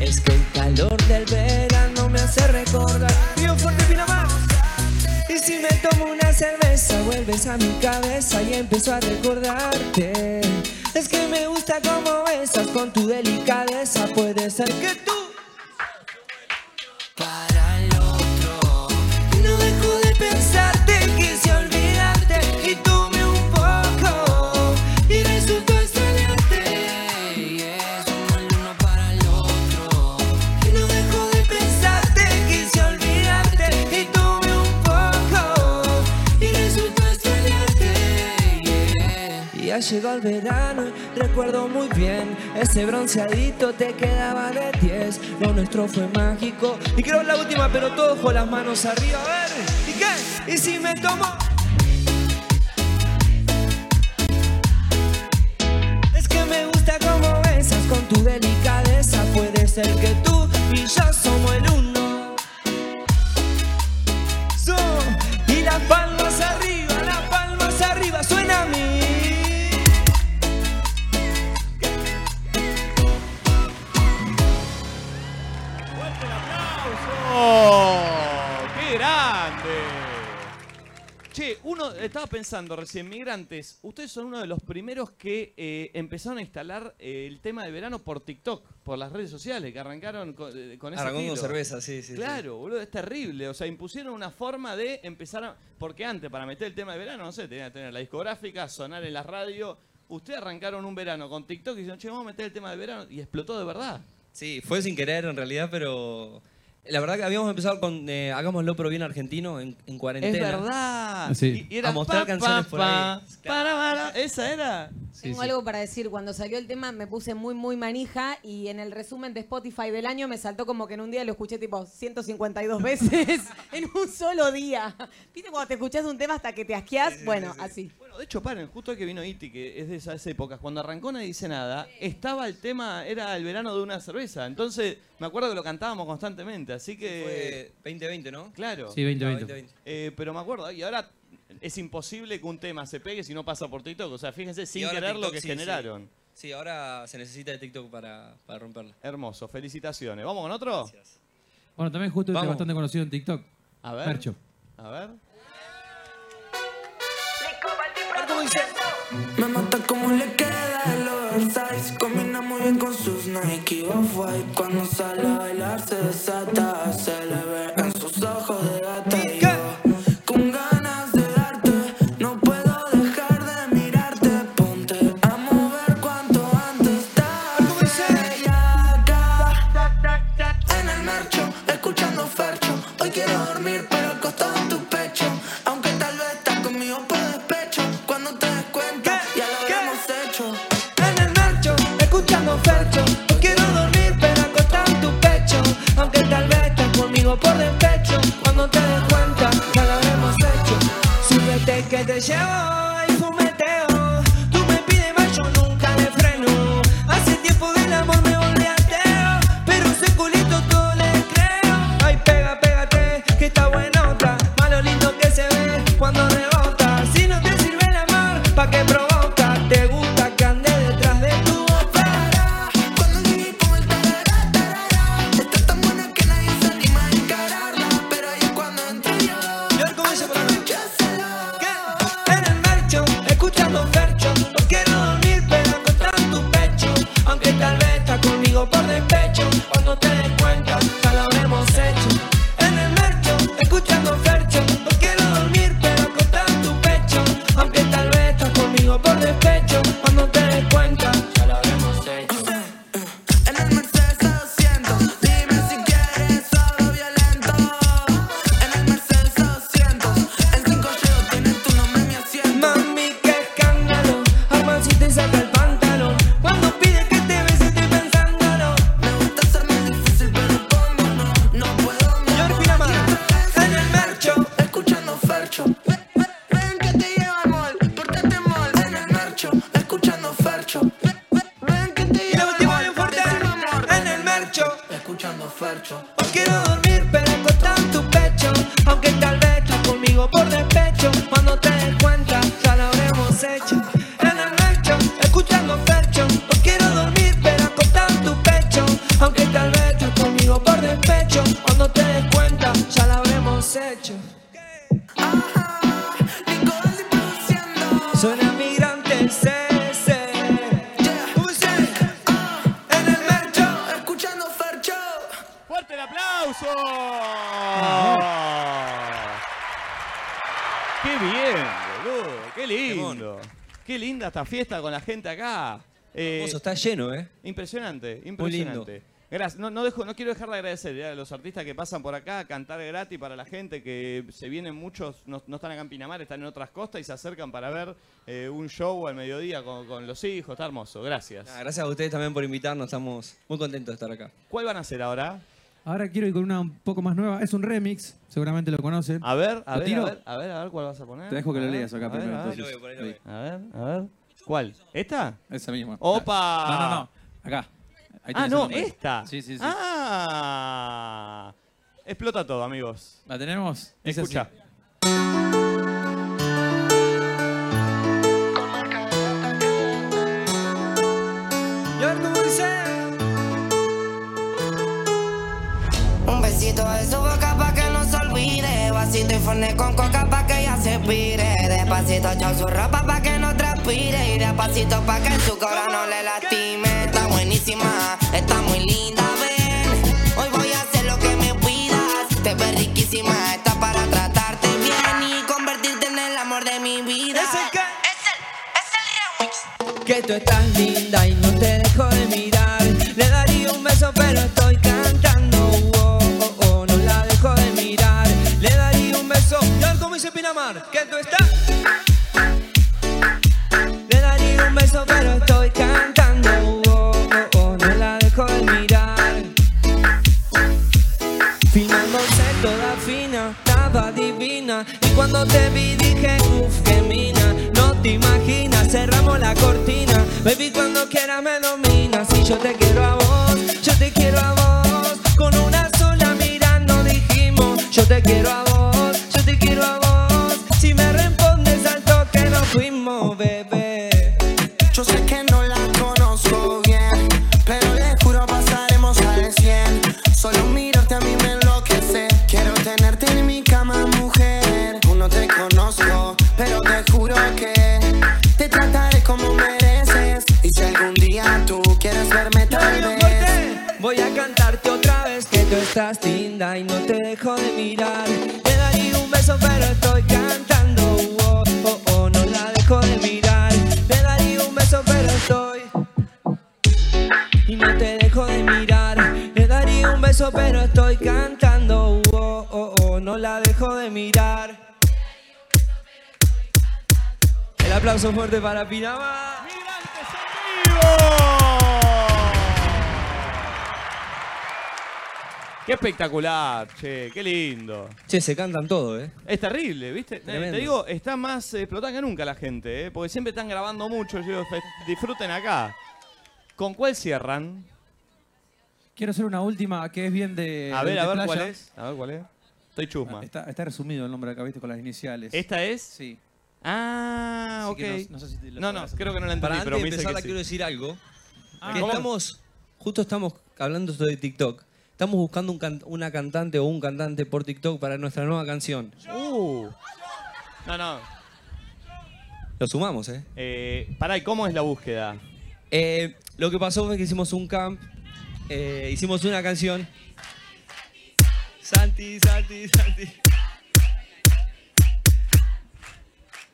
Speaker 10: Es que el calor del verano me hace recordar Bien fuerte Pinamar Y si me tomo una cerveza Vuelves a mi cabeza y empiezo a recordarte Es que me gusta como besas Con tu delicadeza Puede ser que tú no dejo de pensarte, quise olvidarte y tuve un poco y resultó extrañarte. No dejo de pensarte, quise olvidarte y tuve un poco y resultó extrañarte. Y ha llegado el verano, recuerdo muy bien ese bronceadito te quedaba de 10. Lo nuestro fue mágico y creo es la última, pero todos con las manos arriba. A ver, ¿y qué? ¿Y si me tomo? Es que me gusta como besas con tu delicadeza. Puede ser que tú y yo somos el uno. So, y las palmas arriba, las palmas arriba, suena a mí.
Speaker 1: ¡Qué grande! Che, uno estaba pensando recién, migrantes, ustedes son uno de los primeros que eh, empezaron a instalar eh, el tema de verano por TikTok, por las redes sociales, que arrancaron con, eh, con ese
Speaker 9: Arrancó con
Speaker 1: estilo.
Speaker 9: cerveza, sí, sí, sí.
Speaker 1: Claro, boludo, es terrible. O sea, impusieron una forma de empezar a... Porque antes, para meter el tema de verano, no sé, tenía que tener la discográfica, sonar en la radio. Ustedes arrancaron un verano con TikTok y dijeron, che, vamos a meter el tema de verano. Y explotó de verdad.
Speaker 9: Sí, fue sin querer en realidad, pero la verdad que habíamos empezado con eh, Hagámoslo pero bien argentino en, en cuarentena.
Speaker 1: Es verdad.
Speaker 9: Sí.
Speaker 1: Y, y era
Speaker 9: a mostrar
Speaker 1: pa,
Speaker 9: canciones
Speaker 1: pa,
Speaker 9: por ahí.
Speaker 1: pa, Para, para, esa era.
Speaker 23: Tengo algo para decir. Cuando salió el tema me puse muy, muy manija y en el resumen de Spotify del año me saltó como que en un día lo escuché tipo 152 veces *laughs* en un solo día. ¿Viste cuando te escuchás un tema hasta que te asqueás? bueno, así.
Speaker 1: Bueno, de hecho, paren, justo hoy que vino Iti, que es de esas épocas, cuando arrancó Nadie Dice Nada, estaba el tema, era el verano de una cerveza. Entonces, me acuerdo que lo cantábamos constantemente, así que...
Speaker 9: Fue 2020, ¿no?
Speaker 1: Claro.
Speaker 9: Sí, 2020. Ah, 2020.
Speaker 1: Eh, pero me acuerdo, y ahora es imposible que un tema se pegue si no pasa por TikTok. O sea, fíjense,
Speaker 9: Y
Speaker 1: sin
Speaker 9: ahora
Speaker 1: querer lo
Speaker 9: TikTok,
Speaker 1: que
Speaker 9: sí,
Speaker 1: generaron.
Speaker 9: Sí. Sí, ahora se necesita de TikTok para, para romperla.
Speaker 1: Hermoso, felicitaciones. ¿Vamos con otro?
Speaker 22: Bueno, también justo este
Speaker 1: Vamos.
Speaker 22: bastante conocido en TikTok.
Speaker 1: A ver.
Speaker 22: Mercho.
Speaker 1: A ver.
Speaker 8: Me mata como le queda el oversize Combina muy bien con sus Nike y Off-White Cuando sale a bailar se desata Se le ve en sus ojos de gata Y yo con ganas de darte No puedo dejar de mirarte Ponte a mover cuanto antes Tarde ya acá En el marcho, escuchando Fercho Hoy quiero dormir pero acostado en tu pecho Aunque tal vez estás conmigo por despecho Cuando te des cuenta ya lo habíamos hecho
Speaker 10: En el marcho, escuchando Fercho. No quiero dormir, pero acostado en tu pecho. Aunque tal vez estás conmigo por despecho. Cuando te des cuenta, ya lo habremos hecho. Súbete que te llevo y fumeteo. Tú me pides más, yo nunca le freno. Hace tiempo del amor me volví ateo. Pero ese culito todo le creo. Ay, pega, pégate, que está buenota. Malo lindo que se ve cuando rebota. Si no te sirve el amor, ¿pa' qué provoca? Te gusta que ande detrás de tu boca. Cuando llegué como el tarará, tarará. Está tan buena que nadie se anima a encararla. Pero ahí es cuando entro yo. Yo el comienzo para mí. ¿Qué? En el mercho, escuchando fercho. No quiero dormir, pero acostar en tu pecho. Aunque tal vez estás conmigo por despecho. Cuando te des cuenta, ya lo habremos hecho. En el mercho, escuchando fercho. No quiero dormir, pero acostar en tu pecho. Aunque tal vez estás conmigo por despecho. Cuando te des cuenta, ya lo habremos hecho. En el Mercedes 200, dime si quieres solo violento. En el Mercedes 200, en cinco llego tienes tu nombre en mi asiento. Mami, qué escándalo, Arma si te saca el pantalón. Cuando pides que te beses estoy pensándolo. Me gusta hacerme difícil, pero cómo no, no puedo Señor Pinamar, en el mercho, escuchando Fercho. Ven, ven, ven que te llevo al mall, portate mall. En el mercho, escuchando Fercho. Y la última bien fuerte en el mercho. Escuchando fercho. Hoy quiero dormir, pero acostado en tu pecho. Aunque tal vez estás conmigo por despecho. Cuando te des cuenta, ya lo habremos hecho. En el mercho, escuchando fercho. Hoy quiero dormir, pero acostado en tu pecho. Aunque tal vez estás conmigo por despecho. Cuando te des cuenta, ya lo habremos hecho. Suena migrante CC. Puse eh, en el mercho, Ah. escuchando Fercho. ¡Fuerte el aplauso!
Speaker 1: Ah. ¡Qué bien, boludo! ¡Qué lindo! ¡Qué linda esta fiesta con la gente acá! Eh,
Speaker 9: Hermoso, está lleno, ¿eh?
Speaker 1: Impresionante,
Speaker 9: lindo.
Speaker 1: impresionante. Gracias. No, no, dejo, no quiero dejar de agradecer eh, a los artistas que pasan por acá, cantar gratis para la gente, que se vienen muchos, no, no están acá en Pinamar, están en otras costas y se acercan para ver eh, un show al mediodía con, con los hijos. Está hermoso, gracias.
Speaker 9: Ah, gracias a ustedes también por invitarnos, estamos muy contentos de estar acá.
Speaker 1: ¿Cuál van a hacer ahora?
Speaker 22: Ahora quiero ir con una un poco más nueva. Es un remix, seguramente lo conocen.
Speaker 1: A ver, a
Speaker 22: ¿Lo
Speaker 1: ver,
Speaker 22: tiro?
Speaker 1: a ver, a ver, a ver cuál vas a poner.
Speaker 22: Te dejo que lo
Speaker 1: A ver,
Speaker 22: leas acá
Speaker 1: a ver,
Speaker 22: primero,
Speaker 1: a ver.
Speaker 22: entonces. Ahí.
Speaker 1: A ver, a ver. ¿Cuál? ¿Esta?
Speaker 22: Esa misma.
Speaker 1: ¡Opa!
Speaker 22: No, no, no. Acá. Ahí
Speaker 1: ah,
Speaker 22: tenés el
Speaker 1: no,
Speaker 22: nombre.
Speaker 1: esta.
Speaker 22: Sí, sí, sí.
Speaker 1: Ah. Explota todo, amigos.
Speaker 22: ¿La tenemos? Dice así.
Speaker 1: Escucha.
Speaker 10: Y ahora como dice.
Speaker 6: Un besito de su boca pa' que no se olvide. Vasito y forne con coca pa' que ella se pire. Despacito echó su ropa pa' que no transpire. Y despacito pa' que su cobra no le lastime. Está buenísima, está muy linda, ven. Hoy voy a hacer lo que me pidas. Te ves riquísima, está para tratarte bien y convertirte en el amor de mi vida.
Speaker 10: Que tú estás linda y no te dejo de mirar. Le daría un beso, pero estoy cantando. Oh, oh, oh, no la dejo de mirar. Le daría un beso, tal como dice Pinamar. Que tú estás. Le daría un beso, pero estoy cantando. Oh, oh, oh, no la dejo de mirar. Finándose toda fina, estaba divina. Y cuando te vi dije, uff, qué mina. No te imaginas, cerramos la cortina. Baby, cuando quieras me dominas. Y yo te quiero a vos, yo te quiero a vos. Con una sola mirada nos dijimos, yo te quiero a vos, yo te quiero a vos. Si me respondes al toque, nos fuimos, bebé.
Speaker 6: Yo sé que no la conozco bien, pero le juro pasaremos al 100. Solo mirarte a mí me enloquece. Quiero tenerte en mi cama, mujer. Aún no te conozco, pero te juro que te trataré como mereces. Y si algún día tú quieres verme tal vez,
Speaker 10: Voy a cantarte otra vez que tú estás linda y no te dejo de mirar. Te daría un beso pero estoy cantando. Oh, oh, oh, no la dejo de mirar. Te daría un beso pero estoy y no te dejo de mirar. Le daría un beso pero estoy cantando. Oh, oh, oh, no la dejo de mirar. El aplauso fuerte para Pinamar.
Speaker 1: Qué espectacular, che, qué lindo.
Speaker 9: Che, se cantan todo, ¿eh?
Speaker 1: Es terrible, ¿viste? Eh,
Speaker 9: Tremendo.
Speaker 1: Te digo, está más eh, explotada que nunca la gente, ¿eh? Porque siempre están grabando mucho, yo digo, fe- disfruten acá. ¿Con cuál cierran?
Speaker 22: Quiero hacer una última que es bien de.
Speaker 1: A
Speaker 22: de-
Speaker 1: ver, a
Speaker 22: Eh, de
Speaker 1: ver
Speaker 22: playa.
Speaker 1: cuál es. A ver cuál es. Estoy chusma.
Speaker 22: Está, está resumido el nombre acá, viste, con las iniciales.
Speaker 1: ¿Esta es?
Speaker 22: Sí.
Speaker 1: Ah,
Speaker 22: Así
Speaker 1: ok.
Speaker 22: que no- no sé si te lo
Speaker 1: no, no,
Speaker 22: sabrás.
Speaker 1: creo que no la entendí,
Speaker 22: Para
Speaker 1: pero
Speaker 22: antes
Speaker 1: me
Speaker 22: de
Speaker 1: dice
Speaker 22: empezar
Speaker 1: que
Speaker 22: la
Speaker 1: sí.
Speaker 22: quiero
Speaker 10: decir algo.
Speaker 22: Ah,
Speaker 10: Que
Speaker 22: ¿cómo?
Speaker 10: estamos, justo estamos hablando esto de TikTok. Estamos buscando un can- una cantante o un cantante por TikTok para nuestra nueva canción.
Speaker 1: Uh. No, no.
Speaker 10: Lo sumamos, ¿eh?
Speaker 1: Eh, pará, ¿y cómo es la búsqueda?
Speaker 10: Eh, lo que pasó fue que hicimos un camp, eh, hicimos una canción. Santi, Santi, Santi.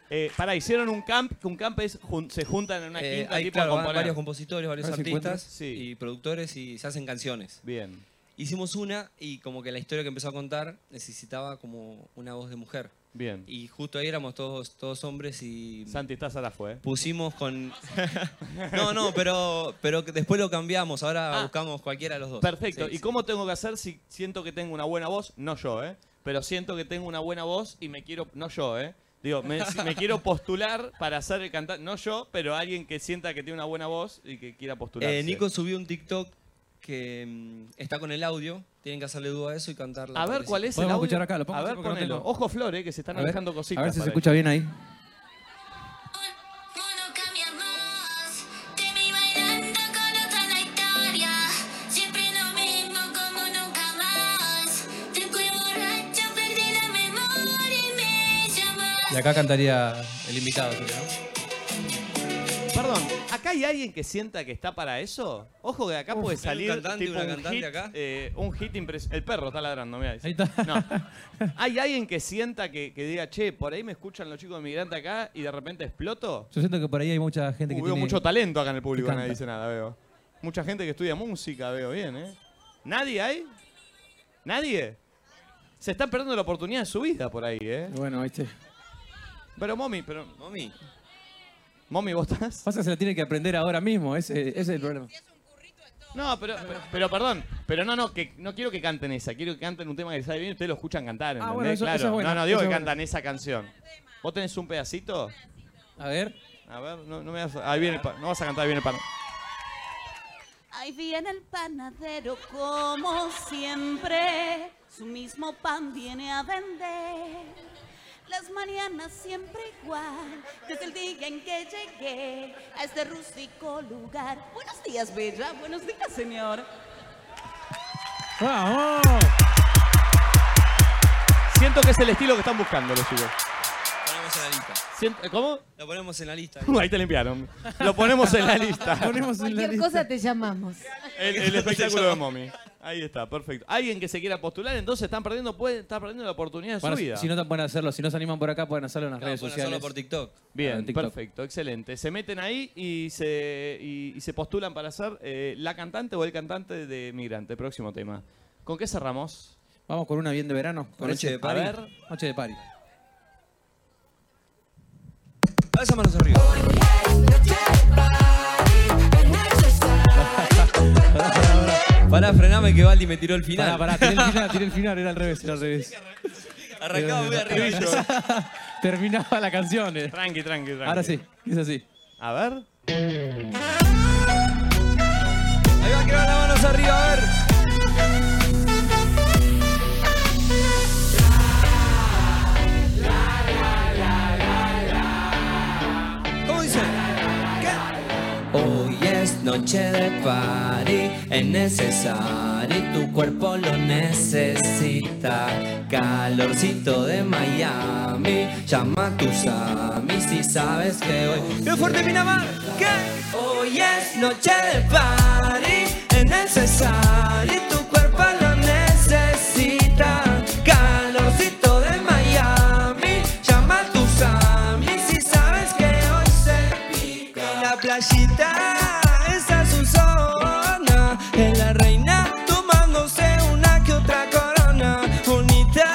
Speaker 1: Eh, pará, hicieron un camp, que un camp es jun- se juntan en una
Speaker 10: Eh,
Speaker 1: quinta
Speaker 10: hay
Speaker 1: tipo
Speaker 10: claro,
Speaker 1: a
Speaker 10: van
Speaker 1: componer.
Speaker 10: varios compositores, varios
Speaker 1: A ver si
Speaker 10: artistas
Speaker 1: encuentro. Sí.
Speaker 10: y productores y se hacen canciones.
Speaker 1: Bien.
Speaker 10: Hicimos una y como que la historia que empezó a contar necesitaba como una voz de mujer.
Speaker 1: Bien.
Speaker 10: Y justo ahí éramos todos, todos hombres y...
Speaker 1: Santi, estás ¿eh? a la fue.
Speaker 10: Pusimos con... *laughs* no, no, pero, pero que después lo cambiamos.
Speaker 1: Ah.
Speaker 10: Ahora buscamos cualquiera de los dos. Eh,
Speaker 1: Perfecto.
Speaker 10: Sí,
Speaker 1: ¿Y
Speaker 10: sí.
Speaker 1: cómo tengo que hacer si siento que tengo una buena voz? No yo, ¿eh? Pero siento que tengo una buena voz y me quiero... No yo, ¿eh? Digo, me, *laughs* si me quiero postular para ser el cantante. No yo, pero alguien que sienta que tiene una buena voz y que quiera postular.
Speaker 10: Eh, Nico subió un TikTok que mm, está con el audio. Tienen que hacerle duda a eso y cantarla.
Speaker 1: A ver cuál es el
Speaker 10: Podemos
Speaker 1: audio.
Speaker 10: escuchar acá, lo pongo
Speaker 1: a
Speaker 10: así
Speaker 1: ver,
Speaker 10: porque no
Speaker 1: ponelo.
Speaker 10: tengo.
Speaker 1: Ojo, Flor, eh, que se están
Speaker 22: A ver,
Speaker 1: alejando cositas.
Speaker 22: a ver si se
Speaker 1: para
Speaker 22: escucha
Speaker 1: ahí.
Speaker 22: bien ahí.
Speaker 8: Siempre lo mismo como nunca más. Te fui borracho, perdí la memoria y me llamas.
Speaker 10: Y acá cantaría el invitado.
Speaker 1: Perdón, ¿acá hay alguien que sienta que está para eso? Ojo que de acá
Speaker 10: Uf,
Speaker 1: puede
Speaker 10: ¿hay un
Speaker 1: salir
Speaker 10: cantante,
Speaker 1: tipo
Speaker 10: una
Speaker 1: un
Speaker 10: cantante
Speaker 1: hit,
Speaker 10: acá?
Speaker 1: eh, un hit impresionante. El perro está ladrando, mira. Ahí está. No.
Speaker 22: *laughs*
Speaker 1: ¿Hay alguien que sienta que, que diga, che, por ahí me escuchan los chicos de migrante acá y de repente exploto?
Speaker 22: Yo siento que por ahí hay mucha gente que
Speaker 1: Uh, veo
Speaker 22: tiene-
Speaker 1: mucho talento acá en el público,
Speaker 22: que
Speaker 1: nadie
Speaker 22: canta.
Speaker 1: dice nada, veo. Mucha gente que estudia música, veo bien, ¿eh? ¿Nadie hay? ¿Nadie? Se están perdiendo la oportunidad de su vida por ahí, ¿eh?
Speaker 22: Bueno, viste.
Speaker 1: Pero Momi, pero... Momi. Momi, ¿vos estás?
Speaker 22: Pasa que se la tiene que aprender ahora mismo, ese, ese es el problema.
Speaker 1: No, pero, pero, pero perdón, pero no, no, que no quiero que canten esa, quiero que canten un tema que les sale bien y ustedes lo escuchan cantar, ¿entendés?
Speaker 22: Ah, bueno, eso-
Speaker 1: claro.
Speaker 22: eso es bueno,
Speaker 1: no, no, digo
Speaker 22: eso
Speaker 1: que
Speaker 22: es bueno.
Speaker 1: cantan esa canción. ¿Vos tenés un pedacito?
Speaker 22: A ver.
Speaker 1: A ver, no, no me vas a... Ahí viene el pan, no vas a cantar, ahí viene el pan.
Speaker 5: Ahí viene el panadero como siempre, su mismo pan viene a vender. Las mañanas siempre igual, desde el día en que llegué a este rústico lugar. Buenos días, Bella, buenos días, señor.
Speaker 22: ¡Vamos!
Speaker 1: Siento que es el estilo que están buscando los chicos.
Speaker 10: Ponemos en la lista.
Speaker 1: Siento- ¿Cómo?
Speaker 10: Lo ponemos en la lista.
Speaker 1: *laughs* Ahí te limpiaron. Lo ponemos en la lista.
Speaker 2: Cualquier cosa te llamamos.
Speaker 1: El, el espectáculo de Momi. Ahí está, perfecto. Alguien que se quiera postular, entonces están perdiendo, pueden, están perdiendo la oportunidad de
Speaker 22: Bueno,
Speaker 1: su vida.
Speaker 22: si no te pueden hacerlo, si no se animan por acá, pueden hacerlo en las
Speaker 10: Claro,
Speaker 22: redes
Speaker 10: pueden
Speaker 22: sociales.
Speaker 10: hacerlo por TikTok.
Speaker 1: Bien,
Speaker 22: Claro, en TikTok.
Speaker 1: perfecto, excelente. Se meten ahí y se, y, y se postulan para ser eh, la cantante o el cantante de Migrante. Próximo tema. ¿Con qué cerramos?
Speaker 22: Vamos con una bien de verano. con
Speaker 1: Noche
Speaker 22: ese-
Speaker 1: de party.
Speaker 22: A ver. Noche de party.
Speaker 10: A esas manos
Speaker 22: *laughs*
Speaker 10: arriba. Pará, frename que Valdi me tiró el final.
Speaker 22: Pará, pará, tiré *laughs* el final, tiré el final, era al revés, era al revés.
Speaker 10: Arrancaba muy arriba. *laughs*
Speaker 22: Terminaba la canción. eh.
Speaker 1: Tranqui, tranqui, tranqui.
Speaker 22: Ahora sí, es así.
Speaker 1: A ver.
Speaker 10: Ahí va, que van las manos arriba, a ver. ¿Cómo dice? Hoy es noche de party, es necesario, tu cuerpo lo necesita. Calorcito de Miami, llama a tus amis si sabes que hoy. ¡Qué fuerte Pinamar! ¿Qué? Hoy es noche de party, es necesario, tu cuerpo lo necesita. Calorcito de Miami, llama a tus amis si sabes que hoy se pica. La playita, esa es un zona, es la reina tomándose una que otra corona. Bonita,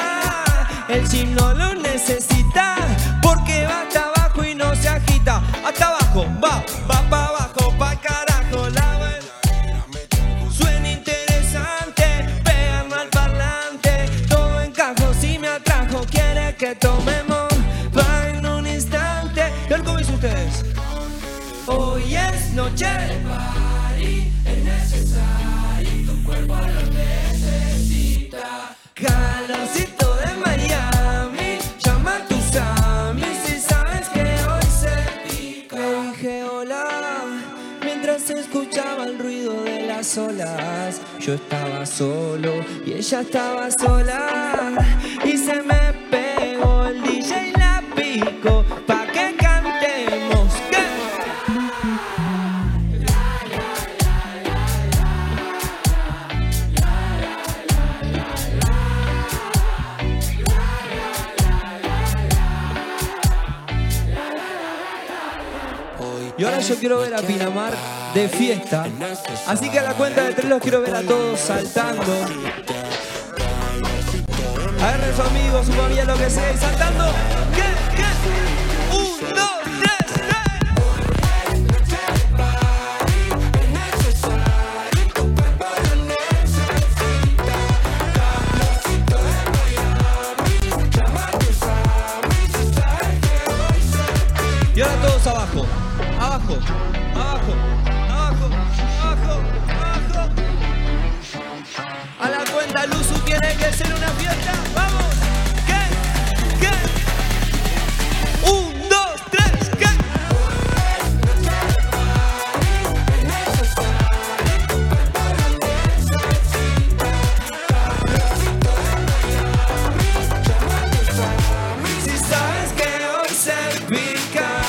Speaker 10: el chino lo necesita, porque va hasta abajo y no se agita. Hasta abajo, va, va para abajo, pa' carajo, la buena. Suena interesante, pegan al parlante. Todo encajo si me atrajo. Quiere que tomemos pa' en un instante. ¿Y ahora ¿Cómo dicen ustedes? Hoy es noche solas, yo estaba solo y ella estaba sola. Y se me pegó el DJ y la pico pa' que cantemos. Y ahora yo quiero ver a Pinamar de fiesta. Así que a la cuenta de tres los quiero ver a todos saltando. Agarren a su amigo, su familia, lo que sea, y saltando. ¿Qué? ¿Qué? Un, dos, tres, tres. Y ahora todos abajo, abajo, abajo, abajo, abajo, abajo. A la cuenta Luzu tiene que ser una fiesta. ¡Vamos! ¿Qué? ¿Qué? Un, dos, tres, ¿qué? Si sabes que hoy se pica.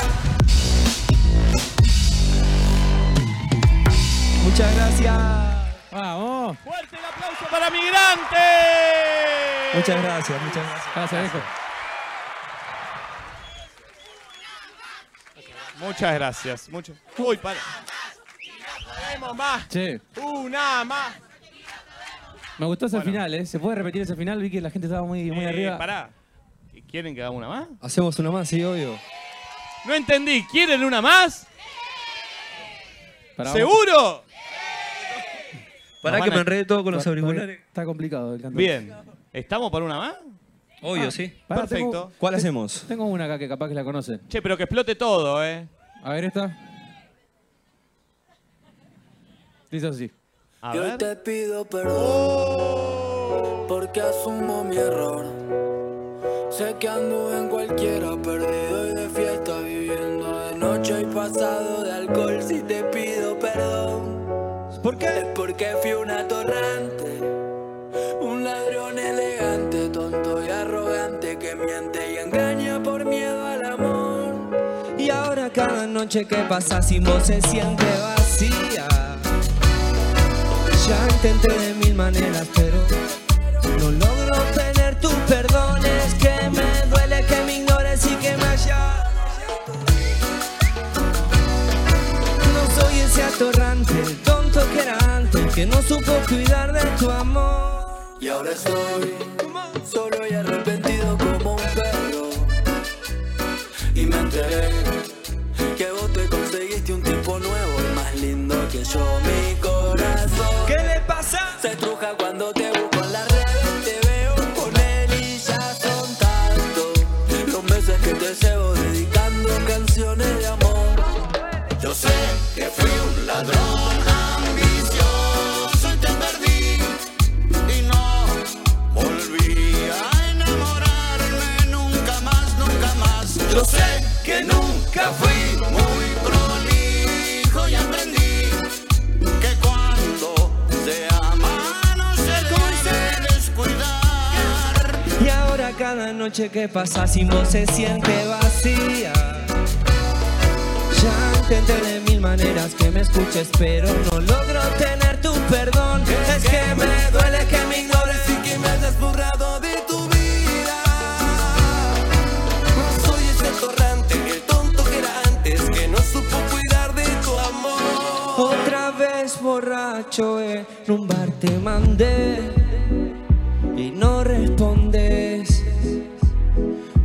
Speaker 10: Muchas gracias.
Speaker 22: Vamos.
Speaker 1: Fuerte el aplauso para Migrante.
Speaker 10: Muchas gracias, muchas gracias.
Speaker 22: Gracias, viejo.
Speaker 1: Muchas gracias. Mucho. Uy, para. Tenemos más.
Speaker 22: Che,
Speaker 1: Una más.
Speaker 22: me gustó ese final, ¿eh? ¿Se puede repetir ese final? Vi que la gente estaba muy, muy
Speaker 1: Eh,
Speaker 22: arriba.
Speaker 1: Pará. ¿Quieren que haga una más?
Speaker 22: Hacemos una más, sí, obvio.
Speaker 1: No entendí. ¿Quieren una más?
Speaker 22: Pará,
Speaker 1: ¿Seguro?
Speaker 22: Nos van a- Está-
Speaker 1: auriculares.
Speaker 22: Está complicado el canto.
Speaker 1: Bien. ¿Estamos para una más?
Speaker 22: Ah, pará, tengo-
Speaker 1: ¿Cuál
Speaker 22: te-
Speaker 1: hacemos?
Speaker 22: Tengo una acá que capaz que la conocen.
Speaker 1: Che, pero que explote todo, ¿eh?
Speaker 22: A ver esta. Dice así.
Speaker 1: A
Speaker 9: Yo te pido
Speaker 10: Oh.
Speaker 9: perdón porque asumo mi error. Sé que anduve en cualquiera, perdido y de fiesta, viviendo de noche y pasado de alcohol. Si te pido perdón,
Speaker 10: ¿por qué?
Speaker 9: Es porque fui un atorrante, un ladrón elegante, tonto y arrogante que miente y engaña por miedo al amor.
Speaker 10: Y ahora cada noche que pasa sin vos se siente vacía. Ya intenté de mil maneras, pero no logro tener tus perdones. Que me duele que me ignores y que me hayas. No soy ese atorrante, el tonto que era antes, que no supo cuidar de tu amor.
Speaker 9: Y ahora estoy solo y arrepentido como un perro. Y me enteré que vos te conseguiste un tipo nuevo y más lindo que yo. Mi corazón.
Speaker 10: ¿Qué le pasa?
Speaker 9: Se truja cuando te busco en la red. Te veo con él y ya son tantos los meses que te llevo dedicando canciones de amor. Yo sé que fui un ladrón ambicioso y te perdí. Y no volví a enamorarme nunca más, nunca más. Yo sé que nunca fui muy prolijo y aprendí que cuando se ama no se debe descuidar.
Speaker 10: Y ahora cada noche que pasa sin vos se siente vacía. Ya intenté de mil maneras que me escuches, pero no logro tener tu perdón. Es que me duele que me ignores y que me hayas borrado de tu vida.
Speaker 9: No soy ese torrante, el tonto que era antes, que no supo cuidar de tu amor.
Speaker 10: Otra vez borracho en un bar te mandé y no respondes.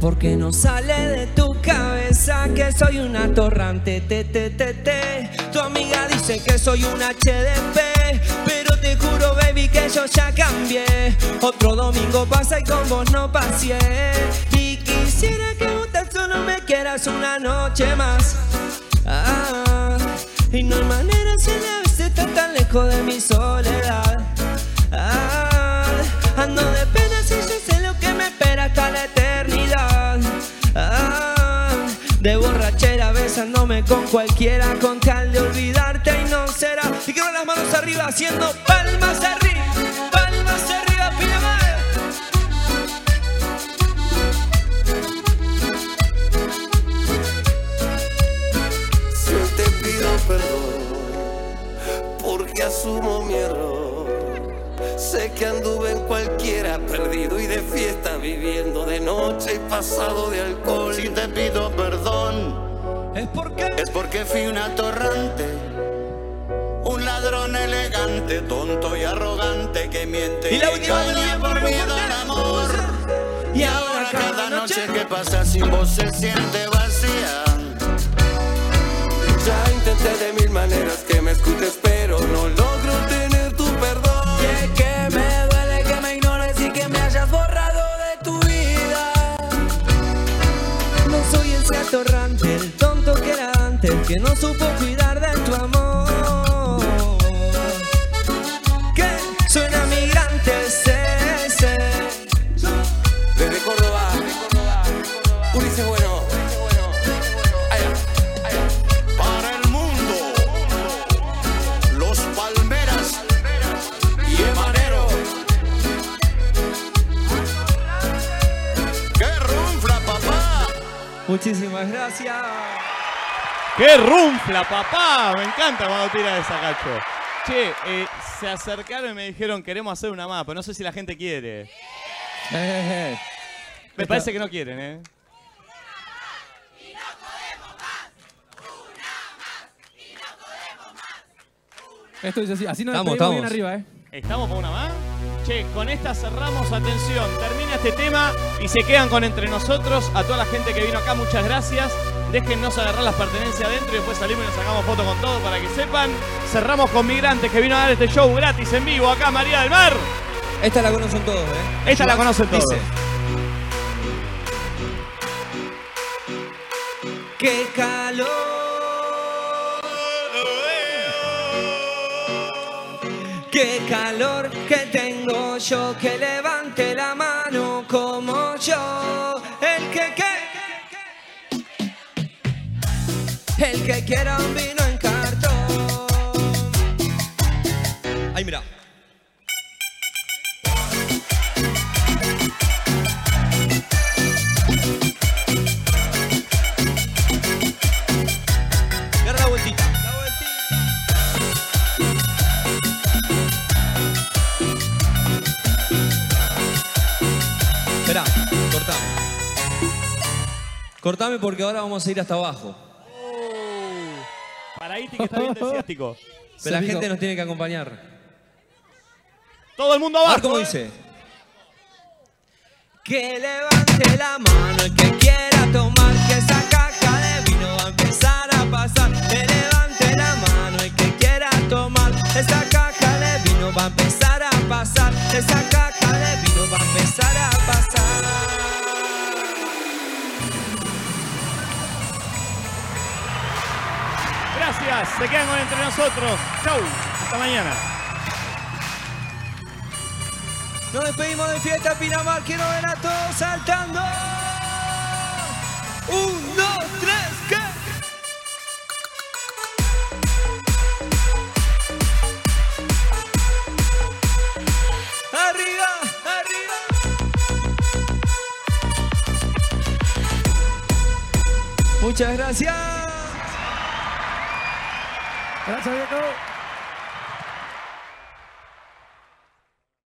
Speaker 10: Porque no sale de tu cabeza que soy un atorrante, te, te, te, te. Tu amiga dice que soy un HDP, pero te juro, baby, que yo ya cambié. Otro domingo pasa y con vos no pasé. Y quisiera que vos tan solo me quieras una noche más. Ah, y no hay manera si la vez está tan lejos de mi soledad. Ah, ando de pena si yo sé lo que me espera hasta la eternidad. Ah, de borrachera besándome con cualquiera con tal de olvidarte y no cabecera y quiero las manos arriba haciendo palmas arriba, palmas arriba, pide más.
Speaker 9: Si hoy te pido perdón, porque asumo mi error. Sé que anduve en cualquiera, perdido y de fiesta, viviendo de noche y pasado de alcohol. Si te pido perdón, es porque es porque fui un atorrante, un ladrón elegante, tonto y arrogante que miente
Speaker 28: Y la
Speaker 9: que
Speaker 28: última
Speaker 9: engaña
Speaker 28: vez
Speaker 9: por
Speaker 28: por
Speaker 9: miedo al
Speaker 28: fuerte.
Speaker 9: amor. Y ahora cada noche que pasa sin vos se siente vacía.
Speaker 10: Ya intenté de mil maneras que me escuches, pero no logro tener tu perdón.
Speaker 28: Y es que me duele que me ignores y que me hayas borrado de tu vida.
Speaker 10: No soy ese atorrante, el tonto que era antes, que no supo cuidar de tu amor. Que soy un migrante, sé, sé.
Speaker 28: Desde Córdoba, Ulises Bueno.
Speaker 9: Para el mundo, los palmeras y emanero. ¡Qué rumfla, papá!
Speaker 22: Muchísimas gracias.
Speaker 1: ¡Qué rumfla, papá! Me encanta cuando tira esa, Cacho. Che, eh, se acercaron y me dijeron, queremos hacer una más, pero no sé si la gente quiere.
Speaker 22: Eh,
Speaker 1: Me parece que no quieren, ¿eh?
Speaker 29: Esto es así, así nos
Speaker 1: Estamos,
Speaker 29: despedimos bien
Speaker 1: estamos.
Speaker 29: arriba, ¿eh?
Speaker 1: ¿Estamos para una más? Che, con esta cerramos, atención, termina este tema y se quedan con entre nosotros. A toda la gente que vino acá, muchas gracias. Déjennos agarrar las pertenencias adentro y después salimos y nos sacamos fotos con todo para que sepan. Cerramos con Migrantes que vino a dar este show gratis en vivo acá, María del Mar.
Speaker 22: Esta la conocen todos, ¿eh?
Speaker 1: Esta la conocen todos.
Speaker 22: Dice,
Speaker 10: ¡Qué calor! ¡Qué calor que tengo yo! Que levante la mano como yo. El que que. El que quiera un vino en cartón.
Speaker 22: Ahí mira.
Speaker 1: Agarra la vueltita.
Speaker 22: Esperá, cortame. Cortame porque ahora vamos a ir hasta abajo.
Speaker 1: Para Iti que está bien de ciático.
Speaker 22: Pero la gente nos tiene que acompañar.
Speaker 1: Todo el mundo ¿eh?
Speaker 22: A ver cómo dice.
Speaker 10: Que levante la mano el que quiera tomar que esa caja de vino va a empezar a pasar. Que levante la mano el que quiera tomar esa caja de vino va a empezar a pasar. Esa caja de vino va a empezar a pasar.
Speaker 1: Gracias, se quedan con entre nosotros. Chau, hasta mañana.
Speaker 10: Nos despedimos de fiesta Pinamar. Quiero ver a todos saltando. Un, dos, tres, que. Arriba, arriba.
Speaker 22: Muchas gracias.
Speaker 29: Gracias, Diego.